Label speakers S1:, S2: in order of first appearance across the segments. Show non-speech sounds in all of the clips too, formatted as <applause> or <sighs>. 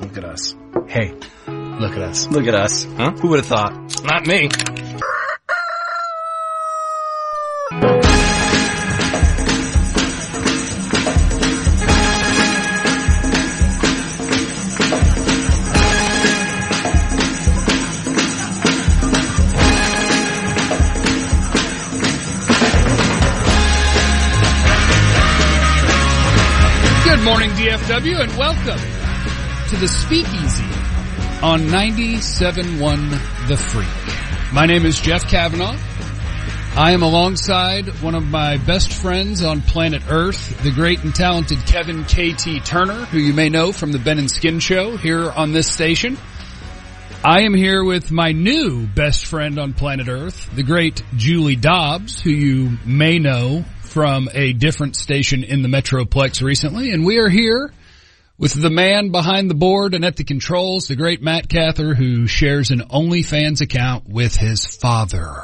S1: Look at us. Hey, look at us.
S2: Look at us.
S1: Huh?
S2: Who would have thought?
S1: Not me.
S3: Good morning, DFW, and welcome to the Speakeasy on 97.1 The Freak. My name is Jeff Kavanaugh. I am alongside one of my best friends on planet Earth, the great and talented Kevin KT Turner, who you may know from the Ben and Skin Show here on this station. I am here with my new best friend on planet Earth, the great Julie Dobbs, who you may know from a different station in the Metroplex recently. And we are here with the man behind the board and at the controls, the great Matt Cather, who shares an OnlyFans account with his father.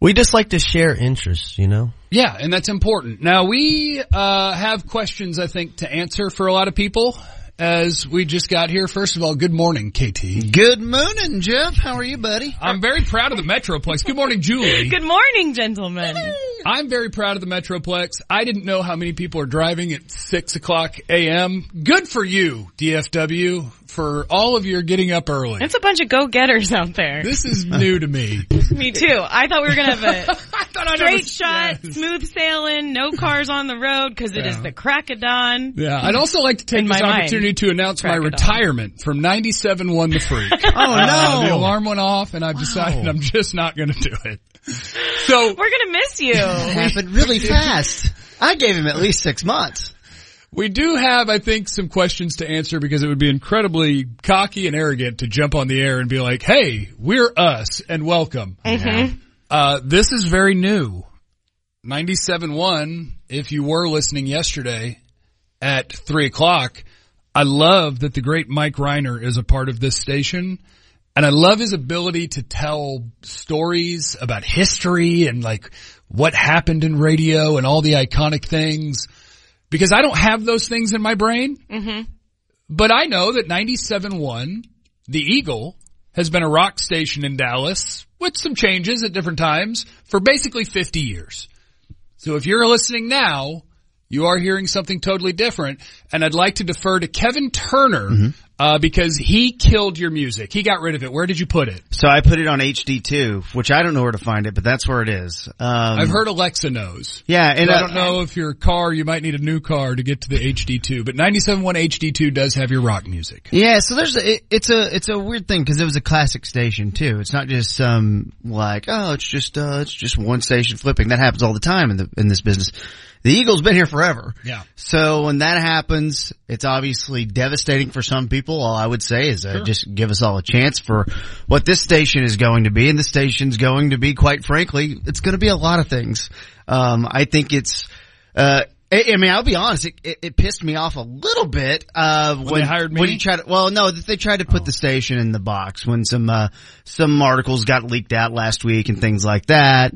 S4: We just like to share interests,
S5: <laughs>
S4: you know?
S3: Yeah, and that's important. Now we uh, have questions, I think, to answer for a lot of people. As we just got here, first of all, good morning, KT.
S5: Good morning, Jeff. How are you, buddy?
S3: I'm very proud of the Metroplex. Good morning,
S5: <laughs>
S3: Julie.
S6: Good morning, gentlemen.
S3: I'm very proud of the Metroplex. I didn't know how many people are driving at six o'clock a.m. Good for you, DFW, for all of your getting up early.
S6: It's a bunch of go-getters out there.
S3: This is new to me.
S6: Me too. I thought we were
S3: <laughs>
S6: gonna have a
S3: I thought I
S6: straight shot, smooth sailing, no cars on the road because it is
S3: Yeah.
S6: the crack of dawn.
S3: Yeah, I'd also like to take
S6: In
S3: this
S6: my mind.
S3: opportunity to announce my
S6: Crack it on.
S3: retirement from 97.1 The Freak.
S4: <laughs> Oh
S3: Uh, the
S4: no!
S3: alarm went off and I've decided I'm just not going to do it. So
S6: We're gonna
S3: <laughs>
S6: miss you.
S5: Happened really fast. I gave him at least six months.
S3: we do have, I think, some questions to answer because it would be incredibly cocky and arrogant to jump on the air and be like, Hey, we're us and welcome. Uh, this is very new. 97.1, if you were listening yesterday at 3 o'clock, I love that the great Mike Reiner is a part of this station. And I love his ability to tell stories about history and like what happened in radio and all the iconic things because I don't have those things in my brain. Mm-hmm. But I know that 97.1, the Eagle, has been a rock station in Dallas with some changes at different times for basically 50 years. So if you're listening now, you are hearing something totally different. And I'd like to defer to Kevin Turner, uh, because he killed your music. He got rid of it. Where did you put it?
S5: So I put it on HD2, which I don't know where to find it, but that's where it is. Um,
S3: I've heard Alexa knows.
S5: Yeah, and uh,
S3: I don't know if your car, you might need a new car to get to the HD2, but 97.1 HD2 does have your rock music.
S5: Yeah, so there's a, it, it's a it's a weird thing because it was a classic station too. It's not just some like oh it's just uh it's just one station flipping that happens all the time in the in this business. The Eagles been here forever.
S3: Yeah.
S5: So when that happens, it's obviously devastating for some people. All I would say is uh, just give us all a chance for what this station is going to be, and the station's going to be quite frankly, it's going to be a lot of things. Um, I think it's. Uh, I I mean, I'll be honest. It, it, it pissed me off a little bit uh, when,
S3: they hired me? Oh.
S5: when you tried to, well, no, that they tried to put the station in the box when some, uh, some articles got leaked out last week and things like that.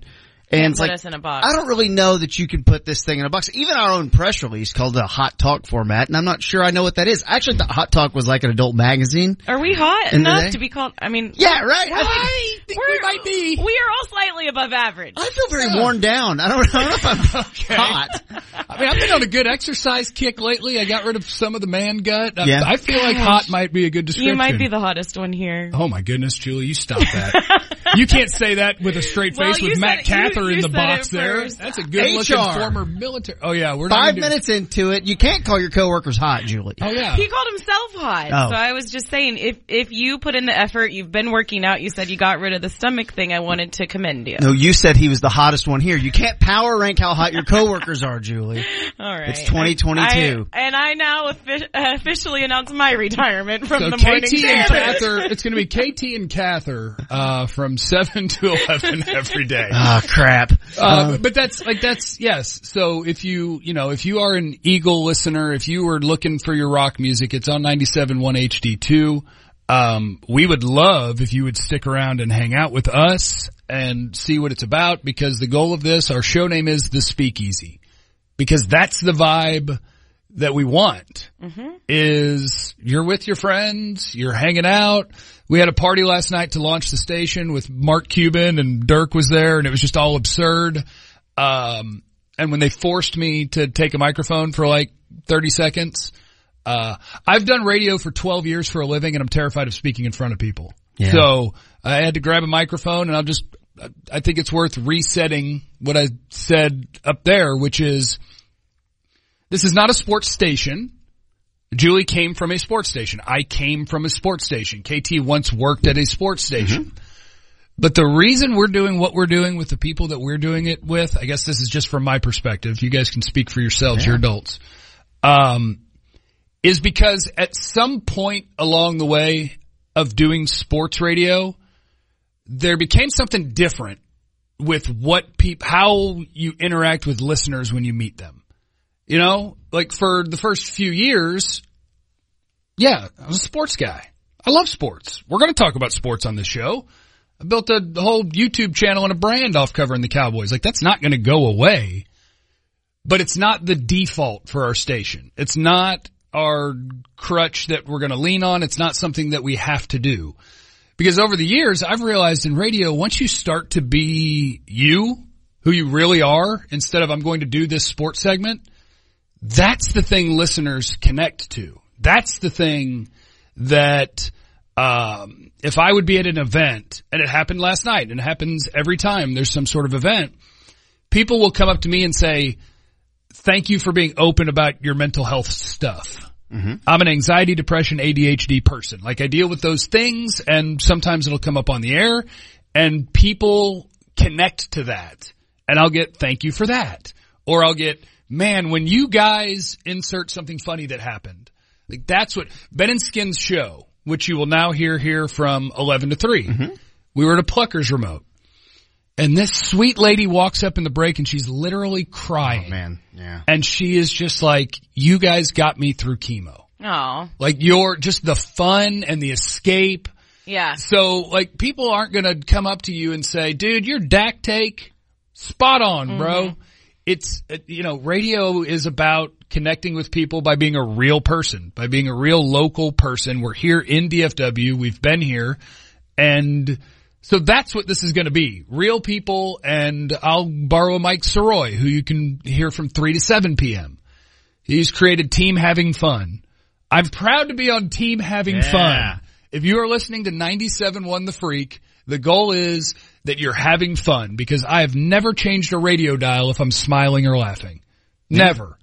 S5: And it's
S6: put
S5: like,
S6: us in a box.
S5: I don't really know that you can put this thing in a box. Even our own press release called it a hot talk format, and I'm not sure I know what that is. I actually thought hot talk was like an adult magazine.
S6: Are we hot
S5: End of
S6: enough
S5: day.
S6: to be called? I mean,
S5: Yeah, right. I,
S3: I think we
S6: <laughs> We're-
S3: might be.
S6: we are all slightly above average.
S5: I feel very worn down. I don't, I don't know
S3: <laughs>
S5: if I'm hot.
S3: I mean, I've been on a good exercise kick lately. I got rid of some of the man gut. I,
S5: Yeah.
S3: I feel like hot might be a good description.
S6: You might be the hottest one here.
S3: Oh my goodness, Julie, you stop
S6: <laughs>
S3: that. you can't say that with a straight
S6: Well,
S3: face
S6: you
S3: with
S6: said
S3: Matt
S6: it-
S3: Cather
S6: you-
S3: in
S6: you
S3: the
S6: said
S3: box
S6: it
S3: there.
S6: first.
S3: That's a good looking
S5: HR.
S3: former military. Oh yeah, we're not
S5: Five
S3: gonna do-
S5: minutes into it, you can't call your coworkers hot, Julie.
S3: Oh yeah.
S6: He called himself hot.
S5: Oh.
S6: So I was just saying, if if you put in the effort, you've been working out. You said you got rid of the stomach thing. I wanted to commend you.
S5: No, you said he was the hottest one here. You can't power rank how hot your coworkers are,
S3: <laughs>
S5: Julie.
S6: All right.
S5: It's 2022.
S6: I- and I now offi- uh, officially announce my retirement from
S3: so
S6: the
S3: KT
S6: morning.
S3: and
S6: show.
S3: Cather, it's going to be KT and Cather uh, from seven to eleven every
S5: <laughs>
S3: day.
S5: Oh crap.
S3: Uh, but that's like that's yes. So if you you know if you are an Eagle listener, if you were looking for your rock music, it's on 97.1 HD2. Um, we would love if you would stick around and hang out with us and see what it's about because the goal of this, our show name is The Speakeasy because that's the vibe that we want is you're with your friends, you're hanging out. We had a party last night to launch the station with Mark Cuban and Dirk was there and it was just all absurd. Um, and when they forced me to take a microphone for like 30 seconds, uh, I've done radio for 12 years for a living and I'm terrified of speaking in front of people. So I had to grab a microphone and I'll just, I think it's worth resetting what I said up there, which is this is not a sports station. Julie came from a sports station. I came from a sports station. KT once worked at a sports station. But the reason we're doing what we're doing with the people that we're doing it with, I guess this is just from my perspective. You guys can speak for yourselves. You're adults. Um, is because at some point along the way of doing sports radio, there became something different with what peop how you interact with listeners when you meet them. You know, like for the first few years, yeah, I was a sports guy. I love sports. We're going to talk about sports on this show. I built a whole YouTube channel and a brand off covering the Cowboys. Like that's not going to go away, but it's not the default for our station. It's not our crutch that we're going to lean on. It's not something that we have to do because over the years I've realized in radio, once you start to be you, who you really are, instead of I'm going to do this sports segment, that's the thing listeners connect to. That's the thing that, um, if I would be at an event and it happened last night and it happens every time there's some sort of event, people will come up to me and say, thank you for being open about your mental health stuff. I'm an anxiety, depression, ADHD person. Like I deal with those things and sometimes it'll come up on the air and people connect to that and I'll get thank you for that. Or I'll get, man, when you guys insert something funny that happened, like that's what Ben and Skin's show, which you will now hear here from 11 to 3. We were at a plucker's remote and this sweet lady walks up in the break and she's literally crying
S5: Oh, Man, yeah.
S3: and she is just like, you guys got me through chemo.
S6: Oh,
S3: Like you're just the fun and the escape.
S6: yeah.
S3: So like people aren't going to come up to you and say, dude, your DAC take spot on, bro. It's, uh, you know, radio is about connecting with people by being a real person, by being a real local person. We're here in DFW. We've been here and so that's what this is going to be. Real people and I'll borrow Mike Soroy who you can hear from 3 to 7 p.m. He's created Team Having Fun. I'm proud to be on Team Having Fun. If you are listening to 97 One The Freak, the goal is that you're having fun because I have never changed a radio dial if I'm smiling or laughing. Never.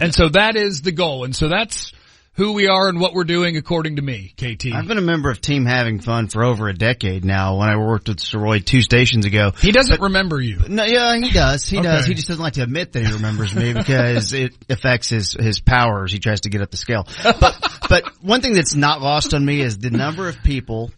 S3: and so that is the goal. And so that's who we are and what we're doing according to me, KT.
S5: I've been a member of Team Having Fun for over a decade now. When I worked with Soroy two stations ago,
S3: he doesn't remember you.
S5: No, yeah, he does. He does.
S3: Okay.
S5: He just doesn't like to admit that he remembers me because it affects his his powers. He tries to get up the scale. But but one thing that's not lost on me is the number of people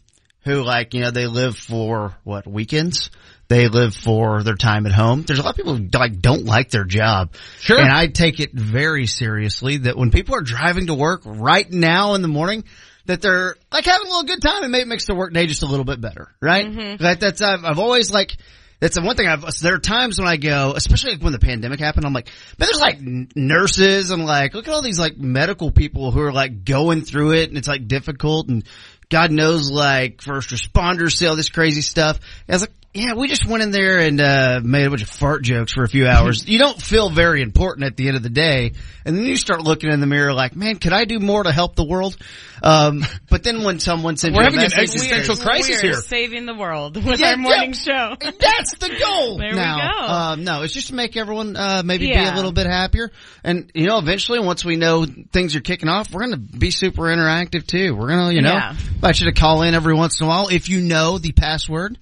S5: who like you know they live for what weekends. They live for their time at home. There's a lot of people who like don't like their job.
S3: Sure.
S5: And I take it very seriously that when people are driving to work right now in the morning, that they're like having a little good time and maybe it makes their work day just a little bit better, right? That, that's, I've, I've always like, that's the one thing I've, there are times when I go, especially like when the pandemic happened, I'm like, man, there's like n- nurses and like, look at all these like medical people who are like going through it and it's like difficult and God knows like first responders say all this crazy stuff. And I was like, yeah, we just went in there and, uh, made a bunch of fart jokes for a
S3: <laughs>
S5: few hours. you don't feel very important at the end of the day. And then you start looking in the mirror like, man, could I do more to help the world? Um, but then when someone sends
S3: We're
S5: you a
S3: having an
S5: message-
S3: existential crisis
S6: We're
S3: here.
S6: saving the world with
S5: Yeah,
S6: our morning
S5: yeah.
S6: show.
S5: And That's the goal.
S6: There we
S5: now,
S6: go.
S5: Um, no, it's just to make everyone uh, maybe be
S6: Yeah.
S5: a little bit happier, and you know, eventually, once we know things are kicking off, we're going to be super interactive too. We're going to, you know,
S6: Yeah.
S5: invite you to call in every once in a while if you know the password.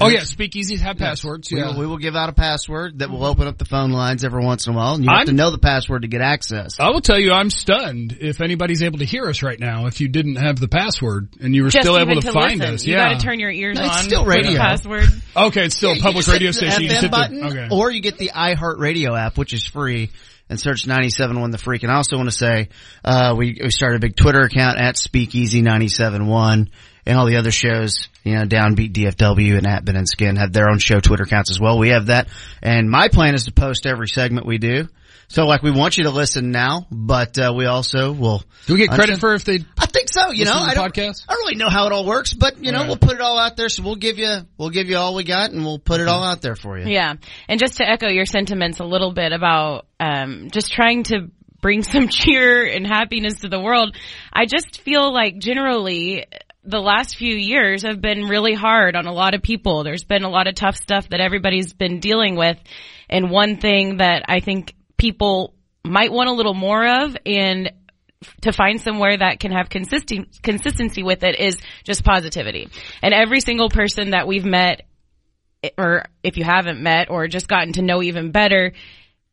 S3: Oh yeah, speakeasies have passwords.
S5: We,
S3: Yeah.
S5: will, we will give out a password that will open up the phone lines every once in a while, and you have
S3: I'm-
S5: to know the password to get access.
S3: I will tell you, I'm stunned if anybody's able to hear us right now. If you didn't have the password and you were
S6: Just
S3: still
S6: even
S3: able to,
S6: to
S3: find
S6: listen.
S3: us,
S6: You
S3: yeah.
S6: gotta turn your ears
S5: No, it's
S6: on.
S5: still
S6: for the
S5: radio.
S6: Password.
S3: okay, it's still a public
S5: You
S3: radio
S5: just hit
S3: station. You
S5: The
S3: just
S5: FM
S3: hit the-
S5: button,
S3: okay.
S5: or you get the iHeartRadio app, which is free, and search 971 The Freak. And I also want to say, uh, we, we started a big Twitter account at Speakeasy971 and all the other shows, you know, Downbeat DFW and at Ben and Skin have their own show Twitter accounts as well. We have that. And my plan is to post every segment we do. So like we want you to listen now, but uh, we also will.
S3: Do we get credit for if they?
S5: I think so. You know,
S3: Listen to the
S5: I don't.
S3: podcast?
S5: I don't really know how it all works, but you know,
S3: Right.
S5: we'll put it all out there. So we'll give you we'll give you all we got, and we'll put it all out there for you.
S6: Yeah. And just to echo your sentiments a little bit about um, just trying to bring <laughs> some cheer and happiness to the world, I just feel like generally uh, the last few years have been really hard on a lot of people. There's been a lot of tough stuff that everybody's been dealing with. And one thing that I think people might want a little more of and to find somewhere that can have consistent consistency with it is just positivity. And every single person that we've met or if you haven't met or just gotten to know even better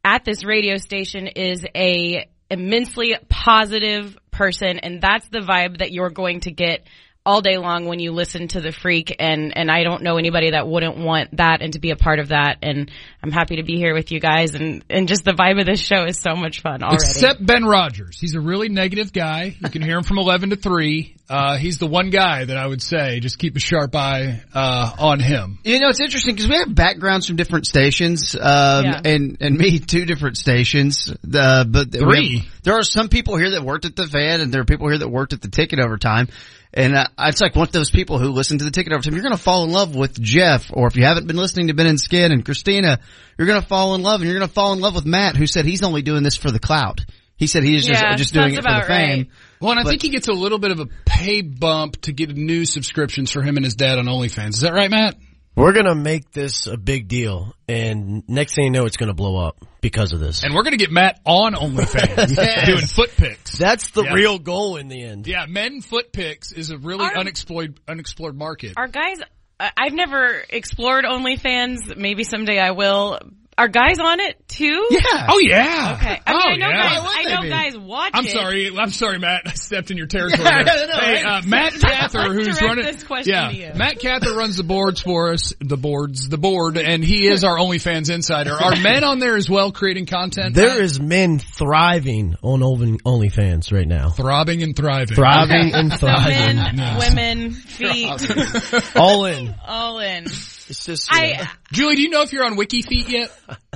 S6: at this radio station is a immensely positive person and that's the vibe that you're going to get all day long when you listen to the freak and and I don't know anybody that wouldn't want that and to be a part of that and I'm happy to be here with you guys and and just the vibe of this show is so much fun already.
S3: Except Ben Rogers. He's a really negative guy. You can hear him from 11 to 3. Uh, he's the one guy that I would say just keep a sharp eye, uh, on him.
S5: You know, it's interesting because we have backgrounds from different stations, um,
S6: Yeah.
S5: and and me two different stations. Uh, but we
S3: Three?
S5: have- there are some people here that worked at the van, and there are people here that worked at the ticket over time. And uh, it's like one of those people who listen to the ticket over time. You're going to fall in love with Jeff, or if you haven't been listening to Ben and Skin and Christina, you're going to fall in love, and you're going to fall in love with Matt, who said he's only doing this for the clout. He said he's just
S6: Yeah,
S5: just doing
S6: sounds
S5: it for the
S6: about
S5: fame.
S6: right.
S3: Well, and I think he gets a little bit of a pay bump to get new subscriptions for him and his dad on OnlyFans. Is that right, Matt?
S4: We're gonna make this a big deal, and next thing you know, it's gonna blow up because of this.
S3: And we're going to get Matt on OnlyFans doing foot pics.
S4: That's the
S3: Yeah.
S4: real goal in the end.
S3: Yeah, men foot pics is a really
S6: Our-
S3: unexplored unexplored market.
S6: Are guys? I- I've never explored OnlyFans. Maybe someday I will. Are guys on it too?
S5: Yeah.
S3: oh yeah.
S6: Okay. I mean,
S3: oh
S6: I know
S3: yeah.
S6: guys.
S5: Why
S6: I
S5: would they
S6: know
S5: be?
S6: guys watch
S3: I'm
S6: it.
S3: sorry. I'm sorry, Matt. I stepped in
S6: <laughs>
S3: your territory.
S5: Yeah, I
S3: there.
S5: know,
S3: hey,
S5: right?
S3: uh, Matt Cather, who's
S6: direct
S3: running
S6: this question
S3: yeah,
S6: to you.
S3: Matt Cather runs the boards for us, the boards, the board, and he is our OnlyFans insider. Are men on there as well, creating content?
S4: There is men thriving on Only- OnlyFans right now,
S3: throbbing and thriving.
S4: thriving and thriving,
S6: Men,
S3: <laughs>
S6: women, feet,
S4: all in.
S6: all in.
S4: It's just
S6: I,
S3: Julie, do you know if you're on WikiFeet yet?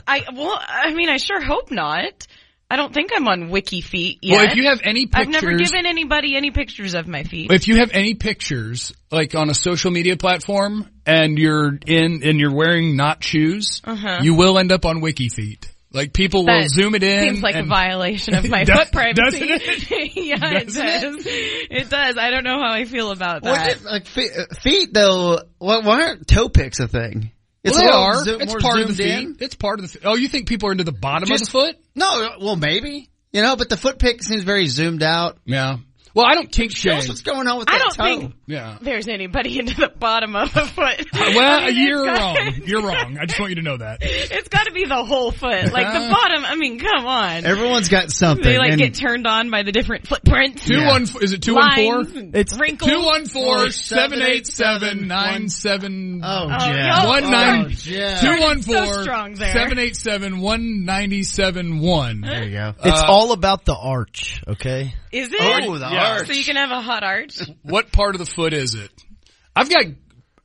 S6: I, well, I mean, I sure hope not. I don't think I'm on Wiki Feet yet.
S3: Well, if you have any pictures,
S6: I've never given anybody any pictures of my feet.
S3: if you have any pictures like on a social media platform and you're in and you're wearing not shoes, you will end up on WikiFeet. Like people will
S6: Uh-huh. That
S3: zoom it in.
S6: Seems like a
S3: and- <laughs>
S6: violation of my
S3: Does-
S6: foot privacy.
S3: doesn't
S6: <laughs> yeah, it does. It? does. I don't know how I feel about
S5: Well,
S6: that.
S5: it- like feet, uh, feet though, why, why aren't toe picks a thing? It's
S3: Well, they
S5: a little
S3: are.
S5: zo- more
S3: it's part of the
S5: zoomed
S3: feet.
S5: in.
S3: It's part of the. Fe- oh, you think people are into the bottom
S5: Just-
S3: of the foot?
S5: No, well, maybe you know, but the foot pick seems very zoomed out.
S3: Yeah. Well, I don't kink
S5: Show
S3: shame.
S5: us what's going on with that
S6: I don't
S5: toe.
S6: think <laughs>
S3: Yeah.
S6: there's anybody into the bottom of a foot. I
S3: Uh, Well,
S6: mean, it's
S3: you're
S6: gotta-
S3: wrong. You're wrong. I just want you to know that.
S6: It's got to be the whole foot, like the
S3: Uh,
S6: bottom. I mean, come on.
S5: Everyone's got something.
S6: they like
S5: and
S6: get turned on by the different footprints,
S3: Two
S5: Yeah.
S3: one f- is it two one four?
S6: lines, and
S4: It's-
S6: wrinkles.
S3: Two one four seven eight seven nine seven
S5: oh,
S6: Oh,
S5: yeah.
S6: y'all
S3: one
S6: are
S3: nine
S5: Jeff.
S3: two one
S6: So
S3: four
S6: strong there.
S3: seven eight seven one ninety seven
S6: <laughs>
S3: one.
S5: There you go. Uh,
S4: it's all about the arch. Okay,
S6: Is it?
S5: Oh, the
S3: Yeah.
S5: arch.
S6: So you can have a hot arch.
S3: What part of the foot is it? I've got.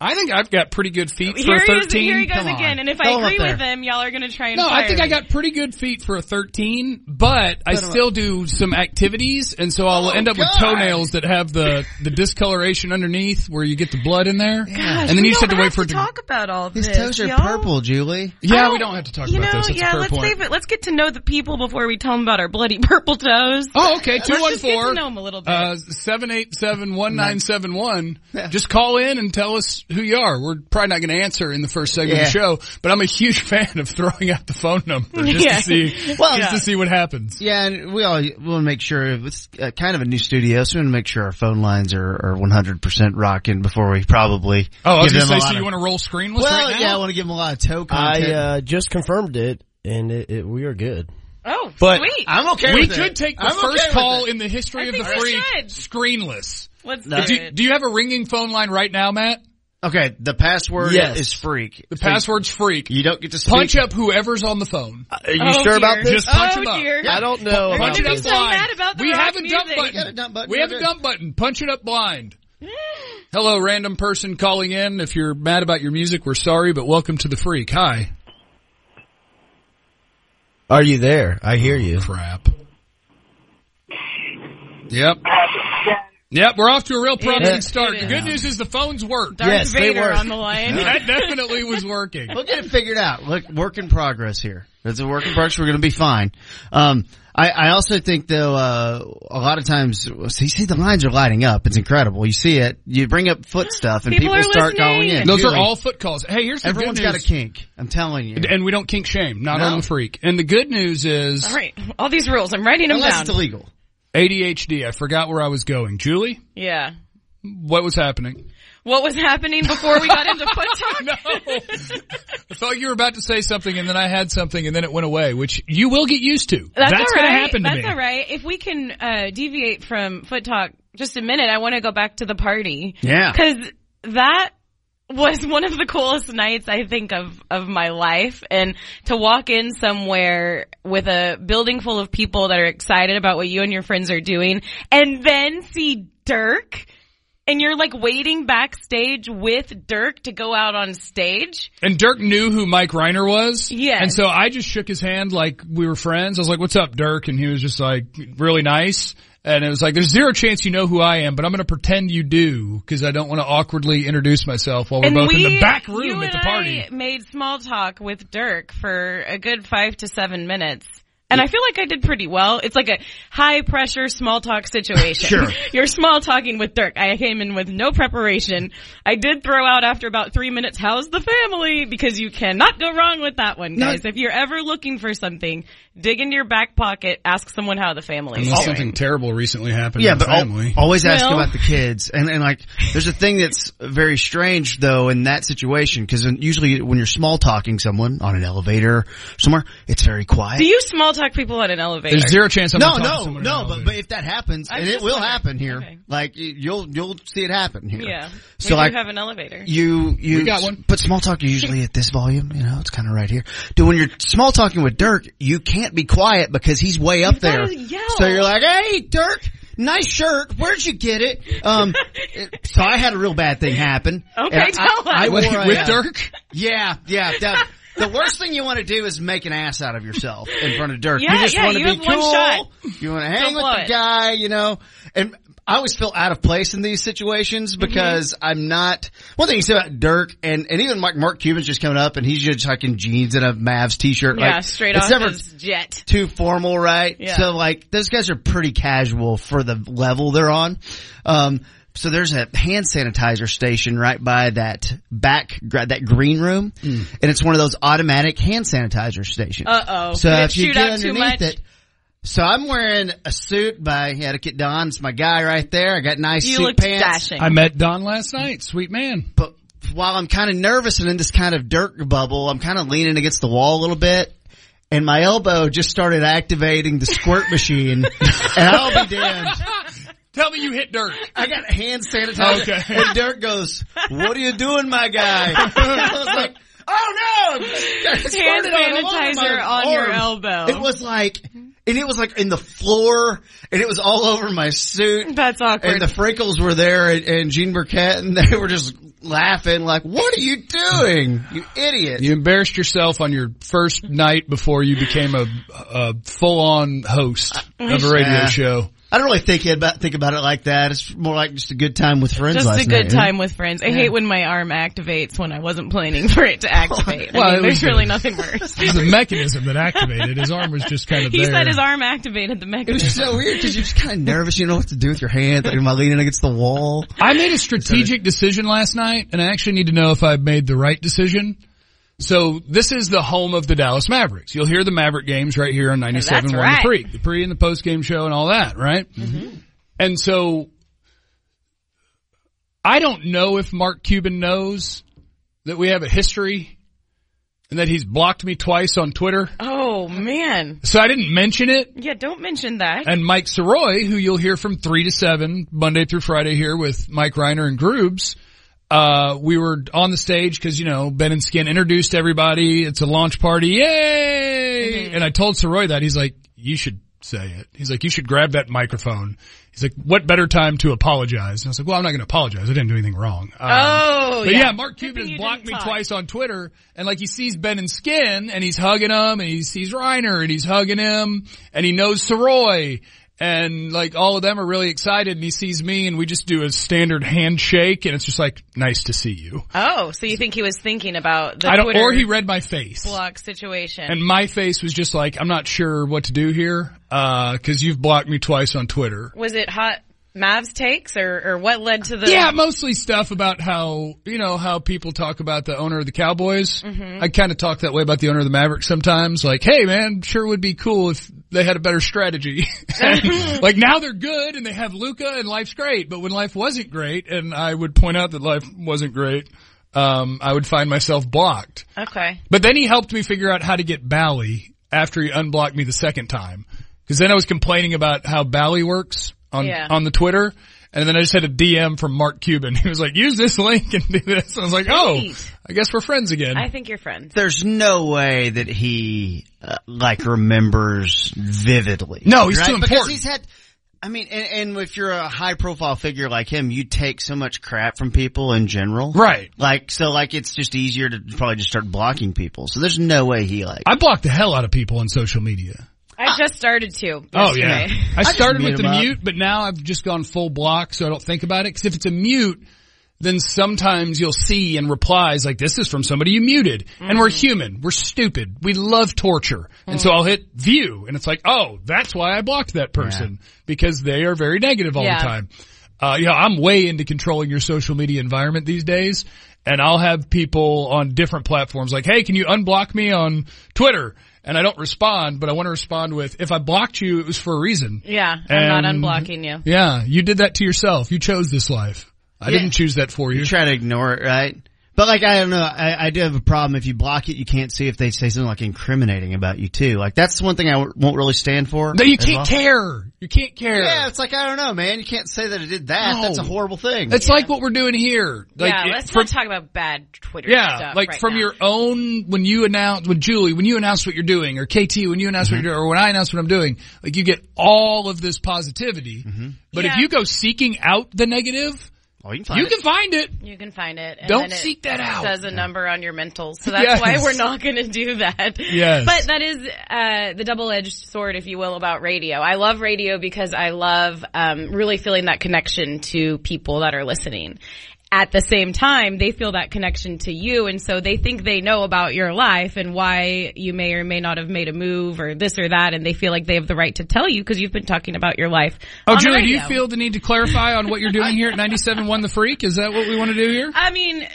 S3: I think I've got pretty good feet for
S6: Here
S3: a
S6: he, is,
S3: thirteen.
S6: here he goes
S5: Come on.
S6: again. And if
S5: Throw
S6: I
S5: him
S6: agree
S5: up
S6: with
S5: there.
S6: him, y'all are going to try and
S3: No,
S6: fire
S3: I think
S6: me.
S3: I got pretty good feet for a 13, but I still do some activities, and so
S6: Oh,
S3: I'll end up with
S5: God.
S3: toenails that have the, the discoloration underneath where you get the blood in there.
S6: Gosh,
S3: and then
S6: we
S3: you just have
S6: don't
S3: to wait for it to.
S6: talk about all
S5: His
S6: this.
S5: toes are
S6: y'all.
S5: purple, Julie.
S3: Yeah,
S6: I
S3: we don't have to talk
S6: you
S3: about
S6: know,
S3: this. That's
S6: yeah,
S3: a fair
S6: let's
S3: point.
S6: save it. Let's get to know the people before we tell them about our bloody <laughs> purple toes.
S3: Oh, okay. Two one
S6: Let's just get
S3: four
S6: to know 'em a little bit.
S3: uh seven eight seven one nine seven one. Just call in and tell us who you are. We're probably not going to answer in the first segment of the
S5: Yeah.
S3: show, but I'm a huge <laughs> fan of throwing out the phone number just
S6: Yeah.
S3: to see
S5: <laughs> Well,
S3: just
S5: yeah.
S3: to see what happens.
S5: Yeah, and we all we want to make sure it's uh, kind of a new studio, so we want to make sure our phone lines are are one hundred percent rocking before we probably.
S3: Oh, I was
S5: give
S3: going to
S5: them
S3: say,
S5: a
S3: so
S5: lot
S3: you
S5: of-
S3: want to roll screenless
S5: Well,
S3: right now?
S5: yeah, I want to give them a lot of toe
S4: I
S5: content.
S4: uh, just confirmed it, and it, it, we are good.
S6: oh,
S4: but
S6: sweet.
S5: I'm okay.
S3: We
S5: with
S3: could
S5: it.
S3: take the
S5: I'm okay
S3: first
S5: with
S3: call
S5: it.
S3: in the history
S6: I
S3: of the
S6: think we
S3: freak
S6: should.
S3: screenless.
S6: Let's do
S3: Do you,
S6: it.
S3: do you have a ringing phone line right now, Matt?
S5: Okay, the password
S4: Yes.
S5: is freak.
S3: The password's freak.
S5: You don't get to speak.
S3: Punch up whoever's on the phone.
S4: Are you
S6: Oh,
S4: sure
S6: dear.
S4: about this?
S3: Just punch
S6: oh,
S3: him up.
S6: dear.
S4: I don't know.
S6: Why
S4: About
S3: Punch
S6: did
S3: it up
S6: you
S4: this.
S6: so
S3: blind.
S6: mad about the
S3: we
S6: rock
S3: have a dump
S6: music?
S3: button.
S5: You got a dump button
S3: we have
S5: right
S3: a
S5: there.
S3: dump button. Punch it up
S6: <laughs>
S3: blind. Hello, random person calling in. If you're mad about your music, we're sorry, but welcome to the freak. Hi.
S4: Are you there? I hear you.
S3: Crap. Yep. Yep, we're off to a real promising
S6: is,
S3: start.
S6: it
S3: The
S6: is.
S3: good news is the phones work.
S6: Darth
S4: Yes, they
S6: Vader
S4: were.
S6: on the line.
S3: <laughs> That definitely was working.
S5: We'll get it figured out. Look, work in progress here. It's a work in progress. We're going to be fine. Um, I, I also think though, uh, a lot of times, so you see the lines are lighting up. It's incredible. You see it. You bring up foot stuff and
S6: People
S5: people,
S6: are
S5: start
S6: listening.
S5: going in.
S3: Those are
S5: Julie,
S3: all foot calls. Hey, here's the
S5: Everyone's
S3: good
S5: got a
S3: news.
S5: kink. I'm telling you.
S3: and we don't kink shame, not
S5: No.
S3: on the freak. And the good news is
S6: All right, all these rules. I'm writing them
S5: Unless it's
S6: down.
S5: illegal.
S3: ADHD. I forgot where I was going. Julie,
S6: yeah.
S3: what was happening?
S6: What was happening before we got
S4: <laughs>
S6: into foot talk?
S3: No. I felt you were about to say something and then I had something and then it went away, which you will get used to.
S6: That's, all
S3: going
S6: right.
S3: to happen to
S6: That's
S3: me.
S6: all right. If we can uh, deviate from foot talk just a minute, I want to go back to the party.
S5: Yeah.
S6: Because that was one of the coolest nights I think of of my life and to walk in somewhere with a building full of people that are excited about what you and your friends are doing and then see Dirk and you're like waiting backstage with Dirk to go out on stage.
S3: And Dirk knew who Mike Reiner was.
S6: Yes.
S3: And so I just shook his hand like we were friends. I was like, what's up, Dirk? And he was just like, really nice. And it was like, there's zero chance you know who I am, but I'm going to pretend you do because I don't want to awkwardly introduce myself while we're
S6: and
S3: both
S6: we,
S3: in the back room
S6: you
S3: at the
S6: and
S3: party.
S6: I made small talk with Dirk for a good five to seven minutes. And I feel like I did pretty well. It's like a high pressure small talk situation.
S5: Sure.
S6: <laughs> You're small talking with Dirk. I came in with no preparation. I did throw out after about three minutes, how's the family? Because you cannot go wrong with that one, guys. If you're ever looking for something, dig into your back pocket, ask someone how the family is
S3: Unless
S6: doing.
S3: something terrible recently happened
S5: Yeah,
S3: in the
S5: but al-
S3: family.
S5: always ask
S6: Well-
S5: about the kids. And, and like, there's a thing that's very strange though in that situation because usually when you're small talking someone on an elevator somewhere, it's very quiet.
S6: Do you small talk people at an elevator?
S3: There's zero chance I'm
S5: no,
S3: gonna talk to
S5: no,
S3: someone in
S5: no, but,
S3: an
S5: but
S3: elevator.
S5: if that happens,
S6: I'm
S5: and it
S6: just
S5: will
S6: wondering.
S5: happen here,
S6: Okay.
S5: like y- you'll, you'll see it happen here.
S6: yeah.
S5: So
S6: we
S5: like,
S6: do have an elevator.
S5: you, you,
S3: We got one.
S5: but small talk you're usually at this volume, you know, it's kind of right here. Dude, when you're small talking with Dirk, you can't be quiet because he's way up there.
S6: gotta yell.
S5: So you're like, hey, Dirk, nice shirt. Where'd you get it?
S6: <laughs>
S5: Um, it- so I had a real bad thing happen.
S6: Okay,
S5: And I-
S6: tell us.
S5: I, wore
S3: Wait,
S5: a,
S3: with
S5: uh,
S3: Dirk?
S5: Yeah, yeah.
S6: <laughs>
S5: that- the worst thing you want to do is make an ass out of yourself in front of Dirk. you
S6: Yeah,
S5: just
S6: yeah,
S5: want to
S6: you
S5: be
S6: have
S5: cool.
S6: one shot.
S5: You want to hang
S6: Don't
S5: with
S6: blow
S5: the
S6: it.
S5: guy, you know. And I always feel out of place in these situations
S6: Mm-hmm.
S5: because I'm not. One thing you said about Dirk and and even like Mark Cuban's just coming up and he's just like in jeans and a Mavs t-shirt.
S6: Yeah,
S5: like,
S6: straight
S5: it's
S6: off
S5: never
S6: his jet.
S5: too formal, right?
S6: Yeah.
S5: So like those guys are pretty casual for the level they're on. Um, so there's a hand sanitizer station right by that back gra- that green room,
S6: Hmm.
S5: and it's one of those automatic hand sanitizer stations.
S6: Uh-oh.
S5: So
S6: Did it
S5: if you
S6: shoot
S5: get
S6: out too
S5: underneath
S6: much?
S5: it. So I'm wearing a suit by Etiquette Don. It's my guy right there. I got nice
S6: You
S5: suit
S6: look
S5: pants.
S6: dashing.
S3: I met Don last night. Sweet man.
S5: But while I'm kind of nervous and in this kind of dirt bubble, I'm kind of leaning against the wall a little bit. And my elbow just started activating the squirt machine, and I'll be damned.
S3: Tell me you hit Dirk.
S5: I got hand sanitizer.
S3: Okay.
S5: And Dirk goes, "What are you doing, my guy?" <laughs> I was like,
S6: <laughs>
S5: "Oh no!" Hand
S6: hand sanitizer on, your elbow.
S5: It was like, and it was like in the floor, and it was all over my suit.
S6: That's awkward.
S5: And the Frinkles were there and, and Gene Burkett and they were just laughing like, what are you doing? You idiot.
S3: You embarrassed yourself on your first night before you became a, a full-on host of
S6: Mm-hmm.
S3: a radio
S5: Yeah.
S3: show.
S5: I don't really think about, think about it like that. It's more like just a good time with friends
S6: just
S5: last
S6: a good
S5: night.
S6: time with friends. I hate when my arm activates when I wasn't planning for it to
S3: <laughs>
S6: activate. I
S3: Well,
S6: mean,
S3: it was
S6: there's
S3: good.
S6: really
S3: <laughs>
S6: nothing worse.
S3: It was the mechanism that activated. His arm was just kind of
S6: he
S3: there.
S6: said his arm activated the
S5: It was just
S6: mechanism.
S5: so weird because you're just kind of nervous. You don't know what to do with your hand. Like, am I leaning against the wall?
S3: I made a strategic decision last night, and I actually need to know if I made the right decision. So this is the home of the Dallas Mavericks. You'll hear the Maverick games right here on 97.1
S6: right.
S3: The Freak, the pre and the post game show and all that, right? And so I don't know if Mark Cuban knows that we have a history and that he's blocked me twice on Twitter.
S6: Oh man.
S3: So I didn't mention it.
S6: Yeah, don't mention that.
S3: And Mike Soroy, who you'll hear from three to seven Monday through Friday here with Mike Reiner and Groobs. Uh, we were on the stage because, you know, Ben and Skin introduced everybody. It's a launch party. Yay! And I told Soroy that he's like, you should say it. He's like, you should grab that microphone. He's like, what better time to apologize? And I was like, well, I'm not going to apologize. I didn't do anything wrong. Um,
S6: Oh,
S3: but yeah, Mark Cuban
S6: Good thing
S3: has
S6: you
S3: blocked
S6: didn't
S3: me
S6: talk.
S3: twice on Twitter, and like he sees Ben and Skin, and he's hugging him, and he sees Reiner, and he's hugging him, and he knows Soroy, and like all of them are really excited, and he sees me, and we just do a standard handshake, and it's just like, nice to see you.
S6: Oh, so you think he was thinking about the
S3: I don't,
S6: Twitter
S3: or he read my face.
S6: block situation?
S3: And my face was just like, I'm not sure what to do here, uh, cause you've blocked me twice on Twitter.
S6: was it hot Mavs takes or or what led to the?
S3: Yeah, mostly stuff about how, you know, how people talk about the owner of the Cowboys. I kind of talk that way about the owner of the Mavericks sometimes. Like, hey man, sure would be cool if they had a better strategy. <laughs> like now they're good and they have Luca and life's great, but when life wasn't great, and I would point out that life wasn't great, um, I would find myself blocked.
S6: Okay.
S3: But then he helped me figure out how to get Bally after he unblocked me the second time. Cause then I was complaining about how Bally works on,
S6: Yeah.
S3: on the Twitter. And then I just had a DM from Mark Cuban. <laughs> He was like, use this link and do this. I was like, oh,
S6: Sweet.
S3: I guess we're friends again.
S6: I think you're friends.
S5: There's no way that he uh, like remembers vividly.
S3: No, he's
S5: right?
S3: too
S5: Because
S3: important.
S5: he's had. I mean, and, and if you're a high profile figure like him, you take so much crap from people in general,
S3: Right.
S5: Like, so like it's just easier to probably just start blocking people. So there's no way he like.
S3: I blocked the hell out of people on social media.
S6: I just started to.
S3: Oh yeah.
S6: <laughs> yesterday.
S3: I started
S5: mute
S3: with the
S5: him up.
S3: mute, but now I've just gone full block so I don't think about it. Cause if it's a mute, then sometimes you'll see in replies like this is from somebody you muted and
S6: Mm-hmm.
S3: we're human. We're stupid. We love torture. And
S6: Mm.
S3: so I'll hit view and it's like, oh, that's why I blocked that person because they are very negative all
S6: Yeah.
S3: the time. Uh, you know, I'm way into controlling your social media environment these days and I'll have people on different platforms like, Hey, can you unblock me on Twitter? And I don't respond, but I want to respond with, if I blocked you, it was for a reason.
S6: Yeah, I'm
S3: And-
S6: not unblocking you.
S3: Yeah. You did that to yourself. You chose this life. I didn't choose that for you.
S5: try to ignore it, right? But like, I don't know. I, I do have a problem. If you block it, you can't see if they say something like incriminating about you too. Like that's one thing I w- won't really stand for.
S3: No, you
S5: as
S3: can't
S5: well.
S3: care. You can't care.
S5: Yeah, it's like I don't know, man. You can't say that I did that.
S3: No.
S5: That's a horrible thing.
S3: It's like what we're doing here. Like,
S6: yeah,
S3: it-
S6: let's
S3: from,
S6: not talk about bad Twitter
S3: yeah,
S6: stuff.
S3: like
S6: right
S3: from
S6: now.
S3: your own when you announce when Julie when you announce what you're doing or KT when you announce what you're doing or when I announce what I'm doing, like you get all of this positivity. But if
S6: Yeah.
S3: you go seeking out the negative,
S5: oh, you can find
S3: you
S5: it.
S3: can find it.
S6: You can find it. And
S3: Don't
S6: then it
S3: seek that out.
S6: Does a number on your mental, so that's
S3: Yes.
S6: why we're not going to do that.
S3: Yes.
S6: but that is uh, the double-edged sword, if you will, about radio. I love radio because I love um, really feeling that connection to people that are listening. At the same time, they feel that connection to you, and so they think they know about your life and why you may or may not have made a move or this or that, and they feel like they have the right to tell you because you've been talking about your life.
S3: Oh,
S6: on the
S3: Julie, do you
S6: radio.
S3: feel the need to clarify on what you're doing
S6: <laughs>
S3: here at 97.1 The Freak? Is that what we want to do here?
S6: I mean,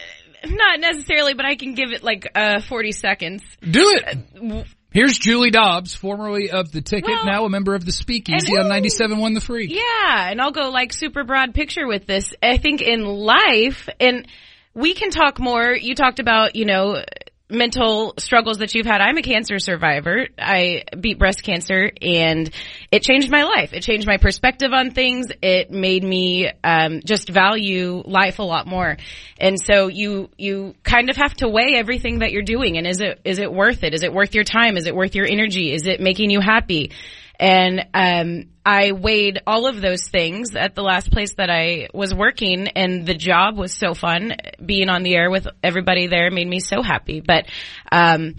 S6: not necessarily, but I can give it like uh, 40 seconds.
S3: Do it. Here's Julie Dobbs, formerly of The Ticket,
S6: Well,
S3: now a member of The Speakeasy
S6: and-
S3: on 97.1 The Freak.
S6: Yeah, and I'll go like super broad picture with this. I think in life, and we can talk more. You talked about, you know, mental struggles that you've had. I'm a cancer survivor. I beat breast cancer and it changed my life. It changed my perspective on things. It made me, um, just value life a lot more. And so you, you kind of have to weigh everything that you're doing. And is it, is it worth it? Is it worth your time? Is it worth your energy? Is it making you happy? and um, I weighed all of those things at the last place that I was working, and the job was so fun. Being on the air with everybody there made me so happy. But um,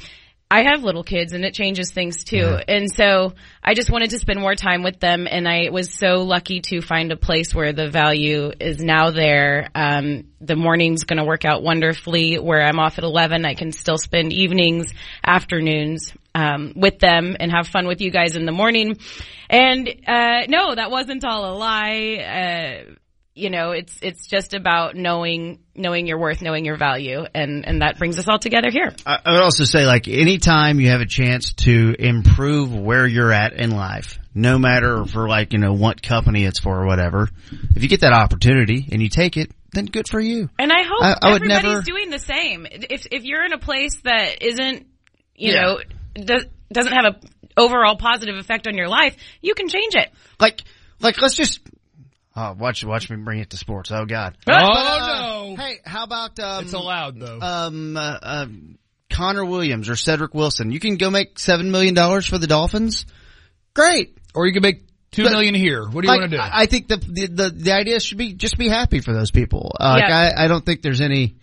S6: I have little kids, and it changes things too. And so I just wanted to spend more time with them, and I was so lucky to find a place where the value is now there. Um, the morning's going to work out wonderfully. Where I'm off at eleven, I can still spend evenings, afternoons um, with them and have fun with you guys in the morning. And uh, no, that wasn't all a lie. Uh, you know, it's it's just about knowing knowing your worth, knowing your value, and and that brings us all together here.
S5: I I would also say like anytime you have a chance to improve where you're at in life, no matter for like, you know, what company it's for or whatever, if you get that opportunity and you take it, then good for you.
S6: And I hope
S5: I- I would
S6: everybody's
S5: never-
S6: doing the same. If if you're in a place that isn't, you know, does, doesn't have a overall positive effect on your life, you can change it.
S5: Like, like let's just, oh, watch, watch me bring it to sports. Oh God.
S3: Oh, no.
S5: Uh, Hey, how about, um,
S3: It's allowed, though.
S5: um, uh, um, Connor Williams or Cedric Wilson? You can go make $7 million for the Dolphins. Great.
S3: or you can make two million here. What do you
S5: Like,
S3: want to do?
S5: I I think the, the the the idea should be just be happy for those people. Uh,
S6: Yeah.
S5: like, I I don't think there's any,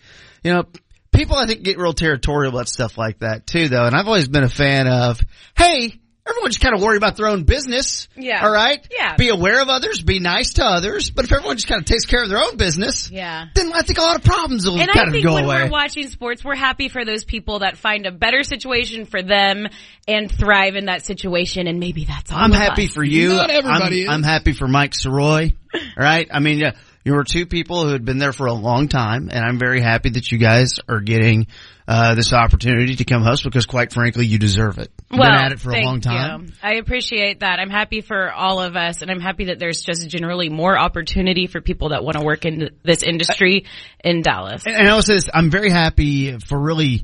S5: you know, people I think get real territorial about stuff like that too, though. And I've always been a fan of, hey, everyone just kind of worry about their own business.
S6: Yeah.
S5: All right.
S6: Yeah.
S5: Be aware of others. Be nice to others. But if everyone just kind of takes care of their own business,
S6: Yeah.
S5: then I think a lot of problems will
S6: And
S5: kind
S6: I
S5: of
S6: think
S5: go
S6: when
S5: away.
S6: we're watching sports, we're happy for those people that find a better situation for them and thrive in that situation. And maybe that's all.
S5: I'm
S6: of
S5: happy
S6: us.
S5: for you.
S3: Not everybody
S5: I'm,
S3: is.
S5: I'm happy for Mike Soroy. All right. I mean, yeah, you were two people who had been there for a long time, and I'm very happy that you guys are getting uh, this opportunity to come host because, quite frankly, you deserve it. You've
S6: well,
S5: been at it for a
S6: thank
S5: long time.
S6: you. I appreciate that. I'm happy for all of us, and I'm happy that there's just generally more opportunity for people that want to work in this industry in Dallas.
S5: And, and I will say this: I'm very happy for really.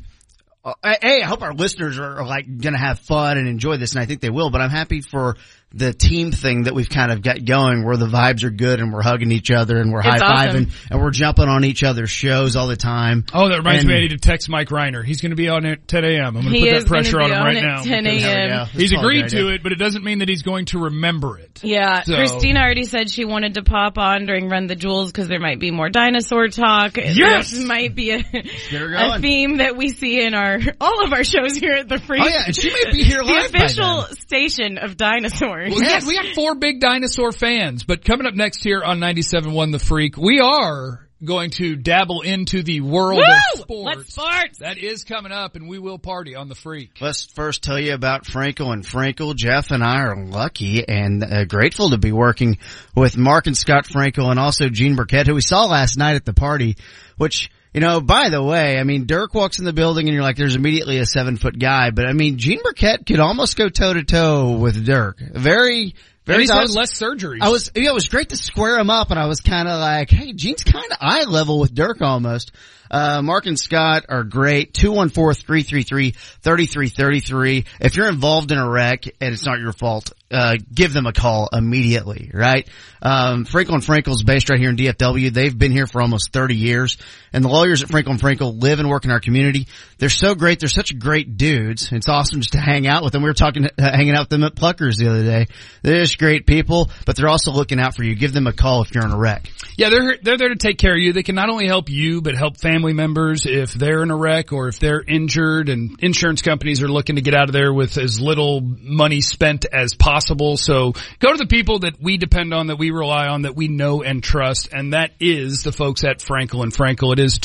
S5: Uh, hey, I hope our listeners are, are like going to have fun and enjoy this, and I think they will. But I'm happy for the team thing that we've kind of got going, where the vibes are good and we're hugging each other and we're high
S6: It's
S5: fiving
S6: awesome.
S5: and we're jumping on each other's shows all the time.
S3: Oh, that reminds
S5: And-
S3: me. I need to text Mike Reiner. He's going to be on at 10 a.m. I'm going to
S6: He
S3: put
S6: is
S3: that pressure
S6: gonna
S3: on
S6: be
S3: him right now.
S6: at 10 a.m.
S5: Yeah,
S3: He's agreed to it, but it doesn't mean that he's going to remember it.
S6: Yeah,
S3: So-
S6: Christina already said she wanted to pop on during Run the Jewels because there might be more dinosaur talk.
S3: Yes!
S6: This might be a,
S5: her
S6: a
S5: going.
S6: theme that we see in our all of our shows here at the Free.
S5: Oh yeah, and she may be here
S6: the
S5: live. by
S6: official
S5: then.
S6: station of dinosaurs.
S3: Well, yes, we got four big dinosaur fans, but coming up next here on 97.1 The Freak, we are going to dabble into the world of
S6: <laughs> Woo!
S3: sports.
S6: Let's sports.
S3: That is coming up and we will party on The Freak.
S5: Let's first tell you about Frankel and Frankel. Jeff and I are lucky and uh, grateful to be working with Mark and Scott Frankel and also Gene Burkett, who we saw last night at the party, which, you know, by the way, I mean, Dirk walks in the building and you're like, there's immediately a seven foot guy, but I mean, Gene Burkett could almost go toe to toe with Dirk. Very,
S3: And
S5: very,
S3: he's
S5: I
S3: had
S5: was-
S3: less surgery.
S5: I was, yeah, it was great to square him up, and I was kind of like, hey, Gene's kind of eye level with Dirk almost. Uh, Mark and Scott are great. 214-333-3333. If you're involved in a wreck and it's not your fault, uh, give them a call immediately, right? Um, Frankel and Frankel's based right here in DFW. They've been here for almost 30 years, and the lawyers at Frankel and Frankel live and work in our community. They're so great. They're such great dudes. It's awesome just to hang out with them. We were talking, uh, hanging out with them at Pluckers the other day. They're just great people, but they're also looking out for you. Give them a call if you're in a wreck.
S3: Yeah, they're they're there to take care of you. They can not only help you, but help family members if they're in a wreck or if they're injured. And insurance companies are looking to get out of there with as little money spent as possible. So go to the people that we depend on, that we rely on, that we know and trust, and that is the folks at Frankel and Frankel. It is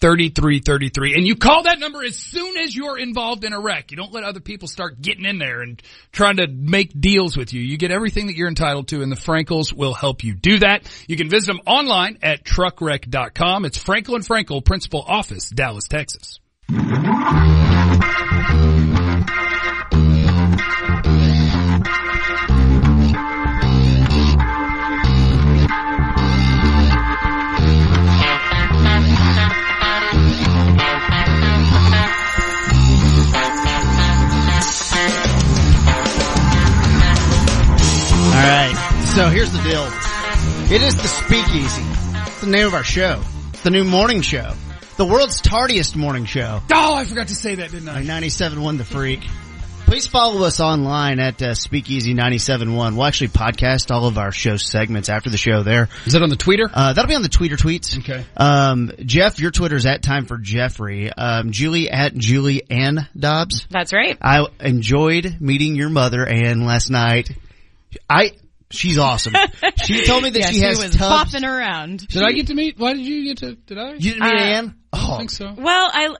S3: 214-333-3333. And you call that number as soon as you're involved in a wreck. You don't let other people start getting in there and trying to make deals with you. You get everything that you're entitled to and the Frankels will help you do that. You can visit them online at truckwreck.com. It's Frankel and Frankel, principal office, Dallas, Texas.
S5: All right. So here's the deal. It is the speakeasy. It's the name of our show. It's the new morning show. The world's tardiest morning show.
S3: Oh, I forgot to say that, didn't I?
S5: 97.1 The Freak. Please follow us online at uh, Speakeasy971. We'll actually podcast all of our show segments after the show there.
S3: Is that on the tweeter?
S5: Uh, that'll be on the Twitter tweets.
S3: Okay.
S5: Um, Jeff, your Twitter's at time for Jeffrey. Um, Julie at Julie Ann Dobbs.
S6: That's right.
S5: I enjoyed meeting your mother, Ann, last night. I, she's
S6: <laughs>
S5: awesome. she told me that
S6: Yeah,
S5: she has
S6: was
S5: tubs.
S6: bopping around.
S3: Did I get to meet? Why did you get to? Did I?
S5: You didn't meet
S6: Uh,
S5: Ann? Oh,
S3: I think so.
S6: Well, I. Uh,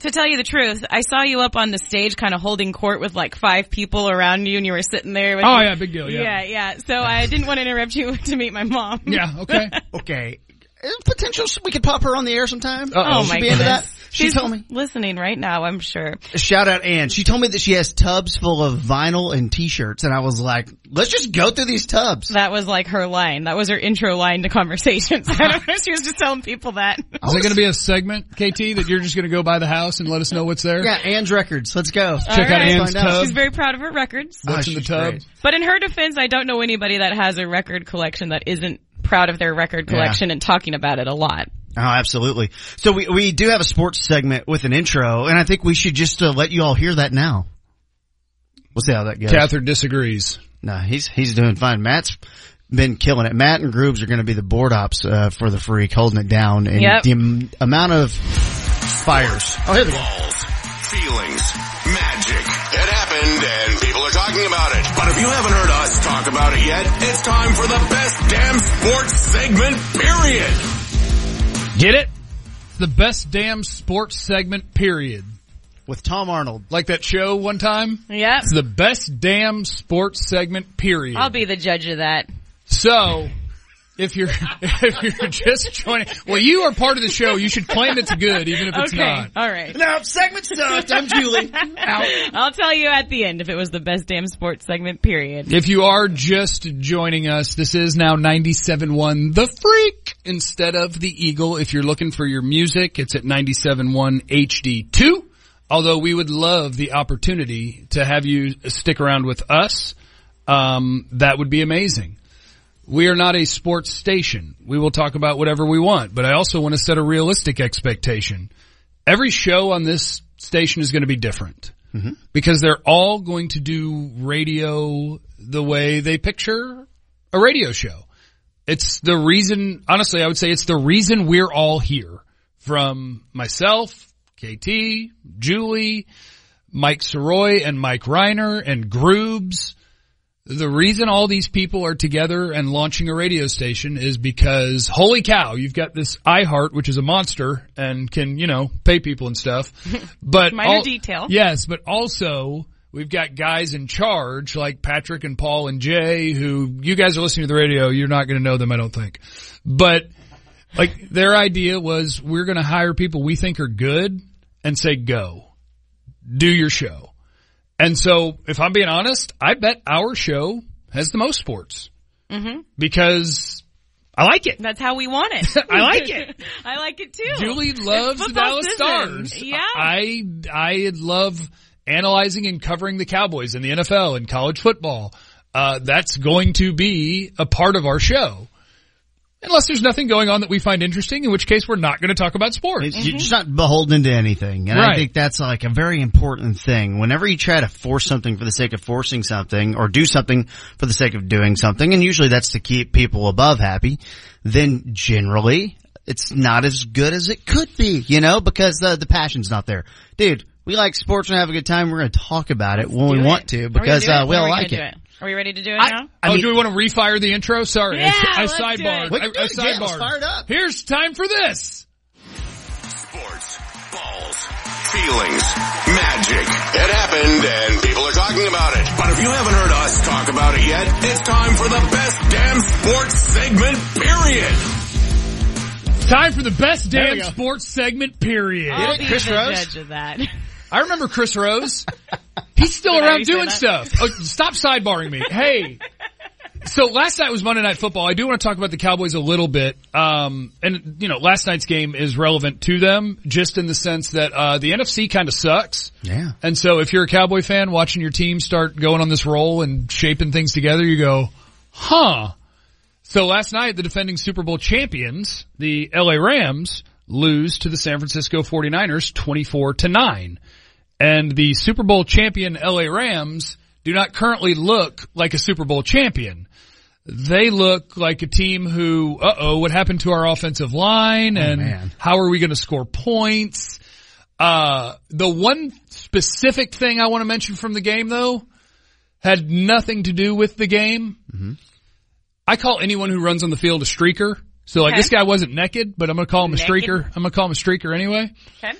S6: to tell you the truth, I saw you up on the stage kind of holding court with like five people around you and you were sitting there with
S3: Oh yeah, big deal. Yeah.
S6: yeah, yeah. So I didn't want to interrupt you <laughs> to meet my mom.
S3: Yeah. okay.
S5: okay. Uh, Potential, we could pop her on the air sometime.
S3: Uh-oh.
S6: Oh
S5: She'd
S6: my
S5: be into that.
S6: goodness.
S5: She
S6: She's
S5: told me.
S6: listening right now, I'm sure.
S5: Shout out Ann. She told me that she has tubs full of vinyl and t-shirts and I was like, let's just go through these tubs.
S6: That was like her line. That was her intro line to conversations. <laughs> I don't know. She was just telling people that.
S3: Is it going to be a segment, KT, that you're just going to go by the house and let us know what's there?
S5: Yeah, Ann's records. Let's go.
S3: Check out
S6: right.
S3: Ann's
S5: Find out.
S3: tub.
S6: She's very proud of her records.
S3: What's
S5: Oh,
S3: in the
S5: she's
S3: tub?
S5: great.
S6: But in her defense, I don't know anybody that has a record collection that isn't proud of their record collection and talking about it a lot.
S5: Oh, absolutely. So we, we do have a sports segment with an intro and I think we should just uh, let you all hear that now. We'll see how that goes.
S3: Catherine disagrees.
S5: No, he's he's doing fine. Matt's been killing it. Matt and Groobs are going to be the board ops uh, for the freak, holding it down. And
S6: Yep.
S5: the am- amount of fires. Oh, here we go.
S2: balls, feelings, magic. It happened and people are talking about it. But if you haven't heard us talk about it yet, it's time for the best damn sports segment, period.
S3: Get it? The best damn sports segment, period.
S5: With Tom Arnold.
S3: Like that show one time?
S6: Yep.
S3: It's the best damn sports segment, period.
S6: I'll be the judge of that.
S3: So, if you're <laughs> if you're just joining, well, you are part of the show. You should claim it's good, even if it's
S6: okay.
S3: not.
S6: All right.
S5: No, segment stuffed. I'm Julie.
S6: <laughs> I'll tell you at the end if it was the best damn sports segment, period.
S3: If you are just joining us, this is now 97.1 The Freak instead of The Eagle. If you're looking for your music, it's at 97.1 HD2. Although we would love the opportunity to have you stick around with us. Um, that would be amazing. We are not a sports station. We will talk about whatever we want, but I also want to set a realistic expectation. Every show on this station is going to be different because they're all going to do radio the way they picture a radio show. It's the reason, honestly, I would say it's the reason we're all here from myself, KT, Julie, Mike Soroy and Mike Reiner and Groobs. The reason all these people are together and launching a radio station is because holy cow, you've got this iHeart, which is a monster and can, you know, pay people and
S6: <laughs>
S3: stuff. But
S6: Minor
S3: al-
S6: detail.
S3: Yes, but also we've got guys in charge like Patrick and Paul and Jay who you guys are listening to the radio. You're not going to know them, I don't think. But like their idea was we're going to hire people we think are good and say, go do your show. And so if I'm being honest, I bet our show has the most sports
S6: Mm-hmm.
S3: because I like it.
S6: That's how we want it.
S3: I like it.
S6: <laughs> I like it too.
S3: Julie loves the
S6: football
S3: Dallas
S6: season.
S3: Stars.
S6: Yeah.
S3: I I love analyzing and covering the Cowboys and the NFL and college football. Uh, that's going to be a part of our show. Unless there's nothing going on that we find interesting, in which case we're not going to talk about sports.
S5: You're just not beholden to anything. And
S3: Right.
S5: I think that's like a very important thing. Whenever you try to force something for the sake of forcing something or do something for the sake of doing something, and usually that's to keep people above happy, then generally it's not as good as it could be, you know, because the, the passion's not there. Dude, we like sports and have a good time. We're going to talk about it when we want to because, uh, we all like it.
S6: Are we ready to do it now?
S3: oh, do we want to refire the intro? Sorry, <laughs>
S6: Yeah,
S3: I, I
S6: let's do it.
S3: sidebarred.
S5: We
S3: I,
S5: can do
S3: I
S5: it, yeah, let's
S3: sidebarred.
S5: fire it up.
S3: Here's time for this.
S2: Sports, balls, feelings, magic. It happened and people are talking about it. But if you haven't heard us talk about it yet, it's time for the best damn sports segment, period.
S3: Time for the best
S5: we
S3: damn
S5: go.
S3: sports segment. Period.
S6: I'll be
S5: Chris
S6: the
S5: Rose?
S6: judge
S5: <laughs>
S6: of that.
S3: I remember Chris Rose. <laughs> He's still
S6: I
S3: around
S6: already say
S3: doing
S6: that?
S3: stuff. Oh, stop sidebarring me. Hey. So last night was Monday Night Football. I do want to talk about the Cowboys a little bit. Um, and you know, last night's game is relevant to them just in the sense that, uh, the NFC kind of sucks.
S5: Yeah.
S3: And so if you're a Cowboy fan watching your team start going on this roll and shaping things together, you go, huh. So last night, the defending Super Bowl champions, the LA Rams, lose to the San Francisco 49ers 24 to 9. And the Super Bowl champion LA Rams do not currently look like a Super Bowl champion. They look like a team who, uh oh, what happened to our offensive line and
S5: man.
S3: how are we going to score points? Uh, the one specific thing I want to mention from the game though had nothing to do with the game. I call anyone who runs on the field a streaker. So like
S6: Okay.
S3: this guy wasn't naked, but I'm going to call him a
S6: Naked?
S3: streaker. I'm going to call him a streaker anyway.
S6: Okay.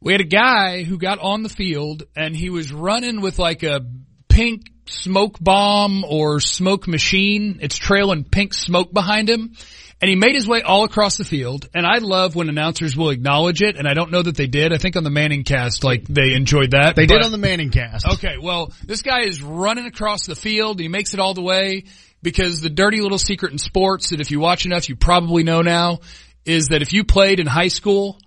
S3: We had a guy who got on the field and he was running with like a pink smoke bomb or smoke machine. It's trailing pink smoke behind him. And he made his way all across the field. And I love when announcers will acknowledge it. And I don't know that they did. I think on the Manning cast, like they enjoyed that.
S5: They did
S3: But-
S5: on the Manning cast.
S3: Okay, well, this guy is running across the field. He makes it all the way because the dirty little secret in sports that if you watch enough, you probably know now is that if you played in high school,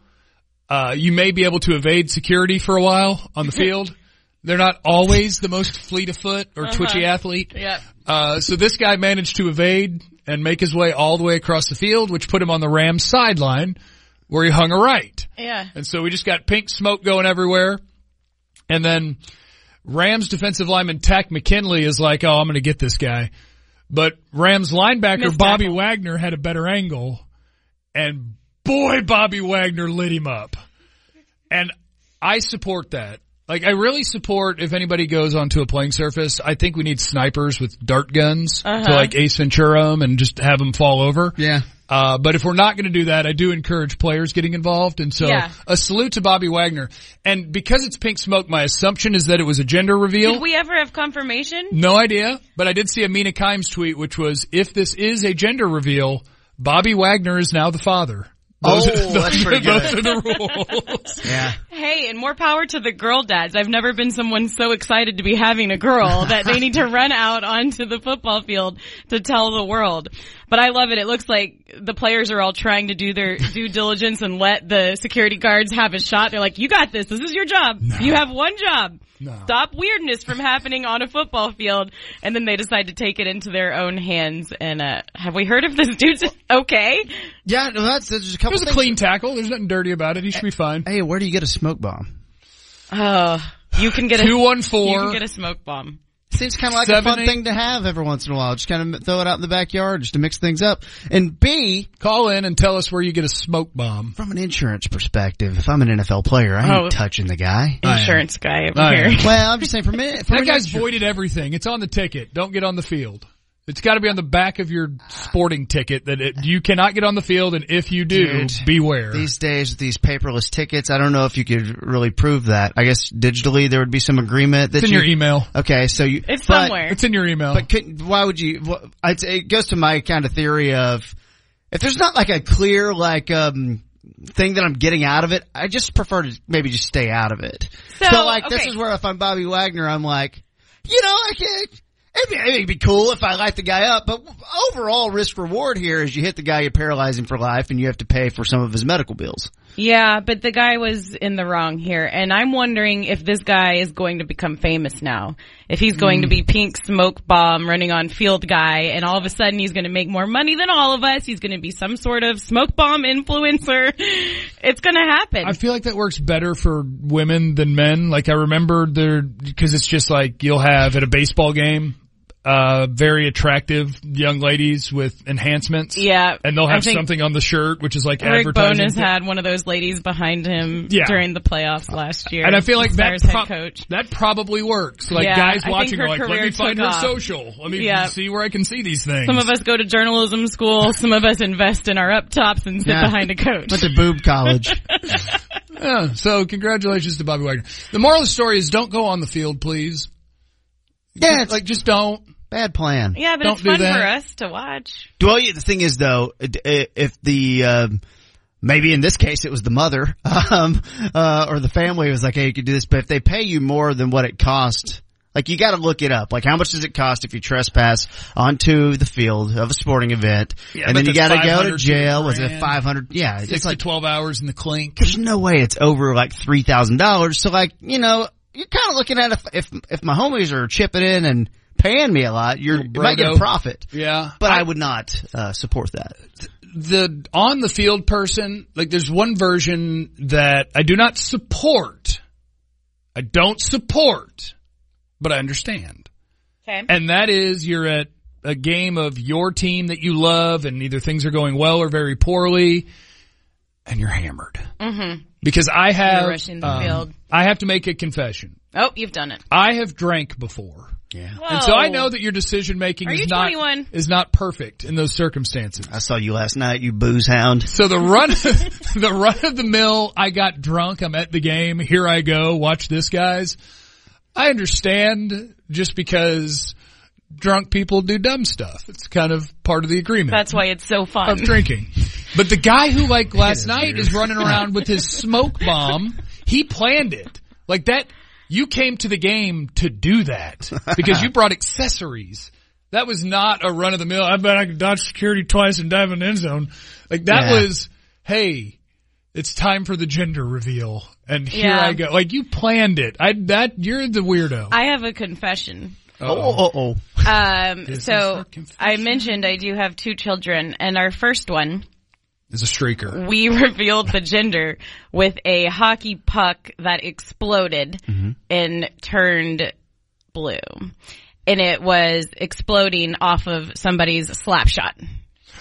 S3: uh, you may be able to evade security for a while on the field. They're not always the most fleet of foot or twitchy athlete.
S6: Yep.
S3: Uh, so this guy managed to evade and make his way all the way across the field, which put him on the Rams sideline where he hung a right.
S6: Yeah.
S3: And so we just got pink smoke going everywhere. And then Rams defensive lineman Tack McKinley is like, oh, I'm going to get this guy. But Rams linebacker
S6: Missed
S3: Bobby
S6: tackle.
S3: Wagner had a better angle, and boy, Bobby Wagner lit him up. And I support that. Like, I really support if anybody goes onto a playing surface. I think we need snipers with dart guns to
S6: Uh-huh.
S3: like Ace Ventura 'em and just have them fall over.
S5: Yeah.
S3: Uh, but if we're not going to do that, I do encourage players getting involved. And so
S6: Yeah.
S3: a salute to Bobby Wagner. And because it's pink smoke, my assumption is that it was a gender reveal.
S6: Did we ever have confirmation?
S3: no idea, but I did see a Mina Kimes tweet, which was, if this is a gender reveal, Bobby Wagner is now the father. Those,
S5: Oh, that's pretty good.
S3: <laughs> those are the
S6: <laughs>
S3: rules.
S5: Yeah.
S6: Hey, and more power to the girl dads. I've never been someone so excited to be having a girl that they need to run out onto the football field to tell the world. But I love it. It looks like the players are all trying to do their due diligence and let the security guards have a shot. They're like, you got this. This is your job. You have one job. Stop weirdness from happening on a football field. And then they decide to take it into their own hands. And, uh, have we heard of this dude? <laughs> Okay.
S5: Yeah, no, that's, there's just a
S3: It
S5: couple
S3: was a
S5: things.
S3: clean tackle. There's nothing dirty about it. He should be fine.
S5: hey, where do you get a smoke bomb?
S6: Oh, you can get a, you can
S3: 214.
S6: get a smoke bomb.
S5: Seems kind of like
S3: Seven,
S5: a fun
S3: eight-
S5: thing to have every once in a while. Just kind of throw it out in the backyard just to mix things up. And B,
S3: Call in and tell us where you get a smoke bomb.
S5: from an insurance perspective, if I'm an NFL player, I ain't
S6: Oh.
S5: touching
S3: <laughs>
S5: the guy.
S6: insurance guy over
S3: I
S6: here.
S3: am.
S5: Well, I'm just saying, for me, for
S3: That
S5: an
S3: guy's
S5: insur-
S3: voided everything. It's on the ticket. Don't get on the field. It's got to be on the back of your sporting ticket that it, you cannot get on the field, and if you do,
S5: Dude,
S3: beware.
S5: These days with these paperless tickets, I don't know if you could really prove that. I guess digitally there would be some agreement that
S3: it's in
S5: you,
S3: your email.
S5: Okay, so you
S6: <laughs> It's
S5: but-
S6: somewhere.
S3: It's in your email.
S5: But could, why would you? wh- I'd say It goes to my kind of theory of if there's not like a clear like um thing that I'm getting out of it, I just prefer to maybe just stay out of it.
S6: So,
S5: like this
S6: okay.
S5: is where if I'm Bobby Wagner, I'm like, you know, I can't. It'd be, it'd be cool if I light the guy up, but overall risk reward here is you hit the guy, you paralyze him for life, and you have to pay for some of his medical bills.
S6: Yeah, but the guy was in the wrong here, and I'm wondering if this guy is going to become famous now. If he's going
S3: Hmm.
S6: to be pink smoke bomb running on field guy, and all of a sudden he's going to make more money than all of us. He's going to be some sort of smoke bomb influencer. <laughs> It's going to happen.
S3: I feel like that works better for women than men. Like I remember there, cause it's just like you'll have at a baseball game, uh, very attractive young ladies with enhancements.
S6: yeah,
S3: And they'll
S6: I
S3: have
S6: think
S3: something on the shirt, which is like
S6: Rick
S3: advertising.
S6: Bonus had one of those ladies behind him
S3: Yeah.
S6: during the playoffs last year,
S3: And I feel like that
S6: Stars
S3: pro-
S6: head coach.
S3: that probably works. Like
S6: Yeah, I
S3: guys
S6: think
S3: watching
S6: her
S3: are like, let
S6: career
S3: me find
S6: took
S3: her
S6: off.
S3: social. Let me
S6: Yeah.
S3: see where I can see these things.
S6: Some of us go to journalism school. Some of us invest in our up tops and sit
S5: Yeah.
S6: behind a coach.
S5: Went to boob college.
S3: Yeah, so congratulations to Bobby Wagner. The moral of the story is don't go on the field, please.
S5: yeah, it's like
S3: Like just don't.
S5: bad plan.
S6: <laughs> Yeah, but
S3: Don't
S6: it's
S3: do
S6: fun
S3: that.
S6: for us to watch.
S5: Well, yeah, the thing is though, it- it- if the um, maybe in this case it was the mother <laughs> um, uh, or the family was like, "Hey, you could do this," but if they pay you more than what it cost, like you got to look it up. Like, how much does it cost if you trespass onto the field of a sporting event,
S3: Yeah, I bet
S5: and then you
S3: that's
S5: got to go
S3: 500 to
S5: to jail? Was it
S3: grand.
S5: five hundred? Yeah, it's
S3: Six
S5: like
S3: to twelve hours in the clink.
S5: there's no way it's over like three thousand dollars. So like, you know, you're kind of looking at if, if if my homies are chipping in and paying me a lot, you're you might get a
S3: brodo.
S5: profit.
S3: Yeah,
S5: But I would not uh, support that.
S3: the on the field person, like there's one version that I do not support. I don't support, but I understand.
S6: Okay.
S3: And that is you're at a game of your team that you love and either things are going well or very poorly and you're hammered. Mm-hmm. Because I have,
S6: rushing the field.
S3: I have to make a confession.
S6: Oh, you've done it.
S3: I have drank before.
S5: Yeah.
S6: Whoa.
S3: And so I know that your decision making
S6: Oh. Are
S3: is
S6: you
S3: not
S6: 21?
S3: is not perfect in those circumstances.
S5: I saw you last night, you booze hound.
S3: So the run, <laughs> the run of the mill, I got drunk. I'm at the game. Here I go. Watch this, guys. I understand just because drunk people do dumb stuff. It's kind of part of the agreement
S6: That's why it's so fun.
S3: of drinking. But the guy who like last night is running around with his smoke bomb. He planned it like that. You came to the game to do that because you brought accessories. That was not a run of the mill. I bet I could dodge security twice and dive in the end zone. Like that
S5: Yeah.
S3: was, hey, it's time for the gender reveal. And here
S6: Yeah.
S3: I go. Like you planned it. I, that, you're the weirdo.
S6: I have a
S3: <laughs>
S6: confession.
S5: Oh, oh, oh.
S6: Um,
S3: is
S6: so
S3: her confession.
S6: I mentioned I do have two children, and our first one
S3: is a streaker.
S6: we <laughs> revealed the gender with a hockey puck that exploded
S3: Mm-hmm.
S6: and turned blue. And it was exploding off of somebody's slap shot.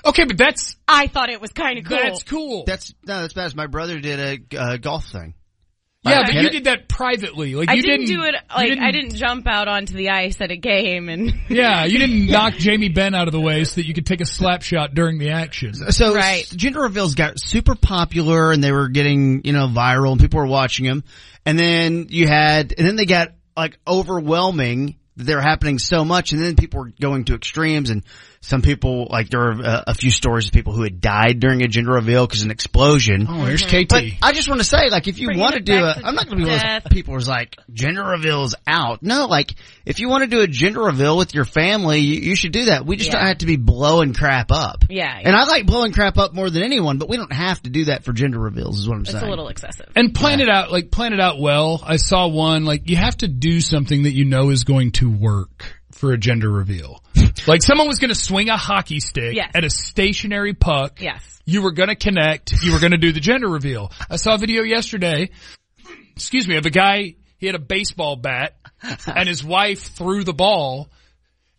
S3: Okay, but that's
S6: I thought it was kind of cool.
S3: that's cool.
S5: That's no, that's bad. My brother did a uh, golf thing.
S3: yeah,
S5: I
S3: but
S5: get
S3: you
S5: it.
S3: did that privately. Like
S6: I
S3: you
S6: didn't, do it
S3: you
S6: like
S3: didn't-
S6: I didn't jump out onto the ice at a game and <laughs>
S3: Yeah, you didn't knock Jamie Benn out of the way so that you could take a slap shot during the action.
S5: So
S6: Right.
S5: gender reveals got super popular and they were getting, you know, viral and people were watching them. And then you had, and then they got like overwhelming. that They were happening so much and then people were going to extremes and some people, like there were uh, a, a few stories of people who had died during a gender reveal because an explosion.
S3: Oh, here's KT.
S5: But I just want to say, like, if you
S6: Bringing
S5: want to
S6: it
S5: do
S6: back
S5: a,
S6: to
S5: I'm not going to be one of
S6: death.
S5: those people who's like, gender reveals out. No, like, if you want to do a gender reveal with your family, you, you should do that. We just
S6: Yeah.
S5: don't have to be blowing crap up.
S6: Yeah, yeah.
S5: And I like blowing crap up more than anyone, but we don't have to do that for gender reveals is what I'm
S6: it's
S5: saying.
S6: a little excessive.
S3: and plan it out, like plan it out well. I saw one, like you have to do something that you know is going to work for a gender reveal. like someone was going to swing a hockey stick
S6: Yes.
S3: at a stationary puck.
S6: Yes.
S3: You were going to connect. You were going to do the gender reveal. I saw a video yesterday, excuse me, of a guy, he had a baseball
S5: <laughs>
S3: bat and his wife threw the ball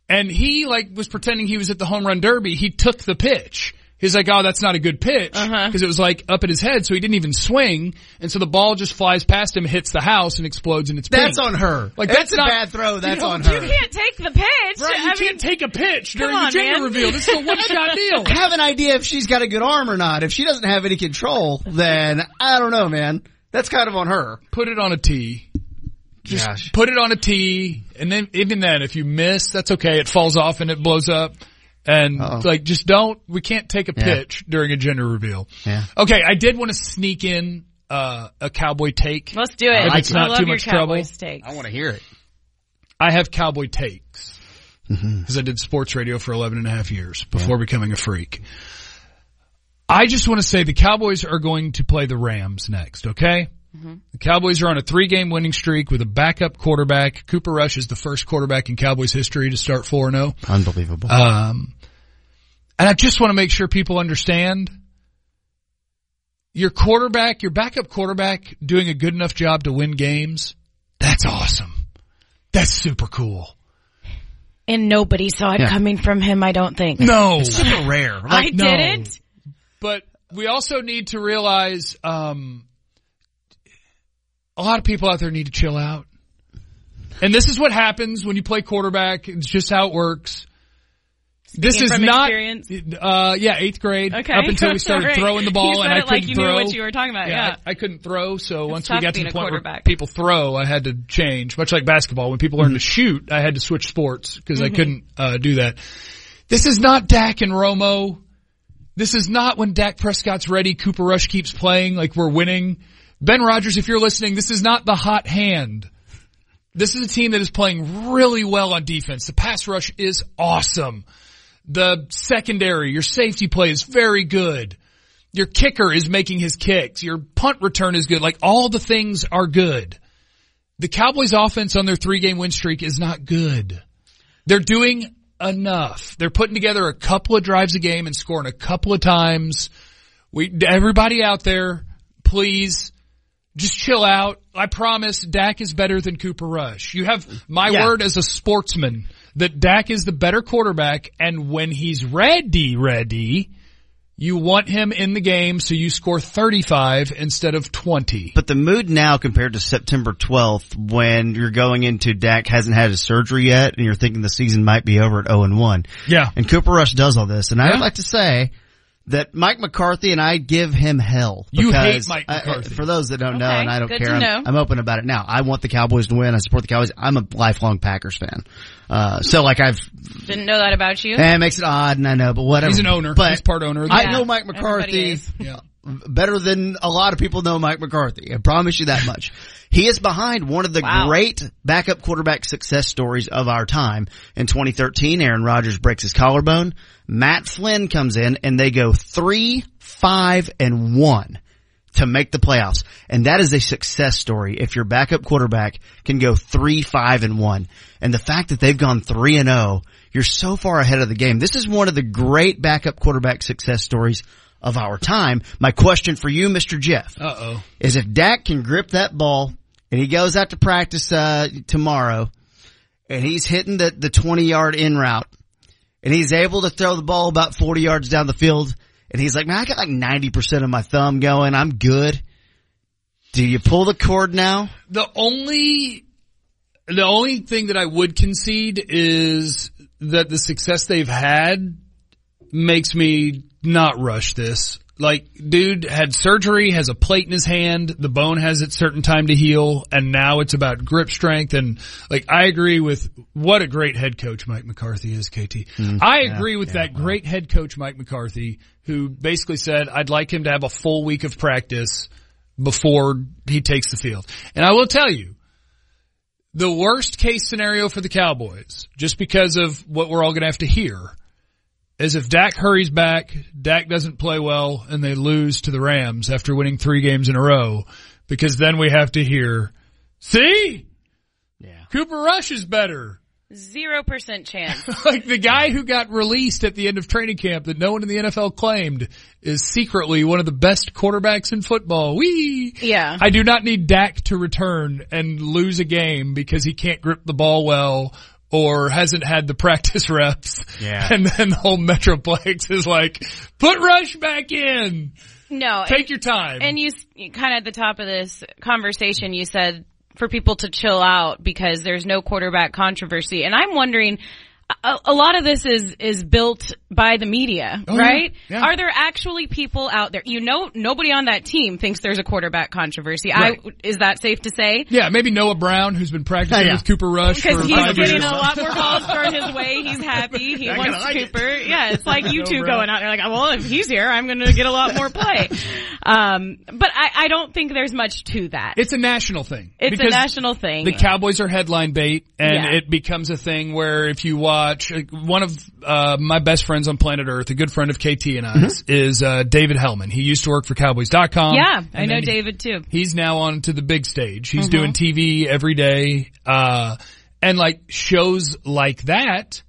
S3: and he like was pretending he was at the home run derby. He took the pitch. He's like, oh, that's not a good pitch because
S5: Uh-huh.
S3: it was like up at his head, so he didn't even swing, and so the ball just flies past him, hits the house, and explodes, and it's
S5: That's
S3: pink.
S5: on her.
S3: Like,
S5: If
S3: that's
S5: it's a
S3: not-
S5: bad throw. That's
S3: You know,
S5: on
S3: you
S5: her.
S6: You can't take the pitch.
S3: Right, you
S6: I mean,
S3: can't take a pitch during
S6: on,
S3: the gender
S6: man.
S3: reveal. This is a one shot deal.
S5: have an idea if she's got a good arm or not. If she doesn't have any control, then I don't know, man. That's kind of on her.
S3: Put it on a tee. Just
S5: Gosh.
S3: put it on a tee, and then even then, if you miss, that's okay. It falls off and it blows up. And like, just don't. We can't take a pitch during a gender reveal.
S5: Yeah.
S3: Okay, I did want to sneak in uh, a cowboy take.
S6: Let's do it.
S3: If it's
S6: I
S3: not
S6: love
S3: too
S6: your
S3: much trouble.
S6: Cowboys takes.
S5: want to hear it.
S3: I have cowboy takes because I did sports radio for 11 and a half years before becoming a freak. I just want to say the Cowboys are going to play the Rams next, okay? The Cowboys are on a three game winning streak with a backup quarterback. Cooper Rush is the first quarterback in Cowboys history to start 4 0.
S5: Unbelievable.
S3: Um, and I just want to make sure people understand your quarterback, your backup quarterback doing a good enough job to win games. That's awesome. That's super cool.
S6: And nobody saw it coming from him, I don't think.
S3: No,
S5: super rare.
S6: I
S3: no.
S6: didn't.
S3: but we also need to realize, um, a lot of people out there need to chill out. And this is what happens when you play quarterback. It's just how it works. this is
S6: from
S3: not,
S6: experience?
S3: uh, yeah, eighth grade.
S6: Okay.
S3: Up until
S6: <laughs>
S3: we started
S6: Right.
S3: throwing the ball
S6: You
S3: and
S6: said
S3: I
S6: it
S3: couldn't
S6: like you knew
S3: throw.
S6: what you were talking about, yeah.
S3: I, I couldn't throw. So once we
S6: tough
S3: got to
S6: being
S3: the
S6: a
S3: point where
S6: quarterback.
S3: people throw, I had to change. Much like basketball, when people learn to shoot, I had to switch sports because
S6: Mm-hmm.
S3: I couldn't uh, do that. This is not Dak and Romo. This is not when Dak Prescott's ready, Cooper Rush keeps playing like we're winning. Ben Rogers, if you're listening, this is not the hot hand. This is a team that is playing really well on defense. The pass rush is awesome. The secondary, your safety play is very good. Your kicker is making his kicks. Your punt return is good. Like all the things are good. The Cowboys offense on their three game win streak is not good. They're doing enough. They're putting together a couple of drives a game and scoring a couple of times. We, everybody out there, please just chill out. I promise Dak is better than Cooper Rush. You have my
S5: Yeah.
S3: word as a sportsman that Dak is the better quarterback and when he's ready, ready, you want him in the game so you score 35 instead of 20.
S5: But the mood now compared to September 12th when you're going into Dak hasn't had his surgery yet and you're thinking the season might be over at 0 and 1.
S3: Yeah.
S5: And Cooper Rush does all this. And I
S3: Yeah.
S5: would like to say that Mike McCarthy and I give him hell.
S3: You hate
S5: because
S3: Mike
S5: I- I-
S3: McCarthy.
S5: for those that don't know
S6: Okay,
S5: and I don't
S6: good
S5: care,
S6: to
S5: I'm,
S6: know.
S5: I'm open about it now. I want the Cowboys to win. I support the Cowboys. I'm a lifelong Packers fan. Uh, so like I've,
S6: Didn't know that about you.
S5: eh, it makes it odd and I know, but whatever.
S3: He's an owner.
S5: But
S3: he's part owner. of the-
S5: I
S6: Yeah,
S5: know Mike
S6: everybody
S5: McCarthy
S6: is.
S3: <laughs> yeah.
S5: better than a lot of people know Mike McCarthy. I promise you that much. He is behind one of the
S6: Wow.
S5: great backup quarterback success stories of our time. In 2013, Aaron Rodgers breaks his collarbone. Matt Flynn comes in and they go three, five, and one to make the playoffs. And that is a success story if your backup quarterback can go three, five, and one. And the fact that they've gone three and oh, you're so far ahead of the game. This is one of the great backup quarterback success stories of our time. My question for you, Mr. Jeff,
S3: Uh oh.
S5: is if Dak can grip that ball and he goes out to practice uh, tomorrow and he's hitting the, the 20 yard in route and he's able to throw the ball about 40 yards down the field and he's like, man, I got like 90% of my thumb going. I'm good. Do you pull the cord now?
S3: The only, the only thing that I would concede is that the success they've had makes me not rush this. Like, dude had surgery, has a plate in his hand, the bone has its certain time to heal, and now it's about grip strength and like, I agree with what a great head coach Mike McCarthy is, KT. I agree with that great head coach Mike McCarthy who basically said, I'd like him to have a full week of practice before he takes the field. And I will tell you, the worst case scenario for the Cowboys, just because of what we're all going to have to hear, is if Dak hurries back, Dak doesn't play well, and they lose to the Rams after winning three games in a row, because then we have to hear, see?
S5: Yeah.
S3: Cooper Rush is better.
S6: Zero percent chance.
S3: <laughs> Like the guy who got released at the end of training camp that no one in the NFL claimed is secretly one of the best quarterbacks in football. Wee!
S6: Yeah.
S3: I do not need Dak to return and lose a game because he can't grip the ball well or hasn't had the <laughs> practice reps.
S5: Yeah.
S3: And then the whole Metroplex is like, put Rush back in.
S6: No.
S3: Take your time.
S6: And you, kind of at the top of this conversation, you said for people to chill out because there's no quarterback controversy. And I'm wondering, a, a lot of this is, is built by the media,
S3: Oh,
S6: right?
S3: yeah. Yeah.
S6: Are there actually people out there? You know, nobody on that team thinks there's a quarterback controversy. I,
S3: Right.
S6: is that safe to say?
S3: yeah, maybe Noah Brown, who's been practicing
S5: Yeah.
S3: with Cooper Rush for
S6: Oh, Because he's
S3: five
S6: getting
S3: years.
S6: a lot more balls thrown his way. He's happy. He wants
S5: like it.
S6: Cooper. Yeah, it's like
S3: <laughs>
S6: you
S3: No,
S6: two
S3: bro.
S6: going out there like, well, if he's here, I'm going to get a lot more play. Um, but I, I don't think there's much to that.
S3: It's a national thing.
S6: It's a
S3: Because
S6: national thing.
S3: The Cowboys are headline bait, and
S6: Yeah.
S3: it becomes a thing where if you watch like, one of uh, my best friends on planet Earth, a good friend of KT and I's, is uh, David Hellman. He used to work for Cowboys.com.
S6: Mm-hmm. yeah, I
S3: And
S6: know
S3: then he-
S6: David too.
S3: He's now on to the big stage. He's
S6: Mm-hmm.
S3: doing TV every day, uh, and like shows like that.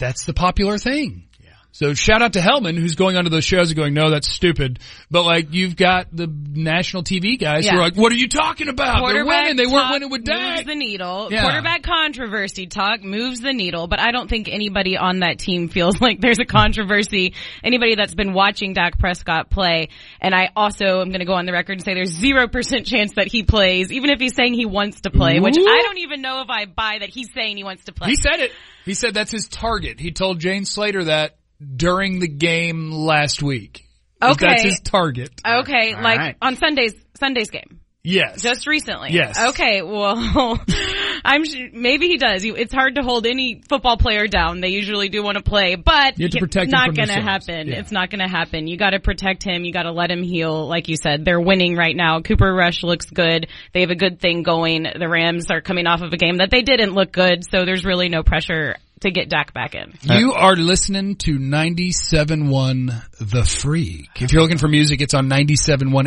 S3: That's the popular thing. So shout out to Hellman who's going onto those shows and going, no, that's stupid. But like you've got the national TV guys who
S6: Yeah.
S3: are like, what are you talking about? Uh, They're winning. They weren't
S6: talk
S3: winning with
S6: Moves
S3: Dak.
S6: the needle.
S3: Yeah.
S6: Quarterback controversy talk moves the needle, but I don't think anybody on that team feels <laughs> like there's a controversy. Anybody that's been watching Dak Prescott play, and I also am going to go on the record and say there's zero percent chance that he plays, even if he's saying he wants to play, which
S3: Ooh.
S6: I don't even know if I buy that he's saying he wants to play.
S3: He said it. He said that's his target. He told Jane Slater that during the game last week.
S6: Okay.
S3: That's his target.
S6: okay, like
S5: right.
S6: on Sunday's Sunday's game.
S3: Yes.
S6: Just recently.
S3: Yes.
S6: Okay. Well, <laughs> I'm su- maybe he does. You- It's hard to hold any football player down. They usually do want to play, but
S3: You have to protect
S6: it's
S3: them
S6: not
S3: from
S6: gonna
S3: themselves.
S6: happen.
S3: Yeah.
S6: It's not going to happen. You got to protect him. You got to let him heal. Like you said, they're winning right now. Cooper Rush looks good. They have a good thing going. The Rams are coming off of a game that they didn't look good, so there's really no pressure to get Dak back in.
S3: You are listening to 97.1 The Freak. If you're looking for music, it's on 97.1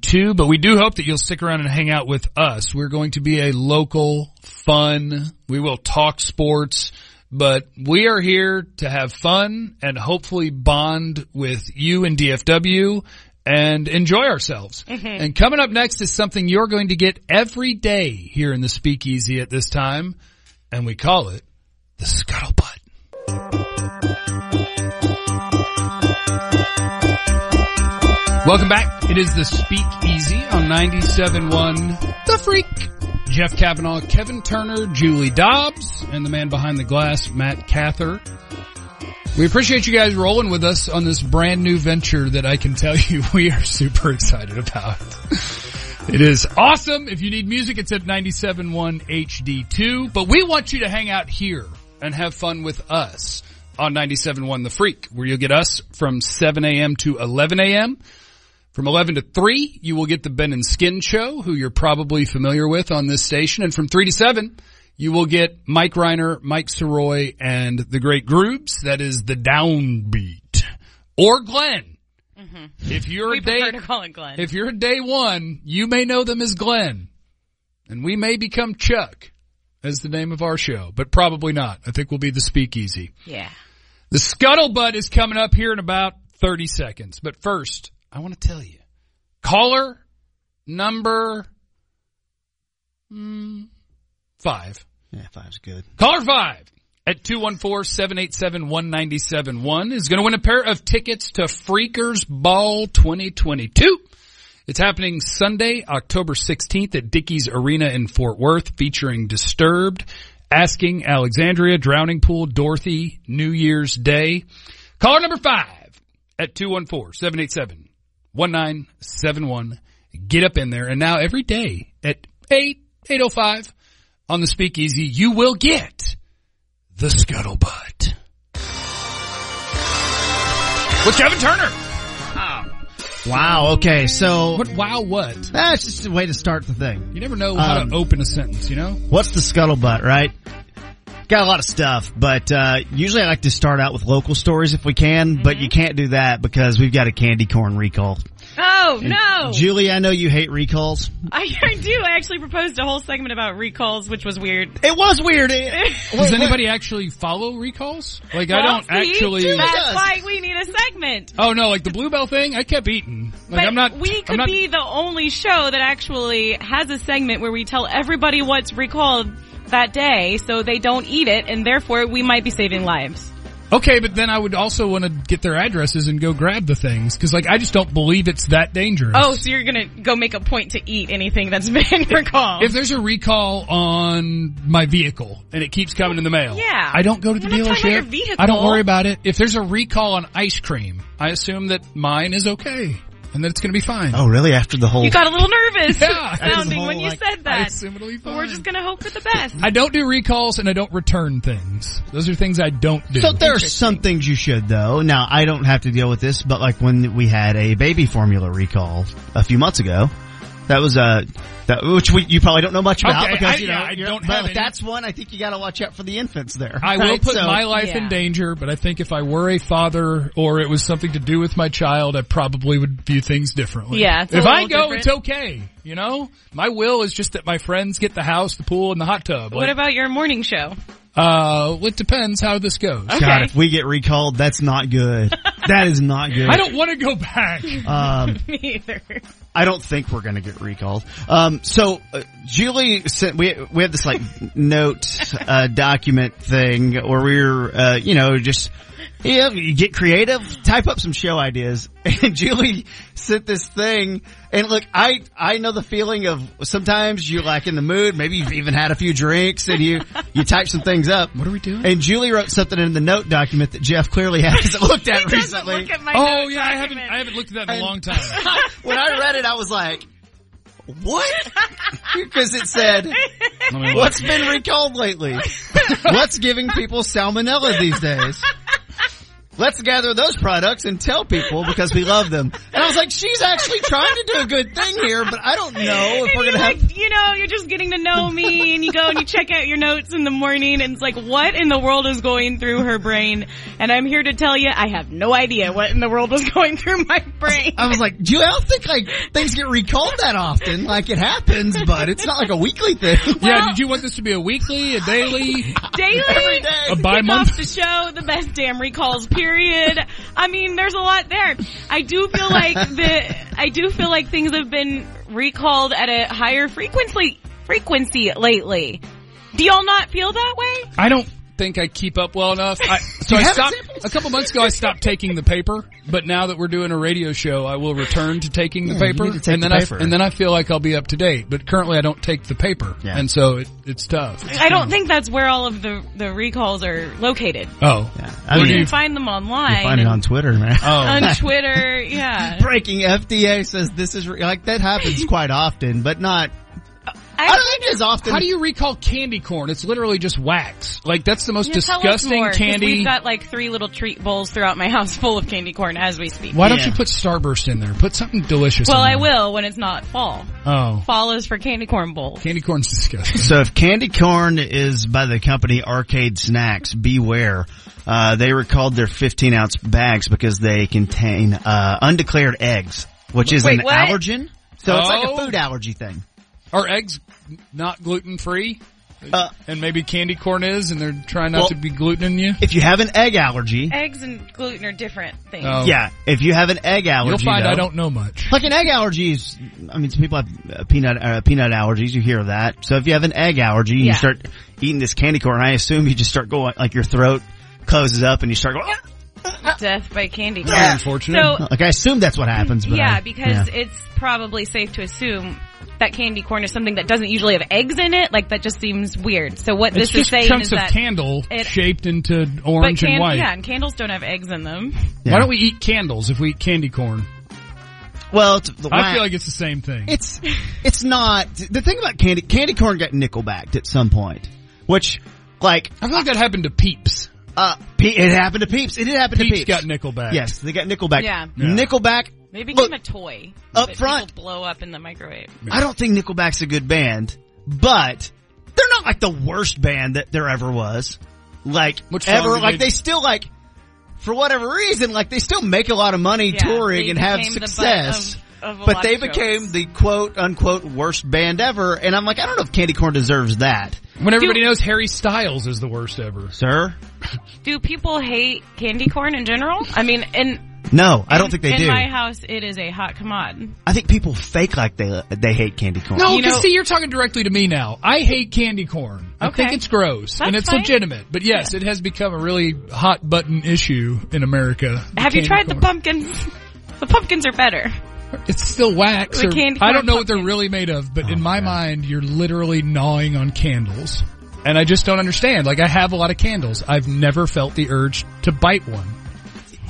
S3: HD2, but we do hope that you'll stick around and hang out with us. We're going to be a local, fun, we will talk sports, but we are here to have fun and hopefully bond with you and DFW and enjoy ourselves. And coming up next is something you're going to get every day here in the speakeasy at this time, and we call it the scuttlebutt. Welcome back. It is the Speakeasy on 97.1 The Freak. Jeff Kavanaugh, Kevin Turner, Julie Dobbs, and the man behind the glass, Matt Cather. We appreciate you guys rolling with us on this brand new venture that I can tell <laughs> you we are super excited about. It is awesome. If you need music, it's at 97.1 HD2, but we want you to hang out here and have fun with us on 97.1 The Freak, where you'll get us from 7 a.m. to 11 a.m. From 11 to 3, you will get the Ben and Skin Show, who you're probably familiar with on this station. And from 3 to 7, you will get Mike Reiner, Mike Soroy, and the Great Grooves. That is the Downbeat. Or Glenn. If you're
S6: Mm-hmm. We
S3: a day,
S6: prefer to call it Glenn.
S3: if you're a day one, you may know them as Glenn. And we may become Chuck as the name of our show, but probably not. I think we'll be the speakeasy.
S6: yeah.
S3: The scuttlebutt is coming up here in about 30 seconds. But first, I want to tell you caller number mm, five.
S5: Yeah, five's good.
S3: Caller five at 214-787-1971 is going to win a pair of tickets to Freakers Ball 2022. It's happening Sunday, October 16th at Dickey's Arena in Fort Worth featuring Disturbed, Asking Alexandria, Drowning Pool, Dorothy, New Year's Day. Caller number five at 214-787-1971. Get up in there. And now every day at oh 8, 805 on the speakeasy, you will get the scuttlebutt. With Kevin Turner.
S5: Wow. Okay. So
S3: Ah. What? Wow. What?
S5: that's just a way to start the thing.
S3: You never know how
S5: Um,
S3: to open a sentence. You know.
S5: What's the scuttlebutt, right? Got a lot of stuff, but uh, usually I like to start out with local stories if we can. But you
S3: Mm-hmm.
S5: can't do that because we've got a candy corn recall.
S6: Oh no!
S5: Julie, I know you hate recalls.
S6: <laughs> I, I do. I actually proposed a whole segment about recalls, which was weird.
S5: It was weird.
S3: <laughs>
S5: It-
S3: Does anybody actually follow recalls? Like I
S6: Well,
S3: don't
S6: see,
S3: actually.
S6: That's
S5: does.
S6: why we need a segment.
S3: Oh no! Like the bluebell thing, I kept eating. Like
S6: but
S3: I'm not.
S6: we
S3: I'm
S6: could
S3: not-
S6: be the only show that actually has a segment where we tell everybody what's recalled that day, so they don't eat it, and therefore we might be saving lives.
S3: Okay, but then I would also want to get their addresses and go grab the things because, like, I just don't believe it's that dangerous.
S6: Oh, so you're gonna go make a point to eat anything that's <laughs> been recalled?
S3: If there's a recall on my vehicle and it keeps coming in the mail,
S6: Yeah.
S3: I don't go to the
S6: We're not talking about your
S3: dealership.
S6: vehicle.
S3: I don't worry about it. If there's a recall on ice cream, I assume that mine is okay and that it's going to be fine.
S5: oh, really? After the whole
S6: you got a little nervous
S3: Yeah.
S6: <laughs> sounding when you
S5: Like,
S6: said
S3: I
S6: that.
S3: assume it'll be fine.
S6: But we're just gonna hope for the best.
S3: I don't do recalls and I don't return things. Those are things I don't do.
S5: So there are some things you should though. Now I don't have to deal with this, but like when we had a baby formula recall a few months ago, that was uh, that which we, you probably don't know much about
S3: Okay,
S5: because
S3: I-
S5: you know
S3: yeah, I
S5: you're-
S3: don't
S5: but
S3: have any.
S5: that's one I think you got to watch out for the infants there.
S3: I will
S5: right?
S3: put
S5: So-
S3: my life in
S6: Yeah.
S3: danger, but I think if I were a father or it was something to do with my child, I probably would view things differently.
S6: Yeah, it's a
S3: If I
S6: little
S3: go, it's okay. You know, my will is just that my friends get the house, the pool, and the hot tub.
S6: What
S3: Like,
S6: about your morning show? <laughs>
S3: uh, it depends how this goes.
S5: God, if we get recalled, that's
S3: <laughs>
S5: not good. that is not good.
S3: I don't want to go <laughs> back.
S5: Um,
S6: Me either.
S5: I don't think we're going to get recalled. Um, so uh, Julie sent we we had this like note uh, document thing where we were uh, you know just yeah you get creative, type up some show ideas, <laughs> and Julie sent this thing. And look, I I know the feeling of sometimes you're like in the mood, maybe you've even had a few drinks, and you you type some things up.
S3: What are we doing?
S5: And Julie wrote something in the note document that Jeff clearly
S6: <laughs>
S5: hasn't looked at recently
S6: Look at my
S3: oh
S6: notes
S3: yeah, I haven't
S6: document.
S3: I haven't looked at that in a
S5: And-
S3: long time.
S6: <laughs>
S5: when I read it, I was like, what? Because it said, what's been recalled
S6: <laughs>
S5: lately? What's giving people salmonella these days? Let's gather those products and tell people because we love them. And I was like, she's actually trying to do a good thing here, but I don't know if
S6: And
S5: we're going
S6: you
S5: to have.
S6: like, you know, you're just getting to know me and you go and you check out your notes in the morning and it's like, what in the world is going through her brain? And I'm here to tell you, I have no idea what in the world was going through my brain.
S5: I was like, Julie, I don't think like things get recalled that often. Like it happens, but it's not like a weekly thing.
S3: yeah, did you want this to be a weekly, a daily?
S6: Daily,
S5: Every day.
S3: A
S6: kick
S3: bi-month-
S6: off the show, the best damn recalls period. I mean, there's a lot there. I do feel
S5: <laughs>
S6: like the, I do feel like things have been recalled at a higher frequency, frequency lately. Do y'all not feel that way?
S3: I don't think I keep up well enough. I, so I
S5: have
S3: stopped
S5: examples?
S3: a couple months ago. I stopped taking the paper, but now that we're doing a radio show, I will return to taking the
S5: Yeah, you
S3: paper,
S5: need to take
S3: and
S5: the
S3: then
S5: paper.
S3: I and then I feel like I'll be up to date. But currently, I don't take the paper,
S5: Yeah.
S3: and so it, it's tough.
S6: I don't think that's where all of the, the recalls are located.
S3: Oh,
S5: Yeah, I
S3: Where
S5: mean,
S3: do
S6: You
S3: you-
S6: can find them online.
S5: Find it on Twitter, man. <laughs>
S3: oh, <laughs>
S6: on Twitter, yeah.
S5: breaking FDA says this is re- like
S3: <laughs>
S5: that happens quite often, but not. I
S6: I,
S5: don't think as often.
S3: how do you recall candy corn? It's literally just wax. Like that's the most
S6: Yeah, tell us
S3: disgusting
S6: more, 'cause
S3: candy.
S6: We've got like three little treat bowls throughout my <laughs> house full of candy corn as we speak.
S3: Why don't
S5: Yeah.
S3: you put Starburst in there? Put something delicious.
S6: Well, I
S3: in there.
S6: will when it's not fall.
S3: Oh,
S6: Fall is for candy corn bowl.
S3: candy corn's <laughs> disgusting.
S5: So if candy corn is by the company Arcade Snacks, beware. Uh, they recalled their 15 ounce bags because they contain uh, undeclared eggs, which is
S6: Wait,
S5: an
S6: what?
S5: allergen. So it's like a
S3: Oh.
S5: food allergy thing.
S3: Are eggs not gluten free?
S5: Uh,
S3: and maybe candy corn is, and they're trying not
S5: Well-
S3: to be gluten in you.
S5: if you have an egg allergy,
S6: Eggs and gluten are different things.
S3: Oh.
S5: yeah, if you have an egg allergy,
S3: You'll find
S5: though-
S3: I don't know much.
S5: Like an egg allergy is, I mean, some people have uh, peanut uh, peanut allergies. You hear that. So if you have an egg allergy, you
S6: Yeah.
S5: start eating this candy corn. I assume you just start going like your throat closes up and you start going. "Ah!"
S6: Death by candy corn.
S3: That's unfortunate.
S6: So
S5: <laughs> Like I assume that's what happens. But
S6: yeah,
S5: I-
S6: because
S5: yeah.
S6: it's probably safe to assume that candy corn is something that doesn't usually have eggs in it. Like that just seems weird. So what
S3: it's
S6: this is
S3: just
S6: saying
S3: chunks
S6: is
S3: of
S6: that
S3: candle
S6: it-
S3: shaped into
S6: but
S3: orange and
S6: can-
S3: white.
S6: yeah, and candles don't have eggs in them.
S5: Yeah.
S3: Why don't we eat candles if we eat candy corn?
S5: well, it's the
S3: I
S5: wax-
S3: feel like it's the same thing.
S5: it's it's not the thing about candy. Candy corn got nickelbacked at some point, which like
S3: I feel like that happened to Peeps.
S5: uh, Pe- it happened to Peeps. It did happen to
S3: Peeps
S5: Peeps.
S3: got Nickelback.
S5: yes, they got Nickelback.
S6: Yeah.
S3: Yeah.
S5: Nickelback.
S6: Maybe
S5: Look,
S6: give them a toy.
S5: up
S6: that
S5: front.
S6: people blow up in the microwave.
S5: I don't think Nickelback's a good band, but they're not like the worst band that there ever was. Like
S3: Which song
S5: ever,
S3: did
S5: like
S3: they-
S5: they still like for whatever reason, like they still make a lot of money
S6: Yeah,
S5: touring
S6: they
S5: and have
S6: became the butt
S5: success.
S6: of- of a
S5: but
S6: lot
S5: they
S6: of jokes.
S5: became the quote unquote worst band ever, and I'm like, I don't know if Candy Corn deserves that,
S3: When everybody knows Harry Styles is the worst ever.
S5: sir.
S6: Do people hate candy corn in general? I mean, in
S5: No, I don't think they
S6: in
S5: do.
S6: my house, it is a hot commod.
S5: I think people fake like they they hate Candy Corn.
S3: No,
S6: You
S3: because
S6: know-
S3: see, you're talking directly to me now. I hate candy corn. I think
S6: Okay.
S3: it's gross and
S6: That's
S3: it's
S6: fine.
S3: legitimate. But yes, it has become a really hot button issue in America. the
S6: Have you
S3: candy
S6: tried
S3: corn.
S6: the pumpkins? <laughs> The pumpkins are better.
S3: It's still wax.
S6: The
S3: or-
S6: candy
S3: I
S6: corn
S3: don't know what they're
S6: pumpkin.
S3: really made of,
S5: Oh,
S3: but in my mind, you're literally gnawing on candles. And I just don't understand. Like, I have a lot of candles. I've never felt the urge to bite one.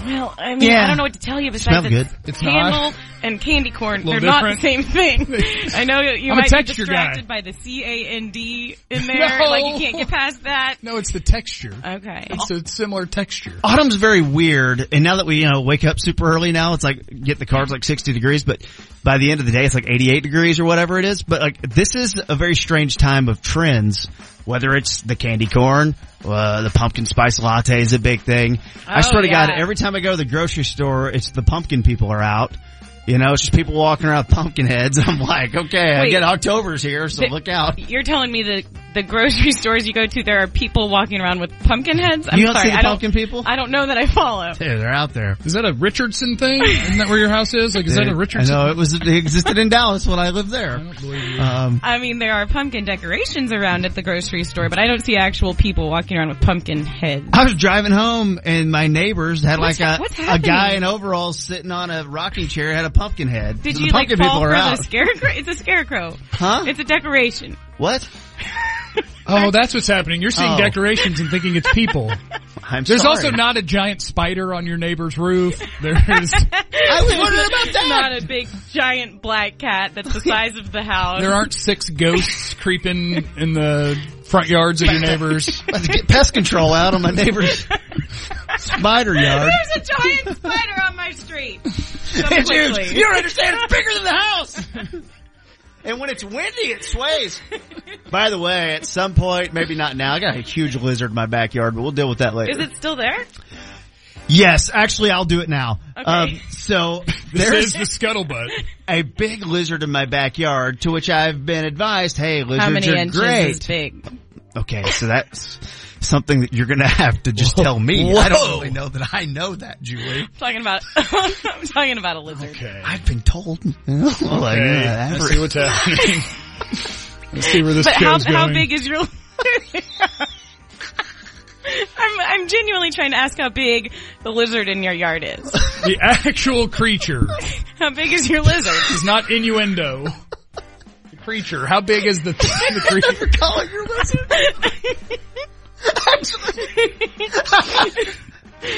S6: Well, I mean,
S5: Yeah.
S6: I don't know what to tell you besides
S5: Smell
S6: it's
S5: good.
S3: It's not.
S6: candle and candy corn. They're
S3: Little
S6: not the
S5: <laughs>
S6: same thing. I know you
S3: I'm a
S6: might be
S3: texture
S6: distracted
S3: guy.
S6: by the C A N D in there.
S3: No.
S6: Like you can't get past that.
S3: No, it's the texture.
S6: Okay.
S3: It's a similar texture.
S5: autumn's very weird and now that we you know wake up super early now it's like get the cards like 60 degrees but by the end of the day it's like 88 degrees or whatever it is but like this is a very strange time of trends whether it's the candy corn uh, the pumpkin spice latte is a big thing i
S6: Oh,
S5: swear to god
S6: yeah.
S5: every time i go to the grocery store it's the pumpkin people are out you know it's just people walking around with pumpkin heads <laughs> i'm like okay i
S6: Wait.
S5: get october's here so
S6: Th-
S5: look out
S6: You're telling me the the grocery <laughs> stores you go to, there are people walking around with pumpkin heads. I'm
S5: You don't
S6: sorry,
S5: see the
S6: I don't.
S5: pumpkin people
S6: I don't know that I follow.
S5: yeah, they're out there
S3: Is that a Richardson thing? Isn't that where your house is? Like, is that a Richardson?
S5: I know it was it existed in Dallas when I lived there.
S3: don't believe you.
S5: Um,
S6: I mean, there are pumpkin decorations around at the grocery store, but I don't see actual people walking around with pumpkin heads.
S5: <laughs> I was driving home and my neighbors had
S6: What's
S5: like
S6: ha- what's
S5: a, a guy
S6: happening?
S5: in overalls sitting on a rocking chair had a pumpkin head.
S6: Did
S5: So
S6: you
S5: the
S6: like
S5: pumpkin people
S6: fall for
S5: are
S6: the
S5: out?
S6: scarecrow? It's a scarecrow.
S5: Huh?
S6: It's a decoration.
S5: what?
S3: Oh, that's what's happening. You're seeing
S5: Oh.
S3: decorations and thinking it's
S5: <laughs>
S3: people.
S5: I'm
S3: There's
S5: sorry.
S3: also not a giant spider on your neighbor's roof. There's,
S5: I was wondering about that.
S6: Not a big giant black cat that's the size of the house.
S3: there aren't six ghosts creeping in the front yards of your
S5: <laughs>
S3: neighbors.
S5: <laughs> Let's get pest control out on my
S6: <laughs>
S5: neighbor's spider yard.
S6: <laughs> There's a giant spider on my
S5: <laughs>
S6: street. Come
S5: It's huge.
S6: quickly.
S5: You don't understand. It's bigger than the
S6: <laughs>
S5: house. And when it's windy, it sways. By the way, at some point, maybe not now, I got a huge lizard in my backyard, but we'll deal with that later.
S6: Is it still there?
S5: Yes, actually, I'll do it now.
S6: Okay.
S5: Um, so there
S3: There's
S5: is
S3: the scuttlebutt.
S5: a big lizard in my backyard, to which I've been advised, "Hey, lizards
S6: How many
S5: are
S6: inches
S5: great."
S6: is big?
S5: Okay, so that's something that you're going to have to just tell me. I don't
S3: Oh.
S5: really know that I know that, Julie.
S6: I'm talking about. <laughs> I'm talking about a lizard.
S3: Okay.
S5: I've been told. <laughs> you know, like,
S3: Okay,
S5: uh,
S3: I
S5: ever-
S3: see what's happening. <laughs> Let's see where this
S6: But how
S3: show's
S6: how
S3: going.
S6: big is your? <laughs> I'm I'm genuinely trying to ask how big the lizard in your yard is.
S3: The actual creature
S6: How big is
S5: <laughs>
S6: your lizard?
S3: is not innuendo. The creature. How big is
S6: <laughs>
S3: the, the creature?
S5: Color your lizard. Hey,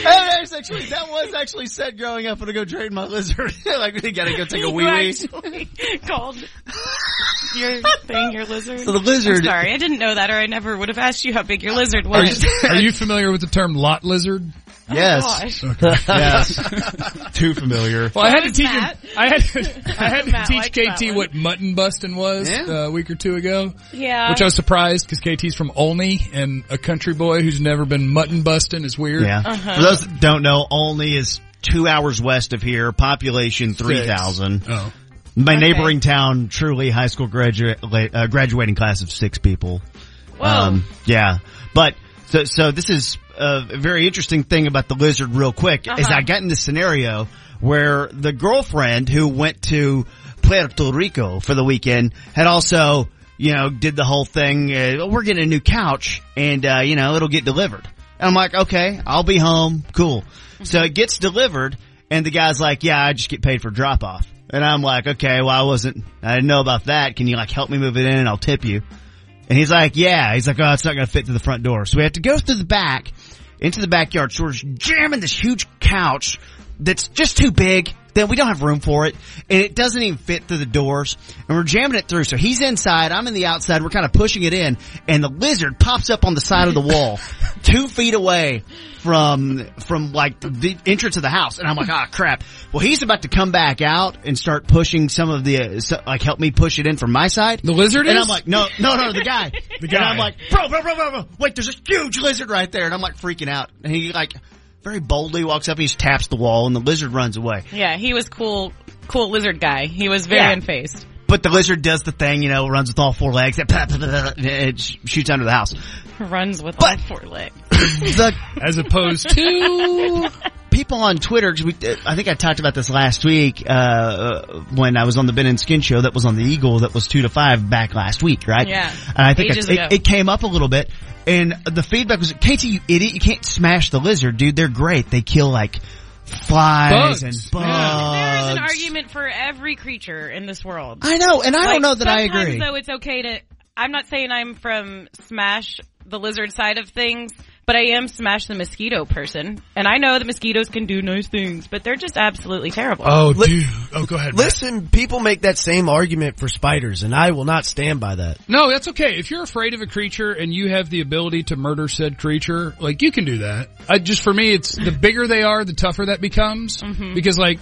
S5: that's actually, that was actually said growing up. I'm gonna go train my lizard. <laughs> like, we gotta go take a wee wee.
S6: Actually called your
S5: <laughs>
S6: thing your lizard.
S5: So the lizard.
S6: I'm sorry, I didn't know that, or I never would have asked you how big your lizard
S5: Are
S6: was. <laughs> Oh
S5: you-
S3: Are you familiar with the term lot lizard?
S5: <laughs> yes,
S6: Gosh.
S5: yes. Too familiar. <laughs>
S3: Well, I had to
S6: was
S3: teach him.
S6: Matt.
S3: I
S6: <laughs>
S3: had to, I had to
S6: Matt
S3: teach
S6: liked that
S3: KT
S6: one.
S3: what mutton busting was
S5: Yeah.
S3: uh, a week or two ago,
S6: Yeah.
S3: which I was surprised because KT's from Olney and a country boy who's never been mutton busting is weird.
S5: Yeah. For those
S1: uh,
S5: that don't know, only is two hours west of here, population 3,000.
S3: Oh,
S5: My
S6: Okay.
S5: neighboring town, truly high school graduate, uh, graduating class of six people. Um, yeah, but so so this is a very interesting thing about the lizard. Real quick, is I got in this scenario where the girlfriend who went to Puerto Rico for the weekend had also you know did the whole thing. Uh, we're getting a new couch, and uh, you know it'll get delivered. And I'm like, okay, I'll be home. Cool. So it gets delivered, and the guy's like, yeah, I just get paid for drop off. And I'm like, okay, well, I wasn't, I didn't know about that. Can you like help me move it in and I'll tip you? And he's like, yeah. He's like, oh, it's not going to fit through the front door. So we have to go through the back into the backyard. So we're just jamming this huge couch that's just too big. Then we don't have room for it. And it doesn't even fit through the doors. And we're jamming it through. So he's inside. I'm in the outside. We're kind of pushing it in. And the lizard pops up on the side of the wall, two feet away from, from like the entrance of the house. And I'm like, ah, crap. Well, he's about to come back out and start pushing some of the, uh, so, like help me push it in from my side.
S3: The lizard
S5: And
S3: is?
S5: I'm like, no, no, no, the guy. The guy. And I'm
S3: guy.
S5: like, bro, bro, bro, bro, bro. Wait, there's a huge lizard right there. And I'm like freaking out. And he like very boldly walks up and he just taps the wall and the lizard runs away.
S6: Yeah, he was cool, cool lizard guy. He was very
S5: Yeah.
S6: unfazed.
S5: But the lizard does the thing, you know, runs with all four legs. <laughs> and It sh- shoots under the house.
S6: Runs with all four legs.
S5: The
S3: As opposed
S5: <laughs>
S3: to
S5: people on Twitter, 'cause we, I think I talked about this last week, uh, when I was on the Ben and Skin show that was on the Eagle that was two to five back last week, right?
S6: Yeah.
S5: And I think
S6: Ages
S5: it, it-
S6: ago.
S5: it came up a little bit and the feedback was, KT, you idiot, you can't smash the lizard, dude. They're great. They kill like flies
S3: Bugs.
S5: and
S3: Yeah.
S5: bugs.
S6: There is an argument for every creature in this world.
S5: Uh, I know, and I
S6: Like,
S5: don't know that I
S6: sometimes,
S5: agree.
S6: Though it's okay to. I'm not saying I'm from Smash the lizard side of things, but I am Smash the mosquito person, and I know the mosquitoes can do nice things, but they're just absolutely terrible.
S5: Um,
S3: Oh dude. Oh go ahead. Matt.
S4: Listen, people make that same argument for spiders, and I will not stand by that.
S3: No, that's okay. If you're afraid of a creature and you have the ability to murder said creature, like you can do that. I just for me, it's the bigger they are, the tougher that becomes. Because like,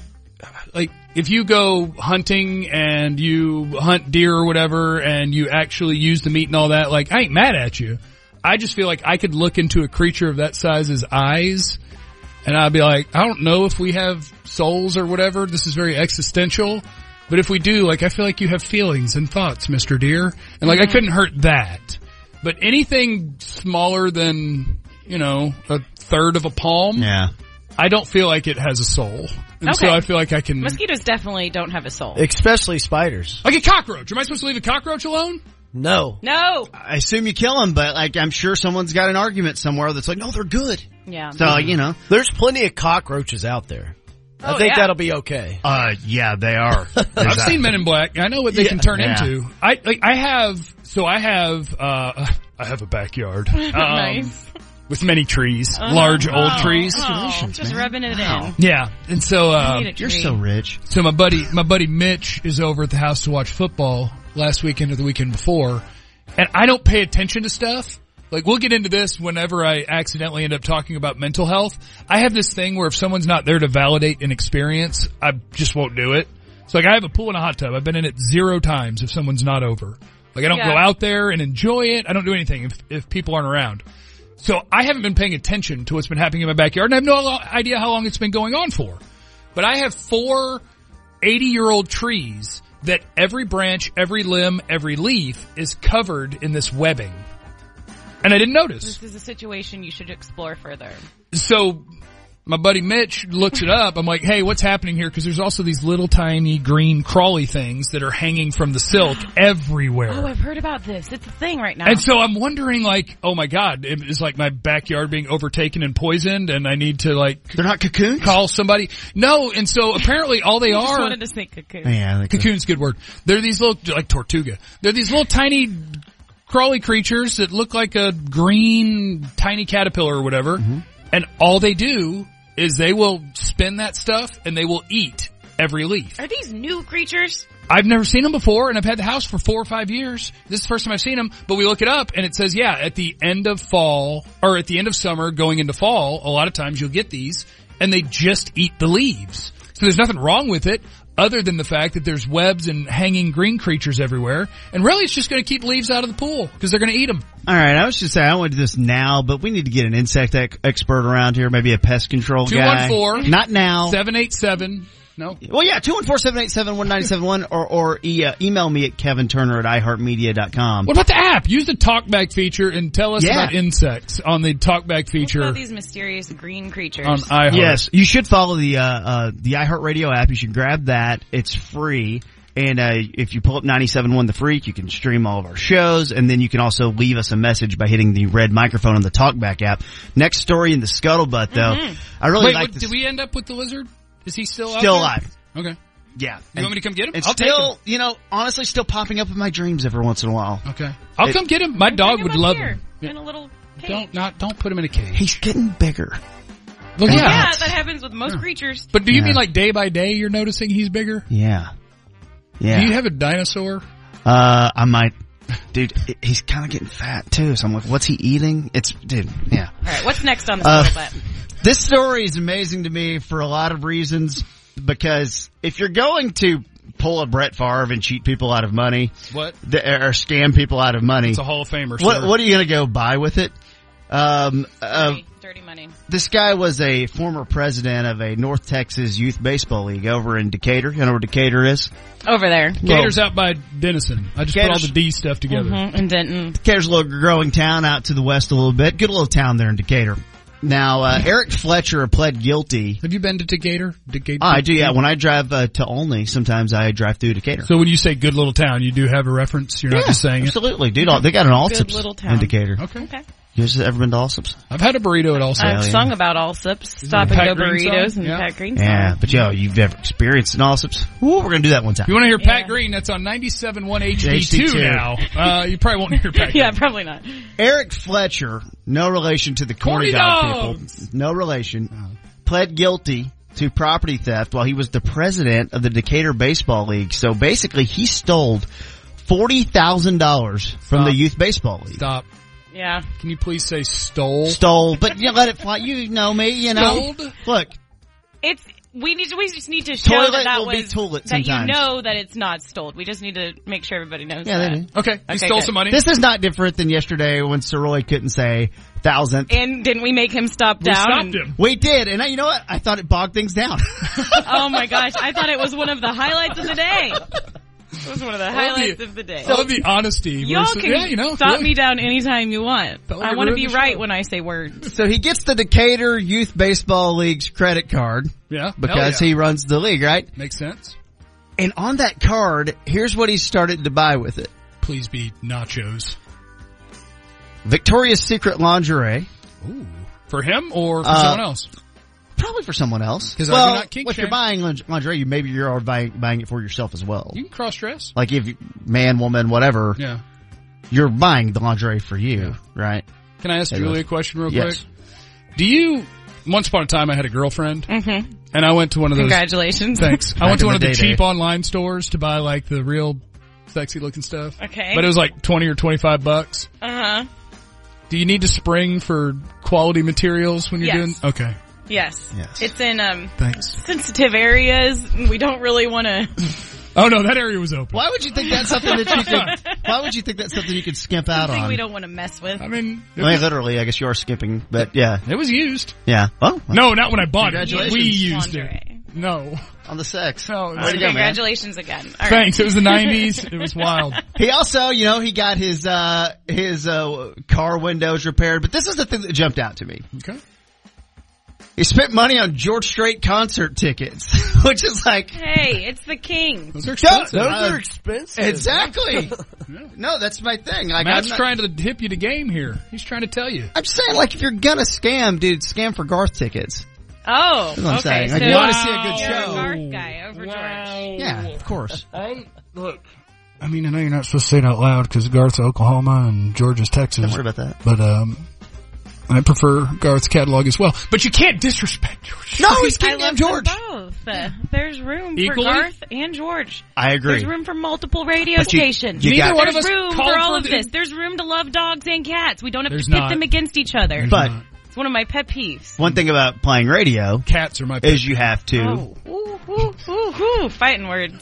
S3: like if you go hunting and you hunt deer or whatever, and you actually use the meat and all that, like I ain't mad at you. I just feel like I could look into a creature of that size's eyes. And I'd be like, I don't know if we have souls or whatever. This is very existential. But if we do, like, I feel like you have feelings and thoughts, Mr. Deer. And like, I couldn't hurt that. But anything smaller than, you know, a third of a palm,
S5: yeah.
S3: I don't feel like it has a soul. And so
S6: Okay.
S3: I feel like I can,
S6: Mosquitoes definitely don't have a soul.
S4: Especially spiders.
S3: like a cockroach. Am I supposed to leave a cockroach alone?
S4: No.
S6: no.
S5: I assume you kill them, but like I'm sure someone's got an argument somewhere that's like, no, they're good.
S6: Yeah.
S5: So you know,
S4: There's plenty of cockroaches out there. I
S6: Oh,
S4: think
S6: yeah.
S4: that'll be okay.
S5: uh, yeah, they <laughs> are.
S3: I've seen Men in Black. I know what they
S4: Yeah.
S3: can turn
S5: Yeah.
S3: into. I like, I have. So I have. Uh, <laughs> I have a backyard um,
S6: <laughs> Nice.
S3: with many trees, large old
S6: Oh,
S3: trees.
S6: Oh, just
S5: man.
S6: rubbing it in.
S3: Yeah, and so uh,
S6: Need a
S5: Um, You're
S6: tree.
S5: so rich.
S3: so my buddy my buddy Mitch is over at the house to watch football last weekend or the weekend before, and I don't pay attention to stuff. Like we'll get into this whenever I accidentally end up talking about mental health. I have this thing where if someone's not there to validate an experience, I just won't do it. So like I have a pool and a hot tub. I've been in it zero times if someone's not over. Like I don't
S6: Yeah.
S3: go out there and enjoy it. I don't do anything if if people aren't around. So I haven't been paying attention to what's been happening in my backyard and I have no lo- idea how long it's been going on for. But I have four 80 year old trees that every branch, every limb, every leaf is covered in this webbing. And I didn't notice.
S6: This is a situation you should explore further.
S3: So my buddy Mitch looks it up. I'm like, hey, what's happening here? Cause there's also these little tiny green crawly things that are hanging from the silk everywhere.
S6: Oh, I've heard about this. It's a thing right now.
S3: And so I'm wondering like, oh my God, is like my backyard being overtaken and poisoned and I need to like
S5: They're not cocoons.
S3: call somebody. No. And so apparently all they
S6: I just
S3: are.
S6: wanted to say cocoon.
S5: Yeah, like
S3: Cocoon's a good word. They're these little, like tortuga. They're these little tiny crawly creatures that look like a green tiny caterpillar or whatever. And all they do is they will spin that stuff and they will eat every leaf.
S6: Are these new creatures?
S3: I've never seen them before and I've had the house for four or five years. This is the first time I've seen them, but we look it up and it says, yeah, at the end of fall or at the end of summer going into fall, a lot of times you'll get these and they just eat the leaves. So there's nothing wrong with it other than the fact that there's webs and hanging green creatures everywhere. And really it's just going to keep leaves out of the pool because they're going to eat them.
S5: All right, I was just saying I want to do this now, but we need to get an insect ec- expert around here, maybe a pest control guy.
S3: 214.
S5: Not now.
S3: 787 know.
S5: Well, yeah, 214-787-1971 or, or e- uh, email me at kevinturner at iheartmedia.com.
S3: What about the app? Use the talkback feature and tell us
S5: Yeah.
S3: about insects on the talkback feature
S6: About
S3: on
S6: these mysterious green creatures.
S3: iHeart.
S5: Yes, you should follow the uh, uh, the iHeartRadio app. You should grab that. It's free. And uh, if you pull up 97.1 The Freak, you can stream all of our shows. And then you can also leave us a message by hitting the red microphone on the TalkBack app. Next story in the scuttlebutt, though. I really
S3: Mm-hmm. Wait,
S5: like
S3: what,
S5: this.
S3: did we end up with the lizard? Is he still out
S5: Still
S3: there?
S5: alive.
S3: Okay.
S5: Yeah. You
S3: want me to come get him?
S5: It's
S3: I'll take
S5: still, you know, honestly still popping up in my dreams every once in a while.
S3: Okay. I'll come get him. My dog
S6: Bring
S3: would
S6: them up
S3: love
S6: here
S3: him. Yeah.
S6: in a little cage.
S3: Don't not don't put him in a cage.
S5: He's getting bigger.
S3: Look
S6: yeah,
S3: out.
S6: that happens with most creatures.
S3: But do you
S5: Yeah.
S3: mean like day by day you're noticing he's bigger?
S5: Yeah. Yeah.
S3: Do you have a dinosaur?
S5: Uh, I might. Dude, i- he's kind of getting fat too. So I'm like, what's he eating? It's, dude, yeah.
S6: All right, what's next on the
S5: Uh,
S6: scuttlebutt?
S5: This story is amazing to me for a lot of reasons because if you're going to pull a Brett Favre and cheat people out of money,
S3: What?
S5: th- or scam people out of money,
S3: It's a Hall of Famer.
S5: what,
S3: sir.
S5: what are you going to go buy with it? Um, uh,
S6: Dirty- Dirty money.
S5: this guy was a former president of a North Texas youth baseball league over in Decatur. You know where Decatur is?
S6: Over there.
S3: Gator's out by Denison. I just put all
S5: Gator's-
S3: the D stuff together.
S6: Mhm, And Denton.
S5: Decatur's a little growing town out to the west a little bit. Good little town there in Decatur.
S3: <laughs>
S5: Now, uh, Eric Fletcher pled guilty.
S3: Have you been to Decatur? Decatur?
S5: I do, yeah. When I drive uh, to Olney, sometimes I drive through Decatur.
S3: So when you say good little town, you do have a reference. You're not just saying it.
S5: Absolutely, dude. All- They got an Allsup's
S6: little town.
S5: indicator.
S3: Okay.
S6: Okay.
S5: You guys ever been to Allsup's?
S3: I've had a burrito at also.
S6: I've sung about Allsup's, Stop and
S3: Pat
S6: Go
S3: Green song?
S6: Burritos, and
S3: Yeah.
S6: Pat Green <laughs>
S5: Yeah,
S6: song.
S5: but yo, you've ever experienced an Allsup's? Ooh, we're gonna do that one time.
S3: you want to hear
S6: Yeah.
S3: Pat Green? That's on 97.1 HD2
S5: HD2.
S3: now. Uh, you probably won't hear
S6: <laughs>
S3: Pat Green.
S6: Yeah, probably not.
S5: Eric Fletcher, no relation to the
S3: Corny
S5: corny dog
S3: dogs.
S5: people, no relation,
S3: Oh.
S5: pled guilty to property theft while he was the president of the Decatur Baseball League. So basically, he stole forty thousand dollars from
S3: Stop.
S5: the youth baseball league.
S3: Stop.
S6: Yeah.
S3: Can you please say stole?
S5: Stole, but you let it fly. You know me, you know.
S3: Stoled?
S5: Look,
S6: It's we need we just need to show
S5: Toilet
S6: that that
S5: will be
S6: was
S5: toilet
S6: that you
S5: sometimes.
S6: know that it's not stole. We just need to make sure everybody knows
S5: Yeah, they
S6: that.
S5: do.
S3: Okay. He
S6: Okay,
S3: stole
S6: good.
S3: some money.
S5: this is not different than yesterday when Soroy couldn't say thousandth.
S6: And didn't we make him stop
S3: we
S6: down?
S3: stopped
S6: And-
S3: him.
S5: We did, and I- you know what? I thought it bogged things down.
S6: <laughs>
S3: <laughs>
S6: Oh my gosh, I thought it was one of the highlights of the day. It was one of the highlights
S3: you.
S6: of the day.
S3: I love the honesty.
S6: Y'all
S3: versus-
S6: can
S3: yeah, you know,
S6: stop
S3: really.
S6: me down anytime you want.
S3: Felt like
S6: I
S3: I
S6: want to
S3: ruined
S6: be
S3: the
S6: right
S3: show.
S6: when I say words.
S5: so he gets the Decatur Youth Baseball League's credit card
S3: Yeah.
S5: because
S3: Hell yeah.
S5: he runs the league, right?
S3: makes sense.
S5: And on that card, here's what he started to buy with it.
S3: Please be nachos.
S5: Victoria's Secret lingerie,
S3: Ooh. For him or for
S5: Uh,
S3: someone else?
S5: probably for someone else.
S3: 'Cause I do
S5: well,
S3: not kink
S5: if
S3: shame.
S5: you're buying linge- lingerie, you maybe you are buying, buying it for yourself as well.
S3: You can cross dress.
S5: Like if you- man, woman, whatever,
S3: Yeah.
S5: you're buying the lingerie for you, right?
S3: Can I ask
S5: Rose.
S3: Julie a question real
S5: Yes.
S3: quick? Do you? Once upon a time, I had a girlfriend,
S6: Mm-hmm.
S3: and I went to one of those.
S6: Congratulations.
S3: Thanks. I
S5: <laughs> Back
S3: went to
S5: in
S3: one of
S5: the
S3: the
S5: day,
S3: cheap
S5: Dave.
S3: online stores to buy like the real sexy looking stuff.
S6: <laughs> Okay.
S3: But it was like 20 or 25 bucks.
S6: Uh huh.
S3: Do you need to spring for quality materials when you're
S6: Yes.
S3: doing? Okay.
S6: Yes.
S5: Yes.
S6: It's in um
S3: Thanks.
S6: sensitive areas. and We don't really want to.
S3: Oh no, that area was open.
S5: Why would you think that's something that you
S3: <laughs>
S5: could? Why would you think that's something you could skimp out
S6: Something
S5: on?
S6: we don't want to mess with.
S3: I mean, it,
S5: I mean,
S3: was,
S5: literally, I guess you are skimping, but yeah,
S3: it was used.
S5: yeah. Well,
S3: No, not when I bought it.
S5: Congratulations,
S3: We used it.
S6: lingerie.
S3: No.
S5: on the sex.
S3: No. it was-
S5: Way to go, man.
S6: Congratulations again. All right.
S3: Thanks. It was the
S6: <laughs>
S3: 90s. It was wild.
S5: He also, you know, he got his uh his uh car windows repaired, but this is the thing that jumped out to me.
S3: Okay.
S5: He spent money on George Strait concert tickets, <laughs> which is like
S6: Hey, it's the king.
S3: Those are
S5: Yeah,
S3: expensive.
S5: those
S4: Those
S5: are
S4: are
S5: <laughs>
S4: expensive.
S5: exactly. no, that's my thing. Like
S3: Matt's
S5: I'm, not-
S3: trying to hip you to game here. He's trying to tell you.
S5: I'm saying like if you're gonna scam, dude, scam for Garth tickets.
S6: Oh,
S5: what I'm
S6: okay.
S5: saying. Like, you
S6: so
S5: wanna see a good
S6: you're
S5: show.
S6: Garth guy over George.
S5: Yeah, of
S6: <laughs>
S5: course.
S3: I look. I mean, I know you're not supposed to say it out loud because Garth's Oklahoma and Georgia's Texas,
S5: Don't worry about that.
S3: but um, I prefer Garth's catalog as well. But you can't disrespect Georgia.
S5: No, he's
S6: I
S5: getting them
S6: love
S5: George.
S6: them both. Uh, There's room
S3: Equally?
S6: for Garth and George.
S5: I
S6: There's
S5: agree.
S6: room for multiple radio
S5: But you-
S6: stations.
S5: you
S3: Neither
S5: got-
S3: one
S6: There's
S3: of us
S6: room
S3: called
S6: for all
S3: for
S6: of
S3: the-
S6: this. There's room to love dogs and cats. We don't have
S3: There's
S6: to pit
S3: not.
S6: them against each other.
S3: There's
S5: But-
S3: not.
S6: it's one of my pet peeves.
S5: One thing about playing radio
S3: cats are my
S5: is you have to.
S6: Oh, ooh,
S5: <laughs>
S6: ooh, ooh, ooh, fighting words.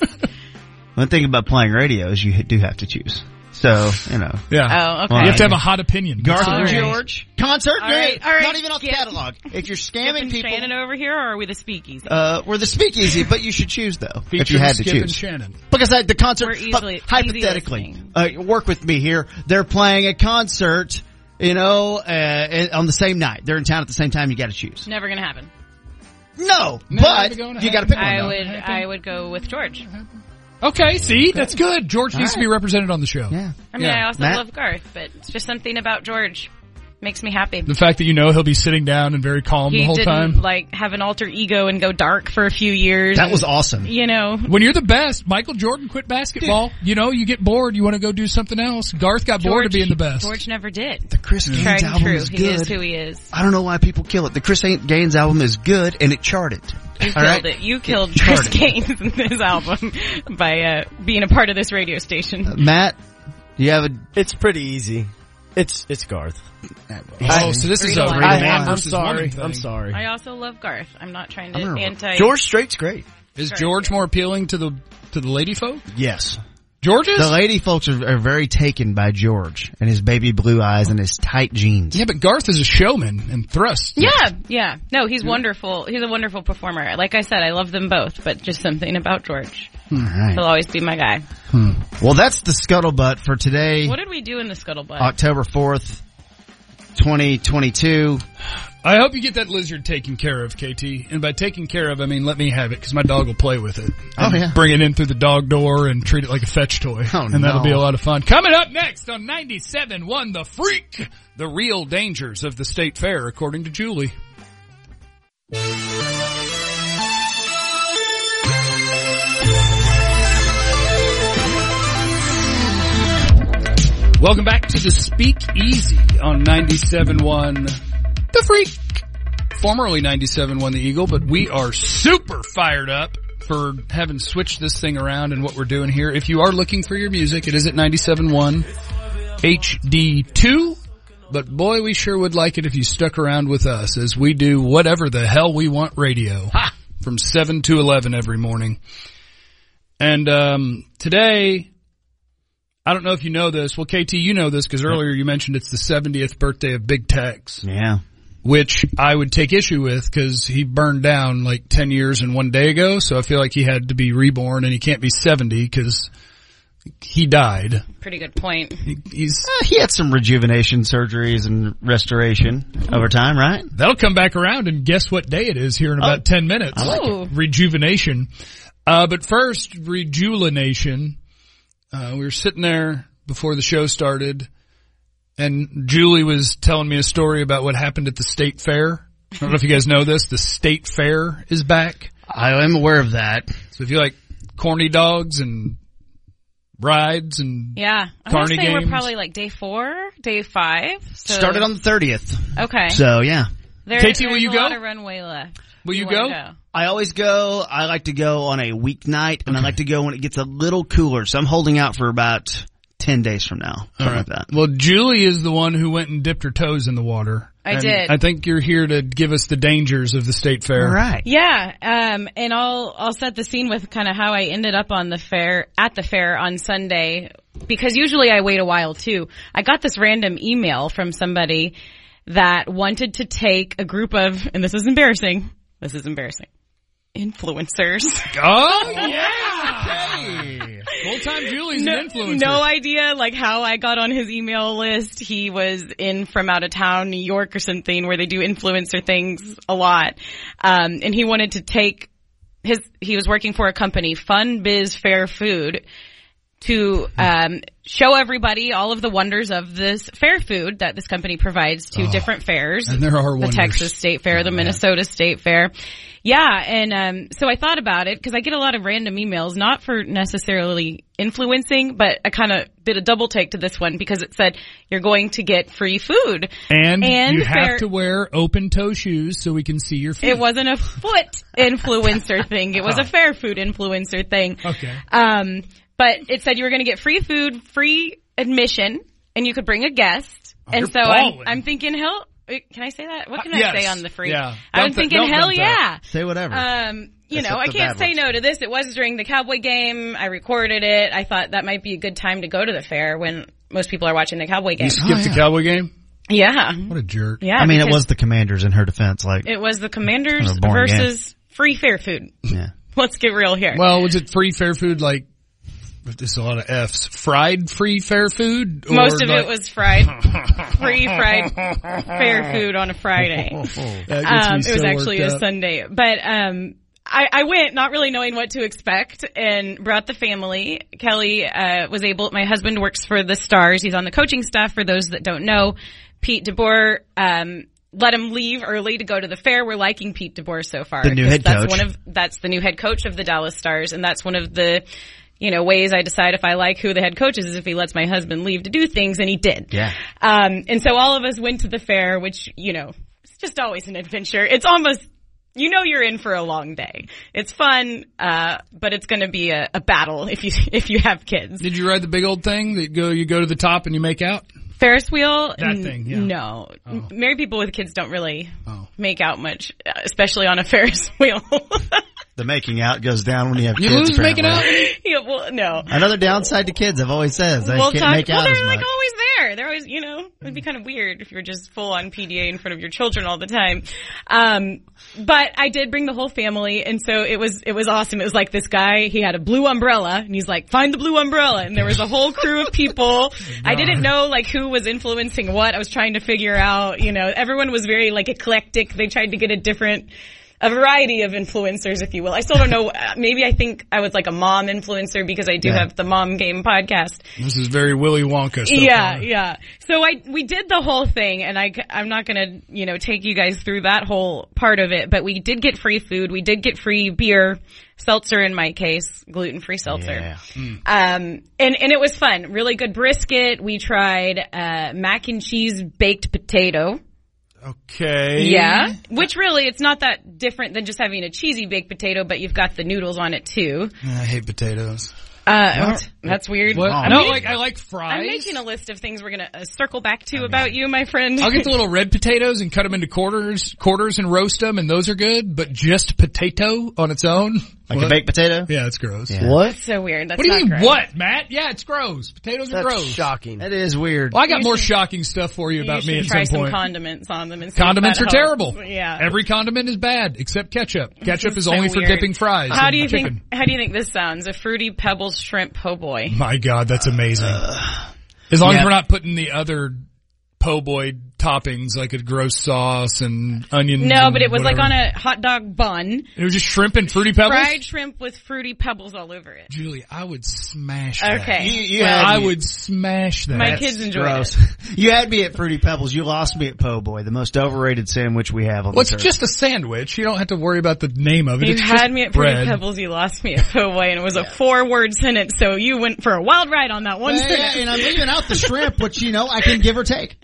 S5: One thing about playing radio is you do have to choose. So, you know.
S3: Yeah.
S6: Oh, okay.
S3: You have to have a hot opinion.
S5: Garth
S6: All right.
S5: George concert,
S6: All right,
S5: great.
S6: all right.
S5: Not even off the
S6: Yeah.
S5: catalog. If you're scamming
S6: Been standing
S5: people,
S6: over here, or are we the speakeasy?
S5: uh, we're the speakeasy, but you should choose though. if you
S3: Featuring
S5: had to
S3: Skip and
S5: choose,
S3: Shannon.
S5: because I, the concert,
S6: We're easily-
S5: but hypothetically,
S6: easy
S5: uh, work with me here. They're playing a concert, you know, uh, and- on the same night. They're in town at the same time. You got to choose.
S6: Never gonna happen.
S5: No,
S3: Never
S5: but
S3: gonna
S5: you got
S3: happen.
S5: to pick one.
S6: I
S5: though.
S6: would, I would go with George. I
S3: Okay, see, that's good. George needs to
S5: right.
S3: be represented on the show.
S5: Yeah.
S6: mean,
S3: Yeah.
S6: I also
S5: Matt?
S6: love Garth, but it's just something about George makes me happy.
S3: The fact that you know he'll be sitting down and very calm
S6: He
S3: the whole
S6: didn't
S3: time.
S6: like have an alter ego and go dark for a few years.
S5: That was awesome.
S6: you know,
S3: When you're the best, Michael Jordan quit basketball. You know, you get bored, you want to go do something else. Garth got bored of being the best.
S6: George never did.
S5: The Chris Gaines
S6: Tried and
S5: album
S6: true.
S5: is
S6: He is
S5: good.
S6: who he is.
S5: I don't know why people kill it. The Chris Gaines album is good and it charted.
S6: You
S5: All
S6: killed
S5: right?
S6: it. You killed
S5: charted.
S6: Chris Gaines in this album <laughs> by uh, being a part of this radio station.
S5: Matt, do you have a
S4: It's pretty easy. It's it's Garth.
S3: Oh, so this is a
S6: Three to one.
S3: man
S5: I- I'm
S3: versus woman
S4: sorry.
S3: thing.
S4: I'm sorry.
S6: I also love Garth. I'm not trying to
S5: I'm gonna-
S6: anti
S4: George Strait's great.
S3: Is George more appealing to the to the lady folk?
S5: Yes.
S3: George's?
S5: The lady folks are, are very taken by George and his baby blue eyes and his tight jeans.
S3: yeah, but Garth is a showman and thrust.
S6: Yeah, yeah. No, he's wonderful. He's a wonderful performer. Like I said, I love them both, but just something about George. He'll always be my guy.
S5: Well, that's the scuttlebutt for today,
S6: What did we do in the scuttlebutt?
S5: October 4th, 2022.
S3: I hope you get that lizard taken care of, KT. And by taking care of, I mean let me have it because my dog will play with it.
S5: Oh,
S3: And
S5: yeah.
S3: Bring it in through the dog door and treat it like a fetch toy.
S5: Oh,
S3: and that'll
S5: no.
S3: be a lot of fun. Coming up next on 97 1 The Freak, the real dangers of the state fair, according to Julie. Welcome back to the Speak Easy on 97.1 The Freak. Formerly 97.1 The Eagle, but we are super fired up for having switched this thing around and what we're doing here. If you are looking for your music, it is at 97.1 HD2. But boy, we sure would like it if you stuck around with us as we do whatever the hell we want radio. Ha! From 7 to 11 every morning. And, um, today, I don't know if you know this. Well, KT, you know this because earlier you mentioned it's the 70th birthday of Big Tex,
S5: Yeah.
S3: which I would take issue with because he burned down like 10 years and one day ago. So I feel like he had to be reborn and he can't be 70 because he died.
S6: Pretty good point.
S3: He- He's,
S5: Uh, he had some rejuvenation surgeries and restoration over time, right?
S3: that'll come back around and guess what day it is here in about 10 minutes.
S6: Ooh.
S3: rejuvenation. Uh, but first, rejuvenation. Uh, we were sitting there before the show started, and Julie was telling me a story about what happened at the state fair. I don't know if you guys know this. The state fair is back.
S5: I am aware of that.
S3: So if you like corny dogs and rides and
S6: Yeah. I want
S3: Carney
S6: to say we're
S3: games.
S6: probably like day four, day five. So,
S5: Started on the 30th.
S6: Okay.
S5: So, yeah.
S6: There,
S3: KT, will
S6: there's
S3: you
S6: a
S3: go?
S6: lot of runway left.
S3: will you,
S6: wanna
S3: go?
S5: I always go. I like to go on a weeknight, and I like to go when it gets a little cooler. So I'm holding out for about ten days from now, something like that.
S3: Well, Julie is the one who went and dipped her toes in the water.
S6: I
S3: And
S6: did.
S3: I think you're here to give us the dangers of the state fair.
S5: All right.
S6: Yeah, um, and I'll I'll set the scene with kind of how I ended up on the fair at the fair on Sunday because usually I wait a while too. I got this random email from somebody that wanted to take a group of and this is embarrassing. This is embarrassing. Influencers.
S3: Oh yeah! hey, full time Julie's an influencer.
S6: No idea like how I got on his email list. He was in from out of town, New York or something where they do influencer things a lot. Um, and he wanted to take his, he was working for a company, Fun Biz Fair Food, to um, show everybody all of the wonders of this fair food that this company provides to different fairs.
S3: Oh. and there are
S6: the
S3: wonders.
S6: Texas State Fair, the Minnesota State Fair. Yeah, and um, so I thought about it because I get a lot of random emails, not for necessarily influencing, but I kind of did a double take to this one because it said you're going to get free food,
S3: and, you have
S6: fair-
S3: to wear open toe shoes so we can see your feet.
S6: It wasn't a foot influencer
S3: <laughs>
S6: thing. It was a fair food influencer thing.
S3: Okay.
S6: Um, but it said you were going to get free food, free admission, and you could bring a guest. and
S3: Oh, you're
S6: so I'm,
S3: balling.
S6: I'm thinking, hell, Wait, Can I say that? What can I
S3: yes.
S6: say on the free?
S3: Yeah.
S6: I
S3: Dump
S6: was
S3: it-
S6: thinking,
S3: don't
S6: hell
S3: dump
S6: yeah.
S3: that.
S5: Say whatever.
S6: Um, you
S5: Except
S6: know, I
S5: the bad
S6: can't say
S5: ones.
S6: no to this. It was during the Cowboy game. I recorded it. I thought that might be a good time to go to the fair when most people are watching the Cowboy game.
S3: You skipped the Cowboy game?
S6: <laughs> Yeah.
S3: Oh, What a jerk.
S6: Yeah.
S5: I mean, it
S6: because
S5: was the commanders in her defense. Like,
S6: it was the Commanders
S5: Kinda boring game.
S6: versus free fair food.
S5: yeah.
S6: <laughs> Let's get real here.
S3: Well, was it free fair food like, there's a lot of F's, fried free fair food? Or
S6: Most of
S3: like-
S6: it
S5: <laughs>
S6: was fried, free fried fair food on a Friday.
S5: <laughs>
S3: That gets me
S6: Um, it was
S3: so
S6: actually
S3: worked
S6: a
S3: up.
S6: Sunday, but um, I, I went not really knowing what to expect and brought the family. Kelly uh, was able. My husband works for the Stars. He's on the coaching staff. For those that don't know, Pete DeBoer. Um, let him leave early to go to the fair. We're liking Pete DeBoer so far.
S5: The new
S6: 'cause
S5: head
S6: that's
S5: coach.
S6: One of that's the new head coach of the Dallas Stars, and that's one of the you know ways I decide if I like who the head coach is, is if he lets my husband leave to do things, and he did.
S5: Yeah.
S6: Um, and so all of us went to the fair, which, you know, it's just always an adventure. It's almost, you know, you're in for a long day. It's fun, uh, but it's going to be a, a battle if you, <laughs> if you have kids.
S3: Did you ride the big old thing that go, you go to the top and you make out?
S6: Ferris wheel?
S3: That
S6: N-
S3: thing, yeah.
S6: No. M- Married people with kids don't really
S3: Oh.
S6: make out much, uh, especially on a <laughs> Ferris wheel.
S5: The making out goes down when you have
S3: You
S5: kids.
S3: lose making out?
S5: apparently.
S6: yeah, well, no.
S5: Another downside to kids, I've always said, is they
S6: We'll
S5: can't
S6: talk.
S5: make
S6: well,
S5: out
S6: they're
S5: as
S6: like
S5: much.
S6: always there. They're always, you know, it'd be kind of weird if you were just full on PDA in front of your children all the time. Um, but I did bring the whole family, and so it was it was awesome. It was like this guy, he had a blue umbrella, and he's like, "Find the blue umbrella," and there was a whole crew of people.
S5: <laughs>
S6: I didn't know like who was influencing what. I was trying to figure out. You know, everyone was very like eclectic. They tried to get a different a variety of influencers, if you will. I still don't know. uh, Maybe I think I was like a mom influencer because I do have the Mom Game podcast.
S3: This is very Willy Wonka. So
S6: yeah,
S3: far.
S6: yeah. So I we did the whole thing, and I am not gonna you know take you guys through that whole part of it, but we did get free food, we did get free beer, seltzer in my case, gluten free seltzer.
S5: Yeah.
S3: Hmm.
S6: Um, and, and it was fun. Really good brisket. We tried, uh, mac and cheese baked potato.
S3: Mm-hmm. Okay.
S6: Yeah. Which really, it's not that different than just having a cheesy baked potato, but you've got the noodles on it too.
S3: I hate potatoes.
S6: Uh, that's weird.
S3: What?
S6: I'm,
S3: no,
S6: making,
S3: like I like fries.
S6: I'm making a list of things we're gonna uh, circle back to about you, my friend.
S3: I'll get the little red potatoes and cut them into quarters, quarters and roast them, and those are good. But just potato on its own,
S5: Like a
S3: What?
S5: baked potato?
S3: <laughs> yeah, it's gross.
S4: What?
S6: so weird. That's
S3: What do you
S6: not
S3: mean?
S6: gross.
S3: What, Matt? Yeah, it's gross. Potatoes are
S4: That's
S3: gross.
S4: shocking.
S5: That is weird.
S3: Well, I got more shocking stuff for you
S6: You
S3: about
S6: should
S3: me at
S6: try
S3: some
S6: some
S3: point.
S6: condiments on them. And see if
S3: Condiments
S6: that
S3: are
S6: helps.
S3: terrible.
S6: Yeah.
S3: Every condiment is bad except
S6: <laughs>
S3: ketchup. Ketchup is
S6: so
S3: only for
S6: weird.
S3: dipping fries.
S6: how
S3: and
S6: do you
S3: chicken.
S6: think? How do you think this sounds? A fruity pebbles shrimp po' boy.
S3: My God, that's amazing. as long as
S5: Yeah.
S3: we're not putting the other po' boy toppings like a gross sauce and onions.
S6: No,
S3: and
S6: but it was like
S3: Mm, whatever.
S6: on a hot dog bun,
S3: It was just shrimp and fruity pebbles.
S6: fried shrimp with fruity pebbles all over it.
S3: Julie, I would smash. that.
S6: Okay,
S5: had
S3: I
S5: me-
S3: would smash that.
S6: my kids enjoyed
S5: Gross. <laughs>
S6: it.
S5: you had me at Fruity Pebbles. You lost me at Po' Boy, the most overrated sandwich we have on
S3: Well, it's
S5: this earth.
S3: just a sandwich. You don't have to worry about the name of it.
S6: You
S3: it's
S6: had
S3: just
S6: me at
S3: bread.
S6: Fruity Pebbles, you lost me at po' boy, and it was a four-word sentence. So you went for a wild ride on that one.
S5: <laughs> Yeah,
S6: sentence.
S5: yeah, and I'm leaving out the shrimp, which you know I can give or take.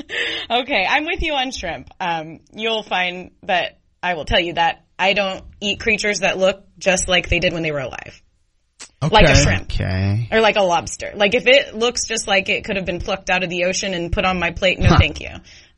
S6: Okay, I'm with you on shrimp. Um, you'll find that I will tell you that I don't eat creatures that look just like they did when they were alive,
S3: Okay.
S6: like a shrimp
S5: Okay.
S6: or like a lobster. Like if it looks just like it could have been plucked out of the ocean and put on my plate, no, thank you.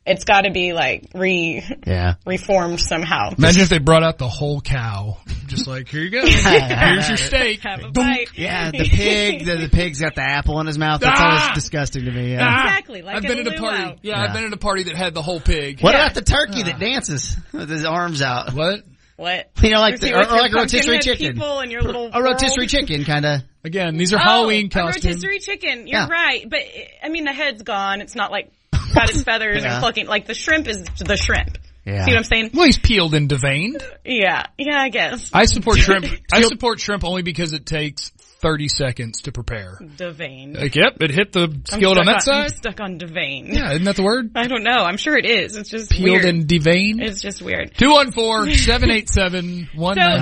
S6: It's got to be like re
S5: Yeah.
S6: reformed somehow.
S3: Imagine if they brought out the whole cow. Just like, here you
S6: <laughs>
S3: go. Here's your steak.
S6: Have a
S3: Dunk.
S6: bite.
S5: <laughs> Yeah,
S6: <laughs>
S5: the pig, the, the pig's got the apple in his mouth. That's
S3: Ah!
S5: always disgusting to me. Yeah.
S3: Ah,
S6: Exactly, like
S3: I've
S6: a
S3: been at a party.
S6: luau.
S3: Yeah, I've
S5: Yeah.
S3: been at a party that had the whole pig.
S5: What about the turkey that dances with his arms out?
S3: What?
S6: What?
S5: You know, like the-
S6: See,
S5: or-
S6: with
S5: or
S6: your
S5: like a rotisserie
S6: pumpkin head
S5: chicken.
S6: People and your little
S5: A rotisserie
S6: world.
S5: chicken, kind of.
S3: Again, these are
S6: Oh,
S3: Halloween
S6: A
S3: costumes.
S6: rotisserie chicken. You're
S5: Yeah.
S6: right, but I mean the head's gone. It's not like got its feathers and
S5: Yeah.
S6: plucking. Like the shrimp is the shrimp.
S5: Yeah.
S6: See what I'm saying?
S3: Well, he's peeled and deveined.
S6: Yeah, yeah, I guess.
S3: I support shrimp. I support shrimp only because it takes 30 seconds to prepare.
S6: Devane.
S3: Like, yep, it hit the skillet Uh, on that
S6: Mm-hmm. I'm
S3: side.
S6: stuck on Devane.
S3: Yeah, isn't that the word?
S6: I don't know. I'm sure it is. It's just
S3: Peeled
S6: weird.
S3: and deveined.
S6: it's just weird.
S3: 214-787-1978.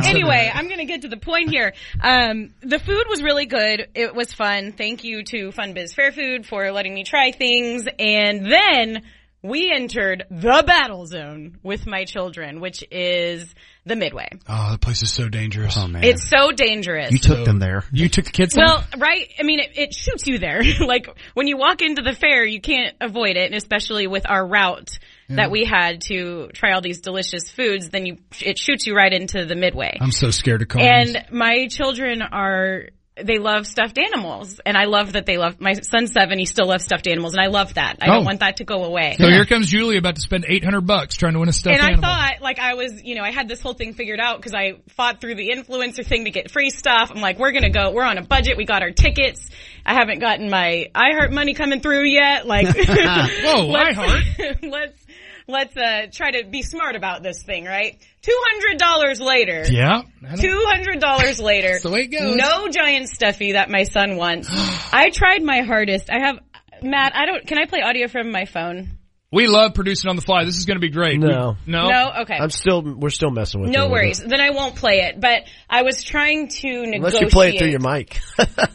S6: <laughs> So anyway, I'm going to get to the point here. Um, the food was really good. It was fun. Thank you to Fun Biz Fair Food for letting me try things. And then we entered the battle zone with my children, which is the midway.
S3: Oh, that place is so dangerous.
S5: Oh, man.
S6: It's so dangerous.
S5: you took them there.
S3: You took the kids
S6: Well, right. I mean, it, it <laughs> shoots you there. like when you walk into the fair, you can't avoid it, and especially with our route that we had to try all these delicious foods, then you it shoots you right into the midway.
S3: I'm so scared of cars.
S6: And my children are they love stuffed animals, and I love that they love. My son's seven; he still loves stuffed animals, and I love that. I
S3: Oh.
S6: don't want that to go away.
S3: so here comes Julie about to spend 800 bucks trying to win a stuffed
S6: and I
S3: animal.
S6: thought, like, I was, you know, I had this whole thing figured out because I fought through the influencer thing to get free stuff. I'm like, we're gonna go. We're on a budget. We got our tickets. I haven't gotten my iHeart money coming through yet. Like,
S3: <laughs>
S6: <laughs>
S3: Whoa,
S6: let's-
S3: iHeart.
S6: <laughs> let's let's uh, try to be smart about this thing, right? Two hundred dollars later.
S3: Yeah. I don't-
S6: Two hundred dollars later.
S3: That's the way it goes.
S6: No giant stuffy that my son wants. I tried my hardest. I have Matt. I don't. Can I play audio from my phone?
S3: We love producing on the fly. This is going to be great.
S4: No.
S3: We- no.
S6: No. Okay.
S4: I'm still, we're still messing with you. a
S6: no
S4: little
S6: worries.
S4: bit.
S6: Then I won't play it. But I was trying to negotiate.
S4: Unless you play it through your
S5: <laughs>
S4: mic.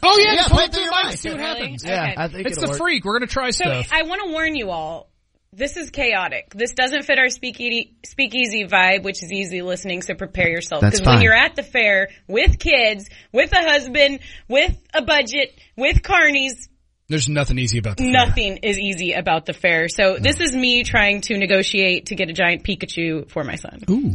S3: Oh yeah, just
S5: play
S3: hold
S5: it
S3: through
S5: through your
S3: the mic,
S5: mic.
S3: see what
S6: Really?
S3: happens.
S6: Okay.
S4: I think
S3: It's
S4: it'll
S3: the
S4: work.
S3: freak. We're going to try
S6: So
S3: stuff.
S6: I want to warn you all. This is chaotic. This doesn't fit our speakeasy, speakeasy vibe, which is easy listening. So prepare yourself
S5: That's
S6: because when
S5: fine.
S6: you're at the fair with kids, with a husband, with a budget, with carnies,
S3: There's nothing easy about that.
S6: nothing is easy about the fair. So this is me trying to negotiate to get a giant Pikachu for my son.
S3: Ooh.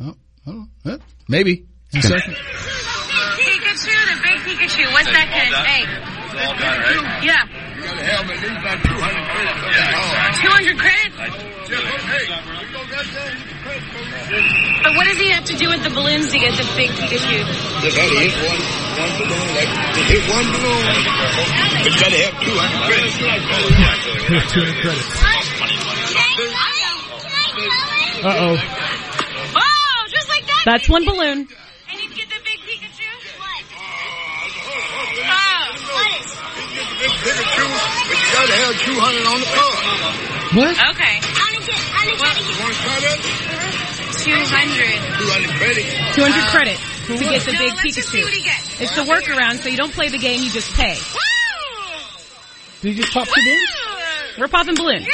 S3: Oh, oh, huh, maybe. In a second.
S7: Pikachu, the big Pikachu. What's that gonna take? Yeah,
S2: You gotta have at least like 200 credits. Yeah,
S7: 200 credits. But what does he have to do with the balloons to get the big Pikachu?
S2: You gotta hit one, one balloon, like, you hit one balloon, but you gotta have 200 credits.
S3: Uh oh.
S7: Oh, just like that.
S6: That's one balloon.
S7: And you get the big Pikachu. What? Oh,
S2: Pikachu, but you gotta have 200 on the card.
S3: What?
S7: okay.
S2: Want to try that?
S7: 200.
S2: 200 credits.
S6: 200 credits to get the
S7: No,
S6: big
S7: let's just see what
S6: Pikachu.
S7: he gets.
S6: It's the workaround, so you don't play the game, you just pay.
S7: Woo!
S3: Did he just pop two balloons?
S6: We're popping balloons.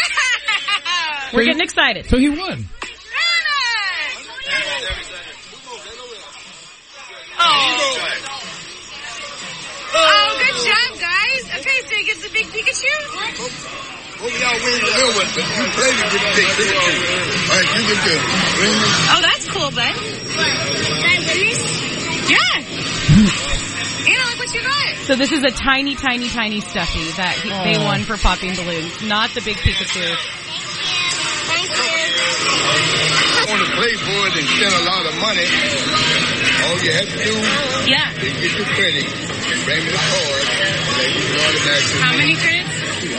S6: We're getting excited.
S3: So he won.
S7: <laughs> Oh. Oh, good job, guys. Okay, so he gets the big Pikachu.
S2: Hope y'all win the real one, but you play with the big Pikachu. All right, you can do it. Win the
S7: Oh, that's cool, bud. Yeah. Anna, look what you got.
S6: So this is a tiny, tiny, tiny stuffy that he,
S7: Oh.
S6: they won for popping balloons, not the big Pikachu.
S2: on the playboard and spend a lot of money. All you have to do
S7: Yeah.
S2: is get your credit and bring me the card. And then you can automatically
S7: How many credits?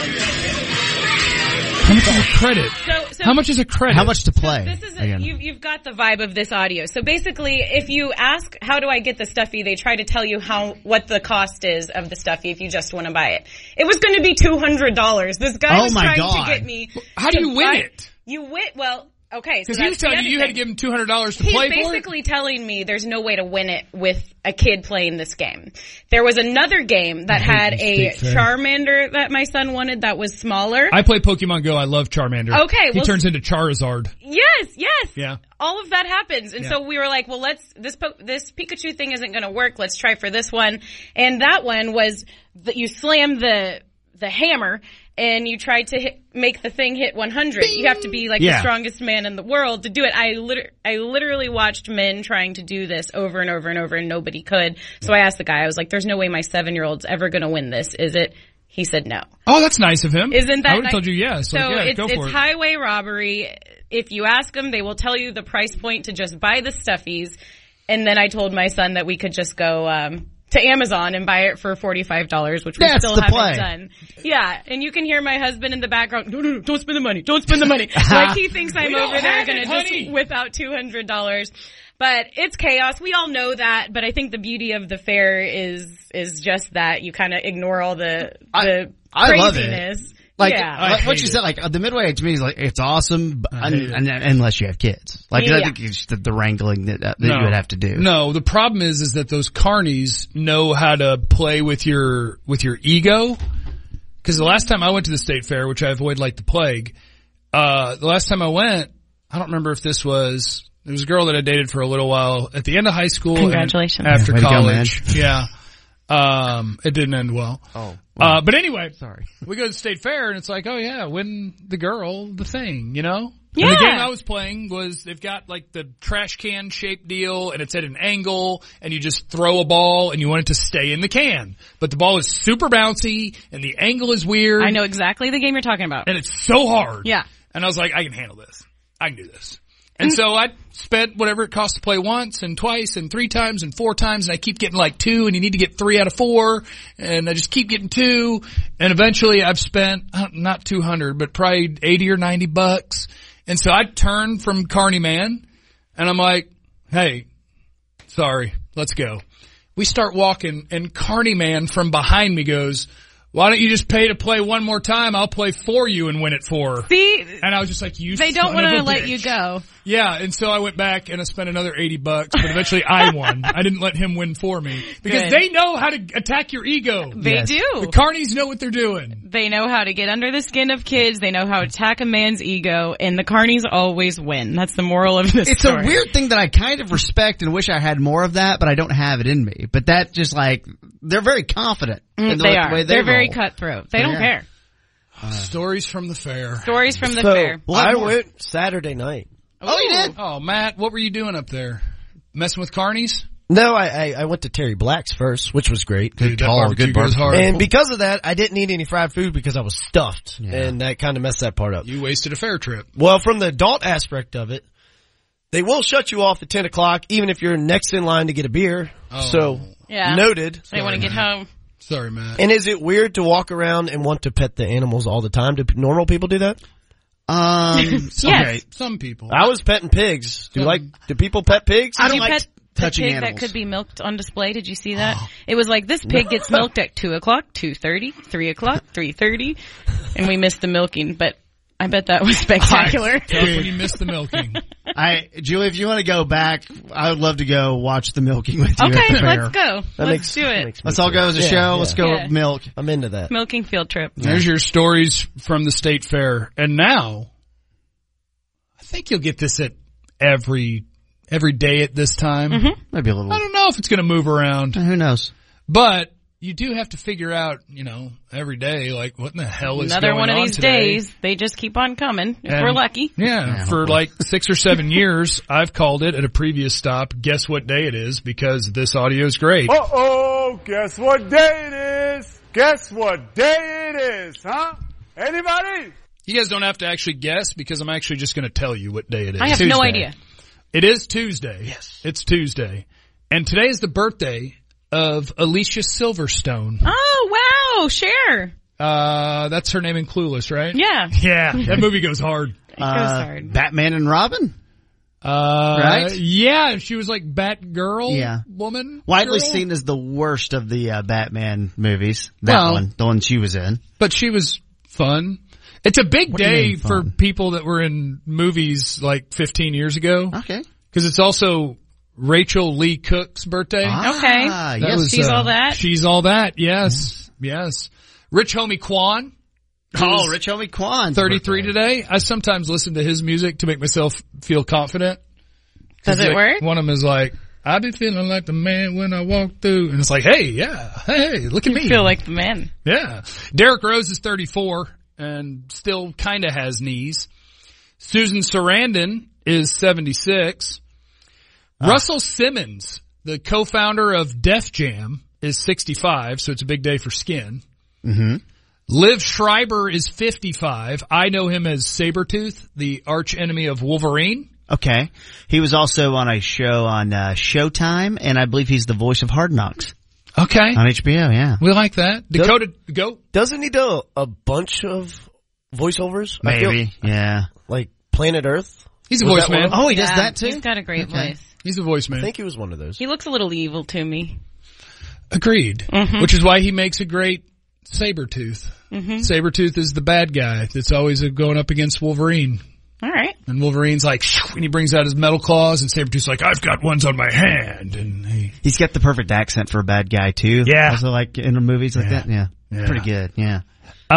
S3: How much is a credit?
S6: So, so
S3: How much is a credit?
S5: How much to play?
S6: This is a,
S5: again?
S6: you've, you've got the vibe of this audio. So basically, if you ask how do I get the stuffy, they try to tell you how what the cost is of the stuffy if you just want to buy it. It was going to be two hundred dollars. This guy
S5: Oh
S6: was
S5: my
S6: trying
S5: God.
S6: to get me.
S3: How do
S6: to
S3: you win
S6: buy-
S3: it?
S6: You win. Well, okay.
S3: Because
S6: so
S3: he
S6: that's
S3: was
S6: the
S3: telling
S6: other
S3: you you had to
S6: thing.
S3: give him two hundred dollars to
S6: He's
S3: play for it.
S6: basically telling me there's no way to win it with a kid playing this game. There was another game that had a Charmander that my son wanted that was smaller.
S3: I play Pokemon Go. I love Charmander.
S6: Okay,
S3: he
S6: well-
S3: turns into Charizard.
S6: yes, yes.
S3: Yeah.
S6: All of that happens. And so we were like, well, let's, this, po- this Pikachu thing isn't going to work. Let's try for this one. And that one was that you slam the, the hammer and you try to hit, make the thing hit 100. You have to be like the
S3: Yeah.
S6: strongest man in the world to do it. I liter- I literally watched men trying to do this over and over and over and nobody could. So I asked the guy, I was like, there's no way my seven year old's ever going to win this, is it? He said no.
S3: Oh, that's nice of him.
S6: Isn't that?
S3: I would have
S6: nice?
S3: told you yes.
S6: So
S3: Like, yeah,
S6: it's,
S3: go
S6: it's
S3: for it.
S6: highway robbery. If you ask them, they will tell you the price point to just buy the stuffies. And then I told my son that we could just go um, to Amazon and buy it for forty five dollars, which we
S5: That's
S6: still
S5: the
S6: haven't
S5: play.
S6: done. Yeah, and you can hear my husband in the background. No, no, no! Don't spend the money! Don't spend
S5: <laughs>
S6: the money! like he thinks I'm
S3: don't
S6: over there
S3: have
S6: going
S3: it,
S6: to just
S3: honey.
S6: whip out two hundred dollars. But it's chaos. We all know that. But I think the beauty of the fair is is just that you kind of ignore all the the
S5: I love it.
S6: craziness.
S5: Like
S6: yeah.
S5: like what
S3: hate
S5: you
S3: it.
S5: said, like uh, the midway to me is like it's awesome, but un-
S3: hate it.
S5: un- unless you have kids. Like
S6: Yeah.
S5: I think it's the, the wrangling that, that you would have to do.
S3: No, the problem is, is that those carnies know how to play with your, with your ego. Cause the last time I went to the state fair, which I avoid like the plague, uh, the last time I went, I don't remember if this was, there was a girl that I dated for a little while at the end of high school. and
S6: Congratulations.
S3: After
S5: Yeah, way to go,
S3: college. yeah. Um, it didn't end well.
S5: Oh,
S3: Uh, but anyway,
S5: sorry.
S3: we go to the state fair and it's like, oh yeah, win the girl the thing, you know? And
S6: Yeah.
S3: the game I was playing was they've got like the trash can shaped deal and it's at an angle and you just throw a ball and you want it to stay in the can. But the ball is super bouncy and the angle is weird.
S6: I know exactly the game you're talking about.
S3: And it's so hard.
S6: Yeah.
S3: And I was like, I can handle this. I can do this. And so I spent whatever it costs to play once and twice and three times and four times and I keep getting like two and you need to get three out of four and I just keep getting two and eventually I've spent uh, not 200 but probably 80 or 90 bucks. And so I turn from Carney Man and I'm like, hey, sorry, let's go. We start walking and Carney man from behind me goes, why don't you just pay to play one more time? I'll play for you and win it for her.
S6: See,
S3: And I was just like, you
S6: they don't want to let
S3: bitch.
S6: you go.
S3: Yeah. And so I went back and I spent another 80 bucks, but eventually
S6: <laughs>
S3: I won. I didn't let him win for me because
S6: Good.
S3: they know how to attack your ego.
S6: They
S5: Yes.
S3: The
S6: do.
S3: Carnies know what they're doing.
S6: They know how to get under the skin of kids. They know how to attack a man's ego, and the carnies always win. That's the moral of this.
S5: It's
S6: story.
S5: a weird thing that I kind of respect and wish I had more of that, but I don't have it in me. But that just like they're very confident. in the,
S6: Mm, They
S5: the
S6: are.
S5: way they
S6: They're very
S5: roll.
S6: cutthroat. They don't
S5: Yeah.
S6: care.
S3: Stories from the fair.
S6: Stories from the
S4: So
S6: fair.
S4: I went Saturday night.
S5: Oh, you did.
S3: Oh, Matt, what were you doing up there? Messing with Carnies?
S4: No, I, I I went to Terry Black's first, which was great.
S3: Dude, that
S5: call,
S3: barbecue
S5: good
S3: goes
S5: barbecue.
S3: hard.
S4: And because of that, I didn't eat any fried food because I was stuffed,
S5: Yeah.
S4: and that kind of messed that part up.
S3: you wasted a fair trip.
S4: Well, from the adult aspect of it, they will shut you off at 10 o'clock, even if you're next in line to get a beer.
S3: Oh.
S4: So,
S6: Yeah.
S4: noted.
S6: They want to get home.
S3: Sorry, Matt.
S4: And is it weird to walk around and want to pet the animals all the time? Do p- normal people do that?
S5: Um,
S3: Some,
S6: Yes.
S3: some people.
S4: I was petting pigs. Do
S3: Yeah.
S4: like, Hmm. do people pet pigs?
S5: I
S6: Did
S5: don't
S6: you
S5: like
S6: pet the
S5: touching
S6: pig
S5: animals.
S6: that could be milked on display? Did you see that? It was like this pig gets milked at two o'clock, two thirty, three o'clock, three thirty, and we missed the milking. But I bet that was <laughs> spectacular.
S3: Tough when you miss the
S6: <laughs>
S3: milking.
S5: I Julie, if you want to go back, I would love to go watch the milking with you. <laughs> at the
S6: okay,
S5: fair.
S6: let's go.
S4: That
S6: let's
S4: makes-
S6: do
S4: that
S6: it.
S4: makes me
S5: Let's all
S4: feel-
S5: go as a
S4: Yeah,
S5: show.
S4: yeah.
S5: Let's go
S6: Yeah.
S5: milk.
S4: I'm into that.
S6: Milking field trip.
S3: There's your stories from the state fair. And now, I think you'll get this at every, every day at this time.
S6: Mm-hmm.
S5: Maybe a little.
S3: I don't know if it's going to move around,
S5: Who knows?
S3: but you do have to figure out, you know, every day, like what in the hell is
S6: Another
S3: going
S6: one of
S3: on
S6: these
S3: today.
S6: days. They just keep on coming if
S3: And-
S6: we're lucky.
S3: Yeah, for <laughs> like six or seven years, I've called it at a previous stop. Guess what day it is? Because this audio is great.
S8: Uh oh, guess what day it is? Guess what day it is, huh? Anybody?
S3: You guys don't have to actually guess because I'm actually just going to tell you what day it is.
S6: I have no
S3: Tuesday.
S6: idea.
S3: It is Tuesday. Yes. It's Tuesday. And today is the birthday of Alicia Silverstone.
S6: Oh wow, share.
S3: Uh, that's her name in Clueless, right?
S6: Yeah.
S3: Yeah. That movie goes hard.
S5: Uh,
S6: hard.
S5: Batman and Robin.
S3: Uh,
S5: Right?
S3: Yeah. She was like Batgirl
S5: Yeah.
S3: woman.
S5: Widely
S3: girl.
S5: seen as the worst of the uh, Batman movies. That
S3: Well-
S5: one, the one she was in.
S3: But she was fun. It's a big
S5: do you
S3: day
S5: mean,
S3: for
S5: fun?
S3: people that were in movies like 15 years ago
S5: Okay.
S3: because it's also Rachel Lee Cook's birthday.
S6: Okay.
S5: Ah,
S3: That
S5: yes.
S3: was, uh,
S6: She's All That?
S3: She's all that. Yes. Yes. Rich Homie Kwan.
S5: oh, Rich Homie Kwan.
S3: 33 today. I sometimes listen to his music to make myself feel confident.
S6: Does it
S3: Like,
S6: work?
S3: One of them is like, I be feeling like the man when I walk through. And it's like, hey, yeah, hey, look at me.
S6: Feel like the men.
S3: yeah. Derek Rose is 34 and still kind of has knees. Susan Sarandon is 76.
S4: Ah.
S3: Russell Simmons, the co-founder of Def Jam, is 65, so it's a big day for skin.
S4: Mm-hmm.
S3: Liv Schreiber is 55. I know him as Sabretooth, the arch enemy of Wolverine.
S5: Okay. He was also on a show on uh, Showtime, and I believe he's the voice of Hard Knocks
S3: Okay.
S5: on HBO. Yeah.
S3: We like that. Dakota, go.
S4: Doesn't he do a bunch of voiceovers? I feel
S5: Maybe. Yeah.
S4: like Planet Earth?
S3: He's a
S4: Was
S3: voice
S4: that one
S3: man.
S4: of them?
S5: Oh, he does
S6: Yeah,
S5: that too.
S6: He's got a great voice.
S3: He's a voice
S4: I
S3: man.
S4: think he was one of those.
S6: He looks a little evil to me.
S3: Agreed.
S5: Mm-hmm.
S3: Which is why he makes a great Sabretooth. Sabretooth is the bad guy that's always going up against Wolverine.
S6: All right.
S3: And Wolverine's like, "Shoo," and he brings out his metal claws and Sabretooth's like, I've got ones on my hand. And he,
S5: He's got the perfect accent for a bad guy too.
S3: Yeah.
S5: Also like in the movies like that. Yeah.
S3: Yeah.
S5: Pretty good. Yeah.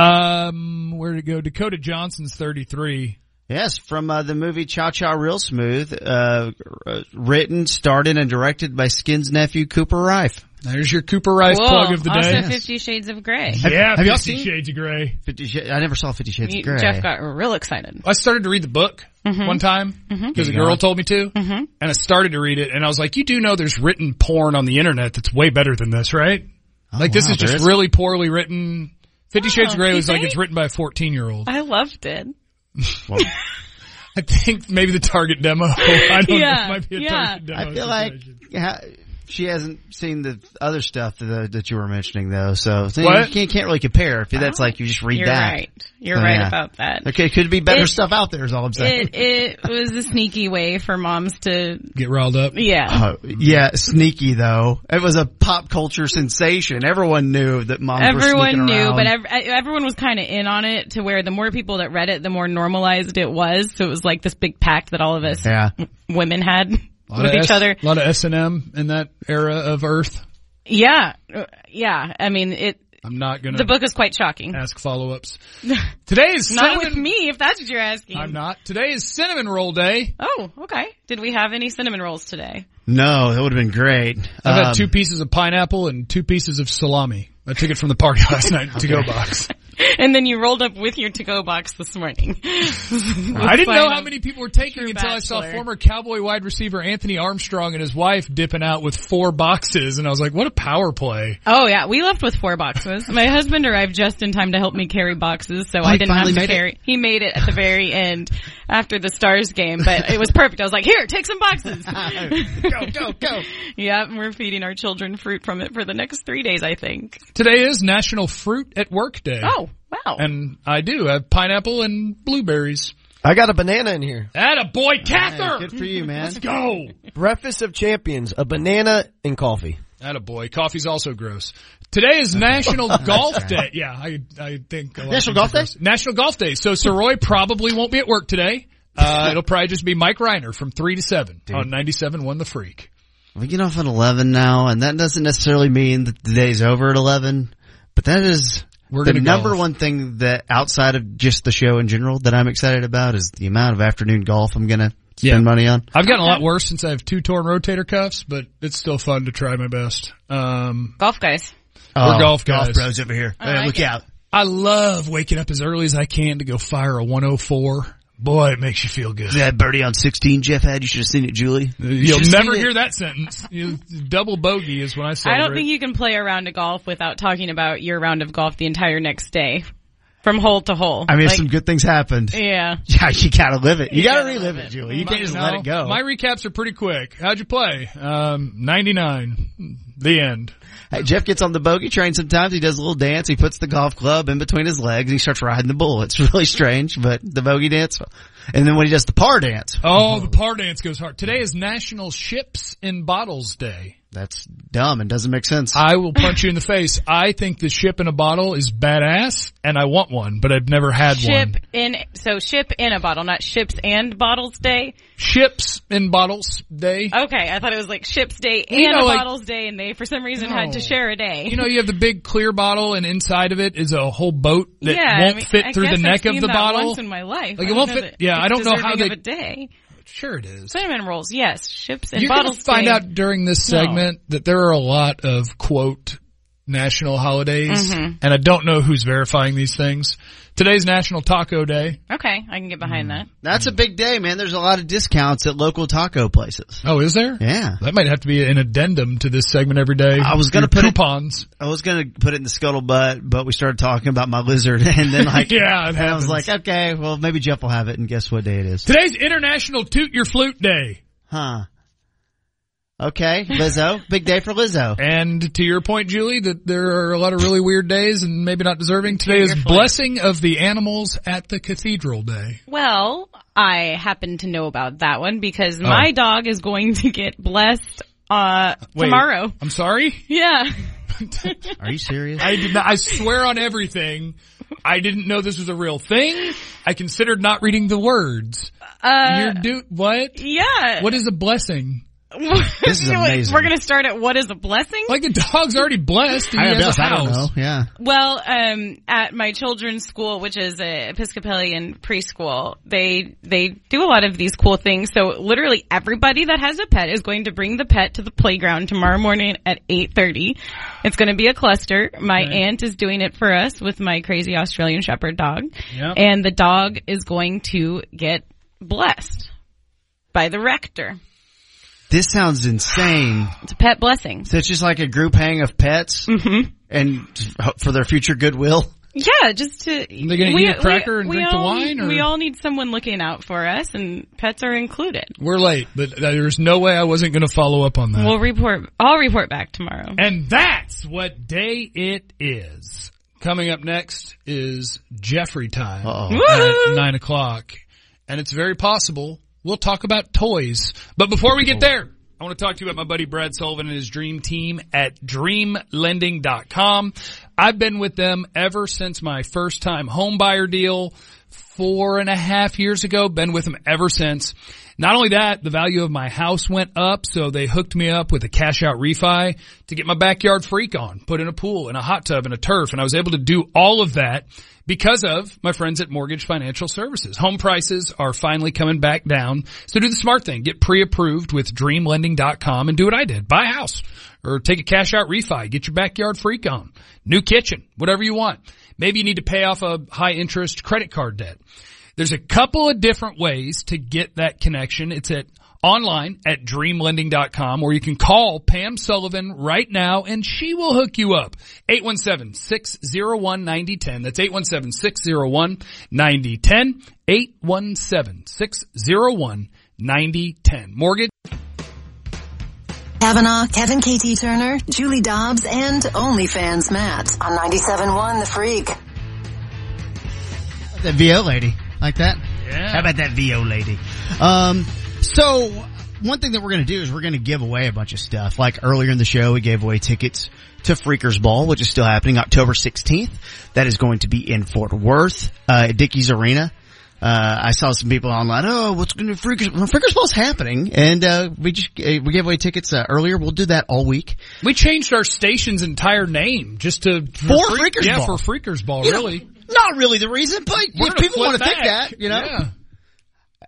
S3: um, where to go? Dakota Johnson's 33.
S5: Yes, from uh, the movie Cha Cha Real uh, Smooth, uh, r- written, started, and directed by Skin's nephew Cooper Rife.
S3: There's your Cooper Rice
S6: Cool.
S3: plug of the
S6: also,
S3: day.
S6: Fifty Shades of Grey.
S9: Yeah,
S5: have y'all
S9: Fifty
S5: seen-
S9: Shades of Grey.
S5: Fifty Shades. I never saw Fifty Shades
S6: You-
S5: of Grey.
S6: Jeff got real excited.
S3: I started to read the book
S6: Mm-hmm.
S3: one time because a girl told me to, and I started to read it, and I was like, "You do know there's written porn on the internet that's way better than this, right? like this
S5: Oh, wow,
S3: is just
S5: there is?
S3: really poorly written." Fifty Shades of Grey
S6: Oh, you
S3: was like
S6: think?
S3: it's written by a fourteen year
S6: <laughs>
S3: old.
S6: I loved it.
S3: I think maybe the target demo. <laughs> I don't know.
S6: Yeah,
S3: It might be a
S6: yeah.
S3: target demo.
S5: I feel like ha- she hasn't seen the other stuff that, that you were mentioning though, so see,
S3: What?
S5: you can't, can't really compare. If that's like you just read
S6: You're
S5: that.
S6: right. You're
S3: Oh,
S5: So,
S6: right
S5: yeah.
S6: about that.
S5: Okay, could be better
S6: It-
S5: stuff out there. Is all I'm saying.
S6: It it was a sneaky way for moms to
S3: get riled up.
S6: yeah.
S5: Oh, yeah, sneaky though. It was a pop culture sensation. Everyone knew that moms were
S6: Everyone
S5: sneaking
S6: knew,
S5: around.
S6: but ev- e, everyone was kind of in on it to where the more people that read it, the more normalized it was. So it was like this big pact that all of us
S5: yeah,
S6: women had
S3: A lot
S6: with
S3: of
S6: each
S3: S-
S6: other.
S3: A lot of S and M in that era of Earth.
S6: Yeah. Uh, Yeah. I mean, it,
S3: I'm not gonna
S6: the book is quite shocking.
S3: ask follow
S6: <laughs>
S3: ups. Today is
S6: Not
S3: cinnamon.
S6: with me, if that's what you're asking.
S3: I'm not. Today is cinnamon roll day.
S6: Oh, okay. Did we have any cinnamon rolls today?
S5: no, that would have been great.
S3: I've
S5: Um,
S3: had two pieces of pineapple and two pieces of salami. I took it from the party <laughs> last night to go
S5: <laughs>
S3: box.
S6: And then you rolled up with your to-go box this morning. <laughs>
S3: I didn't know how many people were taking until I saw
S6: bachelor.
S3: former Cowboy wide receiver Anthony Armstrong and his wife dipping out with four boxes, and I was like, "What a power play!"
S6: Oh yeah, we left with four boxes. My husband arrived just in time to help me carry boxes, so I didn't have
S5: finally
S6: to
S5: made it?
S6: carry. He made it at the very end after the Stars game, but it was perfect. I was like, "Here, take some boxes."
S5: <laughs> go go go.
S6: <laughs> yeah, and we're feeding our children fruit from it for the next three days, I think.
S3: Today is National Fruit at Work Day.
S6: Oh wow,
S3: and I do have pineapple and blueberries.
S4: I got a banana in here.
S3: That a boy, Cather.
S5: Hey, good for you, man.
S3: go.
S4: Breakfast of champions, a banana and coffee.
S3: That a boy. Coffee's also gross. Today
S5: <laughs>
S3: is National Golf Day. Yeah, I I think a lot of
S5: National
S3: things are
S5: Golf Day?
S3: gross. National Golf Day. So Soroy probably won't be at work today. Uh, it'll probably just be Mike Reiner from three to seven on ninety seven one the freak.
S5: We get off at eleven now, and that doesn't necessarily mean that the day's over at eleven. But that is
S3: We're
S5: the
S3: gonna
S5: number
S3: golf.
S5: one thing that outside of just the show in general that I'm excited about is the amount of afternoon golf I'm gonna spend
S3: Yeah.
S5: money on.
S3: I've gotten a lot worse since I have two torn rotator cuffs, but it's still fun to try my best. Um,
S6: golf guys.
S5: We're
S3: golf guys.
S5: Oh, bros over here. Hey,
S6: like
S5: look
S6: it.
S5: out.
S3: I love waking up as early as I can to go fire a 104. Boy, it makes you feel good.
S5: That birdie on 16 Jeff had, you should have seen it, Julie.
S3: You'll
S5: should've
S3: never
S5: seen it.
S3: hear that sentence. You, double bogey is when I say.
S6: I don't think you can play a round of golf without talking about your round of golf the entire next day, from hole to hole.
S5: I mean,
S6: Like,
S5: some good things happened.
S6: yeah.
S5: Yeah, you gotta live it. You, gotta,
S6: gotta
S5: relive
S6: live
S5: it,
S6: it.
S5: Julie. You can't just let it go.
S3: My recaps are pretty quick. How'd you play? Um, 99. The end.
S5: Hey, Jeff gets on the bogey train sometimes. He does a little dance. He puts the golf club in between his legs and he starts riding the bull. It's <laughs> really strange, but the bogey dance. And then when he does the par dance,
S6: Uh-huh.
S3: Oh, the par dance goes hard. Today is National Ships in Bottles Day.
S5: that's dumb and doesn't make sense.
S3: I
S6: <laughs>
S3: will punch you in the face. I think the ship in a bottle is badass and I want one, but I've never had
S6: Ship
S3: one.
S6: in so ship in a bottle, not ships and bottles day.
S3: Ships in bottles day.
S6: Okay, I thought it was like ships day and
S3: know,
S6: a
S3: like-
S6: bottles day, and they for some reason had to
S3: No.
S6: share a day.
S3: You know, you have the big clear bottle and inside of it is a whole boat that
S6: yeah, I
S3: won't
S6: mean,
S3: fit
S6: I
S3: through the
S6: guess
S3: neck
S6: I've
S3: of
S6: seen
S3: the
S6: that
S3: bottle.
S6: Once in my life,
S3: Like, it
S6: I don't
S3: won't
S6: know
S3: fit-
S6: that
S3: yeah,
S6: it's
S3: I don't know how
S6: deserving
S3: they-
S6: of a day.
S3: Sure it is.
S6: Cinnamon rolls, yes, ships and
S3: You're going
S6: bottles.
S3: to find
S6: day.
S3: out during this segment that there are a lot of quote national holidays,
S6: Mm-hmm.
S3: and I don't know who's verifying these things. Today's National Taco Day.
S6: Okay, I can get behind
S3: Hmm.
S6: that.
S5: That's a big day, man. There's a lot of discounts at local taco places.
S3: Oh, is there?
S5: Yeah.
S3: That might have to be an addendum to this segment every day.
S5: I was gonna
S3: Your
S5: put it-
S3: coupons.
S5: I was gonna put it in the scuttlebutt, but we started talking about my lizard <laughs> and then
S3: <laughs>
S5: like,
S3: Yeah, it
S5: and <laughs> I was
S3: happens.
S5: like, okay, well maybe Jeff will have it and guess what day it is.
S3: Today's International Toot Your Flute Day.
S5: Huh. Okay, Lizzo. Big day for Lizzo.
S3: And to your point, Julie, that there are a lot of really weird days and maybe not deserving. Today is Blessing of the Animals at the Cathedral Day.
S6: Well, I happen to know about that one because
S3: Oh.
S6: my dog is going to get blessed uh
S3: Wait,
S6: tomorrow. <laughs>
S3: I'm sorry?
S6: Yeah.
S5: Are you serious?
S3: I did not. I swear on everything. I didn't know this was a real thing. I considered not reading the words.
S6: Uh
S3: You're do what?
S6: yeah.
S3: What is Oh, a blessing?
S5: This is amazing.
S6: <laughs> We're going to start at what is a blessing?
S3: Like the dog's already blessed. And
S5: I
S3: he has
S5: guess
S3: a
S5: I don't
S3: house.
S5: know. Yeah.
S6: Well, um, at my children's school, which is a Episcopalian preschool, they they do a lot of these cool things. So literally everybody that has a pet is going to bring the pet to the playground tomorrow morning at eight thirty. It's going to be a cluster. My aunt is doing it for us with my crazy Australian Shepherd dog,
S3: Yep.
S6: and the dog is going to get blessed by the rector.
S5: This sounds insane.
S6: It's a pet blessing.
S5: So it's just like a group hang of pets and for their future goodwill.
S6: Yeah, just to. They're
S3: gonna eat a cracker and drink the
S6: all,
S3: wine, or-
S6: We all need someone looking out for us, and pets are included.
S3: We're late, but there's no way I wasn't going to follow up on that.
S6: We'll report. I'll report back tomorrow.
S3: Uh. And that's what day it is. Coming up next is Jeffrey time at
S6: Woo!
S3: nine o'clock. And it's very possible we'll talk about toys. But before we get there, I want to talk to you about my buddy Brad Sullivan and his dream team at dreamlending.com. I've been with them ever since my first time home buyer deal four and a half years ago. Been with them ever since. Not only that, the value of my house went up, so they hooked me up with a cash out refi to get my backyard freak on, put in a pool and a hot tub and a turf, and I was able to do all of that because of my friends at Mortgage Financial Services. Home prices are finally coming back down, so do the smart thing. Get pre-approved with dreamlending.com and do what I did. Buy a house or take a cash out refi, get your backyard freak on, new kitchen, whatever you want. Maybe you need to pay off a high interest credit card debt. There's a couple of different ways to get that connection. It's at online at dreamlending.com or you can call Pam Sullivan right now and she will hook you up. 817-601-9010. That's 817-601-9010. 817-601-9010. Mortgage.
S9: Kavanaugh, Kevin KT Turner, Julie Dobbs, and OnlyFans Matt on 97.1 The Freak.
S5: That VO lady. Like that? How about that VO lady? Um, so one thing that we're going to do is we're going to give away a bunch of stuff. Like earlier in the show, we gave away tickets to Freakers Ball, which is still happening October 16th. That is going to be in Fort Worth, uh, at Dickey's Arena. Uh, I saw some people online, oh, what's going to Freakers, well, Freakers Ball's happening. And, uh, we just, uh, we gave away tickets, uh, earlier. We'll do that all week.
S3: We changed our station's entire name just to
S5: For Freakers
S3: yeah,
S5: Ball.
S3: for Freakers Ball,
S5: You know,
S3: really.
S5: not really the reason, but
S3: We're
S5: if
S3: gonna
S5: people want to
S3: flip
S5: think
S3: back.
S5: that, you know?
S3: Yeah.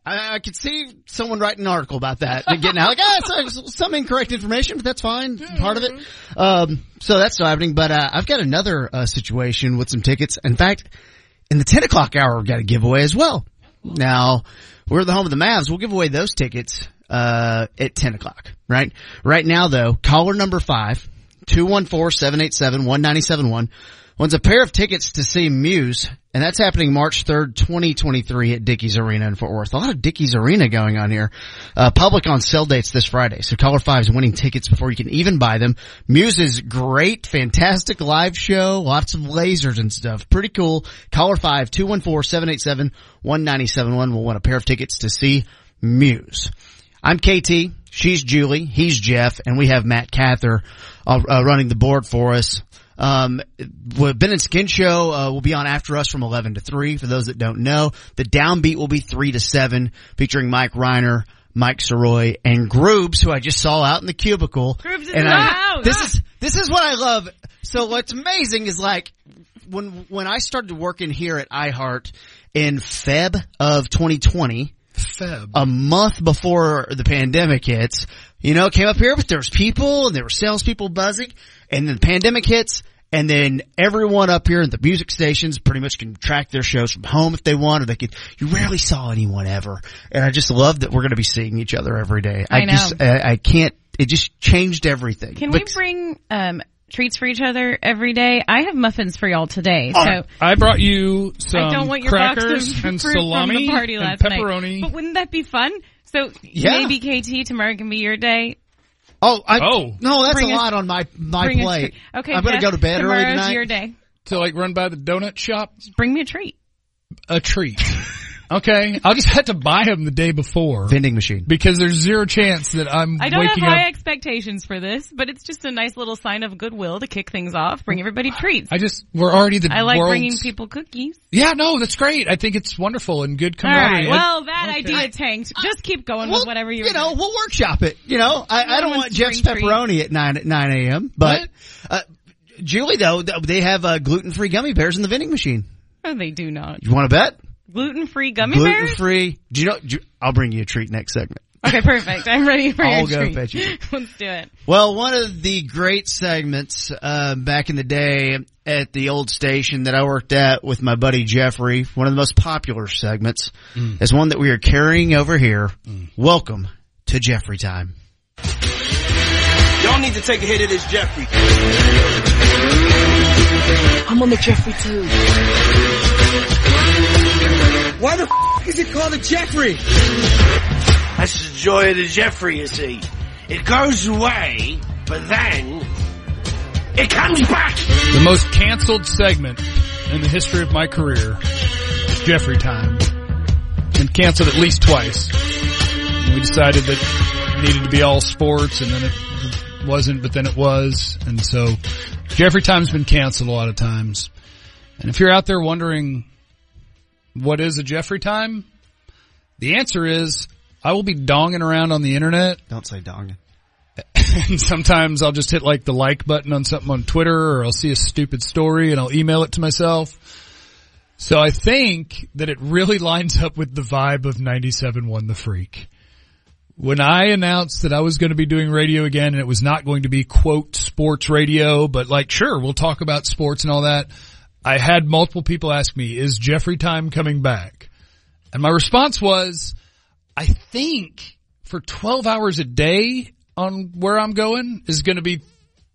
S5: I, I could see someone writing an article about that and getting out like, ah, it's, uh, some incorrect information, but that's fine, part of it. Um, so that's not happening. But uh, I've got another uh, situation with some tickets. In fact, in the ten o'clock hour, we've got a giveaway as well. Now we're the home of the Mavs. We'll give away those tickets uh, at ten o'clock. Right, right now though, caller number five. 214-787-1971 wins a pair of tickets to see Muse, and that's happening March 3rd, 2023 at Dickey's Arena in Fort Worth. A lot of Dickey's Arena going on here. Uh, public on sale dates this Friday, so caller five is winning tickets before you can even buy them. Muse is great, fantastic live show, lots of lasers and stuff. Pretty cool. Caller five, 214-787-1971 will win a pair of tickets to see Muse. I'm KT. She's Julie. He's Jeff, and we have Matt Cather uh, uh, running the board for us. Um, the Ben and Skin show uh, will be on after us from eleven to three. For those that don't know, the Downbeat will be three to seven, featuring Mike Reiner, Mike Soroy, and Groobs, who I just saw out in the cubicle.
S6: Groobs is
S5: And
S6: in the
S5: I-
S6: house.
S5: This is this is what I love. So what's amazing is like when when I started working here at iHeart in Feb of 2020
S3: Feb.
S5: a month before the pandemic hits, you know, it came up here, but there was people and there were salespeople buzzing and then the pandemic hits and then everyone up here at the music stations pretty much can track their shows from home if they want or they could, you rarely saw anyone ever. And I just love that we're going to be seeing each other every day. I,
S6: I know.
S5: just, I, I can't, it just changed everything.
S6: Can we
S5: But-
S6: bring um, treats for each other every day? I have muffins for y'all today, so
S3: I brought you some
S6: I don't want your
S3: Um, crackers
S6: <laughs> box of
S3: and
S6: fruit
S3: salami
S6: from the party
S3: and
S6: last
S3: pepperoni.
S6: night. But wouldn't that be fun? So
S5: Yeah.
S6: maybe KT tomorrow can be your day.
S5: oh, I,
S3: Oh.
S5: no, that's a
S6: Bring us-
S5: lot on my, my
S6: Bring a
S5: plate.
S6: treat. Okay,
S5: I'm going to
S6: Jeff,
S5: go to bed early
S6: tomorrow's
S5: tonight.
S6: Your day.
S3: to like run by the donut shop.
S6: <laughs> Just bring me a treat.
S3: A treat. Okay, I'll just have to buy them the day before
S5: vending machine.
S3: because there's zero chance that I'm
S6: I don't have
S3: waking
S6: high
S3: up.
S6: expectations for this, but it's just a nice little sign of goodwill to kick things off, bring everybody treats.
S3: I just we're already the
S6: I like
S3: world's-
S6: bringing people cookies.
S3: Yeah, no, that's great. I think it's wonderful and good
S6: All
S3: camaraderie.
S6: right. Well, that idea tanked. Just keep going with whatever you,
S5: you know, we'll workshop it. You know, I, I don't
S6: Everyone's
S5: want Jeff's
S6: spring treats.
S5: pepperoni at nine at nine a.m. But uh, Julie though, th- they have uh, gluten free gummy bears in the vending machine.
S6: Oh, they do not.
S5: You want to bet?
S6: Gluten free gummy
S5: Gluten
S6: bears?
S5: free. Do you know? Do you- I'll bring you a treat next segment.
S6: Okay, perfect. I'm ready for
S5: I'll
S6: your
S5: go
S6: treat.
S5: fetch you.
S6: <laughs> Let's do it.
S5: Well, one of the great segments uh, back in the day at the old station that I worked at with my buddy Jeffrey, one of the most popular segments, is one that we are carrying over here. Welcome to Jeffrey Time.
S2: Y'all need to take a hit of this Jeffrey.
S9: I'm on the Jeffrey too.
S2: Why the f- is it called a Jeffrey? That's the joy of the Jeffrey, you see. It goes away, but then it comes back.
S3: The most canceled segment in the history of my career, Jeffrey Time, and canceled at least twice. And we decided that it needed to be all sports, and then it wasn't, but then it was, and so Jeffrey Time's been canceled a lot of times. And if you're out there wondering what is a Jeffrey Time, the answer is I will be donging around on the internet
S5: Don't say dong.
S3: and sometimes I'll just hit like the like button on something on Twitter or I'll see a stupid story and I'll email it to myself. So I think that it really <laughs> lines up with the vibe of 97 won the freak. When I announced that I was going to be doing radio again and it was not going to be quote sports radio, but like sure, we'll talk about sports and all that. I had multiple people ask me, is Jeffrey time coming back? And my response was, I think for 12 hours a day on where I'm going is going to be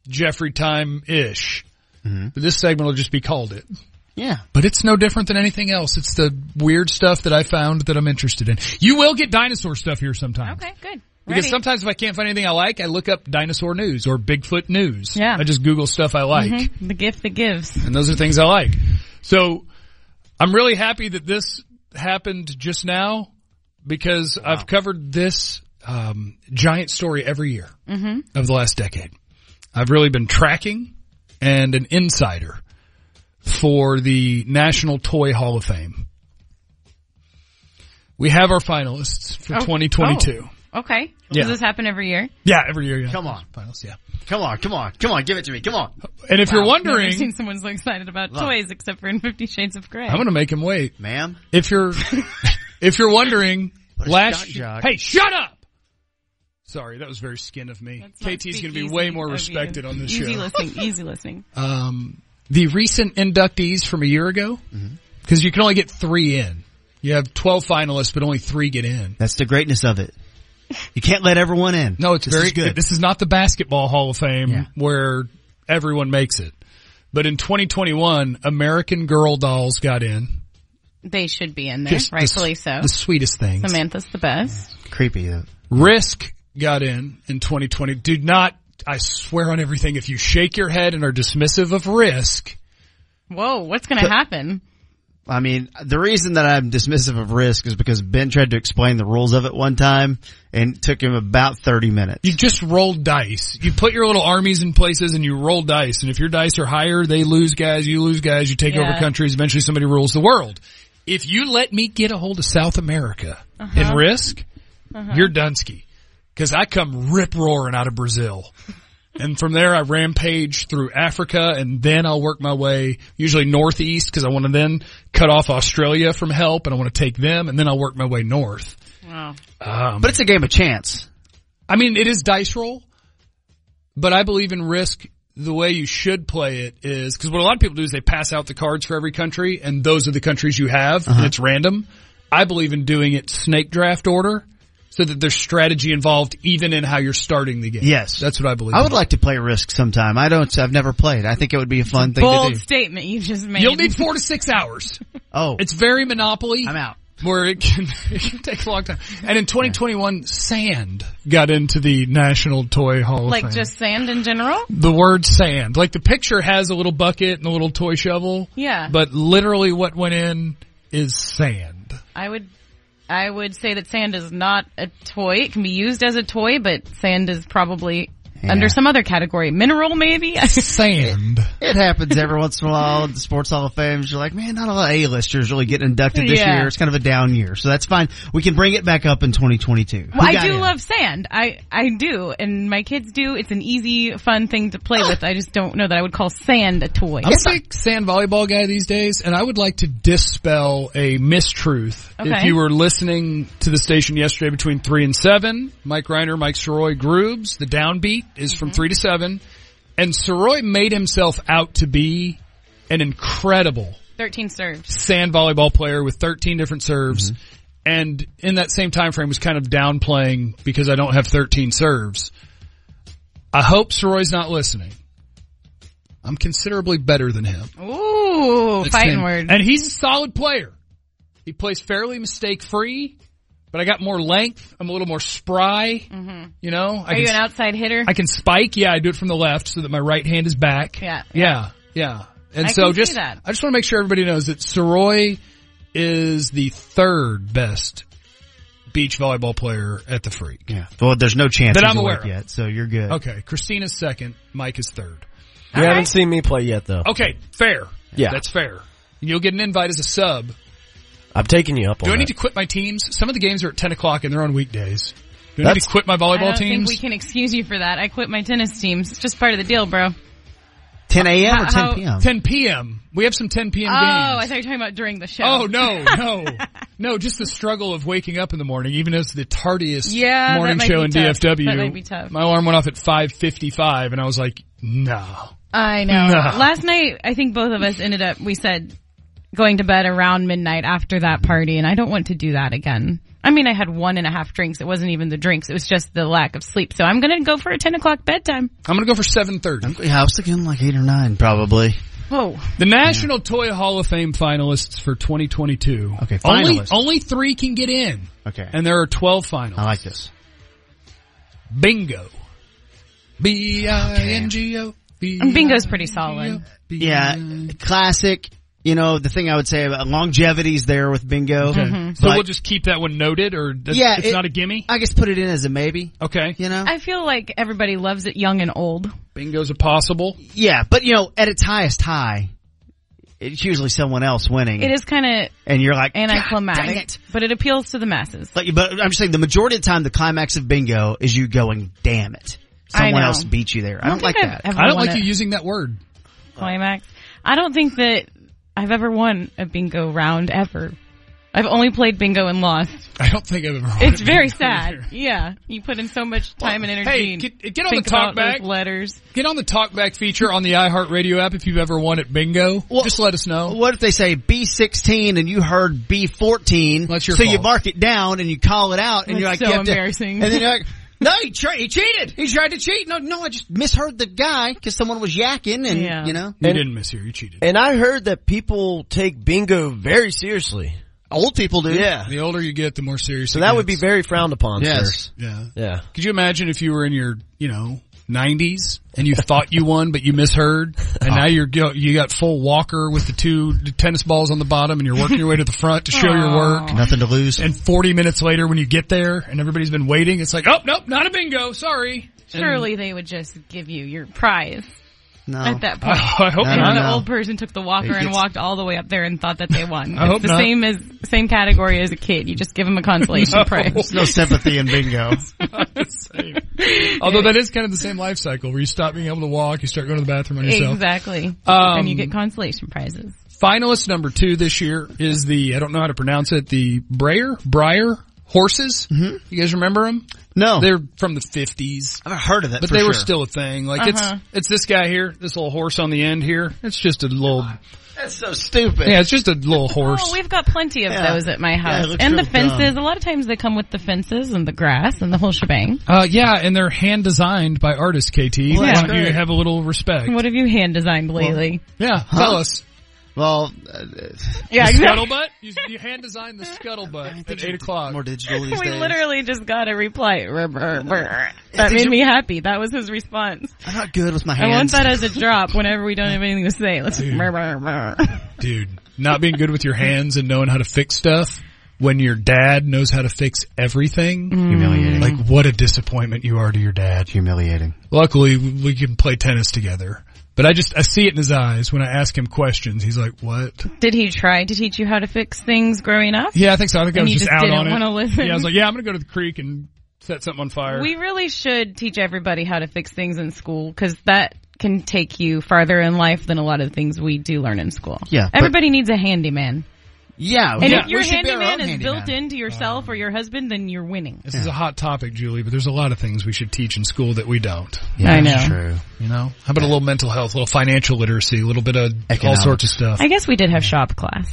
S3: Jeffrey time ish. But this segment will just be called it.
S5: Yeah.
S3: But it's no different than anything else. It's the weird stuff that I found that I'm interested in. You will get dinosaur stuff here sometime.
S6: Okay, good.
S3: Because
S6: Ready.
S3: sometimes if I can't find anything I like, I look up dinosaur news or Bigfoot news.
S6: Yeah. Mm-hmm.
S3: I just Google stuff I like
S6: the gift that gives.
S3: and those are things I like. So I'm really happy that this happened just now because I've covered this um, giant story every year
S6: Mm-hmm.
S3: of the last decade. I've really been tracking and an insider for the National Toy Hall of Fame. We have our finalists for
S6: Oh.
S3: 2022.
S6: Okay.
S3: Yeah.
S6: Does this happen every year?
S3: Yeah, every year. Yeah.
S5: Come on.
S3: finalists. Yeah.
S5: Come on, come on, come on, give it to me. Come on.
S3: And if you're
S6: I've never seen
S3: wondering,
S6: someone so excited about
S5: Love.
S6: toys except for in Fifty Shades of Grey.
S3: I'm going to make him wait.
S5: Ma'am.
S3: if
S5: <laughs>
S3: you're if you're wondering,
S5: a
S3: last
S5: shock jock.
S3: hey, shut up. Sorry, that was very skin of me.
S6: That's not
S3: KT's going to be
S6: speakeasy
S3: way more
S6: of you.
S3: respected on this
S6: Easy
S3: show.
S6: listening. Easy listening.
S3: Um, the recent inductees from a year ago,
S5: Mm-hmm.
S3: because you can only get three in. You have twelve finalists, but only three get in.
S5: That's the greatness of it. You can't let everyone in.
S3: No, it's
S5: This
S3: very
S5: is good.
S3: This is not the basketball Hall of Fame
S5: Yeah.
S3: where everyone makes it. But in 2021, American Girl dolls got in.
S6: They should be in there,
S3: Just the s-
S6: rightfully so.
S3: The sweetest things.
S6: Samantha's the best.
S5: creepy. though.
S3: Risk got in in 2020. Do not, I swear on everything, if you shake your head and are dismissive of risk,
S6: Whoa, what's going to happen?
S5: I mean, the reason that I'm dismissive of risk is because Ben tried to explain the rules of it one time and it took him about 30 minutes.
S3: you just roll dice. You put your little armies in places and you roll dice. And if your dice are higher, they lose guys, you lose guys, you take over
S6: Yeah.
S3: countries, eventually somebody rules the world. If you let me get a hold of South America in risk, you're Dunsky. Cause I come rip roaring out of Brazil. And from there, I rampage through Africa, and then I'll work my way usually northeast because I want to then cut off Australia from help, and I want to take them, and then I'll work my way north.
S6: Wow.
S5: But it's a game of chance.
S3: I mean, it is dice roll, but I believe in risk. The way you should play it is because what a lot of people do is they pass out the cards for every country, and those are the countries you have,
S5: Uh-huh.
S3: and it's random. I believe in doing it snake draft order, so that there's strategy involved, even in how you're starting the game.
S5: Yes.
S3: that's what I believe.
S5: I
S3: in.
S5: would like to play risk sometime. I don't, I've never played. I think it would be a fun thing to
S6: Bold
S5: do.
S6: statement you just made.
S3: You'll need four to six hours.
S5: Oh,
S3: It's very Monopoly.
S5: I'm out.
S3: Where it can, <laughs> it can take a long time. And in 2021, sand got into the National Toy Hall of
S6: like
S3: Fame.
S6: just sand in general?
S3: the word sand. Like the picture has a little bucket and a little toy shovel.
S6: Yeah.
S3: But literally what went in is sand.
S6: I would, I would say that sand is not a toy. It can be used as a toy, but sand is probably under some other category.
S3: <laughs>
S6: Mineral, maybe.
S3: Sand.
S5: It happens every once in a while at the Sports Hall of Fame. You're like, man, not a lot of A-listers really getting inducted this
S6: Yeah.
S5: year. It's kind of a down year. So that's fine. We can bring it back up in 2022. Who
S6: Well, I
S5: got
S6: do
S5: in?
S6: love sand. I I do, and my kids do. It's an easy, fun thing to play with. I just don't know that I would call sand a toy.
S3: I'm a big sand volleyball guy these days, and I would like to dispel a mistruth. If
S6: Okay.
S3: you were listening to the station yesterday between three and seven, Mike Reiner, Mike Soroy, Grooves, the downbeat is
S6: Mm-hmm.
S3: from three to seven, and Soroy made himself out to be an incredible
S6: Thirteen serves.
S3: sand volleyball player with 13 different serves and in that same time frame was kind of downplaying because I don't have 13 serves. I hope Soroy's not listening. I'm considerably better than him.
S6: Ooh, fighting
S3: And-
S6: word.
S3: And he's a solid player. He plays fairly mistake free, but I got more length. I'm a little more spry. You know, I
S6: Mm-hmm. Are
S3: can
S6: you an outside hitter?
S3: I can spike. Yeah, I do it from the left so that my right hand is back.
S6: Yeah.
S3: Yeah. Yeah. And
S6: I
S3: so
S6: can see
S3: just,
S6: that.
S3: I just want to make sure everybody knows that Soroy is the third best beach volleyball player at the freak.
S5: Yeah. Well, there's no chance
S3: That
S5: he's
S3: I'm aware
S5: awake
S3: of.
S5: yet, so you're good.
S3: Okay. Christina's second. Mike is third.
S4: You haven't seen me play yet, though.
S3: Okay. Fair.
S4: Yeah.
S3: That's fair. And you'll get an invite as a sub.
S4: I'm taking you up on
S3: Do I
S4: that.
S3: need to quit my teams? Some of the games are at 10 o'clock and they're on weekdays. Do I need
S4: That's-
S3: to quit my
S6: I don't
S3: volleyball
S6: think
S3: teams?
S6: we can excuse you for that. I quit my tennis teams. It's just part of the deal, bro.
S5: 10 a.m. or
S6: How-
S5: 10 p.m.?
S3: 10 p.m. We have some 10 p.m.
S6: Oh,
S3: games.
S6: I thought you were talking about during the show.
S3: Oh no, no, no! Just the struggle of waking up in the morning, even as the tardiest
S6: Yeah, that
S3: morning
S6: might
S3: show
S6: be
S3: in
S6: tough.
S3: DFW.
S6: That might be tough.
S3: My alarm went off at five fifty-five, and I was like, "No,
S6: I know.
S3: Nah.
S6: Last night, I think both of us ended up, we said, going to bed around midnight after that party, and I don't want to do that again. I mean, I had one and a half drinks. It wasn't even the drinks. It was just the lack of sleep. So I'm going to go for a 10 o'clock bedtime.
S3: I'm going to go for 7.30.
S5: Yeah, I was thinking like 8 or 9 probably.
S6: Whoa.
S3: The National Toy Hall of Fame finalists for 2022.
S5: Okay,
S3: only
S5: finalists.
S3: only three can get in,
S5: Okay. Uh,
S3: and there are 12 finals.
S5: I like this.
S3: Bingo, B I N G O.
S6: Bingo's pretty solid.
S5: Yeah, classic. You know, the thing I would say about longevity's there with bingo.
S3: So
S5: But
S3: we'll just keep that one noted, or that's,
S5: Yeah,
S3: it's
S5: it-
S3: not a gimme.
S5: I guess put it in as a maybe,
S3: Okay,
S5: you know?
S6: I feel like everybody loves it young and old.
S3: bingo's a possible.
S5: yeah, but you know, at its highest high, it's usually someone else winning.
S6: It is kind of
S5: And you're like,
S6: anticlimactic,
S5: "God dang it."
S6: but it appeals to the masses.
S5: But, but I'm just saying the majority of the time, the climax of bingo is you going, damn it.
S6: I
S5: Someone
S6: know.
S5: else beat you there. I don't like
S6: think
S5: that.
S6: I've ever
S3: I don't
S6: won
S3: like
S6: a
S3: you using that word.
S6: climax. I don't think that I've ever won a bingo round ever. I've only played bingo and lost.
S3: I don't think I've ever. heard
S6: It's
S3: it
S6: very
S3: before.
S6: sad. Yeah, you put in so much time and energy.
S3: Hey,
S6: and
S3: get, get on
S6: think
S3: the talk
S6: about
S3: back.
S6: those letters.
S3: <laughs> Get on the talk back feature on the iHeartRadio app if you've ever won at bingo. Just let us know.
S5: What if they say B16 and you heard B14?
S3: That's your
S5: so you
S3: fault.
S5: mark it down and you call it out and
S6: That's
S5: you're like,
S6: so
S5: you have to-
S6: embarrassing.
S5: and then
S6: <laughs>
S5: you're like, no, he, tra- he cheated. He tried to cheat. No, no, I just misheard the guy because someone was yakking and
S6: Yeah.
S5: you know,
S3: You didn't miss here. You cheated.
S4: And I heard that people take bingo very seriously.
S5: old people do.
S4: Yeah.
S3: The older you get, the more serious.
S4: So that would be very frowned upon, sir.
S5: Yes.
S3: Yeah.
S4: Yeah.
S3: Could you imagine if you were in your, you know, 90s and you thought you won, but you misheard, and now you're go- you got full Walker with the two tennis balls on the bottom, and you're working your way to the front to show your work.
S5: Nothing to lose.
S3: And 40 minutes later, when you get there, and everybody's been waiting, it's like, oh nope, not a bingo. Sorry. <laughs>
S6: Surely they would just give you your prize
S5: no.
S6: at that
S3: Oh, I
S6: point.
S3: hope
S5: I
S6: And
S5: don't
S6: then
S3: not.
S6: the
S5: know.
S6: old person took the walker and
S5: gets-
S6: walked all the way up there and thought that they won.
S3: I
S6: it's
S3: hope
S6: the
S3: not.
S6: same as same category as a kid. You just give them a
S3: <laughs>
S6: consolation prize.
S5: no sympathy in
S6: <laughs>
S5: bingo.
S3: Although that is kind of the same life cycle where you stop being able to walk, you start going to the bathroom on yourself.
S6: Exactly.
S3: Um,
S6: and you get consolation prizes.
S3: Finalist number two this year is the, I don't know how to pronounce it, the Breyer, Breyer horses. Mm-hmm. You guys remember them?
S5: No,
S3: They're from the 50s,
S5: I've heard of it,
S3: but
S5: for
S3: they were
S5: sure.
S3: still a thing. Like it's, it's this guy here, this little horse on the end here. It's just a little,
S5: That's so stupid.
S3: yeah, it's just a little horse.
S6: Oh, we've got plenty of
S5: Yeah.
S6: those at my
S5: it
S6: house.
S5: looks
S6: and
S5: real
S6: the fences.
S5: dumb.
S6: A lot of times they come with the fences and the grass and the whole shebang.
S3: Uh, yeah, and they're hand designed by artists, KT. Why
S5: that's
S3: don't you
S5: great.
S3: have a little respect?
S6: What have you hand designed lately?
S3: yeah, tell us.
S5: Well, uh,
S6: yeah, <laughs>
S3: Scuttlebutt? You, you hand designed the scuttlebutt at 8 o'clock.
S5: more digital these
S6: <laughs> We
S5: days.
S6: literally just got a reply. Brr, brr, brr. That made me happy. That was his response.
S5: I'm not good with my
S6: I want
S5: hands.
S6: that as a drop whenever we don't have anything to say. Let's brr, brr, brr.
S3: Dude, not being good with your hands and knowing how to fix stuff. when your dad knows how to fix everything,
S6: Mm.
S5: Humiliating.
S3: like what a disappointment you are to your dad.
S5: Humiliating.
S3: Luckily, we can play tennis together. But I just, I see it in his eyes when I ask him questions. He's like, what?
S6: Did he try to teach you how to fix things growing up?
S3: Yeah, I think so. I think I
S6: And
S3: was
S6: you
S3: just,
S6: just
S3: out
S6: didn't
S3: on it.
S6: wanna listen.
S3: Yeah, I was like, yeah, I'm going to go to the creek and set something on fire.
S6: We really should teach everybody how to fix things in school because that can take you farther in life than a lot of things we do learn in school.
S5: Yeah, but-
S6: Everybody needs a handyman.
S5: Yeah.
S6: And
S5: yeah,
S6: if
S5: we
S6: your
S5: should be our
S6: handyman
S5: own
S6: is built
S5: handyman.
S6: into yourself or your husband, then you're winning.
S3: this is a hot topic, Julie, but there's a lot of things we should teach in school that we don't.
S5: Yeah,
S6: I
S5: that's
S6: know.
S5: True.
S3: You know, how about a little mental health, a little financial literacy, a little bit of all
S5: Economics.
S3: sorts of stuff.
S6: I guess we did have shop class.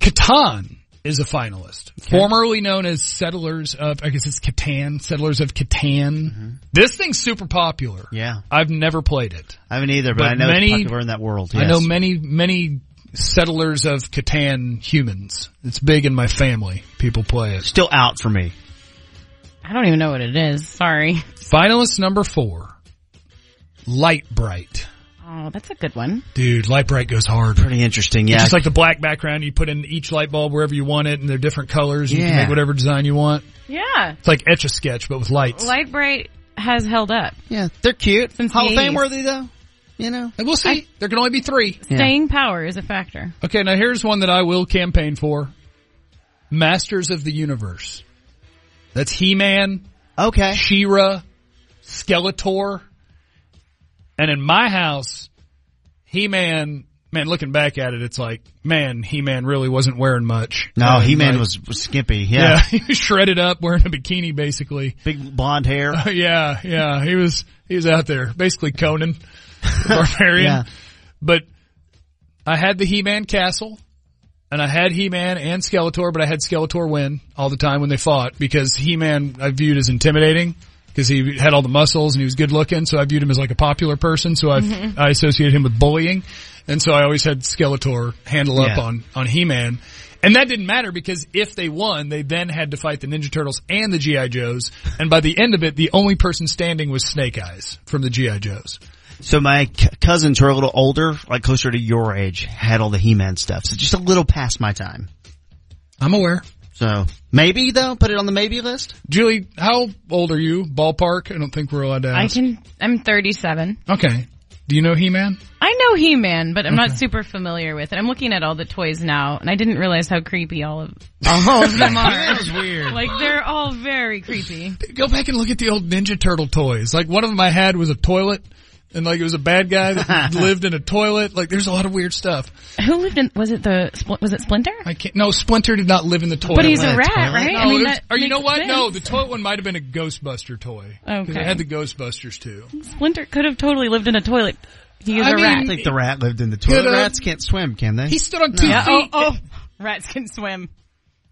S3: Catan is a finalist, formerly known as Settlers of, I guess it's Catan, Settlers of Catan. This thing's super popular.
S5: Mm-hmm. Yeah.
S3: I've never played it.
S5: I haven't either, but,
S3: But
S5: I know
S3: many-
S5: it's popular in that world.
S3: I
S5: yes.
S3: know many, many settlers of Catan humans. It's big in my family. People play it.
S5: Still out for me.
S6: I don't even know what it is. Sorry.
S3: Finalist number four, Light Bright.
S6: Oh, that's a good one.
S3: Dude, Light Bright goes hard.
S5: Pretty interesting. Yeah.
S3: Just like the black background, you put in each light bulb wherever you want it, and they're different colors. and You can
S5: Yeah.
S3: make whatever design you want.
S6: Yeah.
S3: It's like etch a sketch, but with lights.
S6: Light bright has held up.
S5: yeah, they're cute.
S6: Since
S5: Hall of
S6: the
S5: Fame
S6: 80s.
S5: worthy though. You know.
S3: And we'll see. there can only be three.
S5: Yeah.
S6: Staying power is a factor.
S3: Okay, now here's one that I will campaign for. Masters of the Universe. That's He-Man,
S5: Okay.
S3: She-Ra, Skeletor. And in my house, He-Man, man, looking back at it, it's like, man, He-Man really wasn't wearing much.
S5: No,
S3: Uh,
S5: He Man
S3: like-
S5: was, was skimpy. Yeah.
S3: <laughs>
S5: <laughs>
S3: Yeah, he was shredded up, wearing a bikini basically.
S5: Big blonde hair.
S3: Yeah, yeah, he was, he was out there, basically Conan,
S5: <laughs>
S3: barbarian.
S5: Yeah.
S3: But I had the He-Man castle, and I had He-Man and Skeletor, but I had Skeletor win all the time when they fought because He-Man I viewed as intimidating because he had all the muscles and he was good looking, so I viewed him as like a popular person, so I I associated him with bullying, and so I always had Skeletor handle up
S5: Yeah.
S3: on on He-Man. And that didn't matter because if they won, they then had to fight the Ninja Turtles and the G.I. Joes. And by the end of it, the only person standing was Snake Eyes from the G.I. Joes.
S5: So my c- cousins who are a little older, like closer to your age, had all the He-Man stuff. So just a little past my time.
S3: I'm aware.
S5: So maybe though, put it on the maybe list.
S3: Julie, how old are you? Ballpark? I don't think we're allowed to
S6: I
S3: ask.
S6: can, I'm 37.
S3: okay. Do you know He-Man?
S6: I know He-Man, but I'm not super familiar with it. I'm looking at all the toys now, and I didn't realize how creepy all of
S3: <laughs>
S6: all of them are. that Oh, was weird. Like they're all very creepy.
S3: Go back and look at the old Ninja Turtle toys. Like one of them I had was a toilet and like it was a bad guy that
S6: <laughs>
S3: lived in a toilet. Like there's a lot of weird stuff.
S6: Who lived in? Was it the? Spl- Was it Splinter?
S3: I can't, no, Splinter did not live in the toilet.
S6: But he's a
S5: toilet.
S6: rat,
S5: Toilet?
S6: right?
S3: No,
S6: I mean,
S3: it was-
S6: that
S3: or you know
S6: makes
S3: what? No, the
S6: sense.
S3: toilet one might have been a Ghostbuster toy. 'Cause
S6: Okay.
S3: I had the Ghostbusters too.
S6: Splinter could have totally lived in a toilet. He is
S3: I
S6: a
S3: mean-
S5: I
S6: rat. <laughs>
S5: think the rat lived in the toilet.
S3: Coulda.
S5: Rats can't swim, can they?
S3: He stood on two
S6: Yeah,
S3: feet.
S6: oh, oh, <laughs> rats can swim.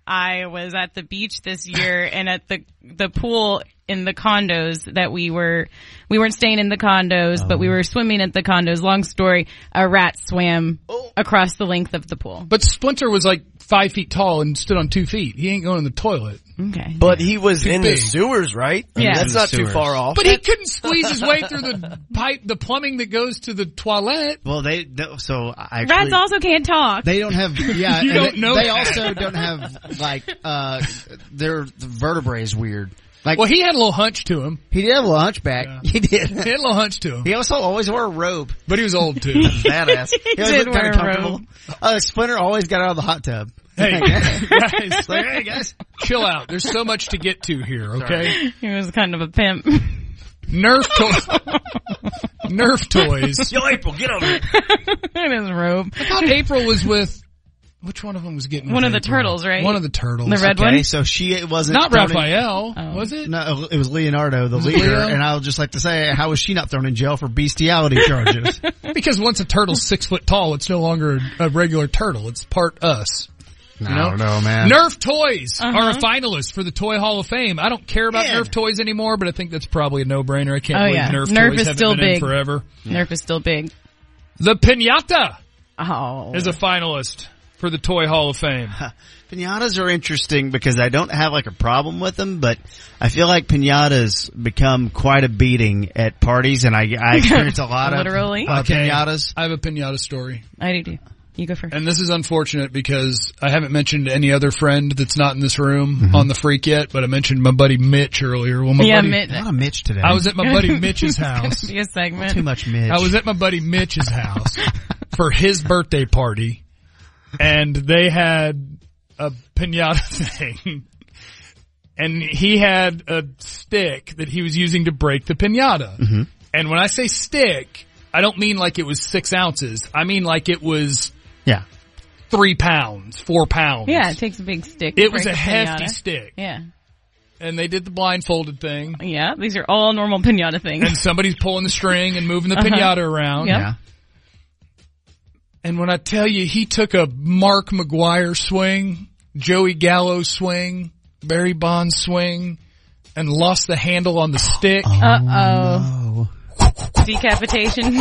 S6: I was at the beach this year and at the the pool in the condos that we were we weren't staying in the condos, but we were swimming at the condos. Long story, a rat swam across the length of the pool.
S3: But Splinter was like five feet tall and stood on two feet. He ain't going in the toilet.
S6: Okay.
S4: But he was in the
S3: big.
S4: sewers, right? I mean,
S6: Yeah.
S4: that's
S5: In the
S4: not too
S5: sewers.
S4: far off.
S3: But he couldn't squeeze his way through the pipe, the plumbing that goes to the toilet.
S5: well, they, they- so I actually,
S6: Rats also can't talk.
S5: they don't have. Yeah,
S3: You
S5: and
S3: don't
S5: they,
S3: know
S5: They
S3: that.
S5: also don't have like uh their the vertebrae is weird. Like
S3: Well, he had a little hunch to him.
S5: he did have a little hunchback. He
S3: He
S5: did.
S3: had a little hunch to him,
S5: He also always wore a robe.
S3: but he was old <laughs> too.
S5: Badass. He always
S6: did
S5: looked kinda
S6: wear a
S5: comfortable.
S6: robe.
S5: Uh, Splinter always got out of the hot tub.
S3: Hey guys,
S5: Like, hey guys,
S3: chill out. There's so much to get to here. Okay,
S6: He was kind of a pimp. <laughs>
S3: Nerf toys. <laughs> Nerf toys.
S4: Yo, April, get over here.
S6: in his robe.
S3: I thought April was with. Which one of them was getting
S6: One
S3: with
S6: of the
S3: April?
S6: turtles, right?
S3: One of the turtles.
S6: The red
S5: Okay,
S6: one. Oh.
S5: so she wasn't
S3: Not
S5: thrown in-
S3: Raphael, was it?
S5: No, it was Leonardo, the
S3: it
S5: leader,
S3: Leo?
S5: and I would just like to say, how was she not thrown in jail for bestiality charges?
S3: Because once a turtle's six foot tall, it's no longer a regular turtle. It's part us.
S5: <laughs> I don't know, man.
S3: Nerf toys are
S6: Uh-huh.
S3: a finalist for the Toy Hall of Fame. I don't care about Nerf toys anymore, but I think that's probably a no-brainer. I can't
S6: Oh,
S3: believe
S6: yeah.
S3: Nerf,
S6: Nerf
S3: toys
S6: is
S3: haven't
S6: still
S3: been in
S6: big.
S3: forever.
S6: Nerf is still big.
S3: The pinata
S6: Oh.
S3: is a finalist for the Toy Hall of Fame.
S5: Pinatas are interesting because I don't have like a problem with them, but I feel like pinatas become quite a beating at
S6: <laughs>
S5: parties, and I, I experience a lot of
S6: Literally?
S5: uh,
S3: Okay.
S5: pinatas.
S3: I have a pinata story.
S6: I do too. You go first.
S3: And this is unfortunate because I haven't mentioned any other friend that's not in this room on the freak yet, but I mentioned my buddy Mitch earlier. Well, my
S6: yeah,
S3: buddy,
S6: Mitch.
S5: A lot of Mitch today.
S3: I was at my buddy Mitch's house.
S6: <laughs> Be a segment.
S5: too much Mitch.
S3: I was at my buddy Mitch's house for his birthday party, and they had a pinata <laughs> thing, and he had a stick that he was using to break the pinata. And when I say stick, I don't mean like it was six ounces. I mean like it was
S5: yeah.
S3: three pounds, four pounds.
S6: Yeah, it takes a big stick. to
S3: It was
S6: break
S3: a hefty
S6: pinata.
S3: stick.
S6: Yeah.
S3: And they did the blindfolded thing.
S6: Yeah, these are all normal pinata
S3: And
S6: things.
S3: somebody's pulling the string and moving the
S6: Uh-huh.
S3: pinata around.
S6: Yep.
S5: Yeah.
S3: And when I tell you he took a Mark McGuire swing, Joey Gallo swing, Barry Bonds swing, and lost the handle on the stick.
S6: <laughs> Uh
S5: Oh.
S6: oh. Decapitation.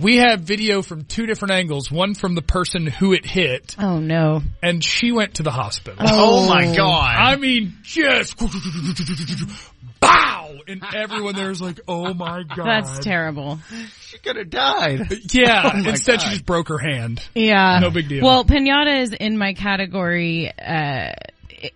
S3: We have video from two different angles, one from the person who it hit,
S6: Oh no.
S3: and she went to the hospital.
S5: Oh my god.
S3: I mean, just bow! And everyone there is like, oh my god.
S6: That's terrible.
S5: She could have died.
S3: Yeah,
S5: Oh my
S3: instead she
S5: God.
S3: just broke her hand.
S6: Yeah.
S3: No big deal.
S6: Well, pinata is in my category. Uh, i-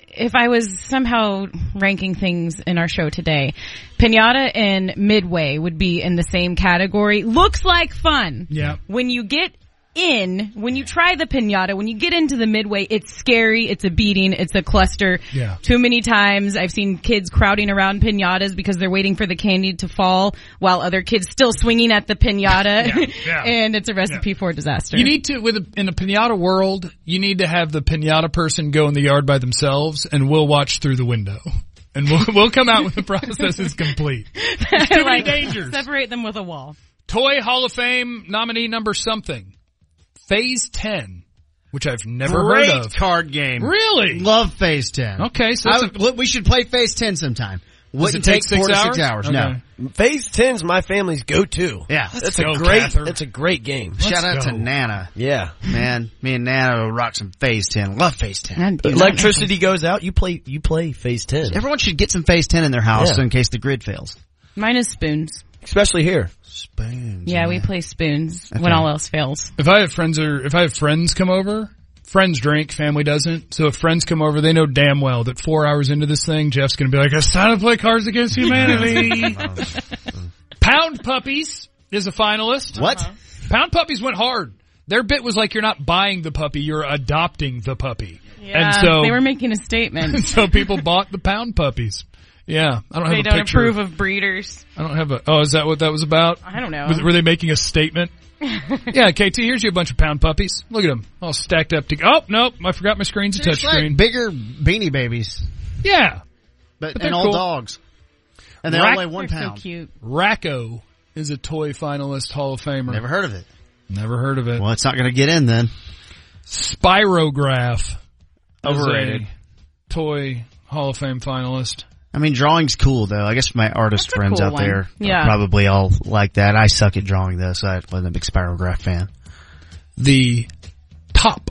S6: if I was somehow ranking things in our show today, pinata and midway would be in the same category. Looks like fun.
S3: Yeah.
S6: When you get in, when you try the pinata, when you get into the midway, it's scary. It's a beating. It's a cluster.
S3: Yeah.
S6: Too many times I've seen kids crowding around pinatas because they're waiting for the candy to fall while other kids still swinging at the pinata. <laughs>
S3: yeah.
S6: and it's a recipe for disaster.
S3: You need to, with a, in a pinata world, you need to have the pinata person go in the yard by themselves, and we'll watch through the window, and we'll <laughs> we'll come out when the process is complete. There's too many
S6: Like,
S3: dangers.
S6: Separate them with a wall.
S3: Toy Hall of Fame nominee number something, Phase Ten, which I've never heard
S5: Great
S3: of.
S5: card game.
S3: Really?
S5: Love Phase 10.
S3: Okay, so
S5: I
S3: it's
S5: would- look, we should play Phase 10 sometime. Wouldn't
S3: it take
S5: four
S3: six
S5: to six
S3: hours?
S5: hours.
S3: Okay.
S5: No.
S4: Phase 10's my family's go-to.
S5: Yeah.
S4: That's
S3: go,
S4: a great,
S3: Cather.
S4: that's a great game.
S5: Shout out
S3: go.
S5: to Nana.
S4: Yeah.
S5: Man, me and Nana will rock some Phase 10. Love Phase 10.
S4: Electricity goes out, you play, you play Phase 10.
S5: Everyone should get some Phase 10 in their house
S4: Yeah.
S5: in case the grid fails.
S6: Mine is spoons.
S4: Especially here.
S5: Spoons.
S6: Yeah, we play spoons when all else fails.
S3: If I have friends or if I have friends come over, friends drink, family doesn't. So if friends come over, they know damn well that four hours into this thing, Jeff's going to be like, "It's time to play Cards Against Humanity." Pound Puppies is a finalist. Uh-huh.
S5: What?
S3: Pound Puppies went hard. Their bit was like, "You're not buying the puppy, you're adopting the puppy." and so,
S6: they were <laughs> making a
S3: <laughs>
S6: statement.
S3: so people bought the Pound Puppies. Yeah, I don't
S6: they
S3: have a
S6: don't
S3: picture.
S6: approve of breeders.
S3: I don't have a. Oh, is that what that was about?
S6: I don't know.
S3: Was- were they making a
S5: <laughs>
S3: statement? yeah, KT, here's you a bunch of pound puppies. Look at them, all stacked up. To oh, nope, I forgot my screen's a touch
S5: It's like
S3: screen.
S5: bigger beanie babies,
S3: Yeah,
S5: but,
S3: But they're
S5: and all
S3: cool.
S5: dogs. And they
S3: Rack-
S5: all weigh one
S6: They're
S5: pound.
S6: so cute.
S3: Racco is a toy finalist Hall of Famer.
S5: Never heard of it.
S3: Never heard of it.
S5: Well, it's not going to get in then.
S3: Spirograph, is a
S5: Overrated.
S3: toy Hall of Fame finalist.
S5: I mean, drawing's cool though. I guess my artist
S6: That's a
S5: friends
S6: cool
S5: out
S6: one.
S5: there
S6: Yeah.
S5: are probably all like that. I suck at drawing though, so I wasn't a big spirograph fan.
S3: The top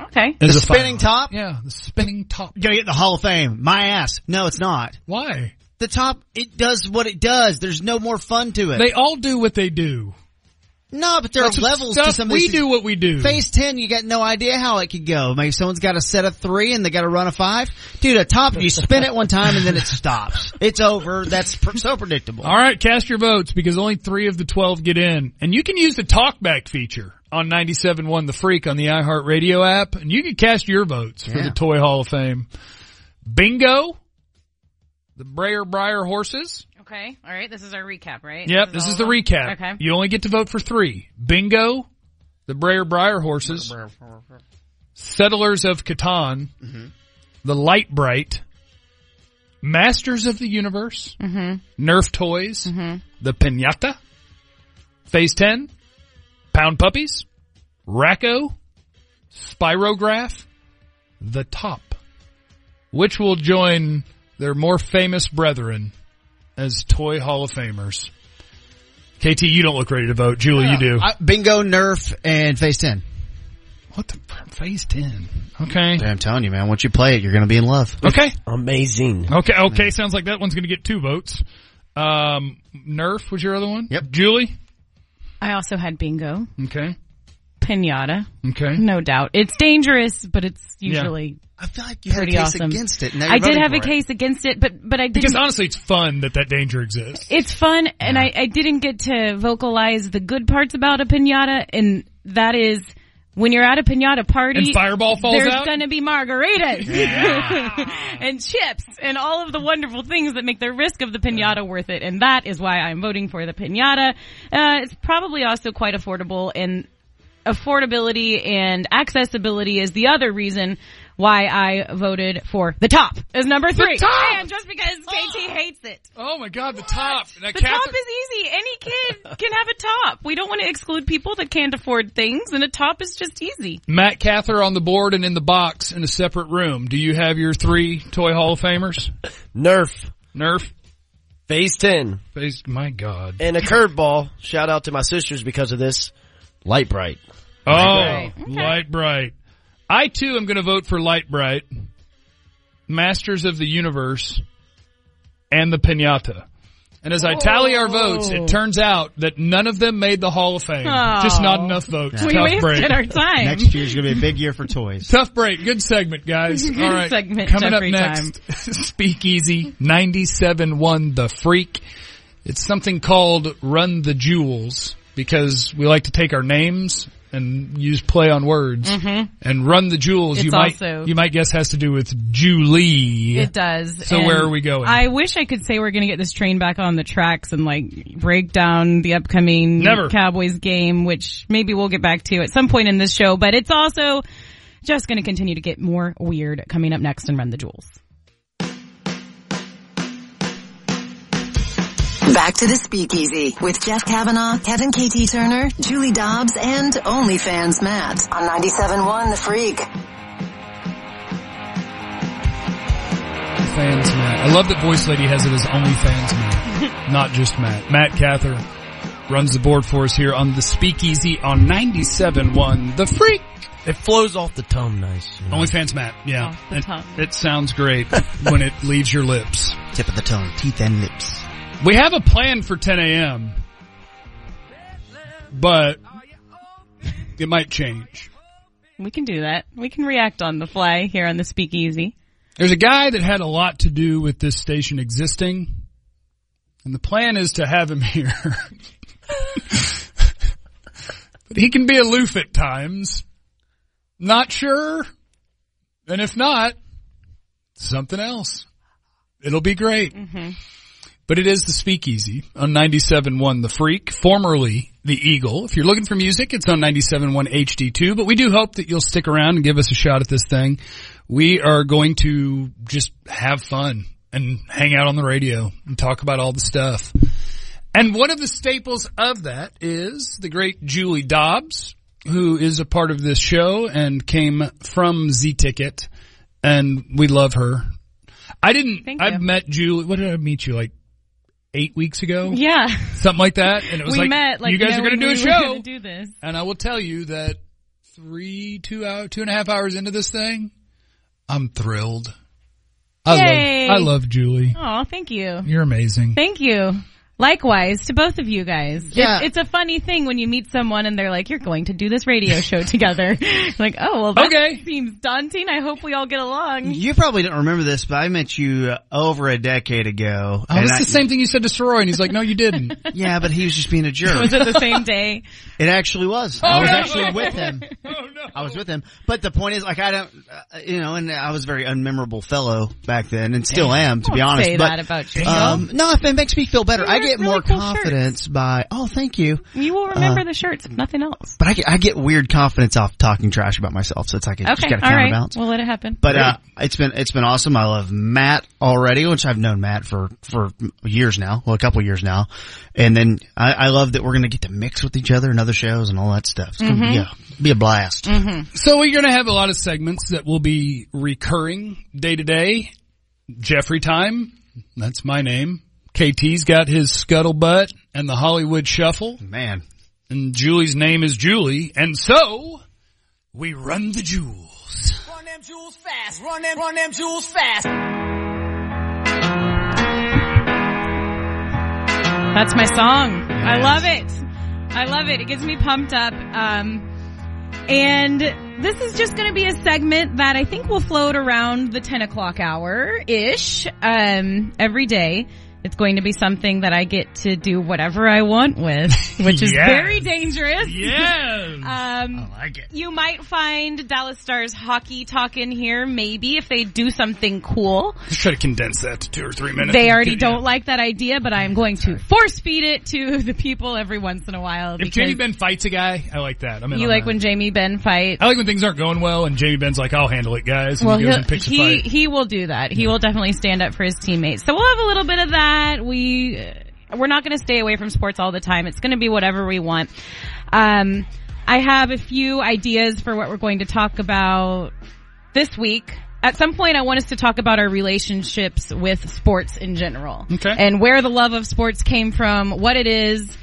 S6: Okay.
S3: is
S5: the
S3: a
S5: spinning
S3: finalist.
S5: top?
S3: Yeah, the spinning top.
S5: Gonna get in the Hall of Fame. My ass. No, it's not.
S3: Why?
S5: The top, it does what it does. There's no more fun to it.
S3: They all do what they do.
S5: no, but there are
S3: Some
S5: levels
S3: stuff
S5: to some of
S3: we
S5: these.
S3: do what we do.
S5: Phase 10, you got no idea how it could go. Maybe someone's got a set of three and they got to run a five. Dude, a top, you spin it one time and then it <laughs> stops. It's over. That's pr- so predictable.
S3: All right, cast your votes because only three of the 12 get in. And you can use the talkback feature on 97.1 The Freak on the iHeartRadio app. And you can cast your votes for
S5: Yeah.
S3: the Toy Hall of Fame. Bingo. The Brayer Briar horses.
S6: Okay. All right. This is our recap, right?
S3: Yep, this is the
S6: all-
S3: recap.
S6: Okay.
S3: You only get to vote for three. Bingo. The Brayer Briar horses. Settlers of Catan. The Light Bright. Masters of the Universe. Nerf Toys. The Pinata. Phase 10, Pound Puppies, Racco, Spirograph, The Top, which will join their more famous brethren as Toy Hall of Famers. KT, you don't look ready to vote. Julie, you do.
S5: I- bingo, Nerf, and Phase 10.
S3: what the? Phase 10. Okay.
S5: Dude, I'm telling you, man, once you play it, you're going to be in love.
S3: Okay.
S4: Amazing.
S3: Okay. Okay. Sounds like that one's going to get two votes. Um, Nerf was your other one?
S5: Yep.
S3: Julie?
S6: I also had bingo.
S3: Okay.
S6: pinata,
S3: Okay.
S6: no doubt. It's dangerous, but it's usually
S5: I feel like you had a
S6: pretty
S5: case
S6: awesome.
S5: against it. and now
S6: I
S5: you're
S6: did
S5: voting
S6: have
S5: for
S6: a
S5: it.
S6: case against it, but but I didn't.
S3: Because honestly, it's fun that that danger exists.
S6: it's fun, and I, I didn't get to vocalize the good parts about a pinata, and that is when you're at a pinata party.
S3: And Fireball falls
S6: there's
S3: out?
S6: gonna be margaritas <laughs> and chips and all of the wonderful things that make the risk of the pinata worth it. And that is why I'm voting for the pinata. Uh, it's probably also quite affordable and affordability and accessibility is the other reason why I voted for the top as number three.
S3: top!
S6: And just because KT hates it.
S3: Oh my God, the top. And that
S6: The
S3: Catherine-
S6: top is easy. Any
S3: <laughs>
S6: kid can have a top. We don't want to exclude people that can't afford things, and a top is just easy.
S3: Matt Cather on the board and in the box in a separate room. Do you have your three toy Hall of Famers?
S4: Nerf,
S3: Nerf,
S4: phase 10,
S3: face, my God.
S4: and a curveball. Shout out to my sisters because of this. Light bright.
S3: Oh,
S6: Light Bright.
S3: Light Bright. I too am going to vote for Light Bright, Masters of the Universe, and the Pinata. And as I tally our votes, it turns out that none of them made the Hall of Fame.
S6: Oh.
S3: Just not enough votes.
S6: we
S3: Tough
S6: wasted
S3: break.
S6: our time.
S5: Next year's going to be a big year for toys.
S3: Tough break. Good segment, guys. All
S6: <laughs> Good
S3: right.
S6: segment,
S3: Coming
S6: Jeffrey
S3: up next, <laughs> Speakeasy 97.1 The Freak. It's something called Run the Jewels because we like to take our names and use play on words. And Run the Jewels, you
S6: Mm-hmm. It's
S3: might,
S6: also-
S3: you might guess has to do with Julie.
S6: It does.
S3: So
S6: And
S3: where are we going?
S6: I wish I could say we're going to get this train back on the tracks and like break down the upcoming
S3: Never.
S6: Cowboys game, which maybe we'll get back to at some point in this show, but it's also just going to continue to get more weird coming up next and run the jewels.
S9: Back to the speakeasy with Jeff Kavanaugh, Kevin KT Turner, Julie Dobbs, and OnlyFans Matt on 97.1 The Freak.
S3: Fans Matt. I love that Voice Lady has it as only fans
S6: <laughs>
S3: Matt, not just Matt. Matt Cather runs the board for us here on the Speakeasy on 97.1 The Freak.
S4: It flows off the tongue nice. you know.
S3: OnlyFans Matt, yeah.
S6: Off Oh, the
S3: It-
S6: tongue.
S3: It, sounds
S6: <laughs>
S3: great when it leaves your lips.
S5: Tip of <laughs> the tongue, teeth and lips.
S3: We have a plan for 10 a.m., but it might change.
S6: We can do that. We can react on the fly here on the speakeasy.
S3: There's a guy that had a lot to do with this station existing, and the plan is to have him <laughs> here. but he can be aloof at times. Not sure. And if not, something else. It'll be great. But it is the Speakeasy on 97.1 The Freak, formerly The Eagle. If you're looking for music, it's on 97.1 HD2, but we do hope that you'll stick around and give us a shot at this thing. We are going to just have fun and hang out on the radio and talk about all the stuff. And one of the staples of that is the great Julie Dobbs, who is a part of this show and came from Z Ticket and we love her. I didn't,
S6: Thank
S3: I've
S6: you.
S3: met Julie, what did I meet you like? eight weeks ago,
S6: Yeah.
S3: something like that. And it was
S6: we
S3: like,
S6: met like
S3: you guys are going
S6: knowing
S3: to do a
S6: we were
S3: show.
S6: gonna do this.
S3: and I will tell you that three, two hour, two and a half hours into this thing, I'm thrilled. I
S6: Yay.
S3: love, I love Julie.
S6: Oh, thank you.
S3: You're amazing.
S6: Thank you. Likewise to both of you guys.
S5: Yeah.
S6: It's, it's a funny thing when you meet someone and they're like, you're going to do this radio show together. <laughs> like, oh, well, that
S3: Okay.
S6: seems daunting. I hope we all get along.
S5: You probably don't remember this, but I met you uh, over a decade ago.
S3: Oh,
S5: and
S3: it's
S5: I-
S3: the same thing you said to Soroy, and he's like, "No, you
S6: <laughs>
S3: didn't."
S5: <laughs> Yeah, but he was just being a jerk.
S6: <laughs> Was it the same day?
S5: It actually was.
S6: Oh,
S5: I was
S3: no.
S5: actually with
S6: <laughs>
S5: him. I was with him. But the point is, like, I don't, uh, you know, and I was a very unmememorable fellow back then, and still am, to be
S6: Don't
S5: honest.
S6: say
S5: but
S6: that about yourself.
S5: um, no, if it makes me feel better.
S6: You
S5: I
S6: wear
S5: get
S6: really
S5: more
S6: cool
S5: confidence by. Oh, thank you.
S6: you will
S5: uh,
S6: remember the shirts, if nothing else.
S5: But I get, I get weird confidence off talking trash about myself, so it's like I just
S6: Okay.
S5: got to
S6: All right.
S5: counterbalance.
S6: We'll let it happen.
S5: But uh, it's been it's been awesome. I love Matt already, which I've known Matt for for years now, well, a couple years now. And then I, I love that we're going to get to mix with each other and other shows and all that stuff. It's going to be,
S6: Mm-hmm.
S5: a, be a blast.
S6: Mm.
S3: So we're going to have a lot of segments that will be recurring day to day. Jeffrey time. That's my name. KT's got his scuttlebutt and the Hollywood shuffle.
S5: Man,
S3: And Julie's name is Julie. And so we run the jewels.
S6: That's my song. I love it. I love it. It gets me pumped up. Um, And this is just going to be a segment that I think will float around the 10 o'clock hour ish um, every day. It's going to be something that I get to do whatever I
S5: <laughs>
S6: want with, which is
S3: Yes.
S6: very
S3: <laughs>
S6: dangerous.
S3: Yes.
S6: Um,
S5: I like it.
S6: you might find Dallas Stars hockey talk in here, maybe if they do something cool.
S3: Just try to condense that to two or three minutes.
S6: They already
S3: Yeah.
S6: don't like that idea, but I am going to force feed it to the people every once in a while.
S3: If
S6: because
S3: Jamie Ben fights a guy, I like that. I mean,
S6: you like when Jamie Ben fights.
S3: I like when things aren't going well, and Jamie Ben's like, "I'll handle it, guys." And
S6: Well,
S3: he goes
S6: he'll-
S3: and picks a
S6: he
S3: fight.
S6: he will do that. He will definitely stand up for his teammates. So we'll have a little bit of that. We uh, we're not going to stay away from sports all the time. It's going to be whatever we want. Um, I have a few ideas for what we're going to talk about this week. At some point, I want us to talk about our relationships with sports in general,
S3: Okay.
S6: and where the love of sports came from, what it is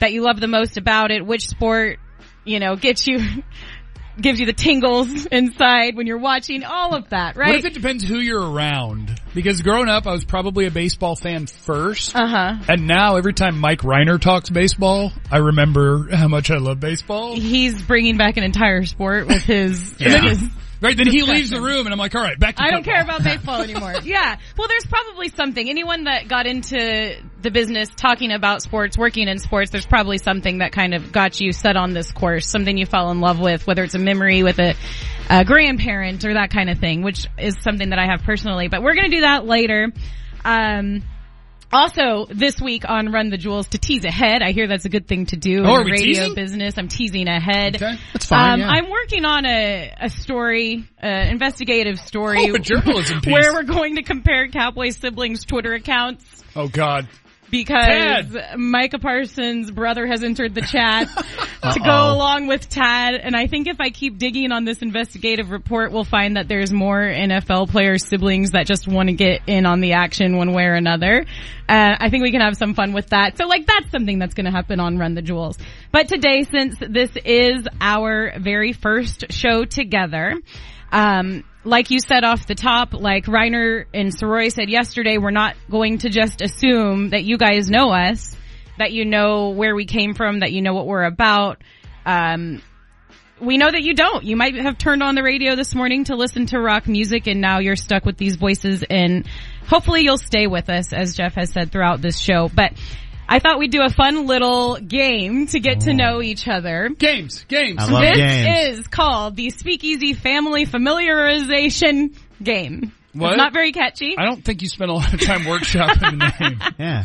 S6: that you love the most about it, which sport you know gets you <laughs> gives you the tingles inside when you're watching all of that,
S3: What
S6: right?
S3: if it depends who you're around? Because growing up, I was probably a baseball fan first.
S6: uh huh.
S3: And now every time Mike Reiner talks baseball, I remember how much I love baseball.
S6: He's bringing back an entire sport with his. his-
S3: Right? Then he leaves the room and I'm like, all right, back to
S6: <laughs> I don't
S3: football.
S6: care about
S3: <laughs>
S6: baseball anymore. yeah. Well, there's probably something. Anyone that got into the business talking about sports, working in sports, there's probably something that kind of got you set on this course, something you fell in love with, whether it's a memory with a, a grandparent or that kind of thing, which is something that I have personally. But we're going to do that later. Um, also, this week on Run the Jewels, to tease ahead, I hear that's a good thing to do
S3: Oh,
S6: in
S3: are
S6: the
S3: we
S6: radio
S3: teasing?
S6: business. I'm teasing ahead.
S3: Okay.
S5: That's fine,
S6: Um,
S5: yeah.
S6: I'm working on a, a story, uh, investigative story
S3: Oh, a
S6: <laughs>
S3: journalism piece.
S6: where we're going to compare Cowboys siblings' Twitter accounts
S3: Oh God.
S6: because Micah Parsons' brother has entered
S3: <laughs>
S6: the chat to go along with Tad. And I think if I keep digging on this investigative report, we'll find that there's more NFL players' siblings that just want to get in on the action one way or another. Uh, I think we can have some fun with that. So like that's something that's going to happen on Run the Jewels. But today, since this is our very first show together, um, like you said off the top, like Reiner and Soroy said yesterday, we're not going to just assume that you guys know us, that you know where we came from, that you know what we're about. Um, we know that you don't. You might have turned on the radio this morning to listen to rock music and now you're stuck with these voices and hopefully you'll stay with us as Jeff has said throughout this show. But I thought we'd do a fun little game to get to know each other.
S3: Games, games.
S5: I love
S6: this
S5: games.
S6: is called the Speakeasy Family Familiarization Game.
S3: What?
S6: It's not very catchy.
S3: I don't think you spent a lot of time workshopping the
S6: <laughs>
S3: name.
S5: Yeah.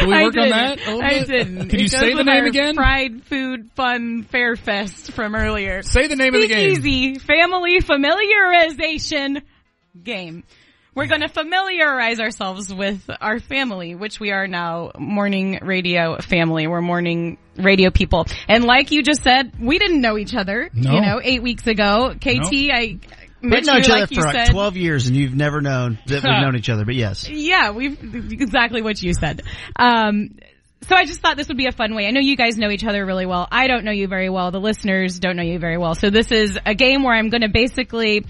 S3: Can we
S6: I
S3: work on
S6: didn't.
S3: that? a little
S6: I
S3: bit?
S6: didn't.
S3: Can you
S6: It goes
S3: say the
S6: with
S3: name
S6: our
S3: again?
S6: Fried Food Fun Fair Fest from earlier.
S3: Say the name of the game.
S6: Speakeasy Family Familiarization Game. We're going to familiarize ourselves with our family, which we are now morning radio family. We're morning radio people. And like you just said, we didn't know each other,
S3: No.
S6: you know, eight weeks ago. KT, I
S5: We've
S6: met you
S5: known each other
S6: like you
S5: for like
S6: said.
S5: 12 years and you've never known that we've known each other, but yes.
S6: Yeah, we've exactly what you said. Um, so I just thought this would be a fun way. I know you guys know each other really well. I don't know you very well. The listeners don't know you very well. So this is a game where I'm going to basically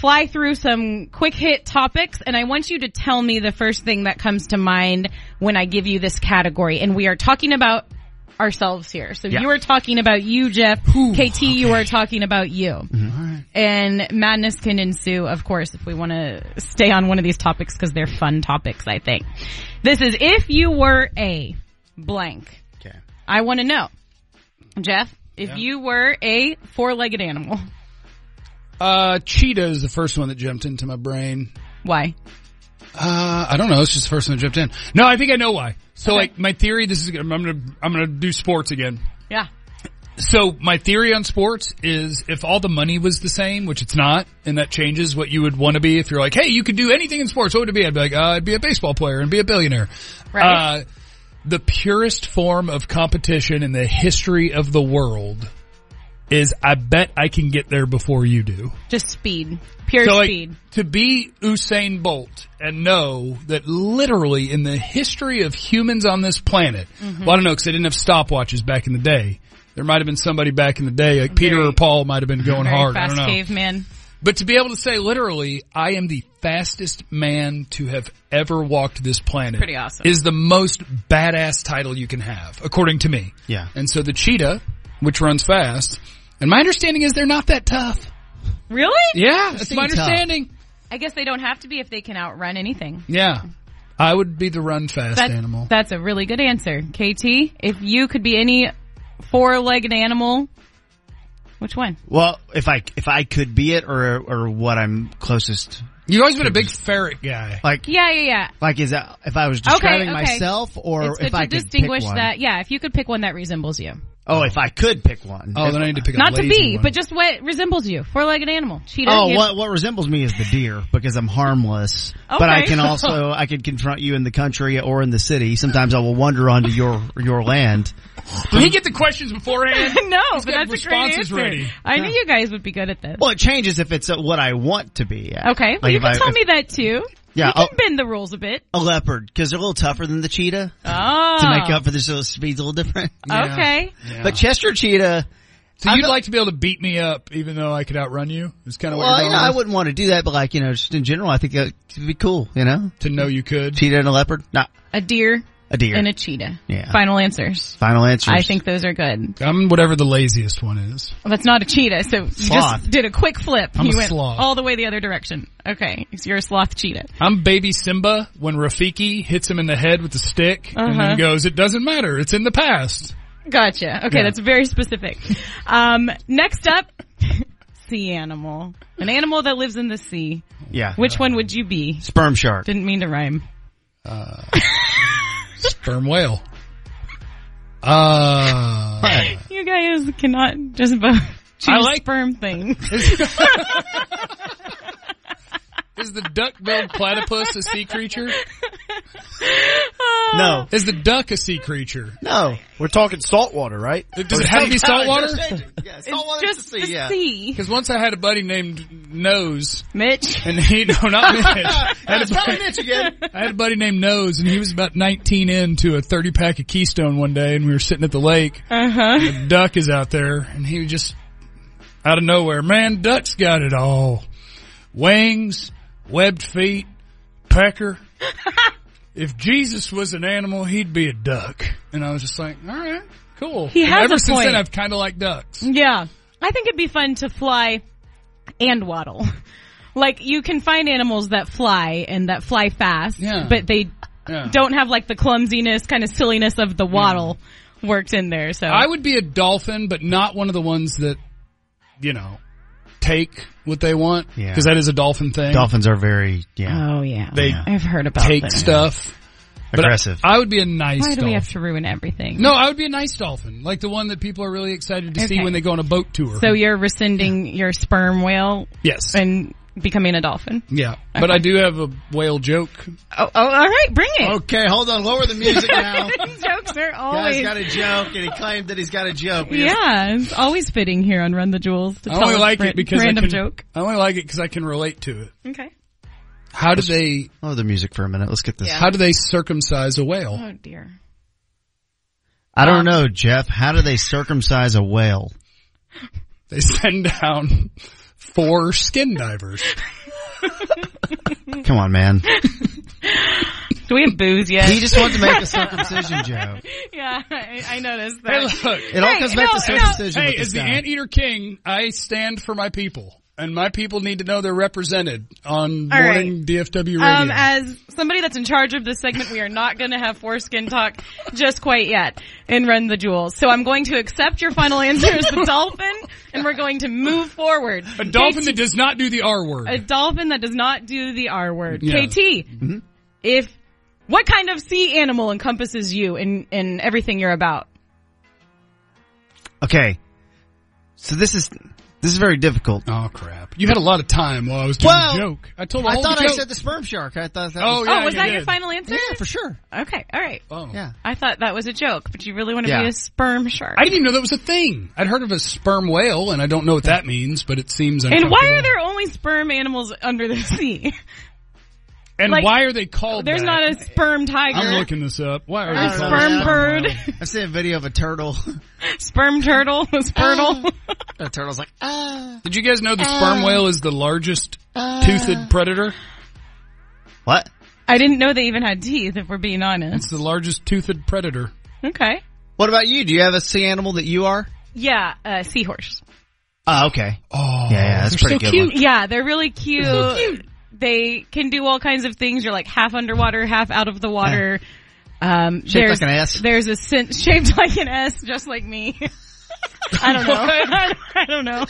S6: fly through some quick hit topics and I want you to tell me the first thing that comes to mind when I give you this category. And we are talking about ourselves here. So you are talking about you, Jeff. KT, you are talking about you. And madness can ensue, of course, if we want to stay on one of these topics because they're fun topics, I think. This is if you were a blank.
S5: Okay.
S6: I want to know, Jeff, if you were a four-legged animal,
S3: Uh, cheetah is the first one that jumped into my brain.
S6: why?
S3: Uh, I don't know. It's just the first one that jumped in. No, I think I know why. So like my theory, this is, I'm gonna, I'm gonna do sports again.
S6: Yeah.
S3: So my theory on sports is if all the money was the same, which it's not, and that changes what you would want to be. If you're like, hey, you could do anything in sports, what would it be? I'd be like, uh, I'd be a baseball player and be a billionaire.
S6: Right.
S3: Uh, the purest form of competition in the history of the world is I bet I can get there before you do.
S6: Just speed, pure
S3: So, like,
S6: speed.
S3: to be Usain Bolt and know that literally in the history of humans on this planet,
S6: Mm-hmm.
S3: well, I don't know because they didn't have stopwatches back in the day. There might have been somebody back in the day, like Peter or Paul might have been going
S6: Very
S3: hard. I
S6: fast
S3: don't know.
S6: caveman.
S3: But to be able to say literally, I am the fastest man to have ever walked this planet.
S6: Pretty awesome.
S3: Is the most badass title you can have, according to me.
S5: Yeah.
S3: And so the cheetah, which runs fast, And my understanding is they're not that tough.
S6: Really?
S3: Yeah, that's my
S5: Seem tough.
S3: understanding.
S6: I guess they don't have to be if they can outrun anything.
S3: Yeah. I would be the run fast
S6: That-
S3: animal.
S6: That's a really good answer. KT, if you could be any four-legged animal, which one?
S5: Well, if I if I could be it or or what I'm closest
S3: You've always been a big ferret guy.
S5: like
S6: Yeah, yeah, yeah.
S5: like is that if I was describing
S6: okay.
S5: myself or
S6: it's good
S5: if
S6: to
S5: I could
S6: distinguish
S5: pick one?
S6: that. Yeah, if you could pick one that resembles you.
S5: Oh, if I could pick one.
S3: Oh,
S5: If-
S3: then I need to pick a
S6: Not to
S3: lazy
S6: be,
S3: one.
S6: but just what resembles you. Four-legged animal. Cheetah.
S5: Oh,
S6: you-
S5: what what resembles me is the deer because I'm harmless, but I
S6: Okay.
S5: can
S6: <laughs>
S5: also I can confront you in the country or in the city. Sometimes I will wander onto your your land.
S3: Did he get the questions
S6: <laughs>
S3: beforehand?
S6: no,
S3: got
S6: but that's a great
S3: responses
S6: answer.
S3: ready.
S6: I knew you guys would be good at this.
S5: Well, it changes if it's uh, what I want to be.
S6: okay, well,
S5: Like
S6: you
S5: if
S6: can
S5: I-
S6: tell
S5: if-
S6: me that too.
S5: Yeah,
S6: you can
S5: I'll-
S6: bend the rules a bit.
S5: a leopard because they're a little tougher than the cheetah <laughs>
S6: Oh, Uh,
S5: to make up for this. So the speed's a little different.
S3: Yeah.
S6: okay.
S5: <laughs> But Chester cheetah,
S3: So
S5: I'm
S3: you'd
S5: not-
S3: like to be able to beat me up even though I could outrun you? Is kind of what
S5: well,
S3: you're
S5: you
S3: going
S5: know, I
S3: with?
S5: wouldn't want to do that, but like you know, just in general, I think it could be cool. You know,
S3: to know you could.
S5: cheetah and a leopard, not
S6: A deer
S5: a deer.
S6: and a cheetah.
S5: Yeah.
S6: Final answers.
S5: Final answer.
S6: I think those are good.
S3: I'm whatever the laziest one is.
S6: That's not a cheetah. So you
S5: Sloth.
S6: just did a quick flip.
S3: I'm
S6: you
S3: a
S6: went
S3: sloth.
S6: all the way the other direction. Okay, so you're a sloth cheetah.
S3: I'm baby Simba when Rafiki hits him in the head with the stick and then goes, it doesn't matter. It's in the past.
S6: Gotcha. Okay,
S3: Yeah.
S6: that's very specific. Um, next up, <laughs> sea animal, an animal that lives in the sea.
S5: Yeah.
S6: Which one would you be?
S5: sperm shark?
S6: Didn't mean to rhyme.
S3: Sperm whale. Uh,
S6: You guys cannot just <laughs> both choose
S3: I like- <laughs>
S6: sperm thing. <laughs>
S3: is the duck-billed platypus a sea creature?
S6: Oh,
S5: No,
S3: Is the duck a sea creature?
S5: no.
S4: We're talking saltwater, right?
S3: Does it have to be saltwater?
S5: <laughs> Yeah, saltwater
S6: just
S5: sea.
S6: the
S5: Yeah.
S6: sea.
S3: Because once I had a buddy named Nose,
S6: Mitch.
S3: and he <laughs> no not Mitch.
S6: <laughs>
S3: I had, a buddy,
S5: again.
S3: I had a buddy named Nose, and he was about 19 into a 30 pack of Keystone one day, and we were sitting at the lake.
S6: Uh huh.
S3: The duck is out there, and he was just out of nowhere. Man, duck's got it all: wings, webbed feet,
S6: <laughs>
S3: pecker. if Jesus was an animal, he'd be a duck. And I was just like, all right, cool.
S6: He
S3: And
S6: has
S3: Ever
S6: a
S3: since then,
S6: point.
S3: I've kind of liked ducks.
S6: Yeah. I think it'd be fun to fly and waddle. <laughs> Like you can find animals that fly and that fly fast,
S3: Yeah.
S6: but they
S3: Yeah.
S6: don't have like the clumsiness, kind of silliness of the waddle worked in there. So
S3: I would be a dolphin, but not one of the ones that, you know, take what they want.
S5: Yeah.
S3: Because that is a dolphin thing.
S5: Dolphins are very yeah
S6: oh yeah,
S3: They
S6: I've heard about
S3: Take
S6: that.
S3: stuff. But I-
S5: aggressive.
S3: I, would be a nice
S6: Why do
S3: dolphin.
S6: we have to ruin everything?
S3: no, I would be a nice dolphin. Like the one that people are really excited to see
S6: Okay.
S3: when they go on a boat tour.
S6: So you're rescinding your sperm whale
S3: yes.
S6: and becoming a dolphin.
S3: yeah. But I do have a whale joke.
S6: Oh, oh all right, bring it.
S5: okay, hold on. Lower the music <laughs> now.
S6: <laughs> Jokes are
S5: Guy's
S6: always
S5: got a joke, and he claimed that he's got a joke. We just-
S6: yeah, it's always fitting here on Run the Jewels to
S3: I
S6: tell
S3: only
S6: a
S3: like
S6: ra-
S3: it because
S6: random
S3: I can, <laughs>
S6: joke.
S3: I only like it because I can relate to it.
S6: Okay.
S3: How do they?
S5: Lower the music for a minute. Let's get this.
S3: How do they circumcise a whale?
S6: Oh dear.
S5: I don't know, Jeff. How do they circumcise a whale?
S3: They send down four skin divers.
S5: Come on, <laughs> man.
S6: Do we have booze yet? <laughs>
S5: He just wanted to make a circumcision joke.
S6: yeah, I, I noticed
S3: Hey,
S6: that.
S3: look.
S5: It all
S6: Hey,
S5: comes back
S6: no,
S5: to circumcision.
S3: Hey,
S5: with
S3: as
S5: this
S3: the
S5: guy.
S3: anteater king, I stand for my people, and my people need to know they're represented on
S6: All right.
S3: morning DFW radio.
S6: Um, as somebody that's in charge of this segment, we are not going to have foreskin talk just quite yet in Run the Jewels. So I'm going to accept your final answer as
S3: <laughs>
S6: the dolphin, and we're going to move forward.
S3: a dolphin that does not do the R word.
S6: a dolphin that does not do the R word.
S3: Yeah. Mm-hmm.
S6: KT, if what kind of sea animal encompasses you in in everything you're about?
S5: Okay. So this is this is very difficult.
S3: oh crap! You had a lot of time while I was doing
S5: Well,
S3: the joke. I told. the
S5: I
S3: whole
S5: thought I
S3: joke.
S5: said the sperm shark. I thought that.
S3: Oh,
S5: was,
S3: yeah,
S6: oh, was
S3: you
S6: that
S3: did.
S6: your final answer?
S5: yeah, for sure.
S6: Okay, all right.
S3: Oh.
S5: Yeah.
S6: I thought that was a joke, but you really want to be
S5: Yeah.
S6: a sperm shark.
S3: I didn't even know that was a thing. I'd heard of a sperm whale, and I don't know what that means, but it seems.
S6: and why
S3: uncomfortable.
S6: are there only sperm animals under the sea?
S3: And
S6: like-
S3: why are they called?
S6: There's
S3: that?
S6: not a sperm tiger,
S3: Oh, I'm looking this up. Why are
S6: a
S3: they
S5: don't
S3: called?
S5: know.
S6: sperm bird, <laughs>
S5: I've seen a video of a turtle.
S6: sperm turtle, a spurtle.
S5: <laughs> a turtle's like, ah.
S3: Did you guys know the
S6: Um,
S3: sperm whale is the largest
S6: uh,
S3: toothed predator?
S5: What?
S6: I didn't know they even had teeth. If we're being honest,
S3: It's the largest toothed predator.
S6: okay.
S5: What about you? Do you have a sea animal that you are?
S6: Yeah, uh, seahorse.
S5: Oh, okay.
S3: Oh,
S5: Yeah, yeah, that's
S3: they're
S5: pretty
S3: so
S5: good. one.
S3: cute.
S6: Yeah, they're really cute. They can do all kinds of things. You're like half underwater, half out of the water. Um,
S5: Shaped
S6: there's,
S5: like an S.
S6: There's a scent <laughs> shaped like an S, just like me. <laughs> I don't know. <laughs> I don't know.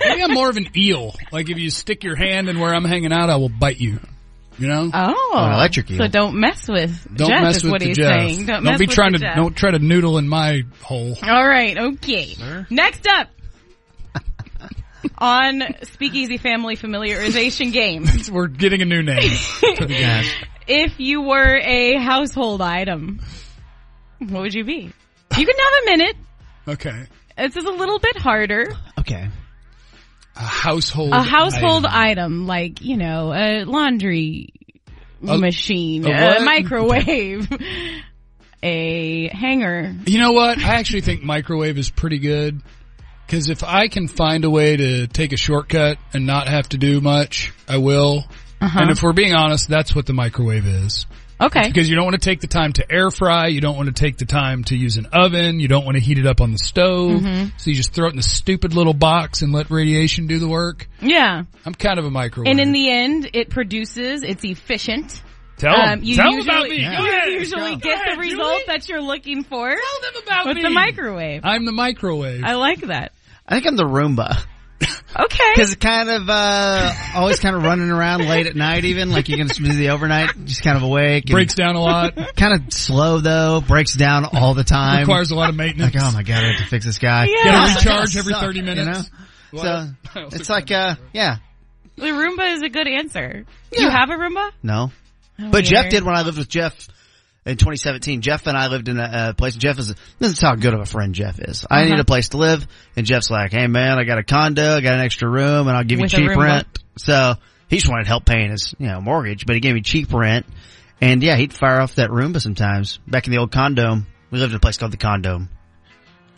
S3: Maybe I'm more of an eel. Like if you stick your hand in where I'm hanging out, I will bite you. You know?
S6: Oh,
S5: an electric eel.
S6: So don't mess with
S3: don't
S6: Jeff.
S3: mess
S6: is
S3: with
S6: what
S3: the
S6: he's
S3: Jeff.
S6: saying. Don't, mess
S3: be
S6: with
S3: trying
S6: the
S3: to
S6: Jeff.
S3: don't try to noodle in my hole.
S6: All right. Okay. Next up on Speakeasy Family Familiarization Game.
S3: We're getting a new name.
S6: if you were a household item, what would you be? You can have a minute. <laughs>
S3: Okay.
S6: This is a little bit harder.
S5: Okay.
S3: A household.
S6: A household
S3: item.
S6: item, like, you know, a laundry
S3: A-
S6: machine,
S3: a
S6: a,
S3: what?
S6: microwave, a hanger.
S3: You know what? I actually think microwave is pretty good. Cause if I can find a way to take a shortcut and not have to do much, I will.
S6: Uh-huh.
S3: And if we're being honest, that's what the microwave is.
S6: Okay.
S3: Because you don't want to take the time to air fry. You don't want to take the time to use an oven. You don't want to heat it up on the stove.
S6: Mm-hmm.
S3: So you just throw it in the stupid little box and let radiation do the work.
S6: Yeah.
S3: I'm kind of a microwave.
S6: And in the end, it produces, it's efficient.
S3: tell 'em.
S6: Um, you
S3: tell 'em
S6: usually,
S3: about me.
S6: you
S3: Go ahead.
S6: usually
S3: Go
S6: get
S3: ahead,
S6: the
S3: Julie.
S6: result that you're looking for
S3: Tell them about
S6: with
S3: me.
S6: the microwave.
S3: I'm the microwave.
S6: I like that.
S5: I think I'm the Roomba.
S6: Okay.
S5: Cause kind of, uh, always kind of running around late at night even, like you can just do the overnight, just kind of awake. and
S3: Breaks down a
S6: <laughs>
S3: lot. <laughs>
S5: Kind of slow though, breaks down all the time.
S3: requires a lot of maintenance.
S5: like, oh my god, I have to fix this guy.
S6: Yeah.
S3: Gotta
S5: That's-
S3: recharge
S5: that
S3: every
S5: sucks,
S3: 30
S5: you
S3: minutes.
S5: know?
S3: I
S5: So
S3: also
S5: it's like, uh, yeah,
S6: The Roomba is a good answer. Do you have a Roomba? Oh,
S5: no.
S6: I don't
S5: But
S6: either.
S5: Jeff did when I lived with Jeff in 2017. Jeff and I lived in a, a place. Jeff is this is how good of a friend Jeff is. I
S6: Uh-huh.
S5: need a place to live, and Jeff's like, "Hey man, I got a condo, I got an extra room, and I'll give
S6: With a
S5: you cheap
S6: room
S5: rent." So he just wanted help paying his you know mortgage, but he gave me cheap rent, and yeah, he'd fire off that Roomba sometimes. Back in the old condom, we lived in a place called the Condom.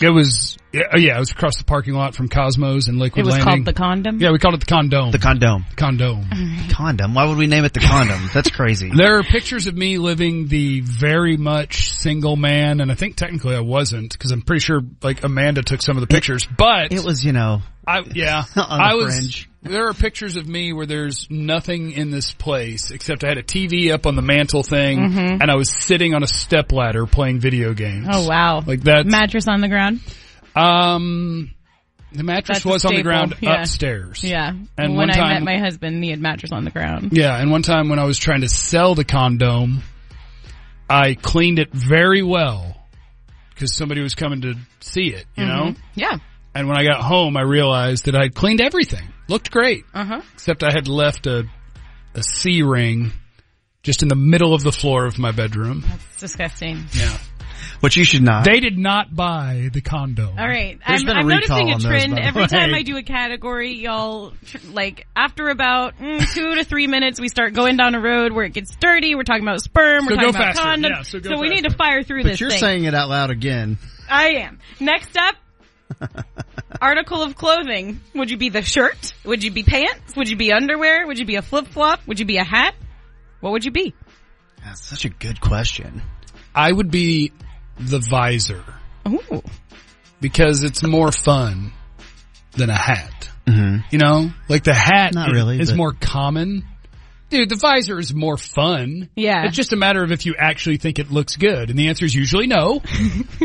S3: It was, yeah, oh, yeah, it was across the parking lot from Cosmos and Lakewood
S6: It was
S3: Landing.
S6: called the condom.
S3: yeah, we called it the condome.
S5: The Condom.
S3: condome.
S5: Condom. Why would we name it the Condom? That's
S6: <laughs>
S5: crazy.
S3: There are pictures of me living the very much single man, and I think technically I wasn't because I'm pretty sure like Amanda took some of the pictures, but
S5: It was, you know,
S3: I, yeah,
S6: <laughs>
S5: On the
S3: I was.
S5: fringe.
S3: There are pictures of me where there's nothing in this place except I had a TV up on the mantle thing, and I was sitting on a stepladder playing video games.
S6: Mm-hmm. Oh wow.
S3: Like that's
S6: Mattress on the ground.
S3: Um, the mattress
S6: That's a
S3: was on the
S6: staple,
S3: ground
S6: yeah.
S3: upstairs.
S6: Yeah.
S3: And
S6: when
S3: one
S6: I met
S3: time-
S6: my husband, he had mattress on the ground.
S3: Yeah, and one time when I was trying to sell the condom, I cleaned it very well because somebody was coming to see it, you know?
S6: Yeah.
S3: And when I got home, I realized that I had cleaned everything. Looked great.
S6: Uh huh.
S3: Except I had left a, a C ring just in the middle of the floor of my bedroom.
S6: It's disgusting.
S3: Yeah.
S5: what you should not.
S3: They did not buy the condom.
S6: All right.
S5: There's
S6: I'm,
S5: been a
S6: I'm
S5: recall
S6: noticing a
S5: on those,
S6: trend
S5: by the
S6: every
S5: way.
S6: time I do a category, y'all, tr- like, after about mm, two to three minutes, we start going down a road where it gets dirty. We're talking about
S3: So
S6: sperm. we're talking
S3: go
S6: about
S3: faster.
S6: condom.
S3: Yeah, so go
S6: we need to
S3: faster.
S6: fire through
S5: but
S6: this
S5: you're
S6: thing.
S5: saying it out loud again.
S6: I am. Next up,
S5: <laughs>
S6: article of clothing. Would you be the shirt? Would you be pants? Would you be underwear? Would you be a flip flop? Would you be a hat? What would you be?
S5: That's such a good question.
S3: I would be the visor.
S6: Ooh.
S3: because it's more fun than a hat. Mm-hmm. You know, like the hat
S5: Not
S3: i-
S5: really,
S3: is
S5: but-
S3: more common. Dude, the visor is more fun.
S6: Yeah.
S3: It's just a matter of if you actually think it looks good. And the answer is usually
S6: <laughs>
S3: no,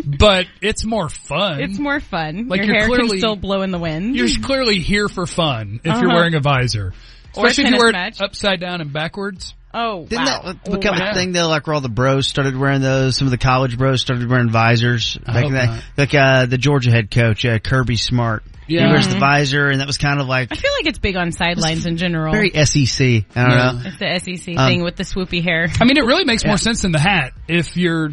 S3: but it's more fun.
S6: It's more fun.
S3: Like
S6: Your
S3: you're
S6: hair
S3: clearly-
S6: can still blow in the wind.
S3: you're clearly here for fun if you're
S6: Uh-huh.
S3: wearing a visor.
S6: Or a
S3: Especially if you
S6: tennis
S3: wear it
S6: match.
S3: upside down and backwards.
S6: oh,
S5: Didn't
S6: wow.
S5: that become
S3: wow.
S5: a thing though? Like where all the bros started wearing those. Some of the college bros started wearing visors. Like
S3: hope
S5: that,
S3: not.
S5: like uh, the Georgia head coach uh, Kirby Smart.
S3: Yeah.
S5: he wears the visor, and that was kind of like
S6: I feel like it's big on sidelines in general.
S5: very SEC. I
S3: Oh.
S5: don't
S3: Yeah.
S5: know.
S6: it's the SEC
S5: Um,
S6: thing with the swoopy hair.
S3: I mean, it really makes more sense than the hat if you're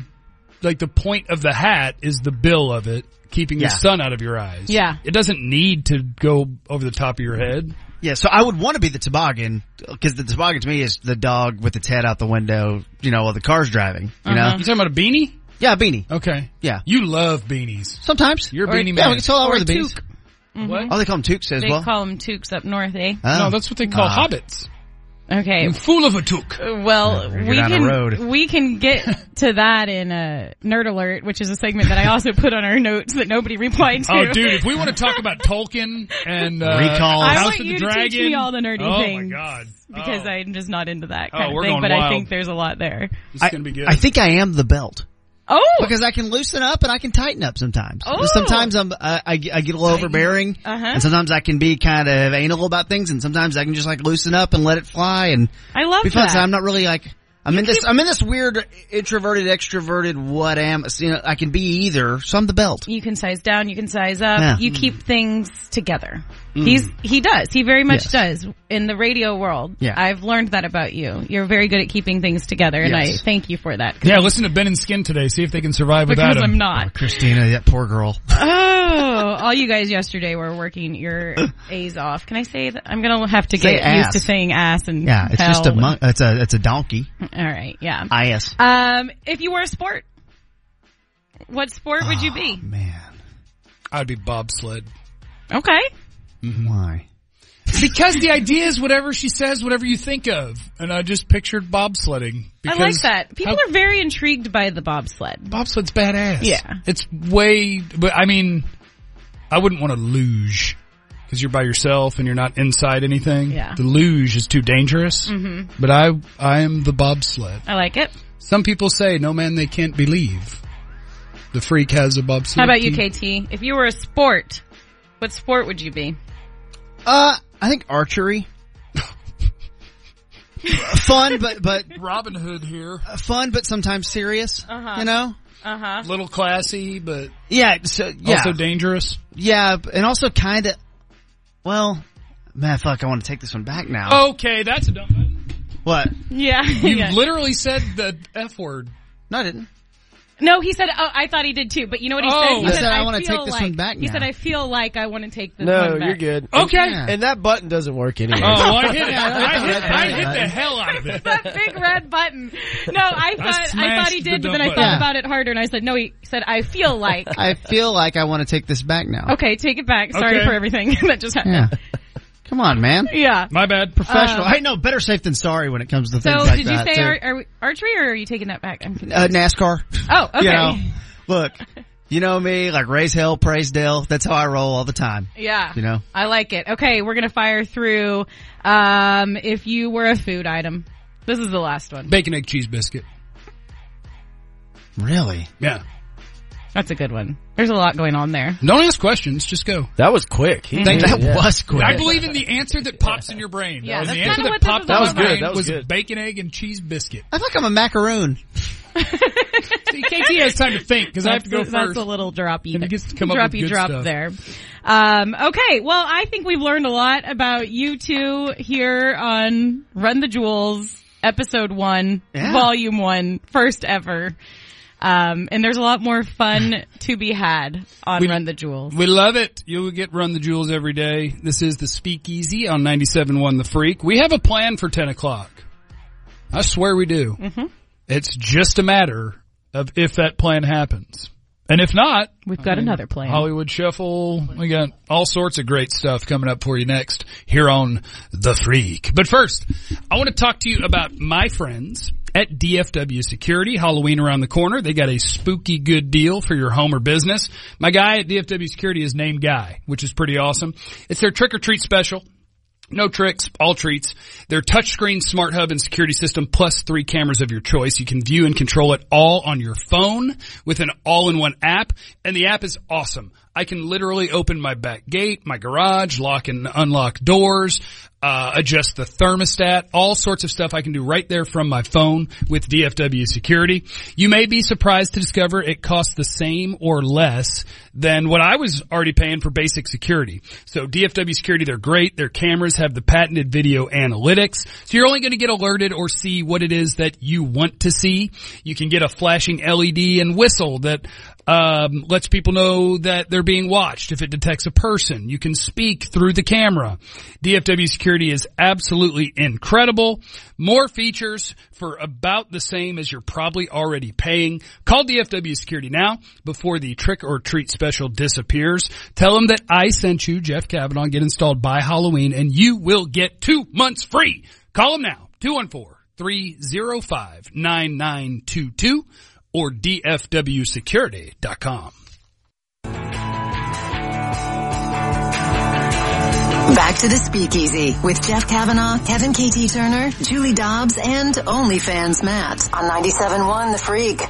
S3: like the point of the hat is the bill of it, keeping
S5: Yeah.
S3: the sun out of your eyes.
S6: Yeah.
S3: It doesn't need to go over the top of your head.
S5: Yeah, so I would want to be the toboggan because the toboggan to me is the dog with its head out the window. You know, while the car's driving. You know.
S3: You talking about a beanie?
S5: Yeah, beanie.
S3: Okay.
S5: Yeah.
S3: You love beanies.
S5: Sometimes
S3: You're a beanie
S5: Yeah,
S3: man.
S5: we can tell all
S6: Or
S5: where the beanies.
S6: toque.
S3: What?
S5: Oh, they call them toques as
S6: They
S5: well.
S6: call them toques up north, eh?
S5: Oh.
S3: No, that's what they call hobbits.
S6: Okay.
S3: Fool of a toque.
S6: <laughs> Well,
S5: You're
S6: we
S5: down a road. <laughs>
S6: can we can get to that in uh, Nerd Alert, which is a segment that I also put on our notes that nobody replied to.
S3: Oh, dude, if we want to talk about Tolkien and uh,
S5: Recall.
S6: I
S3: House
S6: want
S3: of
S6: you
S3: the
S6: to
S3: Dragon,
S6: teach me all the nerdy
S3: oh
S6: things.
S3: my god,
S6: <laughs> Because
S3: oh,
S6: I'm just not into that
S3: Oh,
S6: kind
S3: we're
S6: of thing,
S3: going
S6: but I
S3: wild.
S6: think there's a lot there.
S3: this
S5: I,
S3: is gonna be good.
S5: I think I am the belt
S6: Oh,
S5: because I can loosen up and I can tighten up sometimes.
S6: Oh.
S5: Sometimes I'm uh, I, I get I get a little overbearing,
S6: Uh-huh.
S5: and sometimes I can be kind of anal about things, and sometimes I can just like loosen up and let it fly and
S6: I love
S5: be fun.
S6: that.
S5: So I'm not really like I'm in this I'm in this weird introverted extroverted what am you know I can be either. So I'm the belt.
S6: you can size down, you can size up,
S5: Yeah. Mm.
S6: you keep things together. He's he does. He very much does in the radio world.
S5: Yeah.
S6: I've learned that about you. You're very good at keeping things together, and I
S5: Yes.
S6: thank you for that.
S3: yeah, listen to Ben and Skin today. See if they can survive
S6: Because
S3: without him.
S6: I'm not.
S5: Christina, that poor girl.
S6: Oh, all you guys yesterday were working your A's off. Can I say that? I'm gonna have to
S5: Say
S6: get
S5: ass.
S6: used to saying ass and
S5: Yeah, it's
S6: hell
S5: just a
S6: and-
S5: mon- it's a it's a
S6: <laughs>
S5: donkey.
S6: All right, yeah.
S5: Is
S6: Um, if you were a sport, what sport would you be?
S5: man,
S3: I'd be bobsled.
S5: Ah.
S6: Okay,
S5: why?
S3: Because the idea is whatever she says, whatever you think of. And I just pictured bobsledding.
S6: I like
S3: because
S6: that. People
S3: how-
S6: are very intrigued by the bobsled.
S3: Bobsled's badass.
S6: Yeah.
S3: It's way, but I mean, I wouldn't want to luge because you're by yourself and you're not inside anything.
S6: Yeah.
S3: The luge is too dangerous. Mm-hmm. But I, I am the bobsled.
S6: I like it.
S3: Some people say, no man, they can't believe. The freak has a bobsled.
S6: How about you,
S3: team.
S6: KT? If you were a sport, what sport would you be?
S5: Uh, I think archery. <laughs> fun, but but
S3: Robin Hood here.
S5: fun, but sometimes serious. You know?
S6: Uh huh.
S3: Little classy, but
S5: Yeah. So yeah,
S3: also dangerous.
S5: yeah, and also kind of. Well, man, fuck! I want to take this one back now.
S3: Okay, that's a dumb one.
S5: What?
S6: Yeah.
S3: You
S6: <laughs> yeah.
S3: literally said the F word.
S5: No, I didn't.
S6: No, he said. Oh, I thought he did too. But you know what he
S3: Oh.
S6: said? He
S3: I
S5: said, "I wanna
S6: feel
S5: take this
S6: like-
S5: one back
S6: He
S5: now."
S6: said, "I feel like I want to take this
S4: No,
S6: one back."
S4: Oh, you're good.
S3: Okay.
S5: Yeah.
S4: And that button doesn't work anyway.
S3: Oh, I hit it.
S5: Yeah, that's
S3: I hit,
S5: what I
S3: I hit the hell out of it.
S6: that big red button. No, I thought I,
S3: smashed
S6: thought he
S3: the
S6: did, but
S3: dumb
S6: then I thought
S3: button.
S6: about it harder, and I said, "No." He said, "I feel like."
S5: I feel like I want to take this back now.
S6: okay, take it back. Sorry
S3: Okay.
S6: for everything <laughs> that just happened.
S5: Yeah. Come on, man.
S6: Yeah.
S3: My bad.
S5: Professional. I know better safe than sorry when it comes to
S6: So,
S5: things like
S6: did you
S5: that.
S6: say
S5: too.
S6: ar- are we- archery, or are you taking that back? I'm confused.
S5: uh, NASCAR? <laughs>
S6: Oh, okay.
S5: You know,
S6: <laughs>
S5: look, you know me, like raise hell, praise Dale. That's how I roll all the time.
S6: Yeah.
S5: You know?
S6: I like it. Okay, we're gonna fire through. Um, if you were a food item, this is the last one.
S3: Bacon, egg, cheese, biscuit.
S5: Really?
S3: Yeah.
S6: That's a good one. There's a lot going on there.
S3: Don't ask questions. Just go.
S4: That was quick. He
S5: Dang,
S4: did
S5: that
S4: it. Yeah.
S5: was quick.
S3: I believe in the answer that pops in your brain. That
S6: Yeah,
S3: was
S6: that's
S3: the answer
S6: kinda
S3: that
S6: what this
S3: popped
S6: was
S3: in
S6: all
S3: my
S6: about. That was
S3: brain
S4: good, that was good.
S3: bacon, egg, and cheese biscuit.
S5: I feel like I'm a macaroon.
S3: See, KT has time to think because I have to go
S6: That's- that's
S3: first.
S6: a little droppy,
S3: And he gets to come up
S6: droppy
S3: with good
S6: drop
S3: stuff.
S6: there. Um, okay, well, I think we've learned a lot about you two here on Run the Jewels, episode one,
S5: Yeah.
S6: volume one, first ever. Um, and there's a lot more fun
S3: <laughs>
S6: to be had on
S3: We-
S6: Run the Jewels.
S3: We love it. You'll get Run the Jewels every day. This is the Speakeasy on 97.1 The Freak. We have a plan for 10 o'clock. I swear we do. It's just a matter of if that plan happens. And if not,
S6: We've got another plan.
S3: Hollywood Shuffle. We got all sorts of great stuff coming up for you next here on The Freak. But first, I want to talk to you about my friends at DFW Security. Halloween around the corner. They got a spooky good deal for your home or business. My guy at DFW Security is named Guy, which is pretty awesome. It's their trick or treat special. No tricks, all treats. Their touchscreen smart hub and security system plus three cameras of your choice. You can view and control it all on your phone with an all-in-one app. And the app is awesome. I can literally open my back gate, my garage, lock and unlock doors, uh, adjust the thermostat, all sorts of stuff I can do right there from my phone with DFW security. You may be surprised to discover it costs the same or less than what I was already paying for basic security. So DFW security, they're great. Their cameras have the patented video analytics. So you're only going to get alerted or see what it is that you want to see. You can get a flashing LED and whistle that um, lets people know that they're being watched. If it detects a person, you can speak through the camera. DFW security is absolutely incredible. More features for about the same as you're probably already paying. Call DFW security now before the trick or treat special disappears. Tell them that I sent you, Jeff Kavanaugh, get installed by Halloween and you will get two months free. Call them now. 214 305-9922 or dfwsecurity.com.
S9: Back to the speakeasy with Jeff Kavanaugh, Kevin KT Turner, Julie Dobbs, and OnlyFans Matt on 97.1 The Freak.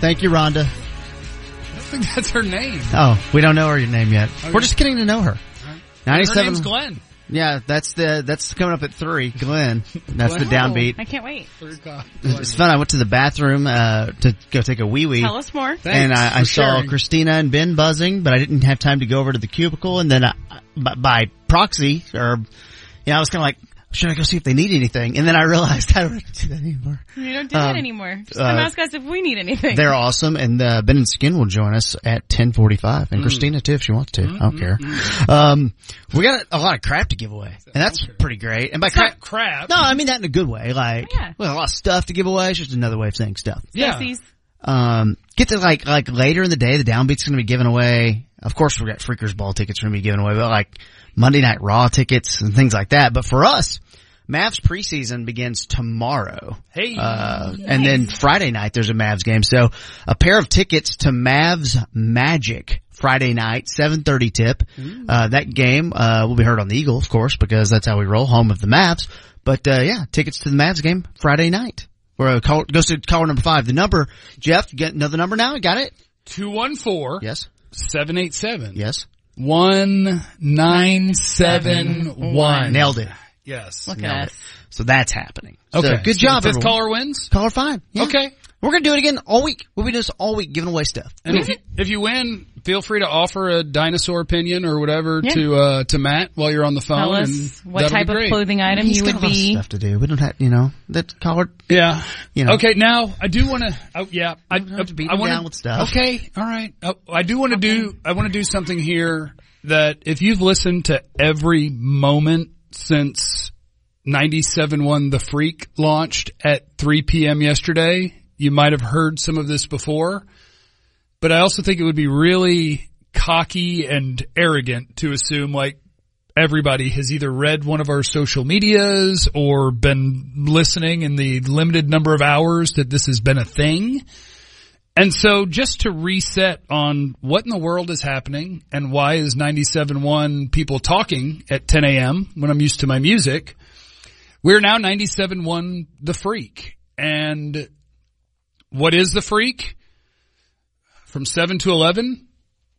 S5: Thank you, Rhonda.
S3: I don't think that's her name.
S5: Oh, we don't know her name yet. We're just getting to know her.
S3: Her
S5: Ninety-seven.
S3: name's Glenn.
S5: Yeah, that's the that's coming up at three. Glenn, that's the
S3: Wow.
S5: downbeat.
S6: Oh, I can't wait.
S5: It's fun. I went to the bathroom uh, to go take a wee wee.
S6: Tell us more.
S5: and
S3: Thanks
S5: I, I
S3: for
S5: saw
S3: sharing.
S5: Christina and Ben buzzing, but I didn't have time to go over to the cubicle. And then I, by, by proxy, or you know, I was kind of like, should I go see if they need anything? And then I realized <laughs> I don't do that anymore.
S6: We don't do
S5: Um,
S6: that anymore. Just come
S5: uh,
S6: ask us if we need anything.
S5: They're awesome, and uh, Ben and Skin will join us at ten forty-five,
S3: Mm.
S5: and Christina too if she wants to. I don't care.
S3: Mm-hmm.
S5: Um, we got a, a lot of crap to give away, and that's pretty great. And by crap,
S3: Crap. crap.
S5: no, I mean that in a good way. Like,
S6: Yeah.
S5: we got a lot of stuff to give away. It's just another way of saying stuff.
S3: yeah.
S6: Sexies.
S5: um, get to like like later in the day, the downbeat's going to be given away. Of course, we got Freakers Ball tickets going to be given away, but like Monday Night Raw tickets and things like that. But for us, Mavs preseason begins tomorrow,
S3: Hey.
S5: uh, and then Friday night there's a Mavs game. So a pair of tickets to Mavs Magic. Friday night, 7.30 tip. Uh, that game, uh, will be heard on the Eagle, of course, because that's how we roll, home of the Mavs. But, uh, yeah, tickets to the Mavs game Friday night. Where a call, goes to caller number five. The number, Jeff, you get another number now? Got it?
S3: 214
S5: Yes.
S3: 787
S5: Yes.
S3: 1971.
S5: Nailed it.
S3: Yes.
S6: Look
S5: Nailed
S6: at
S5: it.
S6: us.
S5: So that's happening. So,
S3: Okay.
S5: good
S3: So
S5: job,
S3: Fifth
S5: everyone.
S3: caller wins.
S5: Caller five. Yeah.
S3: Okay.
S5: We're going to do it again all week. We'll be doing this all week, giving away stuff.
S3: And if you, if you win, feel free to offer a dinosaur opinion or whatever
S6: Yeah.
S3: to uh, to Matt while you're on the phone.
S6: Tell
S3: and
S6: us what
S3: that'll
S6: type
S3: be
S6: of
S3: great.
S6: clothing item
S5: He's
S6: you
S5: got
S6: would
S5: a lot of
S6: be.
S5: stuff to do. We don't have, you know, that caller,
S3: Yeah.
S5: You know.
S3: Okay. Now I do want to. Oh, yeah. I,
S5: don't have to beat
S3: I
S5: him
S3: wanna,
S5: down with stuff.
S3: Okay. All right. Oh, I do want to do. I want to do something here that if you've listened to every moment since 97.1 The Freak launched at 3 p.m. yesterday, you might have heard some of this before. But I also think it would be really cocky and arrogant to assume like everybody has either read one of our social medias or been listening in the limited number of hours that this has been a thing. And so just to reset on what in the world is happening and why is 97.1 people talking at 10 a.m. when I'm used to my music, we're now 97.1 The Freak. And what is The Freak? From 7 to 11,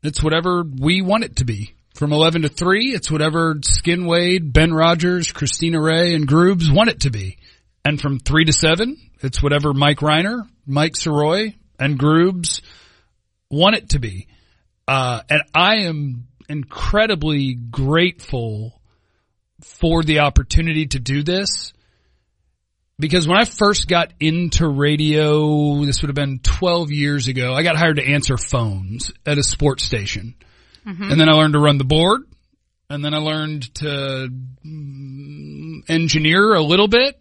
S3: it's whatever we want it to be. From 11 to 3, it's whatever Skin Wade, Ben Rogers, Christina Ray, and Grooves want it to be. And from 3 to 7, it's whatever Mike Reiner, Mike Soroy, and Grooves want it to be. Uh, and I am incredibly grateful for the opportunity to do this because when I first got into radio, this would have been 12 years ago, I got hired to answer phones at a sports station. And then I learned to run the board. And then I learned to mm, engineer a little bit.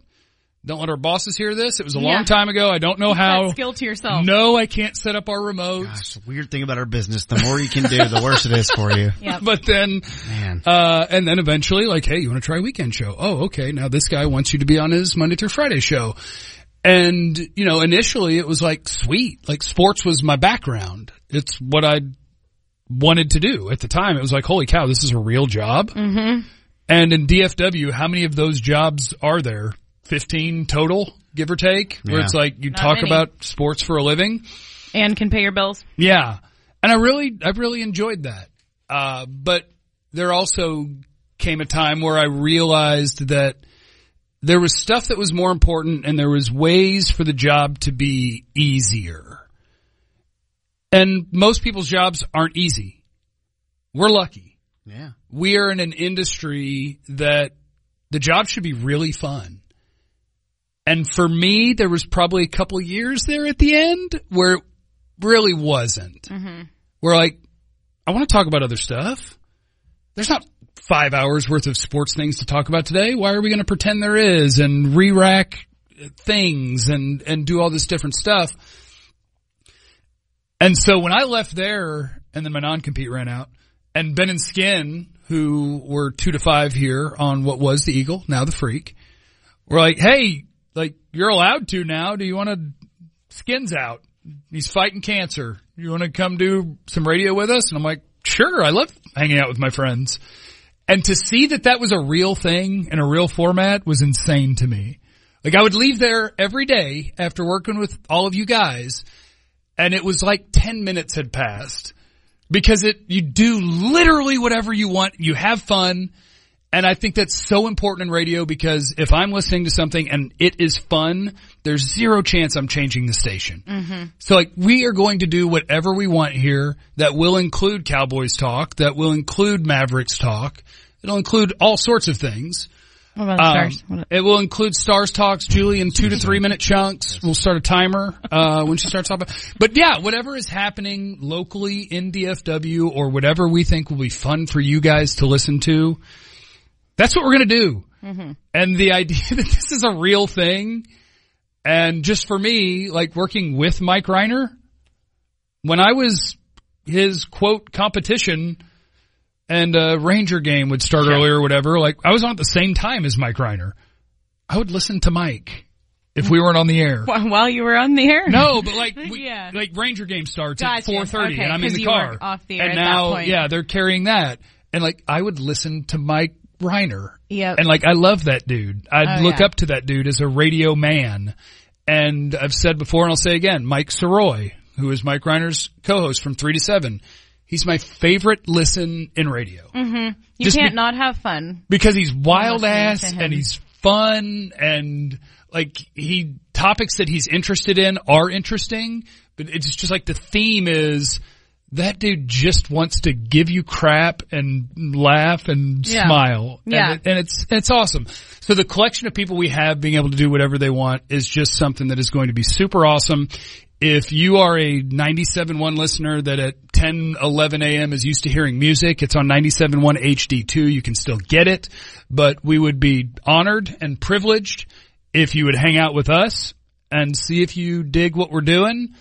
S3: Don't let our bosses hear this. It was a
S6: Yeah.
S3: long time ago. I don't know how.
S6: That skill to yourself.
S3: No, I can't set up our remotes.
S5: Gosh, the weird thing about our business, the more you can do, the worse it is
S3: <laughs>
S5: for you.
S6: Yep.
S3: But then,
S5: Man.
S3: uh, and then eventually, like, hey, you want to try a weekend show? Oh, okay. Now this guy wants you to be on his Monday through Friday show. And, you know, initially it was like, sweet. Like sports was my background. It's what I wanted to do at the time. It was like, holy cow, this is a real job. Mm-hmm. And in DFW, how many of those jobs are there? 15 total, give or take, where
S5: Yeah.
S3: it's like you talk
S6: many.
S3: about sports for a living.
S6: and can pay your bills.
S3: Yeah. And I really, I really enjoyed that. Uh, but there also came a time where I realized that there was stuff that was more important and there was ways for the job to be easier. And most people's jobs aren't easy. We're lucky.
S5: Yeah.
S3: We are in an industry that the job should be really fun. And for me, there was probably a couple years there at the end where it really wasn't. Where like, I want to talk about other stuff. There's not five hours worth of sports things to talk about today. Why are we going to pretend there is and re-rack things and, and do all this different stuff? And so when I left there and then my non-compete ran out and Ben and Skin, who were two to five here on what was the Eagle, now the Freak, We're like, hey, like you're allowed to now. Do you want to skins out? He's fighting cancer. You want to come do some radio with us? And I'm like, sure. I love hanging out with my friends. And to see that that was a real thing and a real format was insane to me. Like I would leave there every day after working with all of you guys and it was like 10 minutes had passed because it, you do literally whatever you want. You have fun. And I think that's so important in radio because if I'm listening to something and it is fun, there's zero chance I'm changing the station. So like we are going to do whatever we want here that will include Cowboys talk, that will include Mavericks talk. It'll include all sorts of things.
S6: What about the
S3: Um,
S6: stars? What-
S3: It will include stars talks, Julie, in two to three minute chunks. We'll start a timer uh, when she starts talking. About, but yeah, whatever is happening locally in DFW or whatever we think will be fun for you guys to listen to, that's what we're gonna do.
S6: Mm-hmm.
S3: And the <laughs> idea that this is a real thing, and just for me, like working with Mike Reiner, when I was his quote competition and uh, Ranger game would start earlier or whatever, like I was on at the same time as Mike Reiner. I would listen to Mike if we weren't on the air. <laughs>
S6: Wh- <laughs> While you were on the air?
S3: No, but
S6: <laughs>
S3: like we,
S6: Yeah.
S3: like Ranger game starts at
S6: Gotcha.
S3: four thirty,
S6: Okay,
S3: and I'm in
S6: 'cause
S3: the
S6: you
S3: car.
S6: weren't off the air
S3: and
S6: at that
S3: now,
S6: point.
S3: yeah, they're carrying that, and like I would listen to Mike Reiner.
S6: Yep.
S3: And like I love that dude. I
S6: Oh,
S3: look
S6: yeah.
S3: up to that dude as a radio man. And I've said before, and I'll say again, Mike Soroy, who is Mike Reiner's co-host from three to seven, he's my favorite listen in radio
S6: you
S3: just
S6: can't
S3: be-
S6: not have fun.
S3: because he's wild
S6: listening
S3: ass
S6: to him.
S3: and he's fun and like he topics that he's interested in are interesting, but it's just like the theme is that dude just wants to give you crap and laugh and
S6: Yeah.
S3: smile.
S6: Yeah.
S3: And, it- and it's, it's awesome. So the collection of people we have being able to do whatever they want is just something that is going to be super awesome. If you are a 97.1 listener that at 10, 11 a.m. is used to hearing music, it's on 97.1 HD2. You can still get it, but we would be honored and privileged if you would hang out with us and see if you dig what we're doing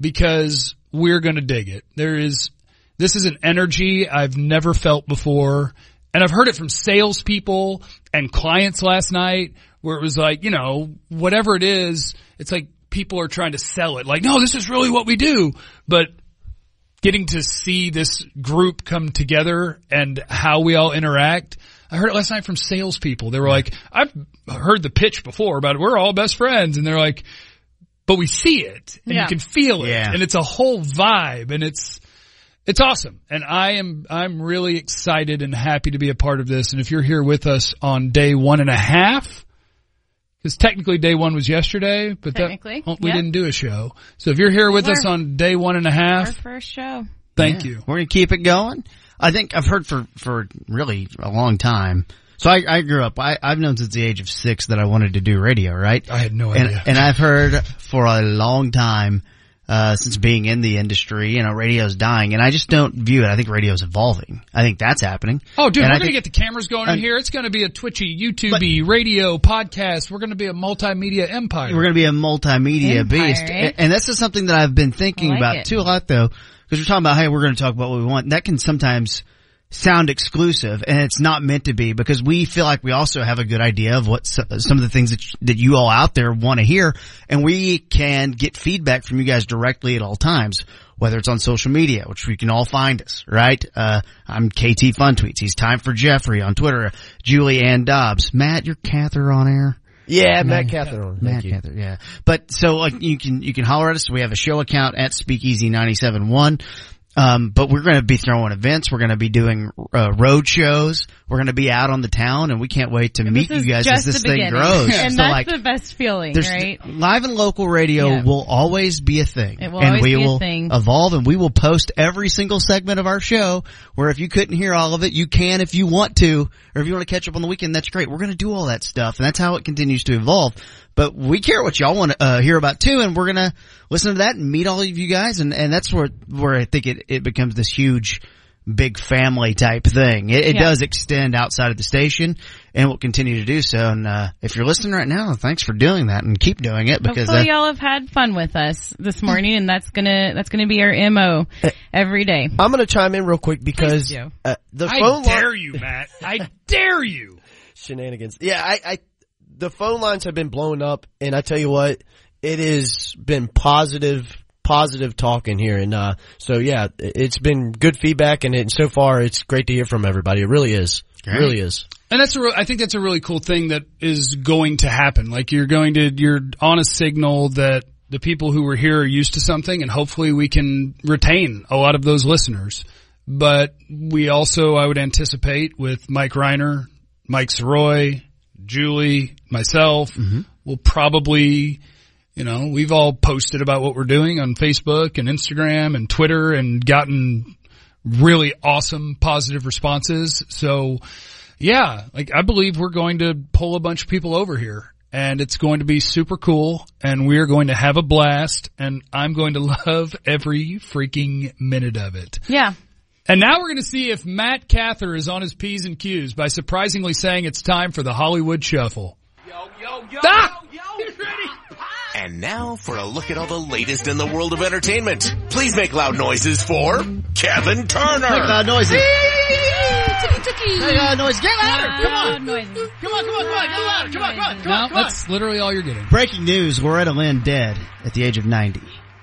S3: because we're going to dig it. There is, this is an energy I've never felt before. And I've heard it from salespeople and clients last night where it was like, you know, whatever it is, it's like people are trying to sell it. Like, no, this is really what we do. But getting to see this group come together and how we all interact. I heard it last night from salespeople. They were like, I've heard the pitch before about we're all best friends. And they're like, but we see it and
S6: Yeah.
S3: you can feel it
S5: Yeah.
S3: and it's a whole vibe and it's, it's awesome. And I am, I'm really excited and happy to be a part of this. And if you're here with us on day one and a half, because technically day one was yesterday, but that,
S6: Technically,
S3: well, we
S6: yeah.
S3: didn't do a show. So if you're here with us
S6: We're-
S3: on day one and a half,
S6: Our first show.
S3: thank you.
S5: We're gonna keep it going. I think I've heard for for really a long time. So I, I grew up. I, I've known since the age of six that I wanted to do radio. Right?
S3: I had no
S5: and,
S3: idea.
S5: And I've heard for a long time uh, since being in the industry. You know, radio's dying, and I just don't view it. I think radio's evolving. I think that's happening.
S3: Oh, dude,
S5: And
S3: we're
S5: I
S3: going to get
S5: think-
S3: the cameras going in
S5: and-
S3: here. It's going to be a Twitchy, YouTubey, radio, podcast. We're going to be a multimedia empire.
S5: we're going to be a multimedia
S6: Empire,
S5: beast.
S6: eh?
S5: And, and that's just something that I've been thinking
S6: I like
S5: about
S6: it.
S5: too a lot though, because we're talking about, hey, we're going to talk about what we want. And that can sometimes sound exclusive and it's not meant to be because we feel like we also have a good idea of what s- some of the things that, you- that you all out there want to hear and we can get feedback from you guys directly at all times. Whether it's on social media, which we can all find us, right? Uh, I'm KT Fun Tweets. He's time for Jeffrey on Twitter. Julie Ann Dobbs. Matt, your Cather on air.
S4: Yeah, Matt Catherine.
S5: Matt
S4: Thank you.
S5: Cather, yeah. But so like you can you can holler at us. We have a show account at Speakeasy ninety seven one. Um, but we're going to be throwing events. We're going to be doing uh, road shows. We're going to be out on the town, and we can't wait to meet
S6: This
S5: you guys
S6: is
S5: as
S6: just
S5: this
S6: the
S5: thing
S6: beginning.
S5: grows.
S6: <laughs> And
S5: So,
S6: that's
S5: like,
S6: the best feeling,
S5: there's
S6: right?
S5: live and local radio
S6: Yeah.
S5: will always be a thing,
S6: It will
S5: and
S6: always
S5: we
S6: be a
S5: will
S6: thing.
S5: evolve, and we will post every single segment of our show. Where if you couldn't hear all of it, you can if you want to, or if you want to catch up on the weekend, that's great. We're going to do all that stuff, and that's how it continues to evolve. But we care what y'all want to uh, hear about too, and we're going to listen to that and meet all of you guys, and and that's where where I think it it becomes this huge. Big family type thing. It, it
S6: Yeah.
S5: does extend outside of the station, and will continue to do so. And uh, if you're listening right now, thanks for doing that, and keep doing it because uh,
S6: Hopefully
S5: that-
S6: y'all have had fun with us this morning and that's gonna, that's gonna be our MO
S5: Uh,
S6: every day.
S4: I'm going to chime in real quick because
S6: do.
S4: uh, the
S3: I
S4: phone line
S3: dare you, Matt. I dare you.
S4: shenanigans. Yeah, I, I the phone lines have been blown up, and I tell you what, it has been positive, positive talk in here, and uh, so yeah, it's been good feedback, and it, so far it's great to hear from everybody. It really is, It really is.
S3: And that's a real, I think that's a really cool thing that is going to happen. Like you're going to, you're on a signal that the people who were here are used to something and hopefully we can retain a lot of those listeners. But we also, I would anticipate with Mike Reiner, Mike Soroy, Julie, myself, will probably, you know, we've all posted about what we're doing on Facebook and Instagram and Twitter and gotten really awesome positive responses. So, yeah, like I believe we're going to pull a bunch of people over here and it's going to be super cool and we're going to have a blast and I'm going to <laughs> love every freaking minute of it.
S6: Yeah.
S3: And now we're going to see if Matt Cather is on his P's and Q's by surprisingly saying it's time for the Hollywood Shuffle. Ah!
S2: And now for a look at all the latest in the world of entertainment. Please make loud noises for Kevin
S5: Make loud
S2: Turner.
S5: noises. Make <laughs>
S6: Tookie
S5: loud noises. Get louder. Come on.
S6: noises.
S5: Come on, come on, come on. Get louder. Come on, come on, come
S3: No,
S5: on, come on.
S3: that's literally all you're getting.
S5: Breaking news. Loretta Lynn dead at the age of 90.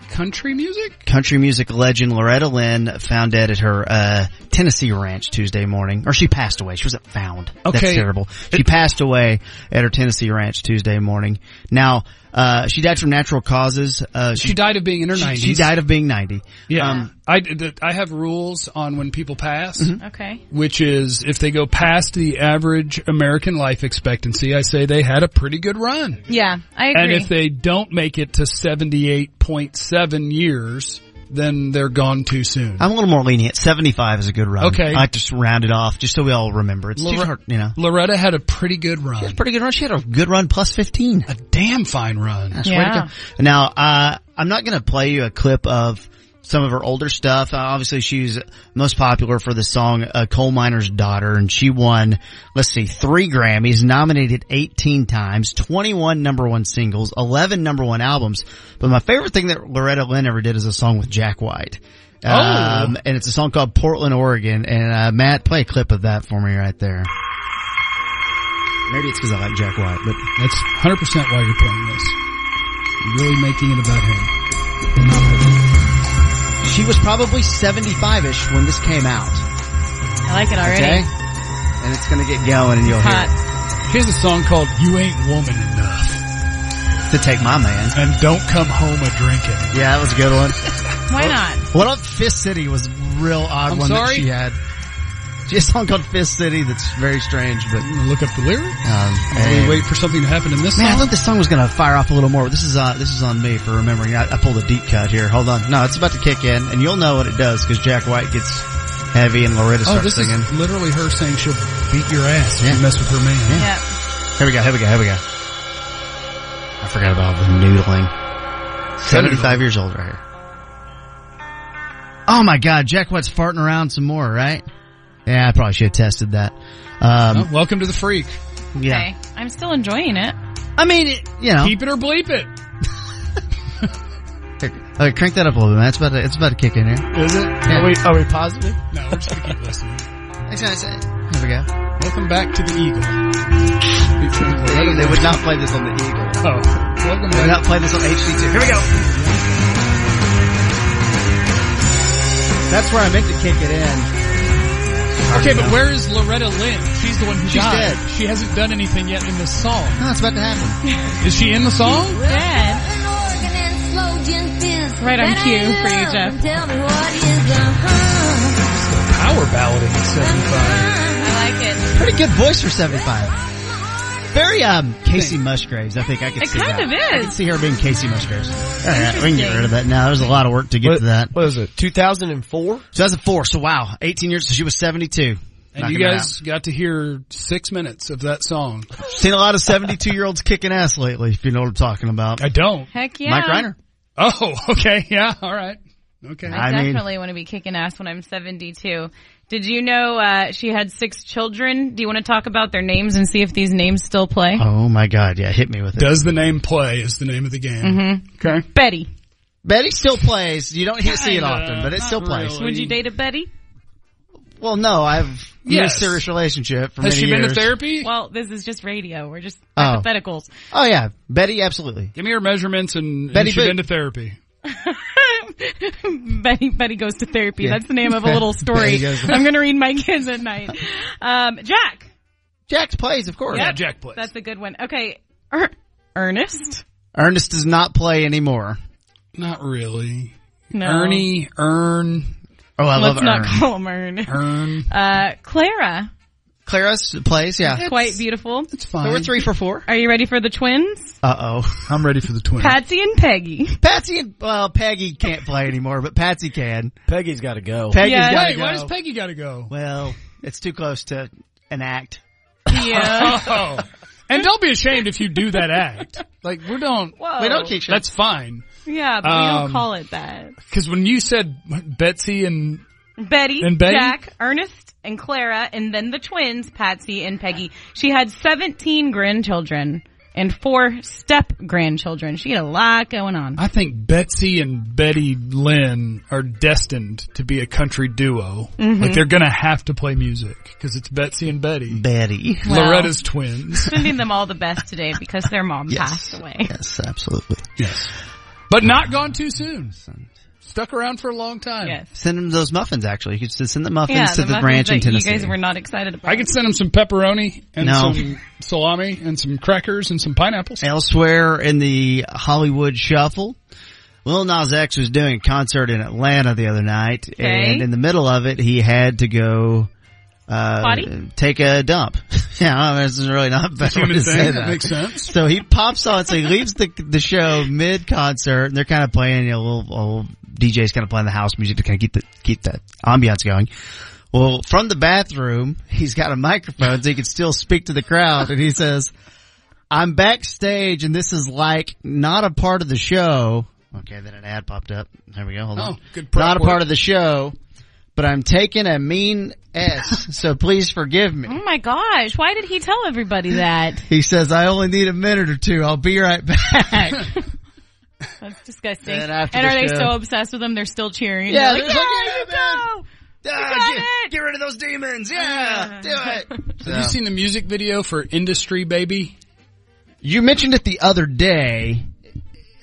S3: Country music?
S5: Country music legend Loretta Lynn found dead at her uh, Tennessee ranch Tuesday morning, or she passed away. She wasn't found.
S3: Okay.
S5: That's terrible. She passed away at her Tennessee ranch Tuesday morning. Now, uh, she died from natural causes. Uh,
S3: She died of being in her
S5: she-
S3: 90s.
S5: she died of being 90.
S3: Yeah.
S5: Um, Mm-hmm.
S3: I, th- I have rules on when people pass.
S6: Okay.
S3: which is if they go past the average American life expectancy, I say they had a pretty good run.
S6: Yeah, I
S3: And
S6: agree.
S3: if they don't make it to 78.7 years, then they're gone too soon.
S5: I'm a little more lenient. 75 is a good run.
S3: Okay.
S5: I like to just round it off just so we all remember. It's too
S3: Lore-
S5: hard, you know.
S3: Loretta had a pretty good run.
S5: Pretty good run. She had a good run plus 15.
S3: A damn fine run.
S5: That's way to
S6: Yeah.
S5: go. Now, uh, I'm not going to play you a clip of some of her older stuff. Uh, obviously, she's most popular for the song uh, "Coal Miner's Daughter," and she won, let's see, three Grammys, nominated 18 times, 21 number one singles, 11 number one albums. But my favorite thing that Loretta Lynn ever did is a song with Jack White. Um, and it's a song called Portland, Oregon. And, uh, Matt, play a clip of that for me right there. Maybe it's cause I like Jack White, but
S3: That's 100% why you're playing this. You're really making it about him.
S5: She was probably 75-ish when this came out.
S6: I like it already.
S5: Okay? And it's gonna get going and you'll hear
S6: Hot.
S3: She has a song called You Ain't Woman Enough
S5: it. To take my man.
S3: and Don't Come Home a Drinking.
S5: Yeah, that was a good one.
S6: Why not?
S5: What up Fist City was a real odd
S3: I'm
S5: one
S3: sorry?
S5: that she had. She has a song called Fist City that's very strange, but
S3: I'm gonna look up the lyric.
S5: um
S3: While
S5: hey.
S3: We wait for something to happen in this
S5: Man, I
S3: song.
S5: thought this song was gonna fire off a little more. This is uh this is on me for remembering. I, I pulled a deep cut here. Hold on. No, it's about to kick in and you'll know what it does because Jack White gets heavy and Loretta
S3: Oh, this
S5: starts singing.
S3: is literally her saying she'll beat your ass if
S5: Yeah.
S3: you mess with her man.
S6: Yeah.
S5: Here we go, here we go, here we go. I forgot about all the noodling. 75 years old right here. Oh my god, Jack White's farting around some more, right? Yeah, I probably should have tested that.
S3: Oh,
S5: Um,
S3: welcome to the freak.
S5: Oh, yeah.
S6: Okay. I'm still enjoying it.
S5: I mean, it, you know,
S3: Keep it or bleep it.
S5: okay, crank that up a little bit, man. It's about to, it's about to kick in here.
S3: Is it?
S5: Yeah.
S4: Are we are we positive?
S3: No, we're just gonna keep listening.
S5: Here we go.
S3: Welcome back to the Eagle. Featuring Loretta
S5: They would not play this on the Eagle.
S3: Lynn. Oh, welcome
S5: They would
S3: back.
S5: not play this on HD2. Here we go. That's where I meant to kick it in.
S3: Okay, but where is Loretta Lynn? She's the one who
S5: She's
S3: died.
S5: dead.
S3: She hasn't done anything yet in this song.
S5: No, it's about to happen.
S3: Is she in the song?
S6: Dad. Right on cue for you, Jeff.
S7: Tell me what is the harm?
S3: Power ballad at 75.
S6: I like it.
S5: Pretty good voice for 75. Very, um, Casey Musgraves. I think I could
S6: It
S5: see
S6: kind
S5: that.
S6: of
S5: I
S6: is.
S5: could see her being Casey Musgraves. All right, we can get rid of that now. There's a lot of work to get to that.
S4: What is it? Two thousand and four.
S5: 2004. So wow. 18 years. So she was 72.
S3: And
S5: Knocking
S3: you
S5: it
S3: guys got to hear six minutes of that song.
S5: out. Seen a lot of 72 year olds kicking ass lately, if you know what I'm talking about.
S3: I don't.
S6: Heck yeah.
S5: Mike Reiner.
S3: Oh, <laughs> okay. Yeah. All right. Okay.
S6: I,
S5: I mean-
S6: definitely want to be kicking ass when I'm 72. Did you know uh, she had six children? Do you want to talk about their names and see if these names still play?
S5: Oh my god. Yeah. Hit me with it.
S3: Does the name play is the name of the game.
S5: Mm-hmm.
S3: Okay.
S6: Betty.
S5: Betty still plays. You don't hear- see it often, but it still
S3: not
S5: plays.
S3: really.
S6: Would you date a Betty?
S5: Well, no, I've been in a
S3: Yes.
S5: serious relationship for
S3: Has
S5: many
S3: she been to
S5: years.
S3: therapy?
S6: Well, this is just radio. We're just
S5: Oh.
S6: hypotheticals. <laughs>
S5: Oh yeah, Betty, absolutely.
S3: Give me her measurements and, and
S5: Betty
S3: she's
S5: Boop.
S3: been to therapy.
S6: Betty, Betty goes to therapy. That's the name
S5: <laughs>
S6: of a little story.
S5: Betty goes to-
S6: I'm going to read my kids at night. Um, Jack.
S5: Jack's plays, of course.
S3: Yeah, Jack plays.
S6: That's a good one. Okay. Er- Ernest.
S5: Ernest does not play anymore.
S3: Not really.
S6: No.
S3: Ernie, Earn,
S5: Oh, I
S6: Let's
S5: love
S6: not
S5: Ern.
S6: call him Ern.
S3: Earn.
S6: Uh, Clara.
S5: Clara's plays, yeah.
S6: Quite beautiful.
S5: It's fine. So we're three for four.
S6: Are you ready for the twins?
S5: Uh oh.
S3: I'm ready for the twins.
S6: Patsy and Peggy.
S5: Patsy and well, Peggy can't play anymore, but Patsy can.
S4: Peggy's got to go.
S5: Peggy's
S6: Yeah.
S5: gotta
S3: Wait, why
S5: go.
S3: does Peggy gotta go?
S5: Well, it's too close to an act.
S6: Yeah.
S3: Oh. And don't be ashamed if you do that act. Like we don't.
S6: Whoa.
S5: We don't teach her.
S3: That's fine.
S6: <laughs> yeah, but we don't
S3: Um,
S6: call it that.
S3: Because when you said Betsy and
S6: Betty,
S3: And Betty?
S6: Jack, Ernest, and Clara, and then the twins, Patsy and Peggy. She had 17 grandchildren and four step grandchildren. She had a lot going on.
S3: I think Betsy and Betty Lynn are destined to be a country duo.
S6: Mm-hmm.
S3: Like they're gonna have to play music because it's Betsy and Betty,
S5: Betty.
S6: Wow.
S3: Loretta's twins.
S6: Sending them all the best today because their mom
S5: Yes.
S6: passed away.
S5: Yes, absolutely.
S3: yes, but not gone too soon. Stuck around for a long time.
S6: Yes.
S5: Send them those muffins. Actually, you should send the muffins
S6: Yeah,
S5: to the,
S6: muffins
S5: branch in
S6: that
S5: Tennessee.
S6: You guys were not excited about.
S3: I could send them some pepperoni and
S5: No.
S3: some salami and some crackers and some pineapples.
S5: Elsewhere in the Hollywood shuffle, Lil Nas X was doing a concert in Atlanta the other night,
S6: Okay.
S5: and in the middle of it, he had to go uh,
S6: Potty?
S5: take a dump. <laughs> yeah, this is really not bad.
S3: Human
S5: to say
S3: thing.
S5: that.
S3: That makes sense.
S5: So he pops on, so he leaves the the show mid concert, and they're kind of playing you know, little, old DJ's kind of playing the house music to kind of keep the keep the ambiance going. Well, from the bathroom, he's got a microphone, so he can still speak to the crowd, and he says, "I'm backstage, and this is like not a part of the show." Okay, then an ad popped up. There we go. Hold on.
S3: Oh, good prep
S5: Not a
S3: work.
S5: part of the show, but I'm taking a mean S, so please forgive me.
S6: Oh my gosh! Why did he tell
S5: <laughs>
S6: everybody that?
S5: He says, "I only need a minute or two. I'll be right back."
S6: That's disgusting.
S5: And after
S6: are
S5: the
S6: they
S5: show-
S6: so obsessed with him? They're still cheering.
S5: Yeah,
S6: They're like,
S5: they're like,
S6: yeah,
S5: "Yeah, man."
S6: you
S5: Ah,
S6: go.
S5: get,
S6: got it. Uh-huh.
S5: get rid of those demons. Yeah, do
S6: <laughs>
S5: it.
S3: Have you seen the music video for Industry Baby?
S5: You mentioned it the other day.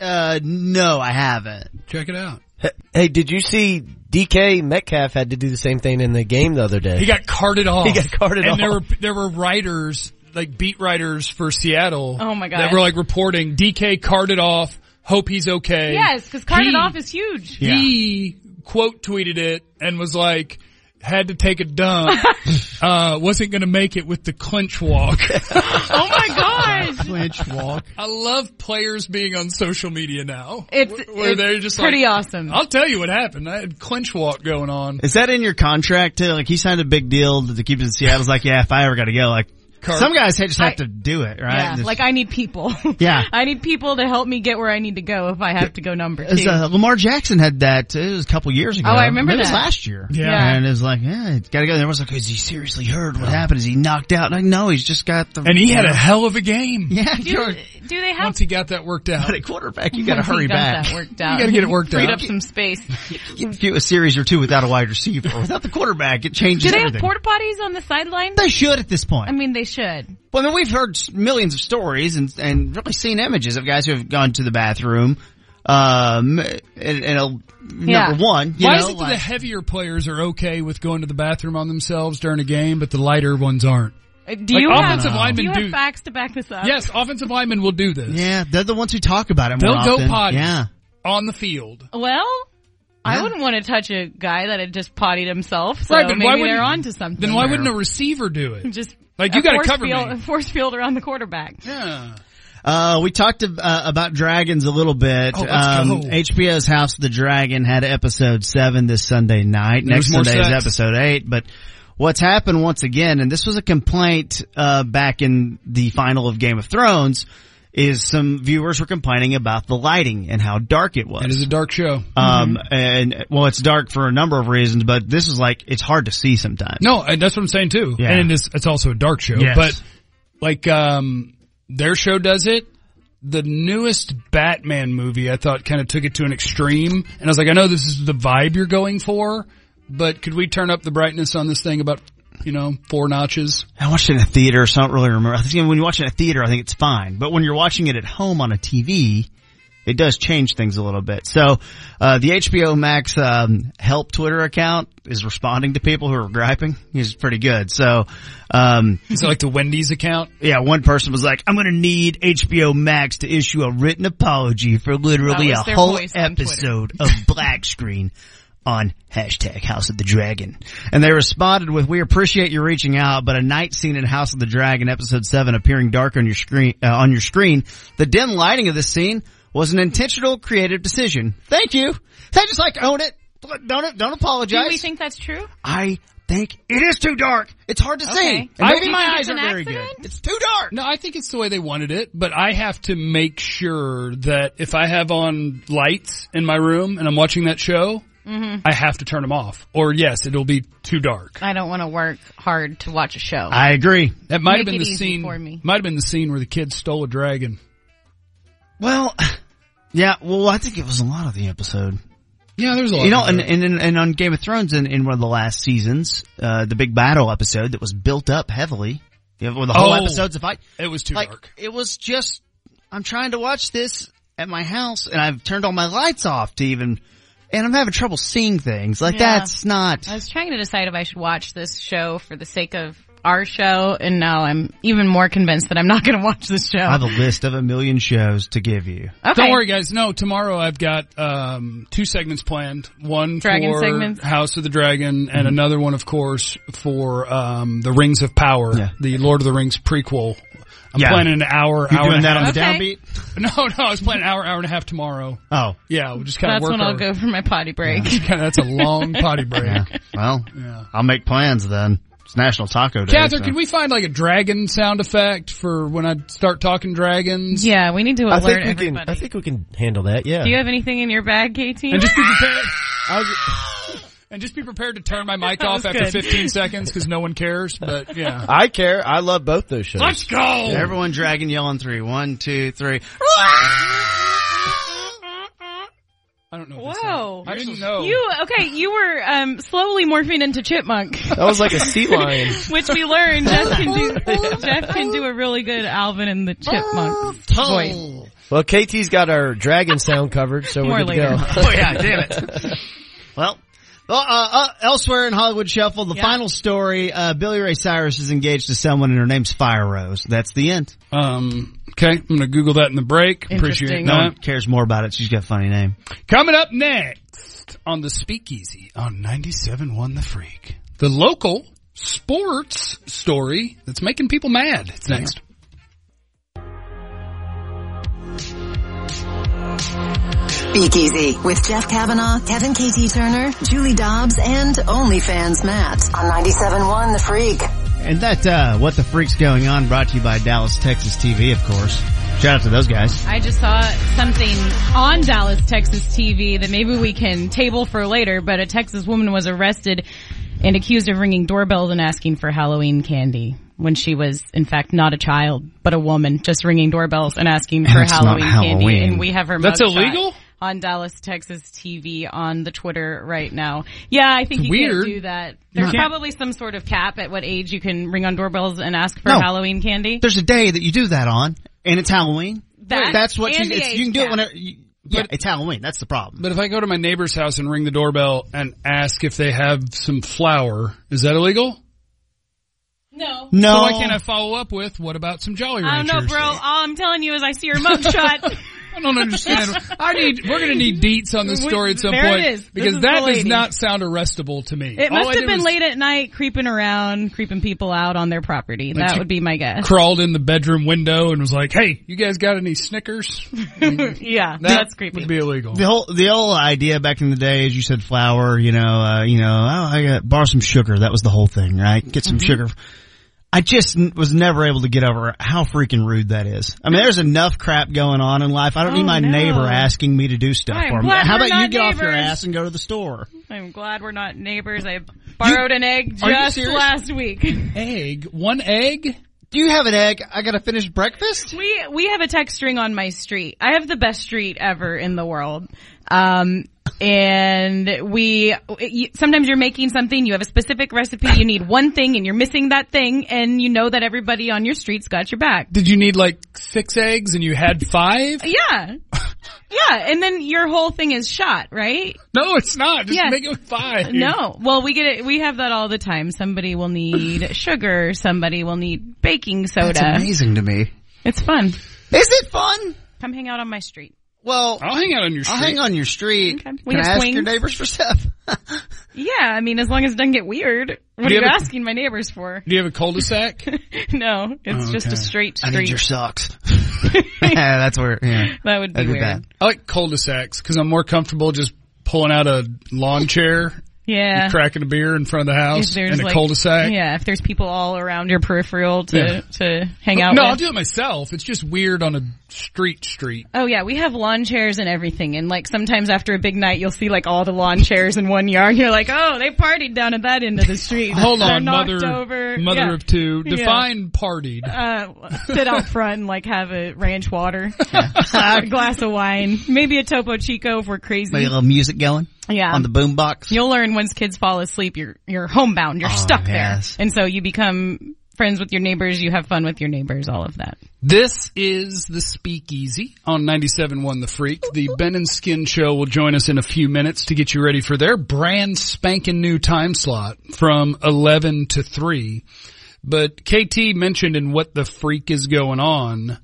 S5: Uh, no, I haven't.
S3: Check it out.
S4: Hey- Hey, did you see DK Metcalf had to do the same thing in the game the other day?
S3: He got carted off.
S4: He got carted
S3: and
S4: off.
S3: there were there were writers like beat writers for Seattle.
S6: Oh, my God.
S3: That were like reporting DK carted off. Hope he's okay.
S6: Yes, because carted
S3: He-
S6: off is huge.
S3: He quote tweeted it and was like. Had to take a
S5: <laughs>
S3: dump. uh, wasn't going to make it with the clinch walk.
S6: Oh my
S3: <laughs>
S6: gosh!
S5: Lynch walk.
S3: I love players being on social media now.
S6: It's,
S3: Wh- where
S6: it's
S3: they're just
S6: pretty
S3: like, "Oh,
S6: awesome.
S3: I'll tell you what happened. I had clinch walk going on.
S5: Is that in your contract too? Like he signed a big deal to keep it in Seattle. It's like, yeah, if I ever got to go, like
S3: Cart-
S5: some guys just have
S6: I-
S5: to do it, right?
S6: yeah,
S5: Just-
S6: like I
S3: <laughs>
S6: need people.
S5: Yeah.
S6: I need people to help me get where I need to go if I have to go number
S5: It's,
S6: two.
S5: uh, Lamar Jackson had that. uh, It was a couple years ago.
S6: Oh, I remember
S5: Maybe It was
S6: that.
S5: last year.
S6: Yeah.
S5: and it was like, yeah, it's got to go. And everyone's like, is he seriously hurt? What happened? Is he knocked out? And I know he's just got the.
S3: And he had a hell of a game.
S5: <laughs> yeah.
S6: Do,
S5: You're
S6: do they have
S3: Once he got that worked out.
S5: a quarterback.
S6: <laughs>
S5: You got to
S6: once he
S5: hurry
S6: got
S5: back.
S6: That worked out.
S3: gotta get it worked
S6: Freed
S3: out.
S6: up some space.
S5: give you a series or two without a wide receiver,
S3: <laughs>
S5: without the quarterback, it changes
S6: Do they have
S5: everything.
S6: porta potties on the sideline?
S5: they should at this point.
S6: I mean, they should.
S5: well, I mean, we've heard s- millions of stories and and really seen images of guys who have gone to the bathroom. Um, and, and a,
S6: Yeah.
S5: number one, you
S3: Why
S5: know,
S3: is it that
S5: like-
S3: the heavier players are okay with going to the bathroom on themselves during a game, but the lighter ones aren't?
S6: Uh, Do
S3: Like,
S6: you have,
S3: offensive linemen
S6: do you have
S3: do-
S6: facts to back this up?
S3: Yes, offensive linemen will do this.
S5: Uh, yeah, they're the ones who talk about it. More
S3: They'll go
S5: often.
S3: potties
S5: Yeah,
S3: on the field.
S6: Well, I wouldn't want to touch a guy that had just pottied himself. So
S3: Right, but
S6: maybe
S3: why
S6: they're
S3: wouldn't-
S6: onto something.
S3: Then why wouldn't a receiver do
S5: <laughs>
S3: it?
S6: <laughs> just
S3: Like, you
S6: a
S3: gotta
S6: force
S3: cover
S6: field,
S3: me.
S6: a <laughs> force field around the quarterback?
S3: Yeah.
S5: Uh, we talked ab- uh, about dragons a little bit.
S3: Oh, let's
S5: um,
S3: go.
S5: HBO's House of the Dragon had episode seven this Sunday night. Next
S3: was more
S5: Sunday is
S3: sex.
S5: episode eight, but what's happened once again, and this was a complaint, uh, back in the final of Game of Thrones, is some viewers were complaining about the lighting and how dark it was.
S3: It is Mm-hmm. a dark show.
S5: um, and well, it's dark for a number of reasons, but this is like, it's hard to see sometimes.
S3: No, and that's what I'm saying too.
S5: Yeah.
S3: And it's, it's also a dark show,
S5: Yes.
S3: but like, um, their show does it. The newest Batman movie I thought kind of took it to an extreme. And I was like, I know this is the vibe you're going for, but could we turn up the brightness on this thing about, you know, four notches?
S5: I watched it in a theater, so I don't really remember. I think when you watch it in a theater, I think it's fine. But when you're watching it at home on a TV, it does change things a little bit. So, uh, the HBO Max, um, help Twitter account is responding to people who are griping. He's pretty good. So, um,
S3: Is it like the Wendy's account?
S5: yeah, one person was like, I'm going to need HBO Max to issue a written apology for literally
S10: That
S5: a
S10: was their
S5: whole
S10: voice on Twitter.
S5: episode of <laughs> black screen on hashtag House of the Dragon. And they responded with, we appreciate you reaching out, but a night scene in House of the Dragon episode seven appearing dark on your screen, uh, on your screen. The dim lighting of this scene was an intentional creative decision. Thank you. They just like own it. Don't, don't
S10: Do
S5: apologize.
S10: we think that's true?
S5: I think it is too dark. It's hard to see.
S10: Okay.
S5: And
S10: I
S5: maybe
S10: think
S5: my
S10: it's
S5: eyes
S10: an
S5: aren't very good.
S10: accident?
S5: It's too dark.
S3: No, I think it's the way they wanted it, but I have to make sure that if I have on lights in my room and I'm watching that show, I have to turn them off. Or yes, it'll be too dark.
S10: I don't want to work hard to watch a show.
S5: I agree.
S3: That might have
S10: Make
S3: been
S10: it
S3: the
S10: easy
S3: scene.
S10: for me.
S3: Might have been the scene where the kid stole a dragon.
S5: Well, <sighs> yeah. Well, I think it was a lot of the episode.
S3: Yeah, there's a lot.
S5: You know,
S3: of
S5: and
S3: that.
S5: and, and, and on Game of Thrones, in, in one of the last seasons, uh, the big battle episode that was built up heavily. You know, the whole
S3: Oh.
S5: episode's a fight.
S3: it was too
S5: like
S3: dark.
S5: it was just. I'm trying to watch this at my house, and I've turned all my lights off to even, and I'm having trouble seeing things. Like
S10: Yeah.
S5: that's not.
S6: I was trying to decide if I should watch this show for the sake of our show, and now I'm even more convinced that I'm not going to watch this show.
S5: I have a list of a million shows to give you.
S6: okay.
S3: Don't worry, guys. No, tomorrow I've got um, two segments planned. One
S6: Dragon
S3: for
S6: segments?
S3: House of the Dragon, and another one, of course, for um, the Rings of Power, the Lord of the Rings prequel. I'm
S5: Yeah.
S3: planning an hour, hour and a half.
S6: the Okay.
S3: <laughs> No, no, I was planning an hour, hour and a half tomorrow. <laughs>
S5: Oh,
S3: Yeah, we'll just kind of work.
S6: That's when
S3: our,
S6: I'll go for my potty
S3: <laughs>
S6: break.
S3: Kinda- that's a long <laughs> potty break.
S5: well, I'll make plans then. It's National Taco Day.
S3: Catherine,
S5: so-
S3: could we find like a dragon sound effect for when I start talking dragons?
S6: <laughs> Yeah, we need to
S4: I
S6: alert
S4: think we
S6: everybody.
S4: can. I think we can handle that. Yeah.
S6: Do you have anything in your bag, KT?
S3: And just be prepared. and just be prepared to turn my mic off
S6: was
S3: after
S6: good.
S3: 15 seconds because no one cares. But yeah,
S6: <laughs>
S4: I care. I love both those shows.
S3: let's go.
S5: Everyone dragon yelling three. One, two, three.
S3: I don't know. what that
S6: Whoa.
S3: sound- I didn't know.
S6: <laughs> You okay? You were um, slowly morphing into chipmunk,
S4: That was like a sea lion.
S6: <laughs> which we learned Jeff can do. Jeff can do a really good Alvin and the chipmunk voice.
S4: Well, KT's got our dragon sound covered, so we're
S6: More
S4: good to go.
S5: Oh yeah, damn it. <laughs> well, uh, uh, elsewhere in Hollywood Shuffle, the final story: uh, Billy Ray Cyrus is engaged to someone, and her name's Fire Rose. That's the end.
S3: Um, okay, I'm gonna Google that in the break. Appreciate
S6: Interesting.
S5: No
S3: that.
S5: one cares more about it. She's got a funny name.
S3: Coming up next on the Speakeasy on 97.1 The Freak, the local sports story that's making people mad. It's next.
S9: Speakeasy with Jeff Kavanaugh, Kevin KT Turner, Julie Dobbs, and OnlyFans Matt on 97.1 The Freak.
S5: And that uh, what the freak's going on? Brought to you by Dallas, Texas TV, of course. Shout out to those guys.
S6: I just saw something on Dallas, Texas TV that maybe we can table for later. But a Texas woman was arrested and accused of ringing doorbells and asking for Halloween candy when she was, in fact, not a child but a woman, just ringing doorbells and asking for
S5: That's not
S6: Halloween, candy.
S5: Halloween.
S6: And we have her.
S3: That's
S6: mugshot
S3: illegal?
S6: on Dallas, Texas TV on the Twitter right now. Yeah, I think
S3: It's
S6: you
S3: weird.
S6: can do that. There's probably some sort of cap at what age you can ring on doorbells and ask for
S5: No.
S6: Halloween candy.
S5: There's a day that you do that on, and it's Halloween.
S6: That
S5: That's what you,
S6: and the
S5: it's, you
S6: age
S5: can do it
S6: cap.
S5: whenever. You, yeah, it's Halloween. That's the problem.
S3: But if I go to my neighbor's house and ring the doorbell and ask if they have some flour, is that illegal?
S6: No.
S5: No,
S3: So why can't I follow up with what about some Jolly
S6: Oh. I don't
S3: Ranchers?
S6: know, bro. All I'm telling you is I see
S3: <laughs>
S6: your mugshot.
S3: I don't
S6: <laughs>
S3: understand. I need. We're going to need deets on this
S6: We-
S3: story at some
S6: there
S3: point
S6: it is. This
S3: because
S6: is
S3: that
S6: the
S3: does
S6: lady.
S3: not sound arrestable to me.
S6: It
S3: All I
S6: must have
S3: did
S6: been
S3: was
S6: late at night, creeping around, creeping people out on their property.
S3: Like
S6: that
S3: you-
S6: would be my guess.
S3: Crawled in the bedroom window and was like, "Hey, you guys got any Snickers?"
S6: <laughs> yeah,
S3: That
S6: that's creepy.
S3: Would be illegal.
S5: the whole the whole idea back in the day, as you said, flour. You know, uh, you know, oh, I got borrow some sugar. That was the whole thing, right? Get some
S6: Mm-hmm.
S5: sugar. I just n- was never able to get over how freaking rude that is. I mean, there's enough crap going on in life. I don't
S6: Oh,
S5: need my
S6: no.
S5: neighbor asking me to do stuff
S6: I'm
S5: for me.
S6: glad
S5: How
S6: we're
S5: about you
S6: not
S5: get off your
S6: neighbors.
S5: ass and go to the store?
S6: I'm glad we're not neighbors. I borrowed an egg
S5: Are you
S6: just
S5: serious?
S6: last week.
S3: egg, one egg.
S5: Do you have an egg? I gotta finish breakfast.
S6: <laughs> We we have a text string on my street. I have the best street ever in the world. Um, and we you- sometimes you're making something, you have a specific recipe, you need one thing, and you're missing that thing, and you know that everybody on your street's got your back.
S3: Did you need like six eggs and you had five?
S6: Yeah, yeah, and then your whole thing is shot, right?
S3: No, it's not. Just
S6: Yeah.
S3: make it five.
S6: No. Well, we get it. We have that all the time. Somebody
S3: <laughs>
S6: will need sugar. Somebody will need baking soda.
S5: That's amazing to me.
S6: It's fun.
S5: Is it fun?
S6: Come hang out on my street.
S5: Well,
S3: I'll hang out on your
S5: I'll
S3: street.
S5: hang on your street.
S6: Okay.
S5: Can
S6: We
S5: I
S6: have
S5: ask your
S6: swings.
S5: neighbors for stuff?
S6: Yeah, I mean, as long as it doesn't get weird. What
S3: Do you
S6: are you
S3: have a-
S6: asking my neighbors for? <laughs>
S3: Do you have a cul-de-sac?
S6: No, it's
S3: Oh,
S6: just a
S5: okay.
S6: straight
S5: <laughs> I need
S6: street.
S5: your <laughs> socks. yeah, that's where. Yeah,
S6: That would be
S5: that'd be
S6: weird.
S5: bad.
S3: I like cul-de-sacs because I'm more comfortable just pulling out a lawn chair,
S6: Yeah.
S3: cracking a beer in front of the
S6: If
S3: house,
S6: there's
S3: and a
S6: like-
S3: cul-de-sac.
S6: Yeah, if there's people all around your peripheral to
S3: Yeah.
S6: to hang out
S3: No, I'll
S6: with.
S3: do it myself. It's just weird on a street street.
S6: <laughs> oh yeah, we have lawn chairs and everything, and like sometimes after a big night, you'll see like all the lawn chairs in one yard. And you're like, oh, they partied down at that end of the street.
S3: Hold
S6: They're
S3: on,
S6: knocked
S3: mother,
S6: over.
S3: mother
S6: Yeah.
S3: of two.
S6: Yeah.
S3: Define partied.
S6: uh, sit out front and like have a
S3: <laughs>
S6: ranch water, a glass of wine, maybe a Topo Chico if we're crazy.
S5: Maybe a little music going
S6: yeah.
S5: on the boombox.
S6: You'll learn once kids fall asleep, you're you're homebound, you're stuck
S5: Oh, yes.
S6: there, and so you become friends with your neighbors. You have fun with your neighbors, all of that.
S3: This is the Speakeasy on 97.1 The Freak. The Ben and Skin Show will join us in a few minutes to get you ready for their brand spanking new time slot from 11 to 3. But KT mentioned in What the Freak is Going On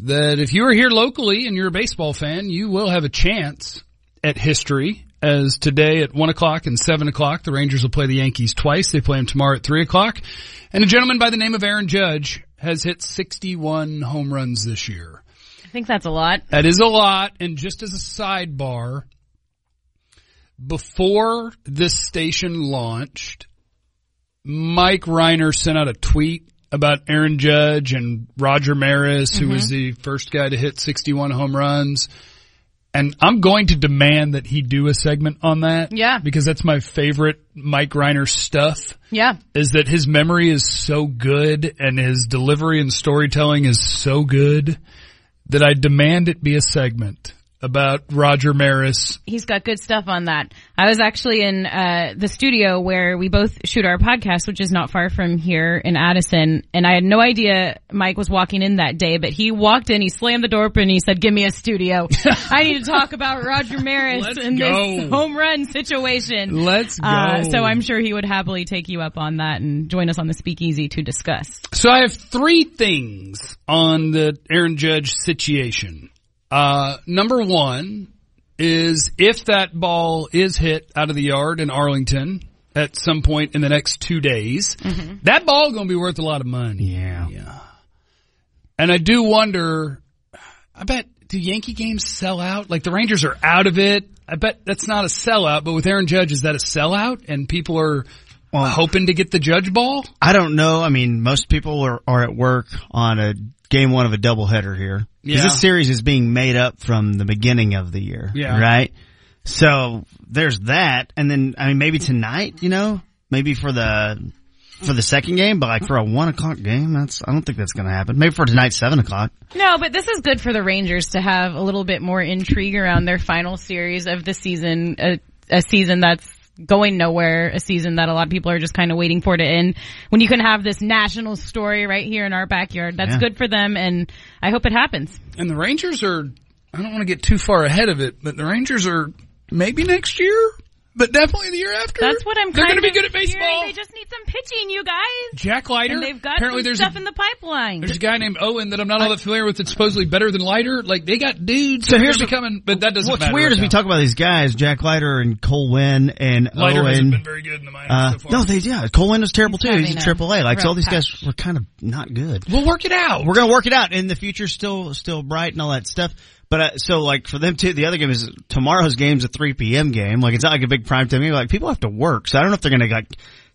S3: that if you are here locally and you're a baseball fan, you will have a chance at history as today at one o'clock and seven o'clock, the Rangers will play the Yankees twice. They play them tomorrow at three o'clock. And a gentleman by the name of Aaron Judge has hit 61 home runs this year.
S6: I think that's a lot.
S3: That is a lot. And just as a sidebar, before this station launched, Mike Reiner sent out a tweet about Aaron Judge and Roger Maris, who was the first guy to hit 61 home runs. And I'm going to demand that he do a segment on that.
S6: Yeah.
S3: Because that's my favorite Mike Reiner stuff
S6: Yeah,
S3: is that his memory is so good and his delivery and storytelling is so good that I demand it be a segment about Roger Maris.
S6: he's got good stuff on that. I was actually in uh, the studio where we both shoot our podcast, which is not far from here in Addison, and I had no idea Mike was walking in that day, but he walked in, he slammed the door open, and he said, "Give me
S3: <laughs>
S6: a studio. I need to talk about Roger Maris
S3: Let's
S6: and
S3: go.
S6: this home run situation."
S3: Let's go.
S6: Uh, so I'm sure he would happily take you up on that and join us on the speakeasy to discuss.
S3: So I have three things on the Aaron Judge situation. Uh, number one is if that ball is hit out of the yard in Arlington at some point in the next two days, that ball going to be worth a lot of money.
S5: Yeah.
S3: And I do wonder, I bet, do Yankee games sell out? Like the Rangers are out of it. I bet that's not a sellout, but with Aaron Judge, is that a sellout? And people are hoping to get the Judge ball?
S5: I don't know. I mean, most people are, are at work on a game one of a doubleheader here.
S3: Yeah.
S5: Because this series is being made up from the beginning of the year.
S3: Yeah.
S5: Right? So there's that. And then, I mean, maybe tonight, you know, maybe for the, for the second game, but like for a one o'clock game, that's, I don't think that's going to happen. Maybe for tonight, seven o'clock.
S6: No, but this is good for the Rangers to have a little bit more intrigue around their final series of the season, a, a season that's going nowhere, a season that a lot of people are just kind of waiting for to end. When you can have this national story right here in our backyard, that's
S5: Yeah.
S6: good for them, and I hope it happens.
S3: And the Rangers are, I don't want to get too far ahead of it, but the Rangers are maybe next year, but definitely the year after.
S6: That's what I'm.
S3: They're
S6: kind
S3: going to be
S6: of
S3: good at
S6: hearing.
S3: baseball.
S6: They just need some pitching, you guys.
S3: Jack Leiter.
S6: And they've got
S3: apparently
S6: some
S3: there's
S6: stuff
S3: a,
S6: in the pipeline.
S3: there's a guy named Owen that I'm not all that familiar with that's supposedly better than Leiter. Like they got dudes.
S5: So
S3: that are
S5: here's the-
S3: becoming, but that doesn't
S5: What's
S3: matter.
S5: weird
S3: right
S5: is we
S3: now.
S5: talk about these guys, Jack Leiter and Cole Wynn and
S3: Leiter
S5: Owen.
S3: hasn't been very good in the minors
S5: Uh,
S3: so far.
S5: no, they, yeah, Cole Wynn was terrible too. He's
S6: having
S5: in
S6: a
S5: triple A. Like, so all
S6: rough
S5: these guys were kind of not good.
S3: we'll work it out.
S5: we're gonna work it out, and the future's still still bright and all that stuff. But uh, so like for them too, the other game is tomorrow's game's a three p.m. game. Like it's not like a big prime time game. Like people have to work, so I don't know if they're gonna like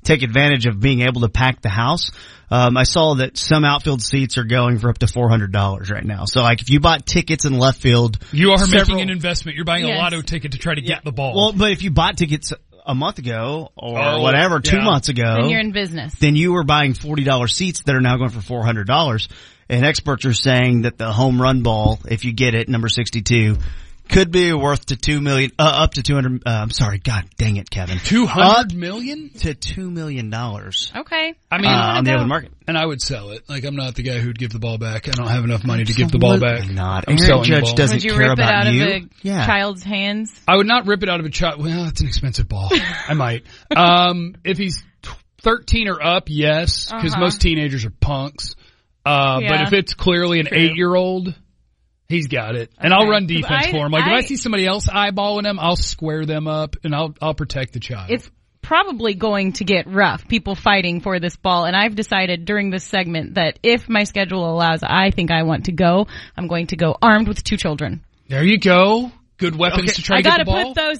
S5: take advantage of being able to pack the house. Um, I saw that some outfield seats are going for up to four hundred dollars right now. So like if you bought tickets in left field,
S3: You are
S5: several-
S3: making an investment. You're buying a
S6: Yes.
S3: lotto ticket to try to get the ball.
S5: Well, but if you bought tickets
S11: a month ago or
S3: Oh,
S11: whatever, two
S3: yeah.
S11: months ago,
S6: Then you're in business.
S11: then you were buying forty dollar seats that are now going for four hundred dollars. And experts are saying that the home run ball, if you get it, number sixty two, could be worth to two million, uh, up to two hundred. Uh, I'm sorry, God dang it, Kevin,
S3: Two
S11: up
S5: uh,
S3: hundred million.
S11: to two million dollars
S6: Okay.
S3: I
S11: uh,
S3: mean,
S11: on the open market.
S3: and I would sell it. Like I'm not the guy who'd give the ball back. I don't have enough money to give the ball back.
S11: Absolutely Not.
S3: I'm
S11: Aaron
S3: selling the
S11: Judge
S3: ball.
S11: doesn't
S6: Would you
S11: care
S6: rip it
S11: about
S6: out
S11: you.
S6: of a
S11: yeah.
S6: child's hands?
S3: I would not rip it out of a child. Well, it's an expensive ball. I
S11: <laughs>
S3: might. Um, if he's t- 13 or up, yes, because
S6: Uh-huh.
S3: most teenagers are punks. Uh, but
S6: Yeah.
S3: if it's clearly an eight year old, he's got it. And I'll run defense
S6: I-
S3: for him. Like if I
S6: I-
S3: see somebody else eyeballing him, I'll square them up and I'll, I'll protect the child.
S6: It's probably going to get rough. People fighting for this ball, and I've decided during this segment that if my schedule allows, I think I want to go. I'm going to go armed with two children.
S3: there you go. Good weapons to try
S6: I
S3: to get
S6: gotta
S3: the ball.
S6: put those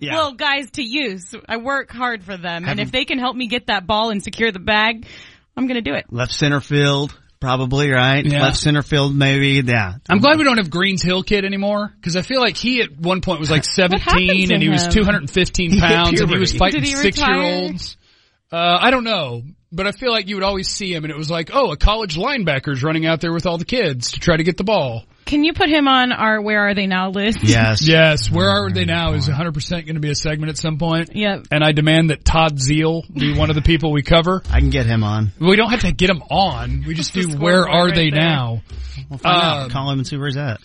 S11: Yeah.
S6: little guys to use. I work hard for them, and if they can help me get that ball and secure the bag, I'm gonna do it.
S11: Left center field, probably right.
S3: Yeah.
S11: Left center field, maybe. Yeah.
S3: I'm glad we don't have Greens Hill kid anymore because I feel like he at one point
S6: <laughs>
S3: was like
S6: happened
S3: 17
S6: to
S3: and he was
S6: him?
S3: 215 pounds and he was
S11: puberty.
S3: fighting
S6: Did he
S3: six year
S6: retire?
S3: olds. Uh, I don't know, but I feel like you would always see him and it was like, oh, a college linebacker's running out there with all the kids to try to get the ball.
S6: Can you put him on our "Where Are They Now" list?
S11: Yes.
S3: Yes, where are they now is 100% going to be a segment at some point.
S6: Yep.
S3: And I demand that Todd Zeal be one of the people we cover.
S11: I can get him on.
S3: We don't have to get him on. We just do where
S6: scoreboard
S3: are
S6: right
S3: they
S6: there.
S3: now.
S11: We'll find
S3: Um,
S11: out. Call him and see where he's at.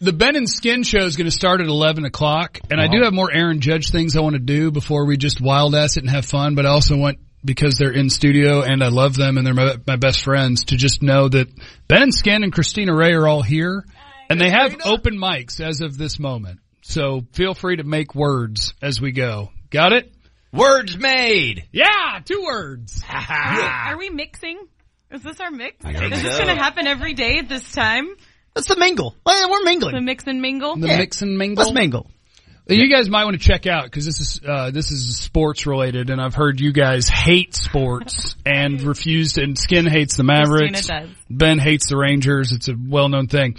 S3: The Ben and Skin show is going to start at 11 o'clock, and I do have more Aaron Judge things I want to do before we just wild ass it and have fun, but I also want, because they're in studio and I love them and they're my, my best friends, to just know that Ben and Skin and Christina Ray are all here, and they have open mics as of this moment. So feel free to make words as we go. Got it?
S5: Words made.
S3: Yeah, two words. Ah.
S6: Are we mixing? Is this our mix?
S5: think
S6: Is this
S5: so.
S6: gonna happen every day at this time?
S11: That's the mingle. Well, we're
S6: The
S11: mingling.
S6: mix and mingle.
S3: The mix and mingle.
S11: Let's mingle.
S3: You guys might want to check out because this is uh, this is sports related, and I've heard you guys hate sports
S6: <laughs>
S3: and refuse. to- And Skin hates the Mavericks.
S6: Christina does.
S3: Ben hates the Rangers. It's a well known thing.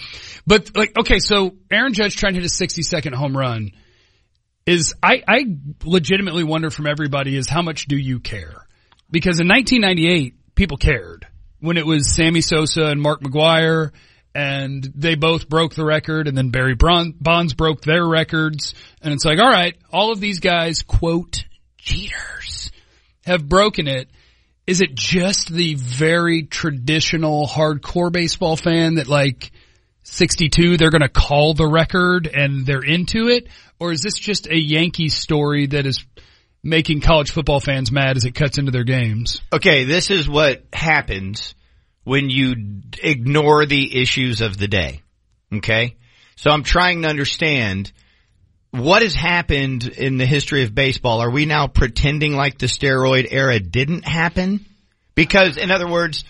S3: But like, okay, so Aaron Judge trying to hit a sixty second home run is I, I legitimately wonder from everybody is how much do you care? Because in 1998, people cared when it was Sammy Sosa and Mark McGuire and they both broke the record and then Barry Bron- Bonds broke their records. And it's like, all right, all of these guys, quote, cheaters have broken it. Is it just the very traditional hardcore baseball fan that like 62 they're going to call the record and they're into it or is this just a Yankee story that is making college football fans mad as it cuts into their games?
S5: Okay, this is what happens when you d- ignore the issues of the day. Okay? So I'm trying to understand what has happened in the history of baseball. Are we now pretending like the steroid era didn't happen? Because in other words,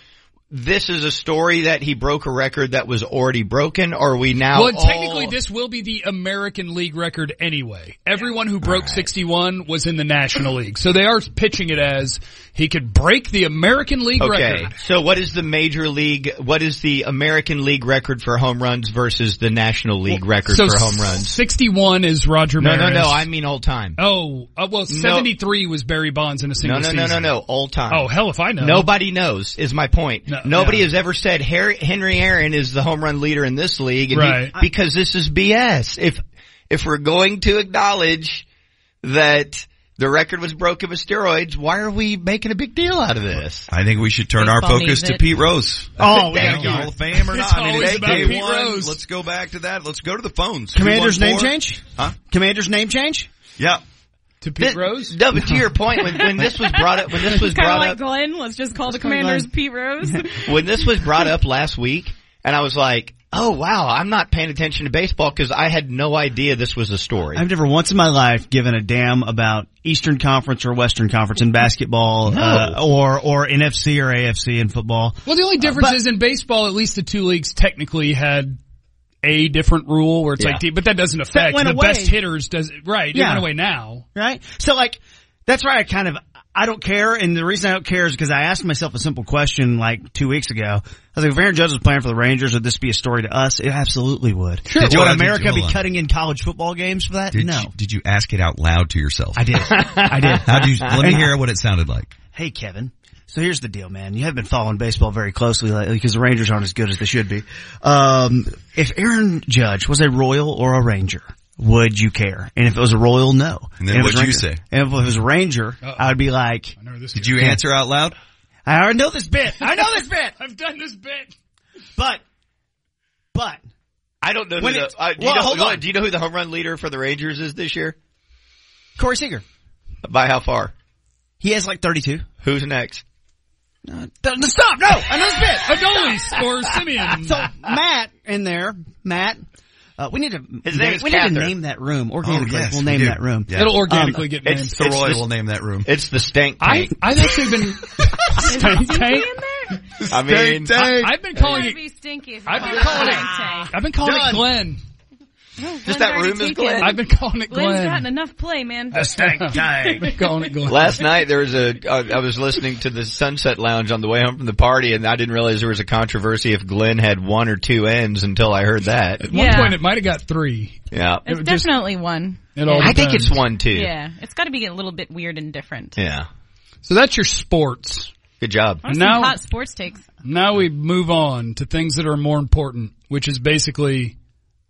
S5: this is a story that he broke a record that was already broken. Are we now?
S3: Well, and technically
S5: all-
S3: this will be the American League record anyway. Everyone who broke 61 was in the National League. So they are pitching it as he could break the American League
S5: Okay.
S3: record.
S5: So what is the major league? What is the American League record for home runs versus the National League record
S3: so
S5: for home runs?
S3: 61 is Roger
S5: No, no,
S3: Maris.
S5: no. I mean all time.
S3: Oh, uh, well, 73 was Barry Bonds in a
S5: No,
S3: single
S5: no,
S3: season.
S5: no, no, no. All time.
S3: Oh, hell if I know.
S5: Nobody knows is my point.
S3: No,
S5: Nobody
S3: yeah.
S5: has ever said Harry, Henry Aaron is the home run leader in this league, and he-
S3: Right.
S5: because this is BS. If if we're going to acknowledge that the record was broken with steroids, why are we making a big deal out of this?
S12: I think we should turn our
S6: Baseball
S12: focus
S6: needs
S12: to
S6: it.
S12: Pete Rose.
S5: <laughs>
S11: Oh, we
S12: Thank you.
S11: gotta go.
S12: Hall of Fame or
S3: It's
S12: not? I mean,
S3: always
S12: it's
S3: about
S12: day
S3: Pete
S12: one.
S3: Rose.
S12: Let's go back to that. Let's go to the phones.
S11: Commander's name
S12: 214.
S11: change?
S12: Huh?
S11: Commander's name change?
S12: Yeah.
S3: To Pete
S5: Thi-
S3: Rose?
S5: No, but to your point, when, when this was brought up, when this was
S6: Kind of
S5: brought
S6: like
S5: up,
S6: Glenn. Let's just call the commanders
S3: <laughs>
S6: Pete Rose.
S5: when this was brought up last week, and I was like, "Oh wow, I'm not paying attention to baseball because I had no idea this was a story."
S11: I've never once in my life given a damn about Eastern Conference or Western Conference in basketball, uh, or or NFC or AFC in football.
S3: Well, the
S5: Uh,
S3: only difference is in baseball, at least the two leagues technically had a different rule where it's like,
S5: Yeah.
S3: but that doesn't affect
S11: went
S3: the
S11: away.
S3: best hitters. Does right? It
S11: Yeah.
S3: went away now.
S11: right? So like, that's where I kind of, I don't care, and the reason I don't care is because I asked myself a simple question like two weeks ago. I was like, if Aaron Judge was playing for the Rangers, would this be a story to us? It absolutely would.
S5: Sure.
S11: Would
S5: Did you- did you-
S11: America be
S5: hold on.
S11: cutting in college football games for that?
S5: Did
S11: no.
S5: You, did you ask it out loud to yourself?
S11: I did. <laughs> I did.
S5: How do you, let me
S11: And-
S5: hear what it sounded like.
S11: Hey, Kevin. So here's the deal, man. You have been following baseball very closely lately because the Rangers aren't as good as they should be. Um, if Aaron Judge was a Royal or a Ranger, would you care? And if it was a Royal, no.
S5: And then
S11: if it was
S5: what'd you
S11: Ranger-
S5: say?
S11: And if it was a Ranger, I would be like,
S5: Did you answer out loud?
S11: I already know
S3: <laughs>
S11: this bit. I know this <laughs> bit.
S3: I've done this bit.
S11: But, but
S4: I don't know. Who
S11: When
S4: the,
S11: it-
S4: uh, do,
S11: well,
S4: you know,
S11: hold
S4: hold
S11: on.
S4: do you know who the home run leader for the Rangers is this year?
S11: Corey Seager,
S4: By how far?
S11: he has like 32.
S4: Who's next?
S11: Th- Stop! No, another bit.
S3: <laughs> Adolis or Simeon.
S11: <laughs> So
S3: <laughs>
S11: Matt in there, Matt. Uh, we need to.
S4: His name is
S11: we need to
S4: Cather.
S11: name that room organically.
S5: Oh, yes,
S11: we'll
S5: we
S11: name
S5: do.
S11: that room.
S5: Yeah. It'll
S3: organically get
S4: it's-
S3: named.
S4: it's
S5: So Roy
S4: the-
S5: will name that room.
S4: It's the stank
S3: I,
S4: tank.
S3: I've actually
S11: <laughs>
S3: been, Stank tank.
S4: I, mean,
S3: I, I've been calling
S6: Gotta
S3: it,
S6: be stinky if you
S3: I've been
S6: call
S3: calling
S6: stank
S3: it, I've been calling it
S4: Done.
S3: Glenn.
S6: tank.
S4: Just that
S6: One's already
S4: room is
S6: taken.
S4: Glenn.
S3: I've been calling it
S6: Glenn's
S3: Glenn.
S6: gotten enough play, man.
S3: <laughs> I've been calling it Glenn.
S4: Last night there was a. Uh, I was listening to the Sunset Lounge on the way home from the party, and I didn't realize there was a controversy if Glenn had one or two ends until I heard that.
S3: At one
S6: Yeah.
S3: point it might have got three.
S4: Yeah,
S6: It's
S3: It just-
S6: definitely one.
S3: It all
S4: I think
S3: depends.
S4: it's one two.
S6: Yeah, it's got to be a little bit weird and different.
S4: Yeah.
S3: So that's your sports.
S4: Good job.
S6: I want
S3: Now-
S6: some hot sports takes.
S3: Now we move on to things that are more important, which is basically,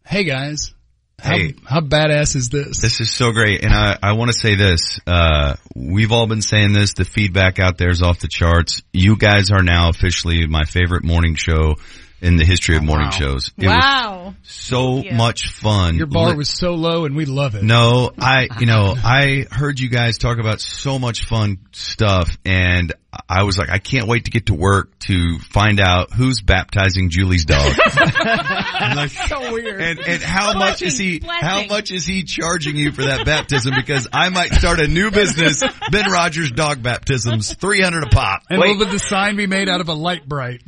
S3: hey guys, how,
S5: Hey.
S3: how badass is this?
S5: This is so great. And I, I want to say this. Uh, we've all been saying this. The feedback out there is off the charts. You guys are now officially my favorite morning show in the history of morning shows. It was
S6: Wow.
S5: so
S6: Thank you.
S5: much fun.
S3: Your bar
S5: Lit-
S3: was so low and we love it.
S5: No, I, you know, I heard you guys talk about so much fun stuff and I was like, I can't wait to get to work to find out who's baptizing Julie's
S6: <laughs>
S5: dog.
S3: so weird.
S5: And, and how much is he,
S6: Blessing.
S5: how much is he charging you for that baptism? Because I might start a new business, Ben Rogers dog baptisms, 300 a pop.
S3: and
S4: Wait.
S3: will the sign be made out of a light bright?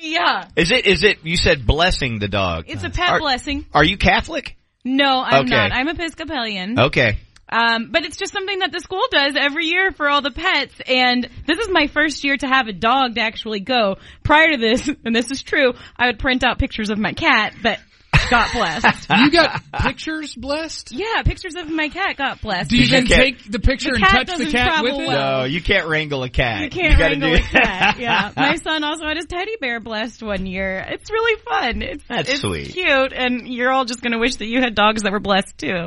S6: Yeah.
S4: Is it? Is it? You said blessing the dog.
S6: It's a pet
S4: Are-
S6: blessing.
S4: Are you Catholic?
S6: No, I'm
S4: Okay.
S6: not. I'm Episcopalian.
S4: Okay.
S6: Um, but it's just something that the school does every year for all the pets. And this is my first year to have a dog to actually go. Prior to this, <laughs> and this is true, I would print out pictures of my cat that
S3: <laughs>
S6: got blessed.
S3: You
S6: <laughs>
S3: got pictures blessed?
S6: yeah, pictures of my cat got blessed.
S3: Do you then
S4: cat-
S3: take the picture
S6: The
S3: and
S6: cat
S3: touch the
S6: doesn't
S3: cat with
S6: travel
S3: it?
S6: well.
S4: No, Oh, you can't wrangle a cat.
S6: You can't
S4: gotta
S5: <laughs>
S6: wrangle
S4: <laughs> do-
S6: a cat. Yeah, my son also had his teddy bear blessed one year. It's really fun. It's
S4: That's
S6: it's
S4: sweet.
S6: cute, and you're all just gonna wish that you had dogs that were blessed too.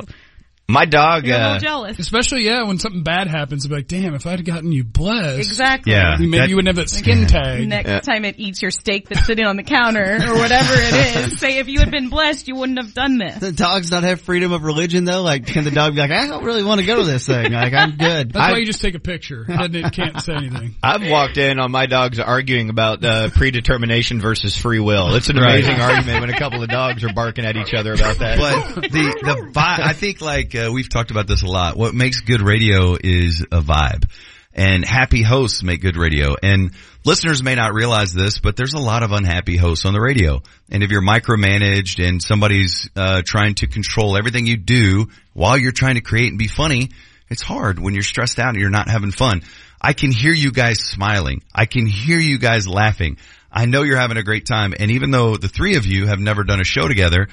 S4: My dog.
S6: You're a
S4: Uh,
S6: little jealous.
S3: Especially, yeah, when something bad happens, I'd be like, damn, if I'd gotten you blessed,
S6: Exactly.
S5: Yeah.
S3: maybe
S5: That-
S3: you wouldn't have that skin tag.
S6: Next time it eats your steak that's sitting on the counter or whatever
S3: <laughs>
S6: it is, say if you had been blessed, you wouldn't have done this.
S11: The dogs not have freedom of religion though. Like, can the dog be like, I don't really want to go to this thing. Like, I'm good.
S3: That's why you just take a picture. Then it can't say anything.
S4: I've walked in on my dogs arguing about uh, predetermination versus free will. It's an amazing argument when a couple of dogs are barking at each other about that.
S5: But the, the vibe, I think like, uh, we've talked about this a lot. What makes good radio is a vibe and happy hosts make good radio and listeners may not realize this, but there's a lot of unhappy hosts on the radio. And if you're micromanaged and somebody's, uh, trying to control everything you do while you're trying to create and be funny, it's hard when you're stressed out and you're not having fun. I can hear you guys smiling. I can hear you guys laughing. I know you're having a great time. And even though the three of you have never done a show together,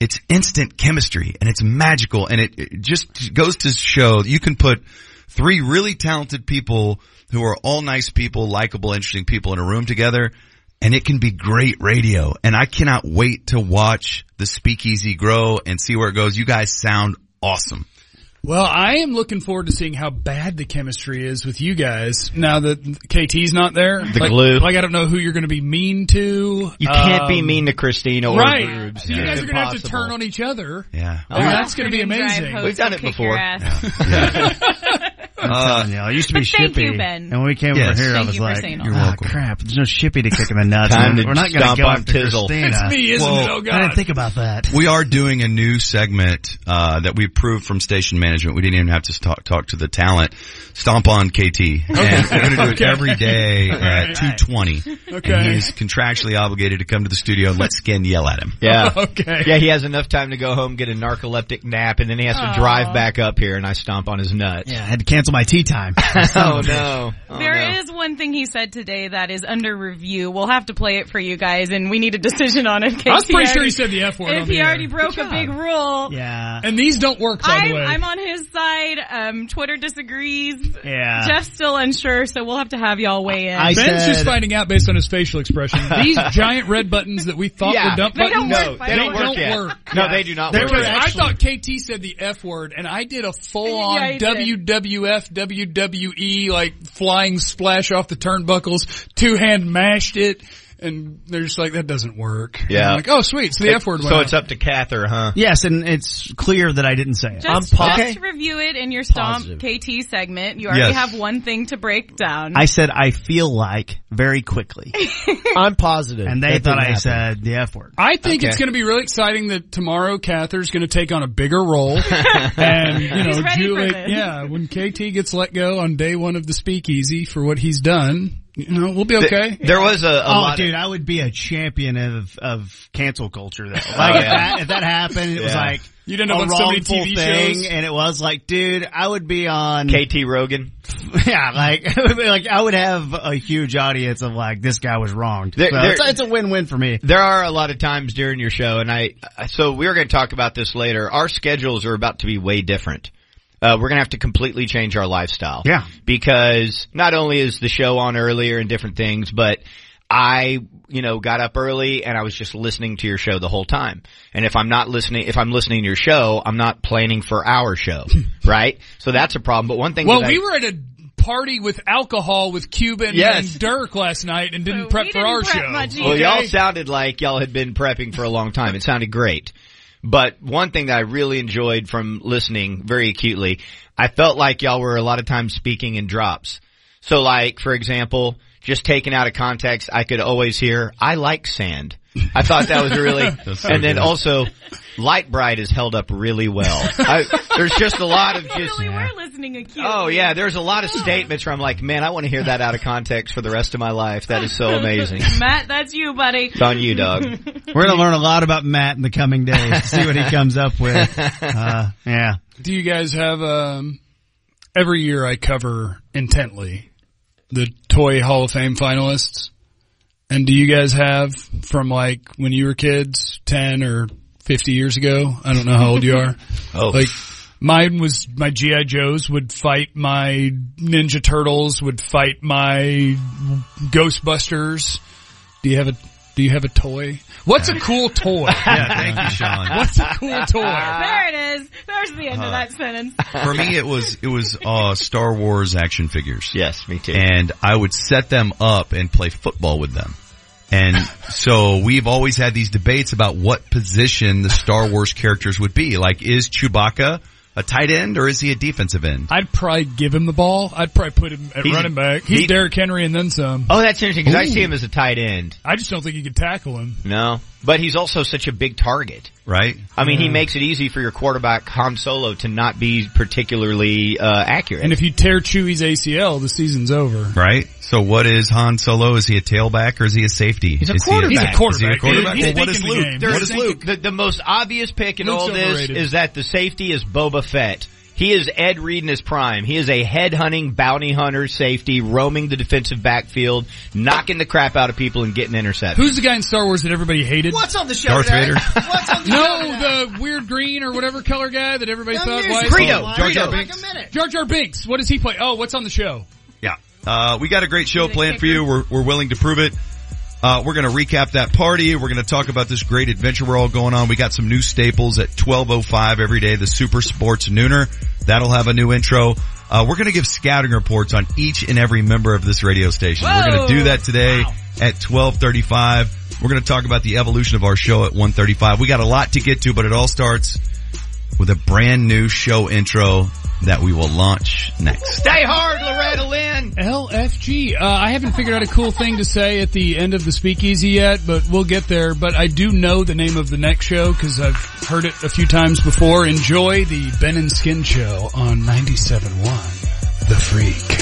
S5: it's instant chemistry and it's magical and it, it just goes to show that you can put three really talented people who are all nice people, likable, interesting people in a room together and it can be great radio. And I cannot wait to watch the speakeasy grow and see where it goes. You guys sound awesome.
S3: Well, I am looking forward to seeing how bad the chemistry is with you guys now that KT's not there. The
S4: glue.
S3: Like I don't know who you're going to be mean to.
S4: you can't be
S3: Um,
S4: mean to Christina or
S3: Right.
S4: Rubes.
S3: So you
S4: It's
S3: guys are going to have to
S4: impossible.
S3: turn on each other.
S5: Yeah.
S3: And that's going to be
S6: Drive
S3: amazing.
S6: hose
S4: We've done
S6: will
S4: it
S6: kick your
S4: before.
S6: ass.
S11: Uh, you know, it used to be
S6: But
S11: shippy.
S6: thank you, Ben.
S11: And when we came
S5: Yes.
S11: over here,
S6: Thank
S11: I was
S6: you for
S11: like,
S6: saying all
S11: "You're
S6: that.
S5: welcome.
S11: Ah, crap. There's no shippy to kick him in the nuts.
S4: Time to
S11: We're not going
S4: stomp
S11: to go
S4: on
S11: after
S4: Tizzle.
S11: Christina.
S3: It's me, isn't
S5: Whoa.
S3: it? Oh
S11: I didn't
S3: God.
S11: think about that.
S5: We are doing a new segment uh, that we approved from station management. We didn't even have to talk talk to the talent. Stomp on KT. And we're going to do it every day at two twenty. And
S3: Okay.
S5: he is contractually obligated to come to the studio and let Skin yell at him. <laughs>
S4: Yeah.
S3: <laughs> Okay.
S4: Yeah, he has enough
S6: Oh.
S4: time to go home, get a narcoleptic nap, and then he has to drive back up here, and I stomp on his nuts.
S11: Yeah, I had to
S1: cancel my tea time.
S5: oh no.
S6: There is one thing he said today that is under review. We'll have to play it for you guys, and we need a decision on it. in
S3: I was
S6: case he
S3: pretty sure
S6: already-
S3: he said the F word
S6: If
S3: on
S6: he
S3: the air.
S6: already broke
S3: Good
S6: a
S3: job.
S6: big rule,
S1: yeah.
S3: And these don't work, by
S6: I'm,
S3: the way.
S6: I'm on his side. Um, Twitter disagrees.
S3: Yeah.
S6: Jeff's still unsure, so we'll have to have y'all weigh in.
S3: Ben's just finding out based on his facial expression. These giant red buttons that we thought
S6: Yeah.
S3: were dump
S6: They don't
S3: buttons,
S6: work, by the way.
S5: yet.
S3: work.
S5: No, they do not
S3: They
S5: work
S3: were-
S5: yet.
S3: I thought KT said the F word, and I did a full on
S6: Yeah, you did.
S3: WWF, WWE, E, like flying splash off the turnbuckles, two hand mashed it, and they're just like, that doesn't work. And
S5: Yeah.
S3: I'm like, oh, sweet. So the F word went
S5: So
S3: out.
S5: it's up to Cather, huh?
S1: Yes, and it's clear that I didn't say it.
S6: Just, just review it in your stomp KT segment. You already
S1: Yes.
S6: have one thing to break down.
S1: I said I feel like very quickly.
S4: I'm positive.
S1: And they
S4: that
S1: thought I
S4: didn't
S1: said the F word.
S3: I think
S1: Okay.
S3: it's going to be really exciting that tomorrow Cather's going to take on a bigger role, and you
S1: He's ready
S3: know,
S1: for
S3: Julie.
S1: this.
S3: Yeah, when KT gets let go on day one of the Speakeasy for what he's done, you know, we'll be okay.
S1: oh, dude, I would be a champion of of cancel culture though. Like
S3: yeah.
S5: Oh,
S1: if, that, if that happened, it was
S3: Yeah.
S1: like
S3: You'd end up
S1: a
S3: on so many
S1: wrongful
S3: TV
S1: thing,
S3: shows.
S1: and it was like, dude, I would be on
S5: KT Rogan.
S1: <laughs> Yeah, like <laughs> it would be like I would have a huge audience of like this guy was wronged.
S5: There-
S1: So
S5: there-
S1: it's, it's a win win for me.
S5: There are a lot of times during your show, and I, I- so we are going to talk about this later. Our schedules are about to be way different. Uh, we're going to have to completely change our lifestyle.
S1: Yeah.
S5: Because not only is the show on earlier and different things, but I, you know, got up early and I was just listening to your show the whole time. And if I'm not listening, if I'm listening to your show, I'm not planning for our show. <laughs> right? So that's a problem. But one thing
S3: Well,
S5: that I-
S3: we were at a party with alcohol with Cuban
S5: Yes.
S3: and Dirk last night, and didn't prep e- for our show.
S5: Well, Oh, y'all sounded like y'all had been prepping for a long time. It sounded great. But one thing that I really enjoyed from listening very acutely, I felt like y'all were a lot of times speaking in drops. So like, for example, just taken out of context, I could always hear, I like sand. I thought that was really,
S11: <laughs> That's so
S5: and then
S11: good.
S5: also, Light Bright is held up really well. I, there's just a lot of just,
S6: We're listening acutely.
S5: Oh yeah, there's a lot of statements where I'm like, man, I want to hear that out of context for the rest of my life. That is so amazing.
S6: Matt, that's you, buddy.
S5: It's on you, <laughs> dog.
S1: We're gonna learn a lot about Matt in the coming days. to See what he comes up with. Uh, yeah.
S3: Do you guys have um every year I cover intently the toy Hall of Fame finalists? And do you guys have from like when you were kids, 10 or 50 years ago? I don't know how old you <laughs> are.
S5: <laughs> Oh.
S3: Like mine was my GI Joes would fight my Ninja Turtles would fight my Ghostbusters. Do you have a do you have a toy? What's a cool toy?
S11: <laughs> Yeah, thank you, Sean.
S3: <laughs> What's a cool toy?
S6: there it is. There's the end
S11: Uh,
S6: of that sentence.
S11: For me, it was it was uh, Star Wars action figures.
S5: Yes, me too.
S11: And I would set them up and play football with them. And so we've always had these debates about what position the Star Wars characters would be. Like, is Chewbacca a tight end or is he a defensive end?
S3: I'd probably give him the ball. I'd probably put him at
S11: He's-
S3: running back. He's
S11: he-
S3: Derrick Henry and then some.
S5: Oh, that's interesting because I see
S3: Ooh.
S5: him as a tight end.
S3: I just don't think you could tackle him.
S5: No, but he's also such a big target,
S11: right?
S5: I mean, he
S3: Yeah.
S5: makes it easy for your quarterback Han Solo to not be particularly uh, accurate.
S3: And if you tear Chewie's ACL, the season's over.
S11: Right? So what is Han Solo? Is he a tailback or is he a safety? He's
S3: a
S11: Is
S3: quarterback.
S11: he
S3: He's a quarterback.
S11: a quarterback?
S3: He's
S11: Well, what
S3: thinking
S11: is
S3: the
S11: Luke?
S3: game.
S11: What
S5: There's-
S11: is Luke?
S5: The, the most obvious pick in
S3: Luke's
S5: all this
S3: overrated.
S5: is that the safety is Boba Fett. He is Ed Reed in his prime. He is a headhunting bounty hunter safety, roaming the defensive backfield, knocking the crap out of people and getting intercepted.
S3: Who's the guy in Star Wars that everybody hated?
S5: What's on the show Darth today? Vader.
S3: What's on the no, the weird green or whatever color guy that everybody thought was
S11: Credo. Jar Jar Binks.
S3: Jar Jar Binks. What does he play? Oh, what's on the show?
S11: Yeah. Uh, we got a great show planned for you. We're, we're willing to prove it. Uh, we're going to recap that party. We're going to talk about this great adventure we're all going on. We got some new staples at 1205 every day, the Super Sports Nooner. That'll have a new intro. Uh, we're going to give scouting reports on each and every member of this radio station. We're going to do that today at 1235. We're going to talk about the evolution of our show at 135. We got a lot to get to, but it all starts with a brand new show intro that we will launch next.
S5: Stay hard, Loretta Lynn.
S3: LFG. Uh, I haven't figured out a cool thing to say at the end of the speakeasy yet, but we'll get there. But I do know the name of the next show because I've heard it a few times before. Enjoy the Ben and Skin Show on 97.1 The Freak.